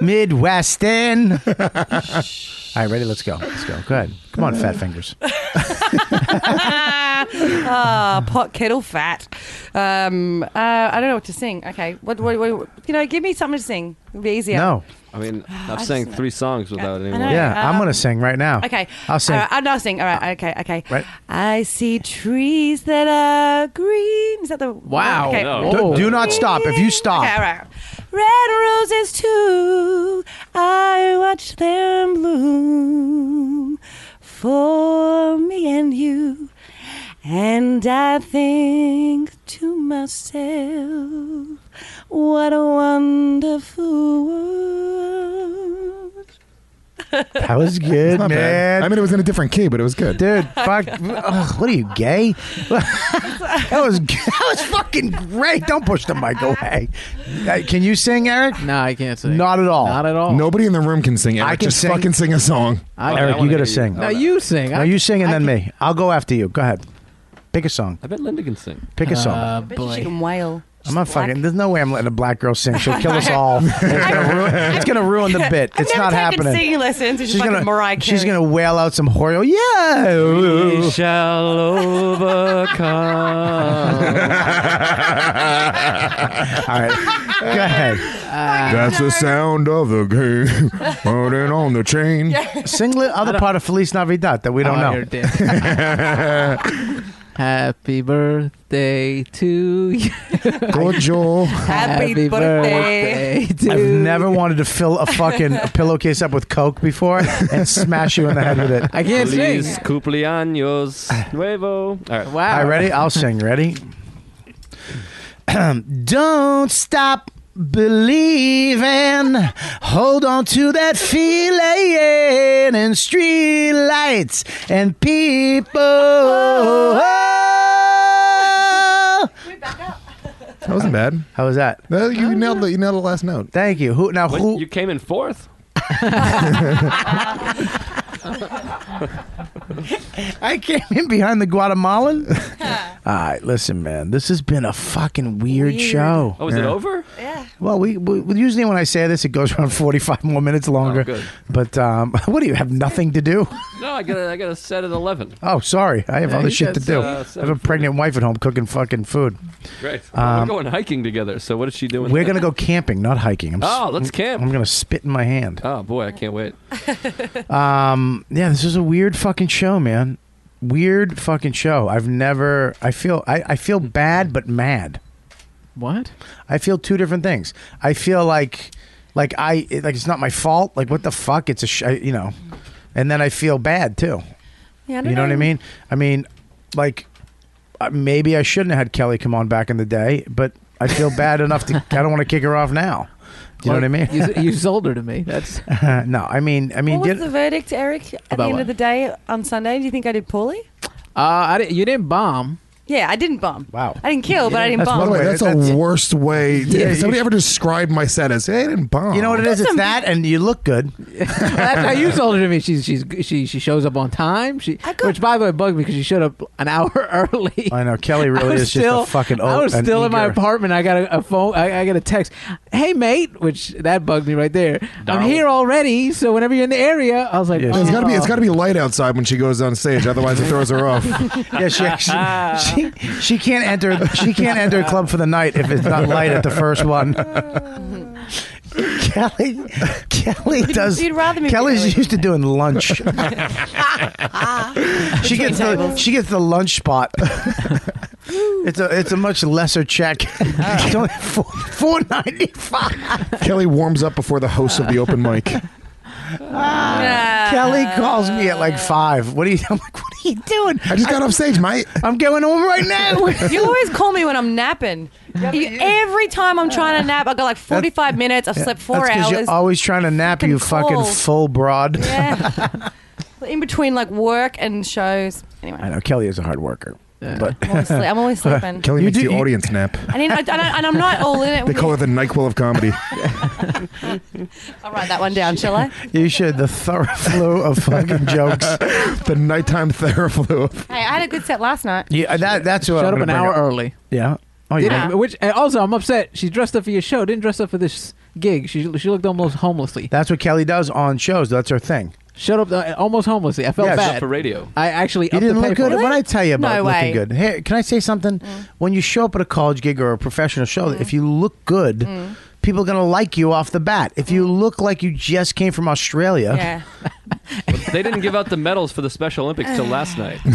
[SPEAKER 3] Midwestern. all right, ready? Let's go. Let's go. Go ahead. Come on, fat fingers.
[SPEAKER 10] Ah, pot kettle fat. Um, uh, I don't know what to sing. Okay, what, what, what? You know, give me something to sing. It'd be easier.
[SPEAKER 3] No.
[SPEAKER 7] I mean,
[SPEAKER 10] I
[SPEAKER 7] I've
[SPEAKER 10] just
[SPEAKER 7] sang
[SPEAKER 10] know.
[SPEAKER 7] three songs without anyone.
[SPEAKER 10] know.
[SPEAKER 3] Yeah, I'm
[SPEAKER 10] Um,
[SPEAKER 3] gonna sing right now.
[SPEAKER 10] Okay.
[SPEAKER 3] I'll sing.
[SPEAKER 10] All right, I'll sing. All right. Okay. Okay.
[SPEAKER 3] Right.
[SPEAKER 10] I see trees that are green. Is that the
[SPEAKER 3] Wow.
[SPEAKER 10] Okay.
[SPEAKER 3] No. Do- do not stop. If you stop-
[SPEAKER 10] Okay, all right. Red roses too. I watch them bloom for me and you. And I think to myself, what a wonderful world.
[SPEAKER 3] That was good,
[SPEAKER 8] Not
[SPEAKER 3] man.
[SPEAKER 8] bad. I mean, it was in a different key, but it was good.
[SPEAKER 3] Dude, fuck. Ugh, what are you, gay? that was that was fucking great. Don't push the mic away. Uh, Can you sing, Eric?
[SPEAKER 11] No, I can't sing.
[SPEAKER 3] Not at all.
[SPEAKER 11] Not at all.
[SPEAKER 8] Nobody in the room can sing. Eric.
[SPEAKER 3] I can
[SPEAKER 8] just
[SPEAKER 3] sing.
[SPEAKER 8] fucking sing a song.
[SPEAKER 11] I-
[SPEAKER 3] Eric, you gotta sing.
[SPEAKER 11] No, you sing.
[SPEAKER 3] No,
[SPEAKER 11] I-
[SPEAKER 3] you sing and then me. I'll go after you. Go ahead. Pick a song.
[SPEAKER 7] I bet Linda can sing.
[SPEAKER 3] Pick a song.
[SPEAKER 11] Uh,
[SPEAKER 10] I bet you she can wail.
[SPEAKER 3] I'm not fucking. There's no way I'm letting a black girl sing. She'll kill us all. It's gonna ruin, it's gonna ruin the bit.
[SPEAKER 10] I've
[SPEAKER 3] it's
[SPEAKER 10] never
[SPEAKER 3] not
[SPEAKER 10] taken
[SPEAKER 3] happening.
[SPEAKER 10] singing lessons. It's just like
[SPEAKER 3] gonna.
[SPEAKER 10] Mariah Carey.
[SPEAKER 3] she's gonna wail out some horror.
[SPEAKER 7] We
[SPEAKER 3] Yeah.
[SPEAKER 7] shall overcome.
[SPEAKER 3] All right. Go ahead.
[SPEAKER 10] Uh,
[SPEAKER 8] That's the sound of the game. Running on the chain.
[SPEAKER 3] Sing the other part of Feliz Navidad that we don't
[SPEAKER 11] Oh,
[SPEAKER 3] know.
[SPEAKER 11] you're Happy birthday to you.
[SPEAKER 8] Good Joel.
[SPEAKER 11] Happy birthday.
[SPEAKER 3] I've never wanted to fill a fucking a pillowcase up with coke before and smash you in the head with it.
[SPEAKER 11] I can't
[SPEAKER 7] Feliz cumpleaños nuevo. All right.
[SPEAKER 3] Wow. All right, ready? I'll sing. Ready? Don't stop believing. Hold on to that feeling and streetlights and people.
[SPEAKER 8] That wasn't bad.
[SPEAKER 3] How was that?
[SPEAKER 8] You nailed the you nailed the last note.
[SPEAKER 3] Thank you. Who now?
[SPEAKER 7] What?
[SPEAKER 3] Who?
[SPEAKER 7] You came in fourth.
[SPEAKER 3] I came in behind the Guatemalan. All right, listen, man. This has been a fucking weird, show.
[SPEAKER 7] Oh, is it
[SPEAKER 3] Yeah.
[SPEAKER 7] over?
[SPEAKER 3] Well, we, we we- usually when I say this, it goes around forty-five more minutes longer.
[SPEAKER 7] Oh, good.
[SPEAKER 3] But um, what do you have nothing to do?
[SPEAKER 7] No, I got to I got to set at eleven.
[SPEAKER 3] Oh, sorry, I have
[SPEAKER 7] Yeah,
[SPEAKER 3] other
[SPEAKER 7] you
[SPEAKER 3] shit
[SPEAKER 7] got
[SPEAKER 3] to do.
[SPEAKER 7] uh,
[SPEAKER 3] I have a pregnant wife at home cooking fucking food.
[SPEAKER 7] Great.
[SPEAKER 3] Um,
[SPEAKER 7] we're going hiking together. So what is she doing?
[SPEAKER 3] We're gonna go camping, not hiking. s-
[SPEAKER 7] Oh, let's camp.
[SPEAKER 3] I'm gonna spit in my hand.
[SPEAKER 7] Oh boy, I can't wait.
[SPEAKER 3] Um, yeah, this is a weird fucking show, man. Weird fucking show. I've never. I feel. I, I feel bad, but mad.
[SPEAKER 11] What?
[SPEAKER 3] I feel two different things. I feel like, like I it- like it's not my fault. Like what the fuck? It's a sh- I, you know, and then I feel bad too.
[SPEAKER 10] Yeah, I
[SPEAKER 3] you
[SPEAKER 10] don't
[SPEAKER 3] know, what I mean? I mean, like uh, maybe I shouldn't have had Kelly come on back in the day, but I feel bad enough to. I don't want to kick her off now. Do you know what I mean?
[SPEAKER 11] you, you sold her to me. That's
[SPEAKER 3] no, I mean, I mean,
[SPEAKER 10] What was
[SPEAKER 3] did-
[SPEAKER 10] the verdict, Eric? At the
[SPEAKER 11] About
[SPEAKER 10] end
[SPEAKER 11] what?
[SPEAKER 10] of the day on Sunday, do you think I did poorly?
[SPEAKER 11] uh, I didn't, you didn't bomb.
[SPEAKER 10] Yeah, I didn't bomb.
[SPEAKER 3] Wow.
[SPEAKER 10] I didn't kill, but I didn't
[SPEAKER 8] That's, by
[SPEAKER 10] bomb.
[SPEAKER 8] the way, that's, the worst way.
[SPEAKER 3] Yeah,
[SPEAKER 8] if
[SPEAKER 3] you
[SPEAKER 8] somebody
[SPEAKER 3] sh-
[SPEAKER 8] ever described my set as, hey, I didn't bomb.
[SPEAKER 3] you know what it is? It's that, and you look good.
[SPEAKER 11] That's how you sold her to me. She's she's she she shows up on time. She which by the way bugged me because she showed up an hour early.
[SPEAKER 3] I know Kelly
[SPEAKER 11] I
[SPEAKER 3] really
[SPEAKER 11] was
[SPEAKER 3] is just a fucking.
[SPEAKER 11] I
[SPEAKER 3] old-
[SPEAKER 11] was
[SPEAKER 3] an
[SPEAKER 11] still in my
[SPEAKER 3] eager-
[SPEAKER 11] apartment. I got a, a phone. I, I got a text. Hey mate, which that bugged me right there. I'm
[SPEAKER 8] Donald.
[SPEAKER 11] here already. So whenever you're in the area, I was like,
[SPEAKER 8] It's gotta be.
[SPEAKER 11] "Oh."
[SPEAKER 8] It's gotta be light outside when she goes on stage. Otherwise, it throws her off.
[SPEAKER 3] yeah, she actually she, she can't enter she can't enter a club for the night if it's not light at the first one. Kelly Kelly does
[SPEAKER 10] You'd rather me be
[SPEAKER 3] Kelly's
[SPEAKER 10] early.
[SPEAKER 3] used to doing lunch. she gets the she gets the lunch spot. it's a it's a much lesser check. It's only four, four ninety five.
[SPEAKER 8] Kelly warms up before the host of the open mic.
[SPEAKER 10] Uh,
[SPEAKER 3] Kelly calls me at like five. What are you? I'm like, what are you doing?
[SPEAKER 8] I just got off stage, mate.
[SPEAKER 3] I'm going home right now.
[SPEAKER 10] you always call me when I'm napping. You- Uh. every time I'm trying to nap, I got like 45 minutes. I've slept four
[SPEAKER 3] That's 'cause
[SPEAKER 10] hours.
[SPEAKER 3] You're always trying to nap, you fucking
[SPEAKER 10] cold.
[SPEAKER 3] full broad.
[SPEAKER 10] Yeah. In between like work and shows. Anyway,
[SPEAKER 3] I know Kelly is a hard worker, but
[SPEAKER 10] I'm always, sleep- I'm always sleeping.
[SPEAKER 8] Kelly makes the audience nap.
[SPEAKER 10] I mean, I, and, I, and I'm not all in it.
[SPEAKER 8] They call her the Nyquil of comedy.
[SPEAKER 10] I'll write that one down, shall I?
[SPEAKER 3] You should the thorough flow of fucking jokes.
[SPEAKER 8] the nighttime Theraflu.
[SPEAKER 10] Hey, I had a good set last night.
[SPEAKER 3] Yeah, that that's what.
[SPEAKER 11] Showed
[SPEAKER 3] I'm
[SPEAKER 11] up
[SPEAKER 3] gonna
[SPEAKER 11] an
[SPEAKER 3] bring
[SPEAKER 11] hour early.
[SPEAKER 3] Yeah. Oh, you
[SPEAKER 11] Didn't-
[SPEAKER 3] did?
[SPEAKER 11] Which and also I'm upset. She dressed up for your show. Didn't dress up for this gig. She she looked almost homelessly.
[SPEAKER 3] That's what Kelly does on shows. That's her thing.
[SPEAKER 11] Showed up uh, almost homelessly. I felt
[SPEAKER 3] Yeah,
[SPEAKER 11] bad.
[SPEAKER 7] for radio.
[SPEAKER 11] I actually
[SPEAKER 3] You
[SPEAKER 11] upped
[SPEAKER 3] didn't
[SPEAKER 11] the pay
[SPEAKER 3] look
[SPEAKER 11] for
[SPEAKER 3] good.
[SPEAKER 11] it.
[SPEAKER 3] What did I tell you about
[SPEAKER 11] No
[SPEAKER 3] looking
[SPEAKER 11] way. Mm.
[SPEAKER 3] good? Hey, can I say something? When you show up at a college gig or a professional show, if you look good,
[SPEAKER 11] Mm.
[SPEAKER 3] people are gonna like you off the bat. If you look like you just came from Australia,
[SPEAKER 10] Yeah.
[SPEAKER 7] They didn't give out the medals for the Special Olympics till last night.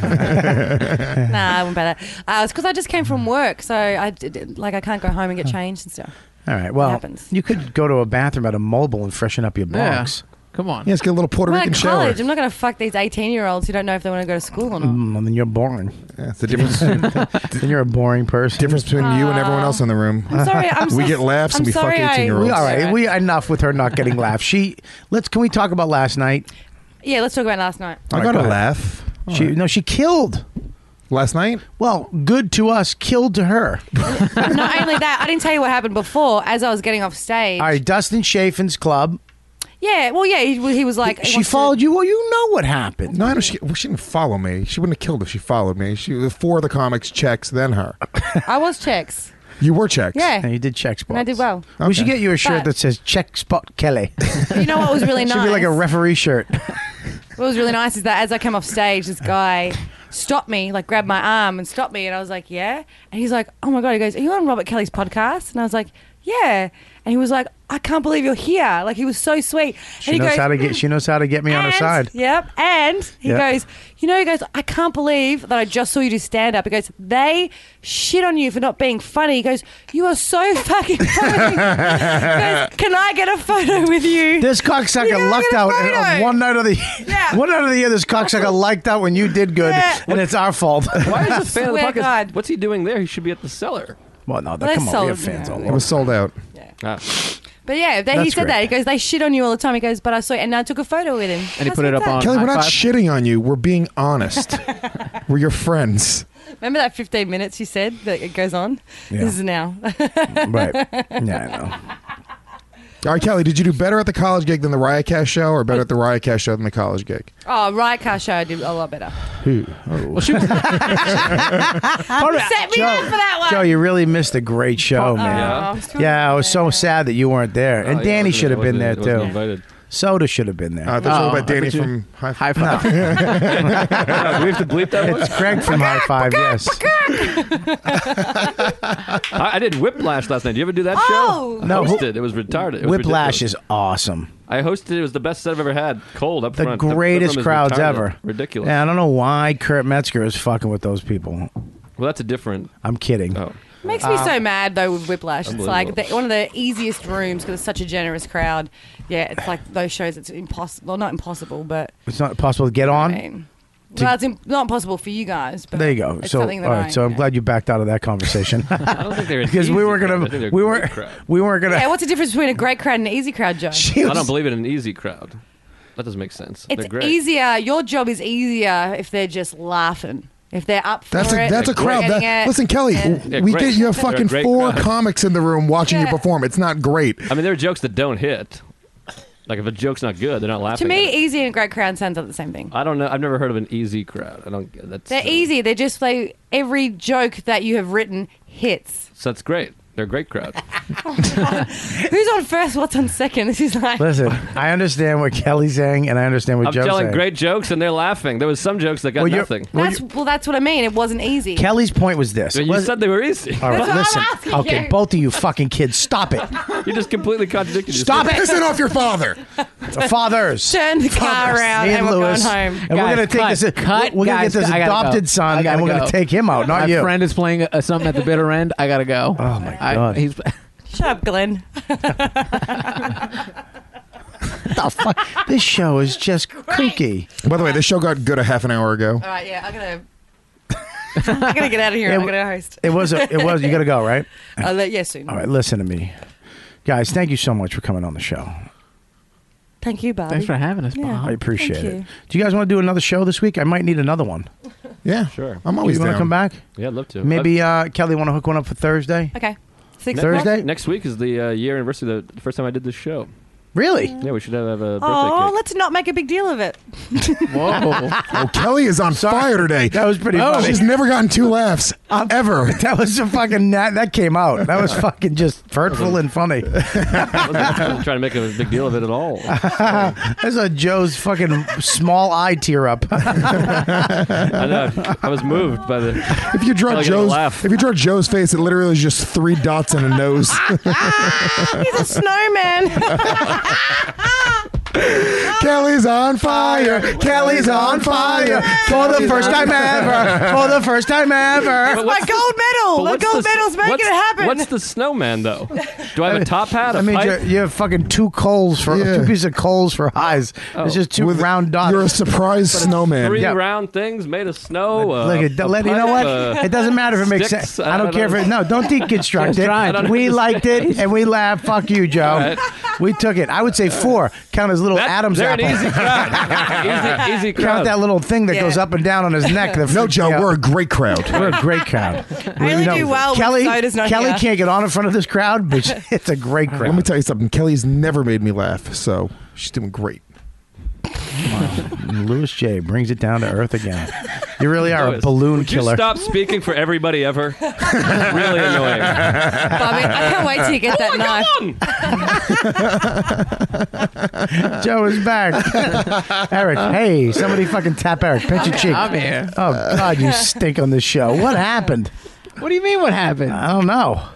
[SPEAKER 7] So
[SPEAKER 10] Nah, I wouldn't buy that. Uh, it's because I just came from work, so I did, like I can't go home and get changed and stuff.
[SPEAKER 3] all right. Well,
[SPEAKER 10] happens.
[SPEAKER 3] you could go to a bathroom at a mobile and freshen up your box.
[SPEAKER 11] Come on.
[SPEAKER 8] Yeah, let's get a little Puerto
[SPEAKER 10] I'm
[SPEAKER 8] Rican
[SPEAKER 10] at college.
[SPEAKER 8] shower.
[SPEAKER 10] I'm not going to fuck these 18 year olds who don't know if they want to go to school or not.
[SPEAKER 3] Mm, well, then you're boring.
[SPEAKER 8] That's the difference.
[SPEAKER 3] then you're a boring person.
[SPEAKER 8] Difference between you and everyone else in the room.
[SPEAKER 10] Uh, I'm sorry, I'm
[SPEAKER 8] we
[SPEAKER 10] so-
[SPEAKER 8] get laughs
[SPEAKER 10] I'm
[SPEAKER 8] and we fuck
[SPEAKER 10] sorry I-
[SPEAKER 8] eighteen year
[SPEAKER 3] We,
[SPEAKER 8] olds.
[SPEAKER 3] all right, we enough with her not getting laughs. She let's can we talk about last night?
[SPEAKER 10] Yeah, let's talk about last night.
[SPEAKER 8] I
[SPEAKER 3] All right,
[SPEAKER 8] got
[SPEAKER 3] go
[SPEAKER 8] a
[SPEAKER 3] ahead.
[SPEAKER 8] laugh
[SPEAKER 3] She no, she killed.
[SPEAKER 8] last night.
[SPEAKER 3] Well, good to us, killed to her.
[SPEAKER 10] not only that, I didn't tell you what happened before as I was getting off stage.
[SPEAKER 3] All right, Dustin Chafin's club.
[SPEAKER 10] Yeah, well, yeah, he, he was like. he
[SPEAKER 3] she
[SPEAKER 10] wants to-
[SPEAKER 3] followed you. Well, you know what happened.
[SPEAKER 8] No, I know she, well, she didn't follow me. She wouldn't have killed if she followed me. She the four of the comics checks, then her.
[SPEAKER 10] I was checks.
[SPEAKER 8] You were checks.
[SPEAKER 10] Yeah.
[SPEAKER 3] And you did check spots.
[SPEAKER 10] And I did well.
[SPEAKER 3] We should get you a shirt
[SPEAKER 10] But-
[SPEAKER 3] that says check spot Kelly.
[SPEAKER 10] But You know what was really
[SPEAKER 3] Should
[SPEAKER 10] nice?
[SPEAKER 3] be like a referee shirt.
[SPEAKER 10] What was really nice is that as I came off stage, this guy stopped me, like grabbed my arm and stopped me, and I was like, "Yeah," and he's like, "Oh my god!" He goes, "Are you on Robert Kelly's podcast?" And I was like, yeah. And he was like, I can't believe you're here. Like, he was so sweet.
[SPEAKER 3] She
[SPEAKER 10] and he
[SPEAKER 3] knows
[SPEAKER 10] goes,
[SPEAKER 3] how to get. She knows how to get me on her side.
[SPEAKER 10] Yep. And he
[SPEAKER 3] Yep.
[SPEAKER 10] goes, you know, he goes, I can't believe that I just saw you do stand up. He goes, they shit on you for not being funny. He goes, you are so fucking funny. Can I get a photo with you?
[SPEAKER 3] This cocksucker lucked out and- uh, one night of the one night of the year. This cocksucker lucked out when you did good,
[SPEAKER 10] Yeah.
[SPEAKER 3] and it's our fault.
[SPEAKER 7] Why is this fan of the
[SPEAKER 10] Swear
[SPEAKER 7] podcast? What's he doing there? He should be at the cellar.
[SPEAKER 3] Well, no,
[SPEAKER 10] Well, come on, we sold- have fans yeah. all
[SPEAKER 8] It was sold out.
[SPEAKER 11] Ah.
[SPEAKER 10] But yeah, they, he
[SPEAKER 8] That's
[SPEAKER 10] said
[SPEAKER 8] great.
[SPEAKER 10] that. He goes, they shit on you all the time. He goes, but I saw it and I took a photo with him.
[SPEAKER 11] And he put it up on.
[SPEAKER 8] Kelly, we're not
[SPEAKER 11] High Five.
[SPEAKER 8] shitting on you. We're being honest. we're your friends.
[SPEAKER 10] Remember that 15 minutes you said that it goes on?
[SPEAKER 8] Yeah.
[SPEAKER 10] This is now.
[SPEAKER 8] Right.
[SPEAKER 3] Yeah,
[SPEAKER 8] All right, Kelly, did you do better at the college gig than the Riotcast show, or better at the Riotcast show than the college gig? Oh.
[SPEAKER 10] Oh, right, car show. I did a lot better.
[SPEAKER 8] Who? Well, she was
[SPEAKER 10] Set me up for that one.
[SPEAKER 3] Joe, you really missed a great show,
[SPEAKER 10] Oh, Yeah. I
[SPEAKER 3] man.
[SPEAKER 10] was
[SPEAKER 3] Yeah, I was so sad that you weren't there, and
[SPEAKER 7] Oh, yeah,
[SPEAKER 3] Danny
[SPEAKER 7] wasn't-
[SPEAKER 3] should have been there
[SPEAKER 7] wasn't-
[SPEAKER 3] too.
[SPEAKER 7] wasn't invited.
[SPEAKER 3] Soda should have been there.
[SPEAKER 8] I thought you were Oh, about I Danny thought you- from High Five.
[SPEAKER 7] Do we have to bleep that one?
[SPEAKER 3] It's Craig from High Five. Yes.
[SPEAKER 7] I, I did Whiplash last night. Did you ever do that
[SPEAKER 10] Oh!
[SPEAKER 7] show?
[SPEAKER 3] No,
[SPEAKER 7] I
[SPEAKER 3] who-
[SPEAKER 7] hosted. It was retarded. It was
[SPEAKER 3] Whiplash
[SPEAKER 7] ridiculous.
[SPEAKER 3] is awesome.
[SPEAKER 7] I hosted. It was the best set I've ever had. Cold up
[SPEAKER 3] The
[SPEAKER 7] front. room
[SPEAKER 3] greatest
[SPEAKER 7] is
[SPEAKER 3] crowds
[SPEAKER 7] retarded.
[SPEAKER 3] ever.
[SPEAKER 7] Ridiculous.
[SPEAKER 3] Yeah, I don't know why Kurt Metzger is fucking with those people.
[SPEAKER 7] Well, that's a different.
[SPEAKER 3] I'm kidding.
[SPEAKER 7] Oh.
[SPEAKER 10] Makes me
[SPEAKER 3] Uh,
[SPEAKER 10] so mad though with Whiplash. It's like the,
[SPEAKER 3] Unbelievable.
[SPEAKER 10] one of the easiest rooms because it's such a generous crowd. Yeah, it's like those shows. It's impossible. Well, not impossible, but
[SPEAKER 3] It's not possible to get on. To-
[SPEAKER 10] well, it's im- not impossible for you guys. But
[SPEAKER 3] there you go.
[SPEAKER 10] It's
[SPEAKER 3] So, all
[SPEAKER 10] something that
[SPEAKER 3] right.
[SPEAKER 10] I,
[SPEAKER 3] so I'm glad you backed out of that conversation. I
[SPEAKER 7] don't think they're
[SPEAKER 3] because we were
[SPEAKER 7] I
[SPEAKER 3] gonna,
[SPEAKER 7] think they're
[SPEAKER 3] we
[SPEAKER 7] great
[SPEAKER 3] were,
[SPEAKER 7] crowd.
[SPEAKER 3] we weren't gonna.
[SPEAKER 10] yeah. What's the difference between a great crowd and an easy crowd, Joe?
[SPEAKER 7] I don't believe in an easy crowd. That doesn't make sense.
[SPEAKER 10] It's
[SPEAKER 7] They're great.
[SPEAKER 10] easier. Your job is easier if they're just laughing. If they're up for
[SPEAKER 8] That's
[SPEAKER 10] it.
[SPEAKER 8] a that's a
[SPEAKER 10] they're
[SPEAKER 8] crowd.
[SPEAKER 10] getting
[SPEAKER 8] That-
[SPEAKER 10] it.
[SPEAKER 8] listen, Kelly,
[SPEAKER 7] Yeah,
[SPEAKER 8] we
[SPEAKER 7] great.
[SPEAKER 8] get you have
[SPEAKER 7] They're a
[SPEAKER 8] fucking
[SPEAKER 7] great
[SPEAKER 8] four
[SPEAKER 7] crowd.
[SPEAKER 8] comics in the room watching
[SPEAKER 10] Yeah.
[SPEAKER 8] you perform. It's not great.
[SPEAKER 7] I mean, there are jokes that don't hit. Like if a joke's not good, they're not
[SPEAKER 10] To
[SPEAKER 7] laughing.
[SPEAKER 10] me,
[SPEAKER 7] at it.
[SPEAKER 10] easy and a great crowd sounds like the same thing.
[SPEAKER 7] I don't know. I've never heard of an easy crowd. I don't. That's
[SPEAKER 10] They're easy. They're just like every joke that you have written hits.
[SPEAKER 7] so that's great. They're a great crowd.
[SPEAKER 10] Who's on first? What's on second? This is like
[SPEAKER 3] Listen, I understand what Kelly's saying, and I understand what
[SPEAKER 7] I'm
[SPEAKER 3] Joe's
[SPEAKER 7] telling
[SPEAKER 3] saying.
[SPEAKER 7] great jokes and they're laughing. There was some jokes that got
[SPEAKER 3] Well, you're-
[SPEAKER 7] nothing.
[SPEAKER 10] That's well. That's what I mean. It wasn't easy.
[SPEAKER 3] Kelly's point was this.
[SPEAKER 7] You said they were easy.
[SPEAKER 3] All right,
[SPEAKER 10] That's what I'm
[SPEAKER 3] listen.
[SPEAKER 10] asking
[SPEAKER 3] Okay,
[SPEAKER 10] you.
[SPEAKER 3] both of you fucking kids, stop it.
[SPEAKER 7] You just completely contradicted
[SPEAKER 3] Stop
[SPEAKER 7] yourself.
[SPEAKER 3] it. Pissing off
[SPEAKER 8] your father.
[SPEAKER 3] Fathers.
[SPEAKER 10] Turn the car around
[SPEAKER 3] Me
[SPEAKER 10] and,
[SPEAKER 3] and
[SPEAKER 10] we're
[SPEAKER 3] Lewis,
[SPEAKER 10] going home.
[SPEAKER 3] and we're gonna take this.
[SPEAKER 11] cut,
[SPEAKER 3] we're gonna
[SPEAKER 11] guys,
[SPEAKER 3] get this
[SPEAKER 11] I gotta go.
[SPEAKER 3] adopted
[SPEAKER 11] I
[SPEAKER 3] son,
[SPEAKER 11] gotta
[SPEAKER 3] and we're
[SPEAKER 11] go.
[SPEAKER 3] gonna take him out, not
[SPEAKER 11] My
[SPEAKER 3] you.
[SPEAKER 11] friend is playing uh, something at the bitter end. I gotta go. Oh my
[SPEAKER 3] God.
[SPEAKER 11] he's
[SPEAKER 10] Shut up, Glenn.
[SPEAKER 3] the fuck? This show is just kooky.
[SPEAKER 8] By the way, this show got good a half an hour
[SPEAKER 3] Oh.
[SPEAKER 8] ago.
[SPEAKER 10] All right, yeah, I'm gonna. I'm gonna Oh. get out of here. I'm gonna host.
[SPEAKER 3] It was. A, it was. You got to go, right?
[SPEAKER 10] I'll let yeah soon.
[SPEAKER 3] All right. Listen to me, guys. Thank you so much for coming on the show.
[SPEAKER 10] Thank you, Bob.
[SPEAKER 11] Thanks for having us, Bob.
[SPEAKER 3] I appreciate
[SPEAKER 10] Thank
[SPEAKER 3] it.
[SPEAKER 10] you.
[SPEAKER 3] Do you guys want to do another show this week? I might need another one.
[SPEAKER 8] Yeah,
[SPEAKER 7] sure.
[SPEAKER 3] I'm always You wanna down. come back?
[SPEAKER 7] Yeah, I'd love to.
[SPEAKER 3] Maybe uh, Kelly want to hook one up for Thursday.
[SPEAKER 10] Okay. Six
[SPEAKER 7] Ne-
[SPEAKER 10] o'clock?
[SPEAKER 7] Next, week is the uh, year anniversary. of The, the first time I did this show.
[SPEAKER 3] Really?
[SPEAKER 7] Yeah, we should have, have a birthday
[SPEAKER 10] Oh,
[SPEAKER 7] cake.
[SPEAKER 10] let's not make a big deal of it.
[SPEAKER 11] Whoa.
[SPEAKER 8] oh, Kelly is on fire today. That
[SPEAKER 3] was pretty
[SPEAKER 8] Oh,
[SPEAKER 3] funny.
[SPEAKER 8] she's never gotten two laughs ever.
[SPEAKER 3] That was a fucking that, that came out. That was fucking just hurtful and
[SPEAKER 7] I
[SPEAKER 3] funny.
[SPEAKER 7] wasn't, I wasn't trying to make a big deal of it at all.
[SPEAKER 3] That's a Joe's fucking small eye tear up.
[SPEAKER 7] I, know, I was moved by the.
[SPEAKER 8] If you draw
[SPEAKER 7] Kelly got a
[SPEAKER 8] Joe's,
[SPEAKER 7] laugh.
[SPEAKER 8] if you draw Joe's face, it literally is just three dots and a nose.
[SPEAKER 10] He's a snowman.
[SPEAKER 8] Kelly's on fire. Kelly's on fire
[SPEAKER 3] for the first time ever. For the first time ever.
[SPEAKER 7] But
[SPEAKER 10] My
[SPEAKER 7] what's
[SPEAKER 10] gold
[SPEAKER 7] but
[SPEAKER 10] medal. My
[SPEAKER 7] what's
[SPEAKER 10] gold
[SPEAKER 7] the-
[SPEAKER 10] medal's making
[SPEAKER 7] what's-
[SPEAKER 10] it happen.
[SPEAKER 7] What's the snowman though? Do I have a top hat? A
[SPEAKER 3] I mean,
[SPEAKER 7] pipe?
[SPEAKER 3] you're, you're fucking two coals for two pieces of coals for eyes. It's just two round dots. You're a
[SPEAKER 8] surprise snowman.
[SPEAKER 7] Oh. Three
[SPEAKER 3] Yeah.
[SPEAKER 7] round things made of snow. uh,
[SPEAKER 3] Look, it, let, you know what? it doesn't matter if it makes sense. I don't care if it. No, don't deconstruct
[SPEAKER 7] Just trying. I
[SPEAKER 3] it.
[SPEAKER 7] don't
[SPEAKER 3] We liked it
[SPEAKER 7] understand.
[SPEAKER 3] and we laughed. Fuck you, Joe. We took it. I would say four. Count as little Adam's
[SPEAKER 7] They're
[SPEAKER 3] apple.
[SPEAKER 7] an easy crowd. easy, easy crowd.
[SPEAKER 3] Count that little thing that goes up and down on his neck.
[SPEAKER 8] No, Joe, we're a great crowd.
[SPEAKER 3] We're a great crowd.
[SPEAKER 10] I only do well when
[SPEAKER 3] Kelly,
[SPEAKER 10] Soda's not
[SPEAKER 3] Kelly
[SPEAKER 10] here.
[SPEAKER 3] can't get on in front of this crowd, but it's a great crowd.
[SPEAKER 8] Let me tell you something. Kelly's never made me laugh, so she's doing great.
[SPEAKER 3] Louis J brings it down to earth again. You really are a
[SPEAKER 7] Louis,
[SPEAKER 3] balloon
[SPEAKER 7] Would
[SPEAKER 3] killer.
[SPEAKER 7] you stop speaking for everybody ever? really annoying.
[SPEAKER 10] Bobby, I can't wait till you get that knife.
[SPEAKER 3] Joe is back. Eric, hey, somebody fucking tap Eric. Pinch your
[SPEAKER 11] I'm-
[SPEAKER 3] cheek.
[SPEAKER 11] I'm here.
[SPEAKER 3] Oh God, you stink on this show. What happened?
[SPEAKER 11] What do you mean? What happened?
[SPEAKER 3] I don't know.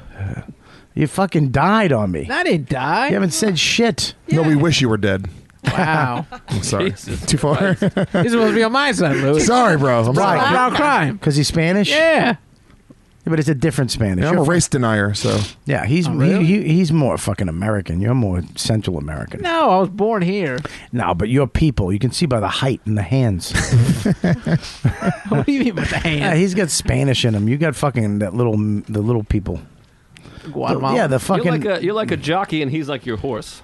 [SPEAKER 3] You fucking died on me.
[SPEAKER 11] I didn't die.
[SPEAKER 3] You haven't said shit.
[SPEAKER 8] No, we wish you were dead.
[SPEAKER 11] Wow.
[SPEAKER 8] I'm sorry. Too far? He's
[SPEAKER 11] supposed to be on my side, Louis.
[SPEAKER 8] Sorry, bro. I'm sorry.
[SPEAKER 11] Proud crime.
[SPEAKER 3] Because he's Spanish?
[SPEAKER 11] Yeah.
[SPEAKER 3] Yeah, but it's a different Spanish.
[SPEAKER 8] Yeah, I'm a race denier, so.
[SPEAKER 3] Yeah, he's
[SPEAKER 11] Oh,
[SPEAKER 3] he, he, he's more fucking American. You're more Central American.
[SPEAKER 11] No, I was born here.
[SPEAKER 3] No, but your people, you can see by the height and the hands.
[SPEAKER 11] what do you mean with the
[SPEAKER 3] yeah,
[SPEAKER 11] hand?
[SPEAKER 3] he's got Spanish in him. You got fucking that little the little people.
[SPEAKER 11] Guatemala.
[SPEAKER 3] Yeah, the fucking.
[SPEAKER 7] You're like a, you're like a jockey, and he's like your horse.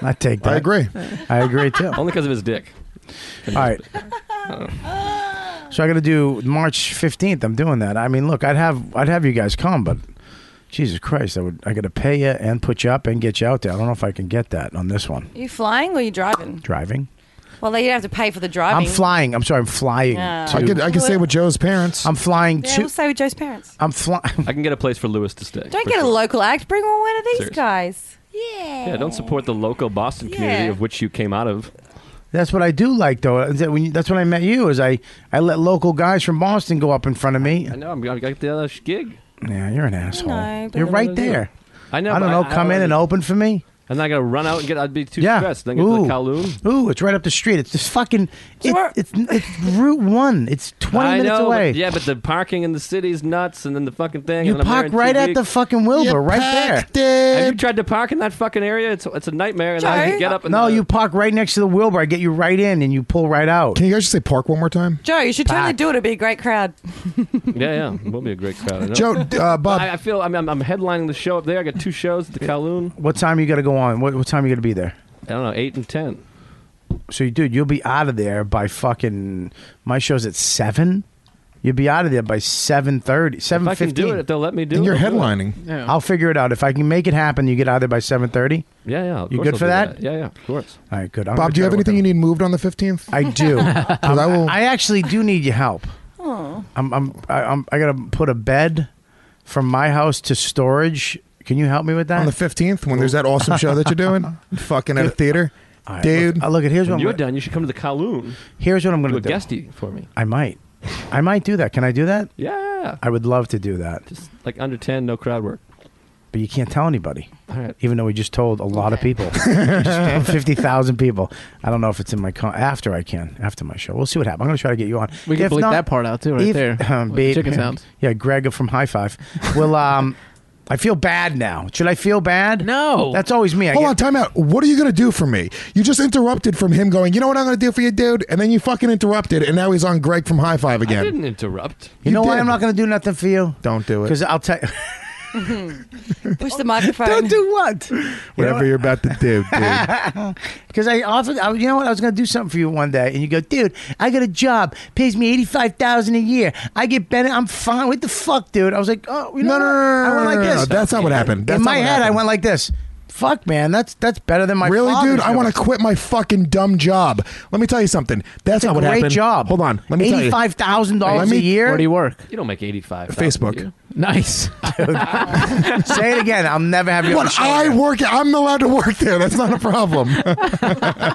[SPEAKER 3] I take that.
[SPEAKER 8] I agree.
[SPEAKER 3] I agree too. All
[SPEAKER 7] Only because of his dick.
[SPEAKER 3] right.
[SPEAKER 7] Oh.
[SPEAKER 3] So I got to do March fifteenth. I'm doing that. I mean, look, I'd have I'd have you guys come, but Jesus Christ, I would I got to pay you and put you up and get you out there. I don't know if I can get that on this one.
[SPEAKER 10] Are you flying or are you driving?
[SPEAKER 3] Driving.
[SPEAKER 10] Well, they have to pay for the driving.
[SPEAKER 3] I'm flying. I'm sorry. I'm flying.
[SPEAKER 10] Yeah.
[SPEAKER 3] To,
[SPEAKER 8] I could, I could stay with Joe's parents.
[SPEAKER 3] I'm flying
[SPEAKER 10] Yeah,
[SPEAKER 3] to.
[SPEAKER 10] we'll stay with Joe's parents.
[SPEAKER 3] I'm flying.
[SPEAKER 7] I can get a place for Lewis to stay.
[SPEAKER 10] Don't
[SPEAKER 7] for
[SPEAKER 10] get a
[SPEAKER 7] sure.
[SPEAKER 10] local act. Bring on one of these
[SPEAKER 7] Seriously.
[SPEAKER 10] guys. Yeah.
[SPEAKER 7] Yeah, don't support the local Boston community
[SPEAKER 10] Yeah.
[SPEAKER 7] of which you came out of.
[SPEAKER 3] That's what I do like though. is that when you- that's when I met you. Is I I let local guys from Boston go up in front of me.
[SPEAKER 7] I know. I'm gonna get the other sh- gig.
[SPEAKER 3] Yeah, you're an asshole.
[SPEAKER 10] know, but-
[SPEAKER 3] you're right there.
[SPEAKER 7] I know.
[SPEAKER 3] I don't
[SPEAKER 7] but
[SPEAKER 3] know. come in and open for me.
[SPEAKER 7] And I gotta run out and get. I'd be too
[SPEAKER 3] yeah.
[SPEAKER 7] stressed. Then get to the Kowloon.
[SPEAKER 3] Ooh, it's right up the street. It's just fucking. It, it's it's Route One. It's twenty
[SPEAKER 7] I
[SPEAKER 3] minutes
[SPEAKER 7] know,
[SPEAKER 3] away.
[SPEAKER 7] But, yeah, but the parking in the city's nuts, and then the fucking thing.
[SPEAKER 3] You
[SPEAKER 7] and then I'm there
[SPEAKER 3] park
[SPEAKER 7] in two
[SPEAKER 3] right at the
[SPEAKER 7] weeks.
[SPEAKER 3] fucking Wilbur, right there.
[SPEAKER 7] Have you tried to park in that fucking area? It's it's a nightmare. And I get up and
[SPEAKER 3] no, you park right next to the Wilbur. I get you right in, and you pull right out.
[SPEAKER 8] Can you guys just say park one more time?
[SPEAKER 10] Joe, you should totally do it. It'd be a great crowd.
[SPEAKER 7] Yeah, yeah, it will be a great crowd. I know.
[SPEAKER 8] Joe, uh, Bob.
[SPEAKER 7] I, I feel I'm, I'm I'm headlining the show up there. I got two shows at the Kowloon.
[SPEAKER 3] What time you got to go on? What, what time you got to be there?
[SPEAKER 7] I don't know, eight and ten.
[SPEAKER 3] So, you- dude, you'll be out of there by fucking. My show's at seven. You'll be out of there by seven thirty,
[SPEAKER 7] If
[SPEAKER 3] seven
[SPEAKER 7] I can do it, if
[SPEAKER 3] fifteen.
[SPEAKER 7] they'll let me do
[SPEAKER 8] and
[SPEAKER 7] it.
[SPEAKER 8] you're
[SPEAKER 7] I'll do it.
[SPEAKER 8] headlining.
[SPEAKER 11] Yeah.
[SPEAKER 3] I'll figure it out. If I can make it happen, you get out of there by seven thirty.
[SPEAKER 7] Yeah, yeah. of
[SPEAKER 3] You
[SPEAKER 7] course
[SPEAKER 3] good
[SPEAKER 7] I'll
[SPEAKER 3] for
[SPEAKER 7] do
[SPEAKER 3] that?
[SPEAKER 7] Yeah, yeah, of course.
[SPEAKER 3] All right, good. I'm
[SPEAKER 8] Bob,
[SPEAKER 3] gonna
[SPEAKER 8] do you have
[SPEAKER 3] try to
[SPEAKER 8] anything
[SPEAKER 3] work
[SPEAKER 8] you need moved on the 15th?
[SPEAKER 3] on- I do.
[SPEAKER 8] Because I will.
[SPEAKER 3] I actually do need your help.
[SPEAKER 10] Oh.
[SPEAKER 3] I'm, I'm, I, I'm, I gotta put a bed from my house to storage. Can you help me with that?
[SPEAKER 8] on the 15th, when there's that awesome show that you're doing, fucking at a theater.
[SPEAKER 3] All right,
[SPEAKER 8] Dude.
[SPEAKER 3] look, uh, look at here's
[SPEAKER 7] When
[SPEAKER 3] what
[SPEAKER 7] you're
[SPEAKER 3] I'm,
[SPEAKER 7] done, you should come to the Kowloon.
[SPEAKER 3] here's what I'm
[SPEAKER 7] Do
[SPEAKER 3] gonna
[SPEAKER 7] a
[SPEAKER 3] do.
[SPEAKER 7] guestie for me.
[SPEAKER 3] I might, I might do that. Can I do that?
[SPEAKER 7] Yeah.
[SPEAKER 3] I would love to do that,
[SPEAKER 7] Just like under 10, no crowd work.
[SPEAKER 3] but you can't tell anybody.
[SPEAKER 7] All right.
[SPEAKER 3] Even though we just told a lot of people, fifty thousand people. I don't know if it's in my con- after I can after my show. We'll see what happens. I'm gonna try to get you on.
[SPEAKER 11] We can
[SPEAKER 3] If
[SPEAKER 11] bleep
[SPEAKER 3] not-
[SPEAKER 11] that part out too, right
[SPEAKER 3] if-
[SPEAKER 11] there.
[SPEAKER 3] um,
[SPEAKER 11] With
[SPEAKER 3] babe-
[SPEAKER 11] chicken sounds.
[SPEAKER 3] Yeah, Greg from High Five. Well, um, I feel bad now. Should I feel bad?
[SPEAKER 11] No.
[SPEAKER 3] That's always me. I
[SPEAKER 8] Hold
[SPEAKER 3] get-
[SPEAKER 8] on, time out. What are you going to do for me? You just interrupted from him going, you know what I'm going to do for you, dude? And then you fucking interrupted, and now he's on Greg from High Five
[SPEAKER 7] I
[SPEAKER 8] again.
[SPEAKER 7] didn't interrupt.
[SPEAKER 8] You
[SPEAKER 3] You, know why
[SPEAKER 8] did.
[SPEAKER 3] I'm not going to do nothing for you?
[SPEAKER 8] Don't do it.
[SPEAKER 3] Because I'll tell.
[SPEAKER 10] Push the microphone.
[SPEAKER 3] do what?
[SPEAKER 8] Whatever you're about to do, dude.
[SPEAKER 3] Because I often, I, you know what? I was going to do something for you one day, and you go, dude, I got a job, pays me eighty five thousand a year. I get better. I'm fine. What the fuck, dude? I was like, oh, you
[SPEAKER 8] No,
[SPEAKER 3] know
[SPEAKER 8] no, no,
[SPEAKER 3] what?
[SPEAKER 8] no,
[SPEAKER 3] I went
[SPEAKER 8] no,
[SPEAKER 3] like
[SPEAKER 8] no, no,
[SPEAKER 3] this.
[SPEAKER 8] That's not what happened. That's
[SPEAKER 3] In
[SPEAKER 8] not
[SPEAKER 3] my
[SPEAKER 8] what
[SPEAKER 3] head, I
[SPEAKER 8] happened.
[SPEAKER 3] went like this. Fuck, man, that's that's better than my
[SPEAKER 8] Really,
[SPEAKER 3] father's
[SPEAKER 8] dude? I
[SPEAKER 3] doing.
[SPEAKER 8] want to quit my fucking dumb job. Let me tell you something. That's not what
[SPEAKER 3] Great
[SPEAKER 8] happened.
[SPEAKER 3] job.
[SPEAKER 8] Hold on. Let me tell you.
[SPEAKER 3] eighty-five thousand dollars
[SPEAKER 8] Let
[SPEAKER 3] a
[SPEAKER 8] me-
[SPEAKER 3] year.
[SPEAKER 11] Where do you work?
[SPEAKER 7] You don't make 85.
[SPEAKER 8] Facebook.
[SPEAKER 11] Nice.
[SPEAKER 3] Say it again. I'll never have you. on the
[SPEAKER 8] What
[SPEAKER 3] show
[SPEAKER 8] I
[SPEAKER 3] again.
[SPEAKER 8] work at, I'm allowed to work there. That's not a problem.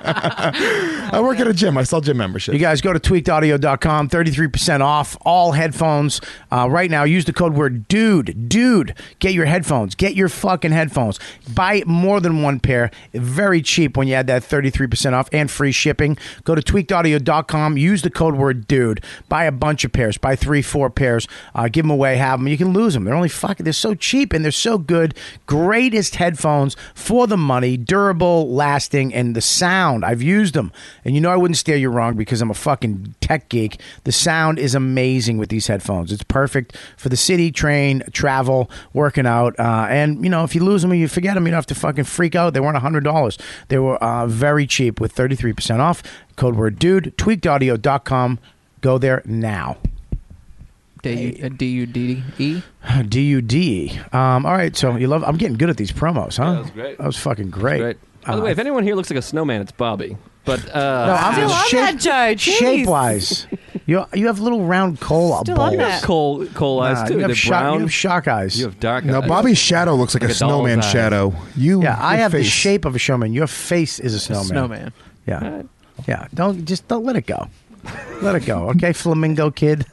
[SPEAKER 8] I work at a gym. I sell gym membership.
[SPEAKER 3] You guys go to tweakedaudio.com, 33% off all headphones uh, right now. Use the code word dude, dude. Get your headphones. Get your fucking headphones. Buy more than one pair. Very cheap when you add that 33% off and free shipping. Go to tweakedaudio.com, use the code word dude. Buy a bunch of pairs. Buy three, four pairs. Uh, give them away, have them. You can lose them. They're only fucking, they're so cheap and they're so good. Greatest headphones for the money, durable, lasting, and the sound. I've used them. And you know I wouldn't stare you wrong because I'm a fucking tech geek. The sound is amazing with these headphones. It's perfect for the city, train, travel, working out. Uh, and, you know, if you lose them or you forget them, you don't have to fucking freak out. They weren't $100. They were uh, very cheap with 33% off. Code word dude, tweakedaudio.com. Go there now.
[SPEAKER 11] D U D U D E.
[SPEAKER 3] D U D. Um, all right, so you love. I'm getting good at these promos, huh?
[SPEAKER 7] that was great.
[SPEAKER 3] That was fucking great.
[SPEAKER 7] Great. By the
[SPEAKER 3] Uh,
[SPEAKER 7] way, if anyone here looks like a snowman, it's Bobby. But uh,
[SPEAKER 3] no, I'm
[SPEAKER 10] Still on that, Joe. Jeez.
[SPEAKER 3] Shape wise, you you have little round coal uh,
[SPEAKER 10] Still on
[SPEAKER 3] balls.
[SPEAKER 10] that.
[SPEAKER 7] coal coal eyes
[SPEAKER 3] Nah,
[SPEAKER 7] too.
[SPEAKER 3] you, have
[SPEAKER 7] They're
[SPEAKER 3] shock, you
[SPEAKER 7] brown.
[SPEAKER 3] have shock eyes.
[SPEAKER 7] You have dark.
[SPEAKER 8] Now,
[SPEAKER 7] eyes.
[SPEAKER 8] Bobby's shadow looks like,
[SPEAKER 7] Like
[SPEAKER 8] a
[SPEAKER 7] a doll's
[SPEAKER 8] snowman
[SPEAKER 7] eyes.
[SPEAKER 8] shadow. You,
[SPEAKER 3] yeah, I
[SPEAKER 8] your
[SPEAKER 3] have the
[SPEAKER 8] face.
[SPEAKER 3] shape of a showman. Your face is a snowman.
[SPEAKER 11] Snowman.
[SPEAKER 3] Yeah, yeah. Don't just don't let it go. Let it go. Okay, Flamingo Kid.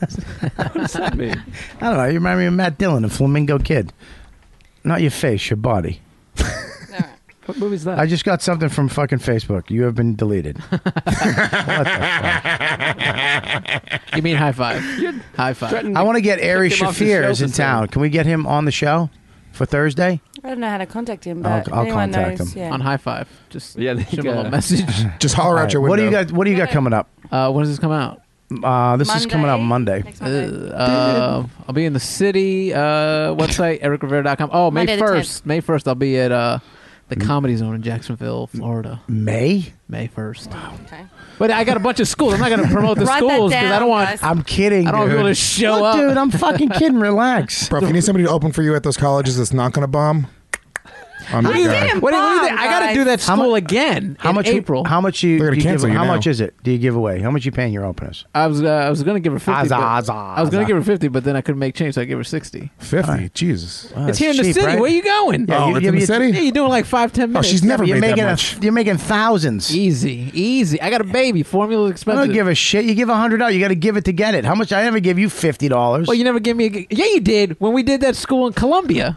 [SPEAKER 7] what does that mean?
[SPEAKER 3] I don't know. You remind me of Matt Dillon, a Flamingo Kid. Not your face, your body.
[SPEAKER 7] What movie's that?
[SPEAKER 3] I just got something from fucking Facebook. You have been deleted. what the fuck?
[SPEAKER 11] You mean high five? high five.
[SPEAKER 3] I want to get Ari Shafir is in town. Can we get him on the show for Thursday?
[SPEAKER 10] I don't know how to contact him,
[SPEAKER 3] I'll-
[SPEAKER 10] but
[SPEAKER 3] I'll
[SPEAKER 10] anyone
[SPEAKER 3] contact
[SPEAKER 10] knows,
[SPEAKER 3] him.
[SPEAKER 10] yeah.
[SPEAKER 11] on high five. Just
[SPEAKER 7] yeah,
[SPEAKER 11] shoot him a
[SPEAKER 7] yeah.
[SPEAKER 11] little message.
[SPEAKER 8] Just holler
[SPEAKER 3] All
[SPEAKER 8] out
[SPEAKER 3] right,
[SPEAKER 8] your window.
[SPEAKER 3] What do you got? What do you got coming up?
[SPEAKER 11] Uh, when does this come out?
[SPEAKER 3] Uh, this is coming out Monday.
[SPEAKER 11] Uh, I'll be in the city. Uh, website ericrivera.com. Oh, May
[SPEAKER 10] Monday the
[SPEAKER 11] 1st. May 1st, I'll be at uh, the Comedy Zone in Jacksonville, Florida.
[SPEAKER 3] May?
[SPEAKER 11] May 1st. Okay. But I got a bunch of schools. I'm not going to promote the schools because I don't want.
[SPEAKER 3] I'm kidding.
[SPEAKER 11] I don't want
[SPEAKER 3] dude.
[SPEAKER 11] people to show
[SPEAKER 3] Look,
[SPEAKER 11] up.
[SPEAKER 3] dude. I'm fucking kidding. Relax,
[SPEAKER 8] bro. If you need somebody to open for you at those colleges that's not going to bomb, I'm your guy.
[SPEAKER 11] What do you- what do you think? I got to do that
[SPEAKER 3] How
[SPEAKER 11] school again.
[SPEAKER 3] How
[SPEAKER 11] in
[SPEAKER 3] much?
[SPEAKER 11] April.
[SPEAKER 3] How much you?
[SPEAKER 8] They're gonna
[SPEAKER 3] you give,
[SPEAKER 8] cancel you
[SPEAKER 3] how
[SPEAKER 8] now.
[SPEAKER 3] much is it? Do you give away? How much you paying your openers?
[SPEAKER 11] I was uh, I was gonna give her fifty.
[SPEAKER 3] Azza,
[SPEAKER 11] but-
[SPEAKER 3] azza,
[SPEAKER 11] I was gonna
[SPEAKER 3] azza.
[SPEAKER 11] give her fifty, but then I couldn't make change, so I gave her sixty.
[SPEAKER 8] Fifty, Jesus.
[SPEAKER 11] it's here in the
[SPEAKER 3] cheap,
[SPEAKER 11] city.
[SPEAKER 3] right?
[SPEAKER 11] Where you going?
[SPEAKER 3] Yeah, Oh, you- it's you- in the you- city?
[SPEAKER 11] Yeah, you're doing like five ten minutes.
[SPEAKER 8] Oh, she's never
[SPEAKER 11] Yeah,
[SPEAKER 3] You're
[SPEAKER 8] made that
[SPEAKER 3] making a,
[SPEAKER 8] much.
[SPEAKER 3] you're making thousands.
[SPEAKER 11] easy, easy. I got a baby. Formula's
[SPEAKER 3] I
[SPEAKER 11] expensive.
[SPEAKER 3] don't give a shit. You give a hundred dollars. You got to give it to get it. How much? I never give you fifty dollars.
[SPEAKER 11] well, you never gave me. a... g- Yeah, you did when we did that school in Columbia,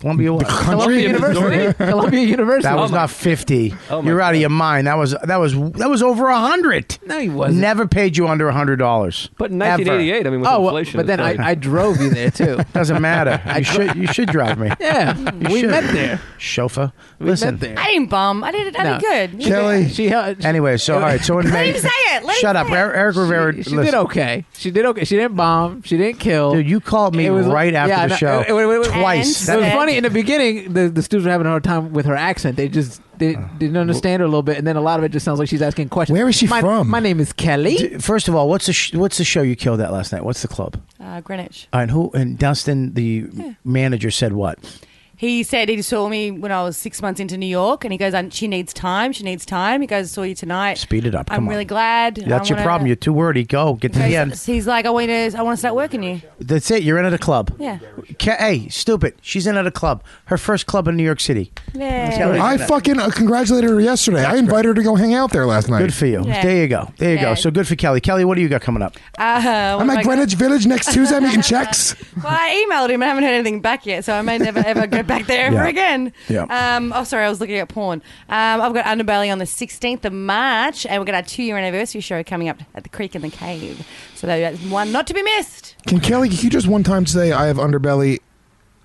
[SPEAKER 3] Columbia what?
[SPEAKER 11] Columbia University, Columbia University.
[SPEAKER 3] That was not fifty.
[SPEAKER 7] Oh my
[SPEAKER 3] You're out of your mind. That was that was that was over a hundred.
[SPEAKER 11] No, he wasn't.
[SPEAKER 3] Never paid you under a hundred dollars.
[SPEAKER 7] But in 1988, I mean, with
[SPEAKER 11] oh, well,
[SPEAKER 7] inflation,
[SPEAKER 11] but then
[SPEAKER 7] it's
[SPEAKER 11] I,
[SPEAKER 7] like-
[SPEAKER 11] I drove you there too.
[SPEAKER 3] Doesn't matter. You should you should drive me.
[SPEAKER 11] Yeah,
[SPEAKER 3] You
[SPEAKER 11] we
[SPEAKER 3] should.
[SPEAKER 11] met there.
[SPEAKER 3] Chauffeur.
[SPEAKER 11] We
[SPEAKER 3] Listen.
[SPEAKER 11] met there.
[SPEAKER 10] I didn't bum. I did. I did
[SPEAKER 11] No.
[SPEAKER 10] good. You
[SPEAKER 8] Kelly.
[SPEAKER 11] She held.
[SPEAKER 3] Anyway, so all right, so in
[SPEAKER 10] Let
[SPEAKER 3] May,
[SPEAKER 10] him say it. Let him
[SPEAKER 3] shut
[SPEAKER 10] say
[SPEAKER 3] up, Er,
[SPEAKER 10] it.
[SPEAKER 3] Eric Eric Rivera.
[SPEAKER 11] She
[SPEAKER 3] listen.
[SPEAKER 11] did okay. She did okay. She didn't bomb. She didn't kill.
[SPEAKER 3] Dude, you called me
[SPEAKER 11] It was-
[SPEAKER 3] right after
[SPEAKER 11] yeah, uh,
[SPEAKER 3] the
[SPEAKER 11] no,
[SPEAKER 3] show
[SPEAKER 11] it- it- it- it-
[SPEAKER 3] twice.
[SPEAKER 11] it
[SPEAKER 3] That-
[SPEAKER 11] was funny in the beginning. The, the students were having a hard time with her accent. They just they didn't understand her a little bit, and then a lot of it just sounds like she's asking questions.
[SPEAKER 8] Where is she
[SPEAKER 11] my,
[SPEAKER 8] from?
[SPEAKER 11] My name is Kelly.
[SPEAKER 3] D- First of all, what's the sh- what's the show you killed at last night? What's the club?
[SPEAKER 10] Uh, Greenwich.
[SPEAKER 3] All right, who and Dustin, the manager, said what?
[SPEAKER 10] He said he saw me when I was six months into New York, and he goes, "I- "She needs time. She needs time." He goes, "Saw you tonight.
[SPEAKER 3] Speed it up.
[SPEAKER 10] I'm
[SPEAKER 3] come
[SPEAKER 10] really
[SPEAKER 3] on.
[SPEAKER 10] glad.
[SPEAKER 3] That's
[SPEAKER 10] I
[SPEAKER 3] your
[SPEAKER 10] wanna-
[SPEAKER 3] problem. You're too wordy. Go get to the end.
[SPEAKER 10] He's, he's like, I want to. I want to start working you.
[SPEAKER 3] That's it. You're in at a club.
[SPEAKER 10] Yeah.
[SPEAKER 3] Ca- hey, stupid. She's in at a club. Her first club in New York City.
[SPEAKER 10] Yeah.
[SPEAKER 8] I fucking uh, congratulated her yesterday. I invited her to go hang out there last night.
[SPEAKER 3] Good for you.
[SPEAKER 10] Yeah.
[SPEAKER 3] There you go. There you
[SPEAKER 10] Yeah.
[SPEAKER 3] go. So good for Kelly. Kelly, what do you got coming up?
[SPEAKER 10] Uh, what
[SPEAKER 8] I'm
[SPEAKER 10] am
[SPEAKER 8] at
[SPEAKER 10] I gonna-
[SPEAKER 8] Greenwich Village next Tuesday. I'm eating checks.
[SPEAKER 10] Well, I emailed him. I haven't heard anything back yet, so I may never ever go back there ever
[SPEAKER 3] Yeah.
[SPEAKER 10] again.
[SPEAKER 3] Yeah.
[SPEAKER 10] Um, oh, sorry, I was looking at porn. Um, I've got Underbelly on the 16th of March, and we've got our two-year anniversary show coming up at the Creek in the Cave. So that's one not to be missed.
[SPEAKER 8] Can Kelly? Can you just one time say I have underbelly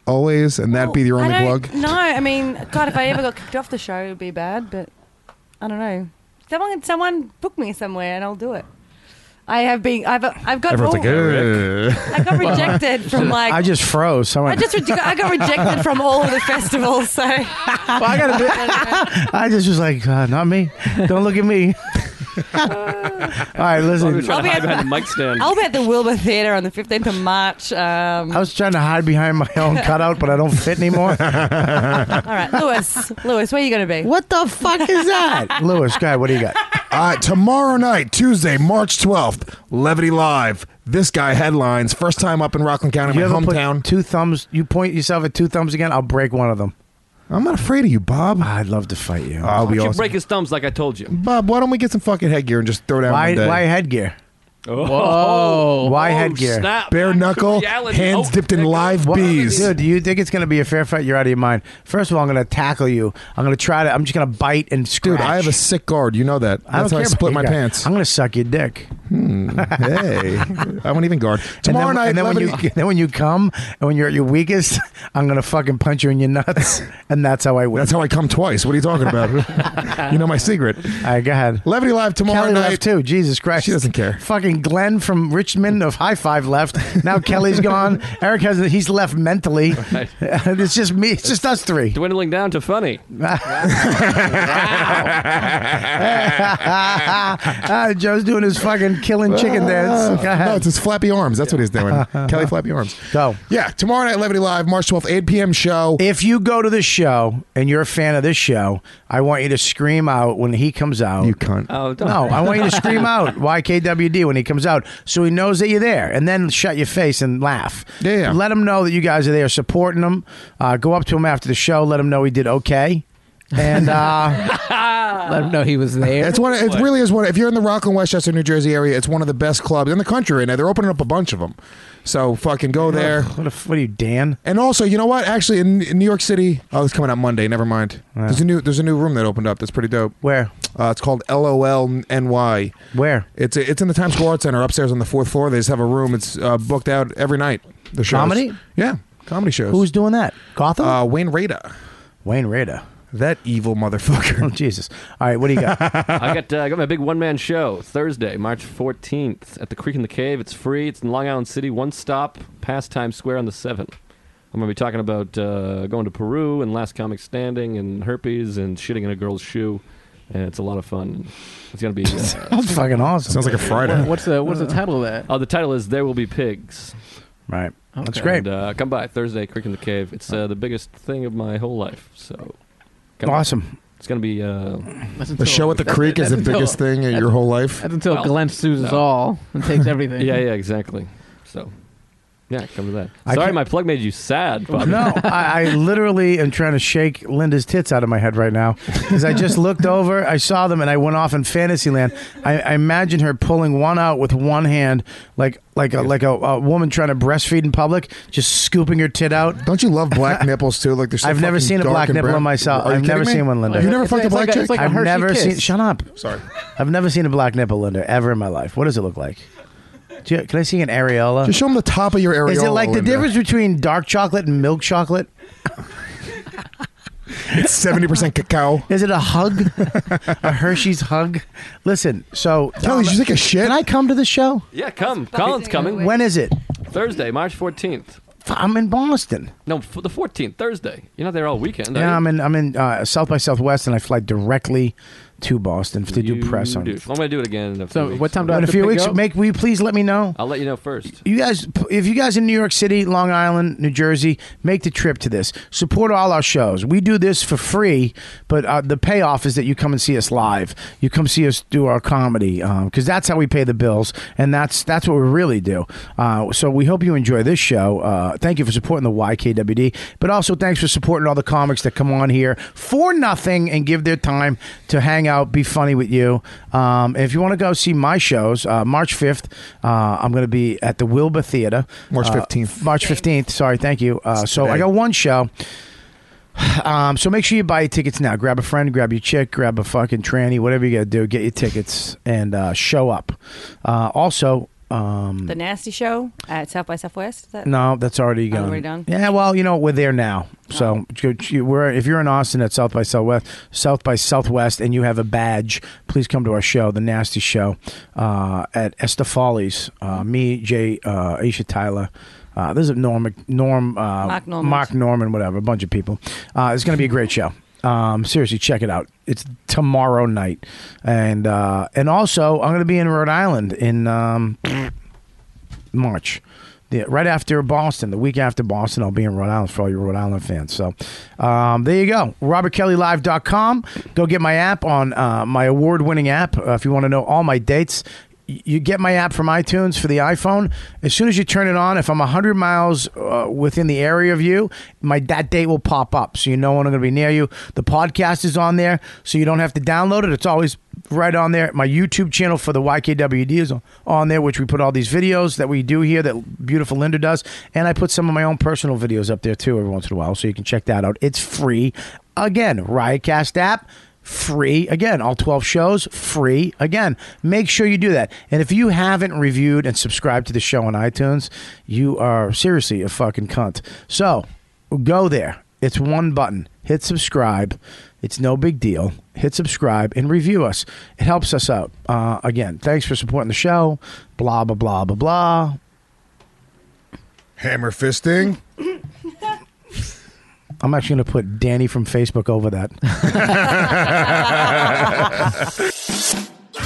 [SPEAKER 8] always, and that be
[SPEAKER 11] Oh,
[SPEAKER 8] your only
[SPEAKER 10] I don't-
[SPEAKER 8] plug?
[SPEAKER 10] No, I mean, God, if I ever got kicked off the show, it would be bad. But I don't know. Someone, someone book me somewhere, and I'll do it. I have been. I've. I've got.
[SPEAKER 8] Everyone's
[SPEAKER 10] all-
[SPEAKER 8] like, "Ugh."
[SPEAKER 10] Oh. I got rejected from like.
[SPEAKER 3] I just froze. Someone,
[SPEAKER 10] I just re- I got rejected from all of the festivals, so
[SPEAKER 11] Well, I gotta do-
[SPEAKER 3] I just was like, uh, not me. Don't look at me. All right,
[SPEAKER 7] Oh, we were
[SPEAKER 3] listen.
[SPEAKER 7] trying to
[SPEAKER 10] I'll
[SPEAKER 7] hide
[SPEAKER 10] be-
[SPEAKER 7] behind the mic stand.
[SPEAKER 10] I'll be at the Wilbur Theatre on the fifteenth of March. Um,
[SPEAKER 3] I was trying to hide behind my own cutout, but I don't fit anymore.
[SPEAKER 10] all right, Lewis, Lewis, where are you going to be?
[SPEAKER 3] what the fuck is that, Lewis? Guy, what do you got?
[SPEAKER 8] Uh, tomorrow night, Tuesday, March 12th, Levity Live. This guy headlines. First time up in Rockland County,
[SPEAKER 3] you
[SPEAKER 8] my
[SPEAKER 3] ever put
[SPEAKER 8] hometown.
[SPEAKER 3] two thumbs? You point yourself at two thumbs again? I'll break one of them.
[SPEAKER 8] I'm not afraid of you, Bob.
[SPEAKER 3] I'd love to fight you.
[SPEAKER 8] I'll be
[SPEAKER 7] you
[SPEAKER 8] awesome.
[SPEAKER 7] break his thumbs like I told you.
[SPEAKER 8] Bob, Uh, why don't we get some fucking headgear and just throw down
[SPEAKER 3] why?
[SPEAKER 8] one day?
[SPEAKER 3] Why headgear?
[SPEAKER 11] Whoa.
[SPEAKER 3] Why
[SPEAKER 7] Oh,
[SPEAKER 3] headgear?
[SPEAKER 7] Snap.
[SPEAKER 8] Bare
[SPEAKER 7] Back to
[SPEAKER 8] knuckle,
[SPEAKER 7] reality.
[SPEAKER 8] hands
[SPEAKER 7] Oh,
[SPEAKER 8] dipped in
[SPEAKER 7] there goes-
[SPEAKER 8] live bees.
[SPEAKER 3] Dude, do you think it's going to be a fair fight? You're out of your mind. First of all, I'm going to tackle you. I'm going to try to. I'm just going to bite and scratch.
[SPEAKER 8] Dude, I have a sick guard. You know that.
[SPEAKER 3] I don't
[SPEAKER 8] That's how
[SPEAKER 3] care
[SPEAKER 8] I
[SPEAKER 3] about
[SPEAKER 8] split
[SPEAKER 3] you
[SPEAKER 8] my
[SPEAKER 3] guys.
[SPEAKER 8] pants. Hmm,
[SPEAKER 3] I'm going to suck your dick.
[SPEAKER 8] hey, I won't even guard. Tomorrow
[SPEAKER 3] and then,
[SPEAKER 8] night,
[SPEAKER 3] and then when
[SPEAKER 8] Levity-
[SPEAKER 3] you then when you come and when you're at your weakest, I'm gonna fucking punch you in your nuts, and that's how I win.
[SPEAKER 8] That's how I come twice. What are you talking about? you know my secret.
[SPEAKER 3] All right, go ahead.
[SPEAKER 8] Levity Live tomorrow
[SPEAKER 3] Kelly
[SPEAKER 8] night.
[SPEAKER 3] left too. Jesus Christ,
[SPEAKER 8] She doesn't care.
[SPEAKER 3] Fucking Glenn from Richmond of High Five left. Now Kelly's gone. Eric has he's left mentally.
[SPEAKER 7] Right.
[SPEAKER 3] it's just me. It's just us three.
[SPEAKER 7] Dwindling down to funny.
[SPEAKER 3] Ah, Joe's doing his fucking killing chicken
[SPEAKER 8] Ah.
[SPEAKER 3] dance. Go
[SPEAKER 8] No,
[SPEAKER 3] ahead.
[SPEAKER 8] it's his flappy arms. That's what he's doing. Kelly Flappy Arms.
[SPEAKER 3] Go.
[SPEAKER 8] Yeah, tomorrow night, Levity Live, March 12th, 8 p.m. show.
[SPEAKER 3] If you go to this show and you're a fan of this show, I want you to scream out when he comes out.
[SPEAKER 8] You cunt.
[SPEAKER 7] Oh, don't.
[SPEAKER 3] No, I want you to scream out YKWD when he comes out so he knows that you're there and then shut your face and laugh.
[SPEAKER 8] Yeah, yeah.
[SPEAKER 3] Let him know that you guys are there supporting him. Uh, go up to him after the show. Let him know he did okay.
[SPEAKER 21] and uh,
[SPEAKER 11] Let him know he was there.
[SPEAKER 8] It's one. It really is one. If you're in the Rockland, Westchester, New Jersey area, it's one of the best clubs in the country right now. They're opening up a bunch of them. So fucking go there.
[SPEAKER 3] What, if, what are you, Dan?
[SPEAKER 8] And also, you know what? Actually, in, in New York City, oh, it's coming out Monday. Never mind. There's a new. There's a new room that opened up. That's pretty dope.
[SPEAKER 3] Where?
[SPEAKER 8] Uh, it's called LOLNY.
[SPEAKER 3] Where?
[SPEAKER 8] It's it's in the Times Square Arts Center upstairs on the fourth floor. They just have a room. It's uh, booked out every night. The shows.
[SPEAKER 3] Comedy?
[SPEAKER 8] Yeah, comedy shows.
[SPEAKER 3] Who's doing that? Gotham?
[SPEAKER 8] Uh, Wayne Rada.
[SPEAKER 3] Wayne Rada.
[SPEAKER 8] That evil motherfucker.
[SPEAKER 3] Oh, Jesus. All right, what do you got?
[SPEAKER 7] I got uh, I got my big one man show Thursday, March 14th at the Creek in the Cave. It's free. It's in Long Island City. One stop past Times Square on the 7th. I'm going to be talking about uh, going to Peru and Last Comic Standing and herpes and shitting in a girl's shoe. And it's a lot of fun. It's going to be. Uh,
[SPEAKER 3] That's fucking awesome.
[SPEAKER 8] Sounds like a Friday.
[SPEAKER 11] What's the What's the title of that?
[SPEAKER 7] oh, the title is There Will Be Pigs.
[SPEAKER 3] Right. That's
[SPEAKER 7] And,
[SPEAKER 3] great.
[SPEAKER 7] uh, come by Thursday, Creek in the Cave. It's uh, the biggest thing of my whole life. So. come by.
[SPEAKER 3] Awesome.
[SPEAKER 7] It's going to be. Uh,
[SPEAKER 8] The show at the Creek is the biggest thing in your whole life.
[SPEAKER 11] That's until
[SPEAKER 7] Well,
[SPEAKER 11] Glenn sues us
[SPEAKER 7] no.
[SPEAKER 11] all and takes everything.
[SPEAKER 7] Yeah, yeah, exactly. So, yeah, come to that.
[SPEAKER 3] I
[SPEAKER 7] Sorry,
[SPEAKER 3] can't-
[SPEAKER 7] my plug made you sad. Bobby.
[SPEAKER 3] No, I, I literally am trying to shake Linda's tits out of my head right now because I just looked over, I saw them, and I went off in Fantasyland. I, I imagine her pulling one out with one hand, like like a, like a, a woman trying to breastfeed in public, just scooping her tit out.
[SPEAKER 8] Don't you love black nipples too? Like there's.
[SPEAKER 3] I've never seen a black nipple on myself. I've never seen one, Linda.
[SPEAKER 8] You never fucked a
[SPEAKER 11] it's
[SPEAKER 8] black
[SPEAKER 11] like a-
[SPEAKER 8] chick?
[SPEAKER 11] it's like a
[SPEAKER 3] I've
[SPEAKER 11] Hershey
[SPEAKER 3] never
[SPEAKER 11] kiss.
[SPEAKER 3] seen. Shut up!
[SPEAKER 8] Sorry.
[SPEAKER 3] I've never seen a black nipple, Linda, ever in my life. What does it look like? Do you, can I see an areola?
[SPEAKER 8] Just show them the top of your areola.
[SPEAKER 3] Is it like the
[SPEAKER 8] Linda.
[SPEAKER 3] difference between dark chocolate and milk chocolate?
[SPEAKER 8] It's seventy percent cacao.
[SPEAKER 3] Is it a hug? a Hershey's hug? Listen, so
[SPEAKER 8] Kelly, did you take a shit?
[SPEAKER 3] Can I come to the show?
[SPEAKER 7] yeah, come. Colin's coming
[SPEAKER 3] When is it?
[SPEAKER 7] Thursday, March fourteenth.
[SPEAKER 3] F- I'm in Boston.
[SPEAKER 7] No, f- the fourteenth Thursday. You're not there all weekend. are
[SPEAKER 3] Yeah,
[SPEAKER 7] you?
[SPEAKER 3] I'm in. I'm in uh, South by Southwest, and I fly directly to Boston to do
[SPEAKER 7] You
[SPEAKER 3] press on.
[SPEAKER 7] do. I'm gonna do it again. In a few
[SPEAKER 11] So
[SPEAKER 7] weeks.
[SPEAKER 11] what time do I
[SPEAKER 3] But in
[SPEAKER 11] have
[SPEAKER 3] a
[SPEAKER 11] to
[SPEAKER 3] few
[SPEAKER 11] pick
[SPEAKER 3] weeks,
[SPEAKER 11] up?
[SPEAKER 3] make will you please let me know?
[SPEAKER 7] I'll let you know first.
[SPEAKER 3] You guys, if you guys in New York City, Long Island, New Jersey, make the trip to this. Support all our shows. We do this for free, but uh, the payoff is that you come and see us live. You come see us do our comedy because that's how we pay the bills, and that's that's what we really do. Uh, so we hope you enjoy this show. Uh, thank you for supporting the YKWd, but also thanks for supporting all the comics that come on here for nothing and give their time to hang out, be funny with you. Um, if you want to go see my shows, uh, March fifth, uh, I'm going to be at the Wilbur Theater.
[SPEAKER 8] March
[SPEAKER 3] Uh,
[SPEAKER 8] 15th.
[SPEAKER 3] March fifteenth. Sorry, thank you. Uh, so I
[SPEAKER 8] today.
[SPEAKER 3] got one show. Um, so make sure you buy your tickets now. Grab a friend, grab your chick, grab a fucking tranny, whatever you got to do. Get your tickets and uh, show up. Uh, also, um,
[SPEAKER 10] The Nasty Show at South by Southwest. Is that
[SPEAKER 3] no, that's already gone.
[SPEAKER 10] already done?
[SPEAKER 3] Yeah, well, you know we're there now.
[SPEAKER 10] Oh.
[SPEAKER 3] So go- you- we're if you're in Austin at South by Southwest, South by Southwest, and you have a badge, please come to our show, the Nasty Show, uh, at Estefali's. Uh, me, Jay, uh, Aisha Tyler. Uh, there's a Norm, Mc- Norm, uh,
[SPEAKER 10] Mark Norman.
[SPEAKER 3] Mark Norman, whatever, a bunch of people. Uh, it's going to be a great show. Um, seriously, check it out. It's tomorrow night, and uh, and also I'm going to be in Rhode Island in um, March. The, right after Boston, the week after Boston, I'll be in Rhode Island for all your Rhode Island fans. So um, there you go. RobertKellyLive.com. Go get my app on uh, my award winning app. Uh, if you want to know all my dates, Y- you get my app from iTunes for the iPhone. As soon as you turn it on, if I'm 100 miles uh, within the area of you, my that date will pop up. So you know when I'm going to be near you. The podcast is on there, so you don't have to download it. It's always right on there. My YouTube channel for the YKWD is on, on there, which we put all these videos that we do here that beautiful Linda does. And I put some of my own personal videos up there too every once in a while, so you can check that out. It's free. Again, Riotcast app. Free again, all 12 shows free again. Make sure you do that. And if you haven't reviewed and subscribed to the show on iTunes, you are seriously a fucking cunt. So go there. It's one button. Hit subscribe. It's no big deal. Hit subscribe and review us. It helps us out. Uh, again, thanks for supporting the show. Blah, blah, blah, blah, blah.
[SPEAKER 8] Hammer fisting.
[SPEAKER 3] I'm actually going to put Danny from Facebook over that.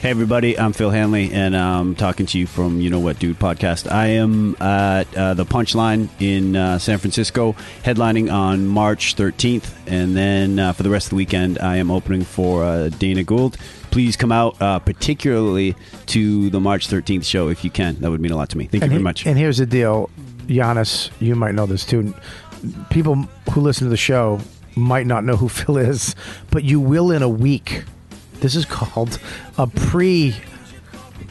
[SPEAKER 2] Hey everybody, I'm Phil Hanley, and I'm talking to you from You Know What Dude podcast. I am at uh, the Punchline in uh, San Francisco, headlining on March 13th, and then uh, for the rest of the weekend, I am opening for uh, Dana Gould. Please come out, uh, particularly to the March 13th show if you can. That would mean a lot to me. Thank you
[SPEAKER 3] and
[SPEAKER 2] very
[SPEAKER 3] he-
[SPEAKER 2] much.
[SPEAKER 3] And here's the deal, Giannis. You might know this too. People who listen to the show
[SPEAKER 22] might not know who Phil is, but you will in a week. This is called a pre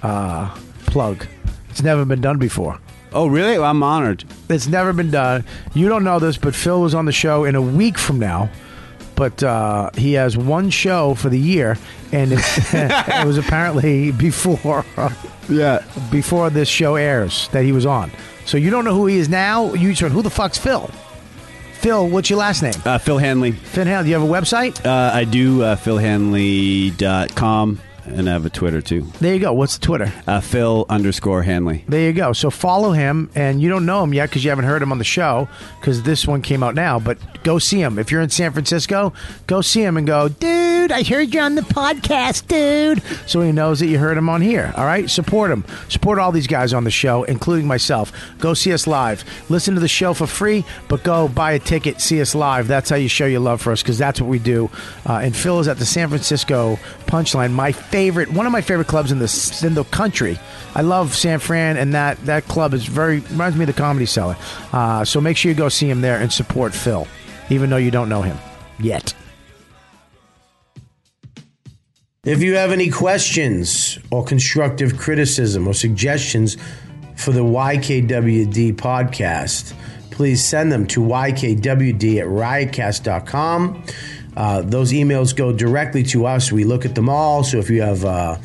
[SPEAKER 22] uh, plug. It's never been done before.
[SPEAKER 2] Oh, really? Well, I'm honored.
[SPEAKER 22] It's never been done. You don't know this, but Phil was on the show in a week from now. But uh, he has one show for the year, and it, it was apparently before, yeah, before this show airs that he was on. So you don't know who he is now. You turn who the fuck's Phil? Phil, what's your last name?
[SPEAKER 2] Uh, Phil Hanley.
[SPEAKER 22] Phil Hanley. Do you have a website?
[SPEAKER 2] Uh, I do. Uh, PhilHanley.com, and I have a Twitter too.
[SPEAKER 22] There you go. What's the Twitter?
[SPEAKER 2] Uh, Phil underscore Hanley.
[SPEAKER 22] There you go. So follow him, and you don't know him yet because you haven't heard him on the show because this one came out now. But go see him if you're in San Francisco. Go see him and go, dude. I heard you on the podcast, dude. So he knows that you heard him on here. All right, support him. Support all these guys on the show, including myself. Go see us live. Listen to the show for free, but go buy a ticket. See us live. That's how you show your love for us because that's what we do. Uh, and Phil is at the San Francisco Punchline, my favorite, one of my favorite clubs in the in the country. I love San Fran, and that that club is very reminds me of the Comedy Cellar. Uh, so make sure you go see him there and support Phil, even though you don't know him yet.
[SPEAKER 3] If you have any questions or constructive criticism or suggestions for the YKWD podcast, please send them to ykwd at riotcast.com. Uh, those emails go directly to us. We look at them all. So if you have, uh,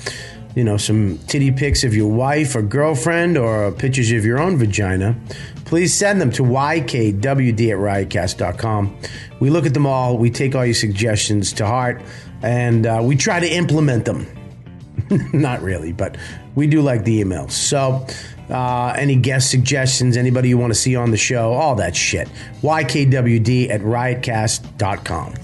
[SPEAKER 3] you know, some titty pics of your wife or girlfriend or pictures of your own vagina, please send them to ykwd at riotcast.com. We look at them all. We take all your suggestions to heart and uh, we try to implement them. Not really, but we do like the emails. So, uh, any guest suggestions, anybody you want to see on the show, all that shit. YKWD at riotcast.com.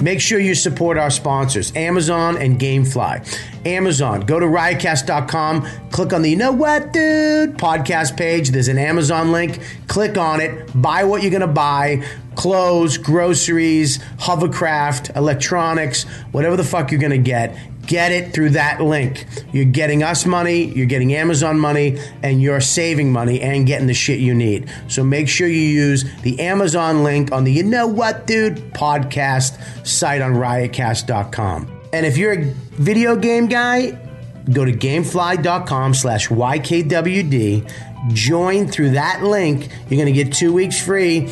[SPEAKER 3] Make sure you support our sponsors, Amazon and Gamefly. Amazon, go to riotcast.com, click on the You Know What Dude podcast page. There's an Amazon link. Click on it, buy what you're going to buy clothes, groceries, hovercraft, electronics, whatever the fuck you're going to get. Get it through that link. You're getting us money, you're getting Amazon money, and you're saving money and getting the shit you need. So make sure you use the Amazon link on the You Know What Dude podcast site on riotcast.com. And if you're a video game guy, go to gamefly.com slash YKWD. Join through that link. You're going to get two weeks free.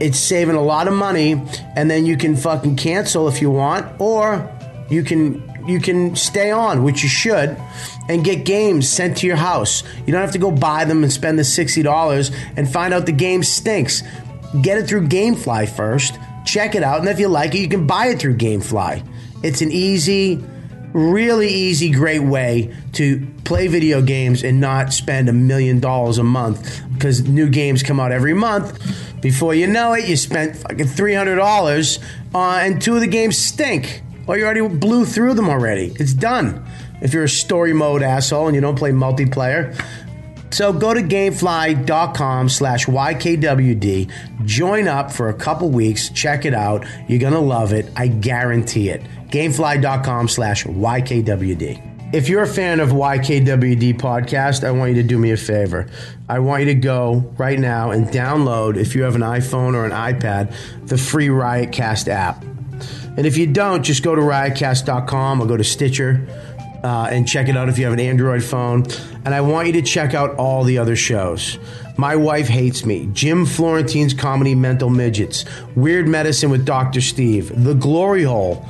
[SPEAKER 3] It's saving a lot of money, and then you can fucking cancel if you want, or you can you can stay on, which you should, and get games sent to your house. You don't have to go buy them and spend the sixty dollars and find out the game stinks. Get it through GameFly first. Check it out, and if you like it, you can buy it through GameFly. It's an easy, really easy, great way to play video games and not spend a million dollars a month because new games come out every month. Before you know it, you spent fucking three hundred dollars, uh, and two of the games stink. Or you already blew through them already. It's done. If you're a story mode asshole and you don't play multiplayer. So go to gamefly.com slash YKWD, join up for a couple weeks, check it out. You're going to love it. I guarantee it. Gamefly.com slash YKWD. If you're a fan of YKWD podcast, I want you to do me a favor. I want you to go right now and download, if you have an iPhone or an iPad, the free Riotcast app. And if you don't, just go to riotcast.com or go to Stitcher uh, and check it out if you have an Android phone. And I want you to check out all the other shows. My Wife Hates Me, Jim Florentine's Comedy Mental Midgets, Weird Medicine with Dr. Steve, The Glory Hole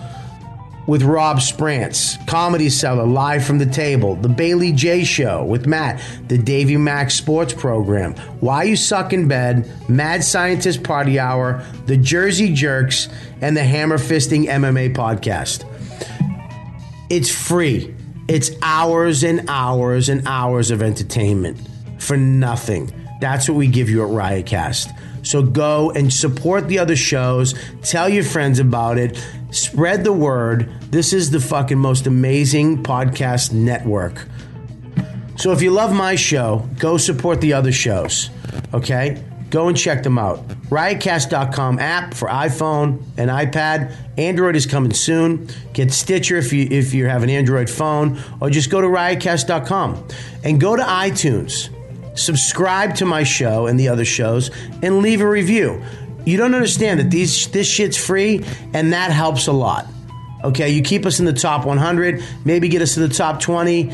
[SPEAKER 3] with Rob Sprance, Comedy Cellar Live from the Table, The Bailey J Show with Matt, The Davy Max Sports Program, Why You Suck in Bed, Mad Scientist Party Hour, The Jersey Jerks, and the Hammer Fisting MMA Podcast. It's free. It's hours and hours and hours of entertainment for nothing. That's what we give you at Riotcast. So go and support the other shows. Tell your friends about it. Spread the word. This is the fucking most amazing podcast network. So if you love my show, go support the other shows. Okay? Go and check them out. Riotcast.com app for iPhone and iPad. Android is coming soon. Get Stitcher if you if you have an Android phone, or just go to riotcast.com and go to iTunes subscribe to my show and the other shows, and leave a review. You don't understand that these this shit's free, and that helps a lot. Okay, you keep us in the top 100, maybe get us to the top 20.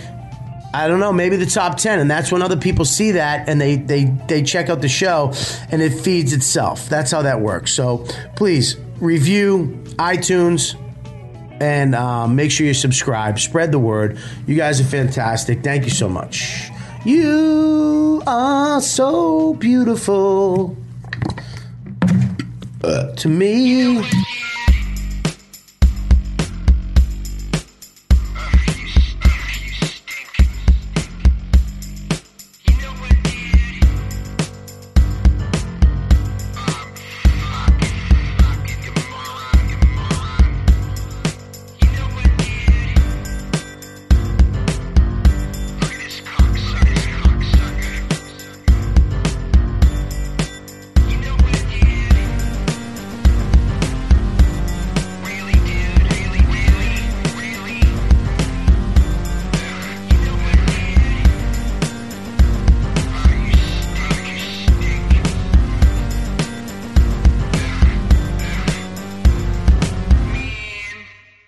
[SPEAKER 3] I don't know, maybe the top 10, and that's when other people see that and they they they check out the show, and it feeds itself. That's how that works. So please review iTunes and um, make sure you subscribe. Spread the word. You guys are fantastic. Thank you so much. You are so beautiful uh, to me.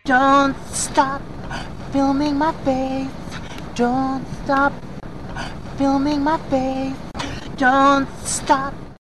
[SPEAKER 23] Don't stop filming my face. Don't stop filming my face. Don't stop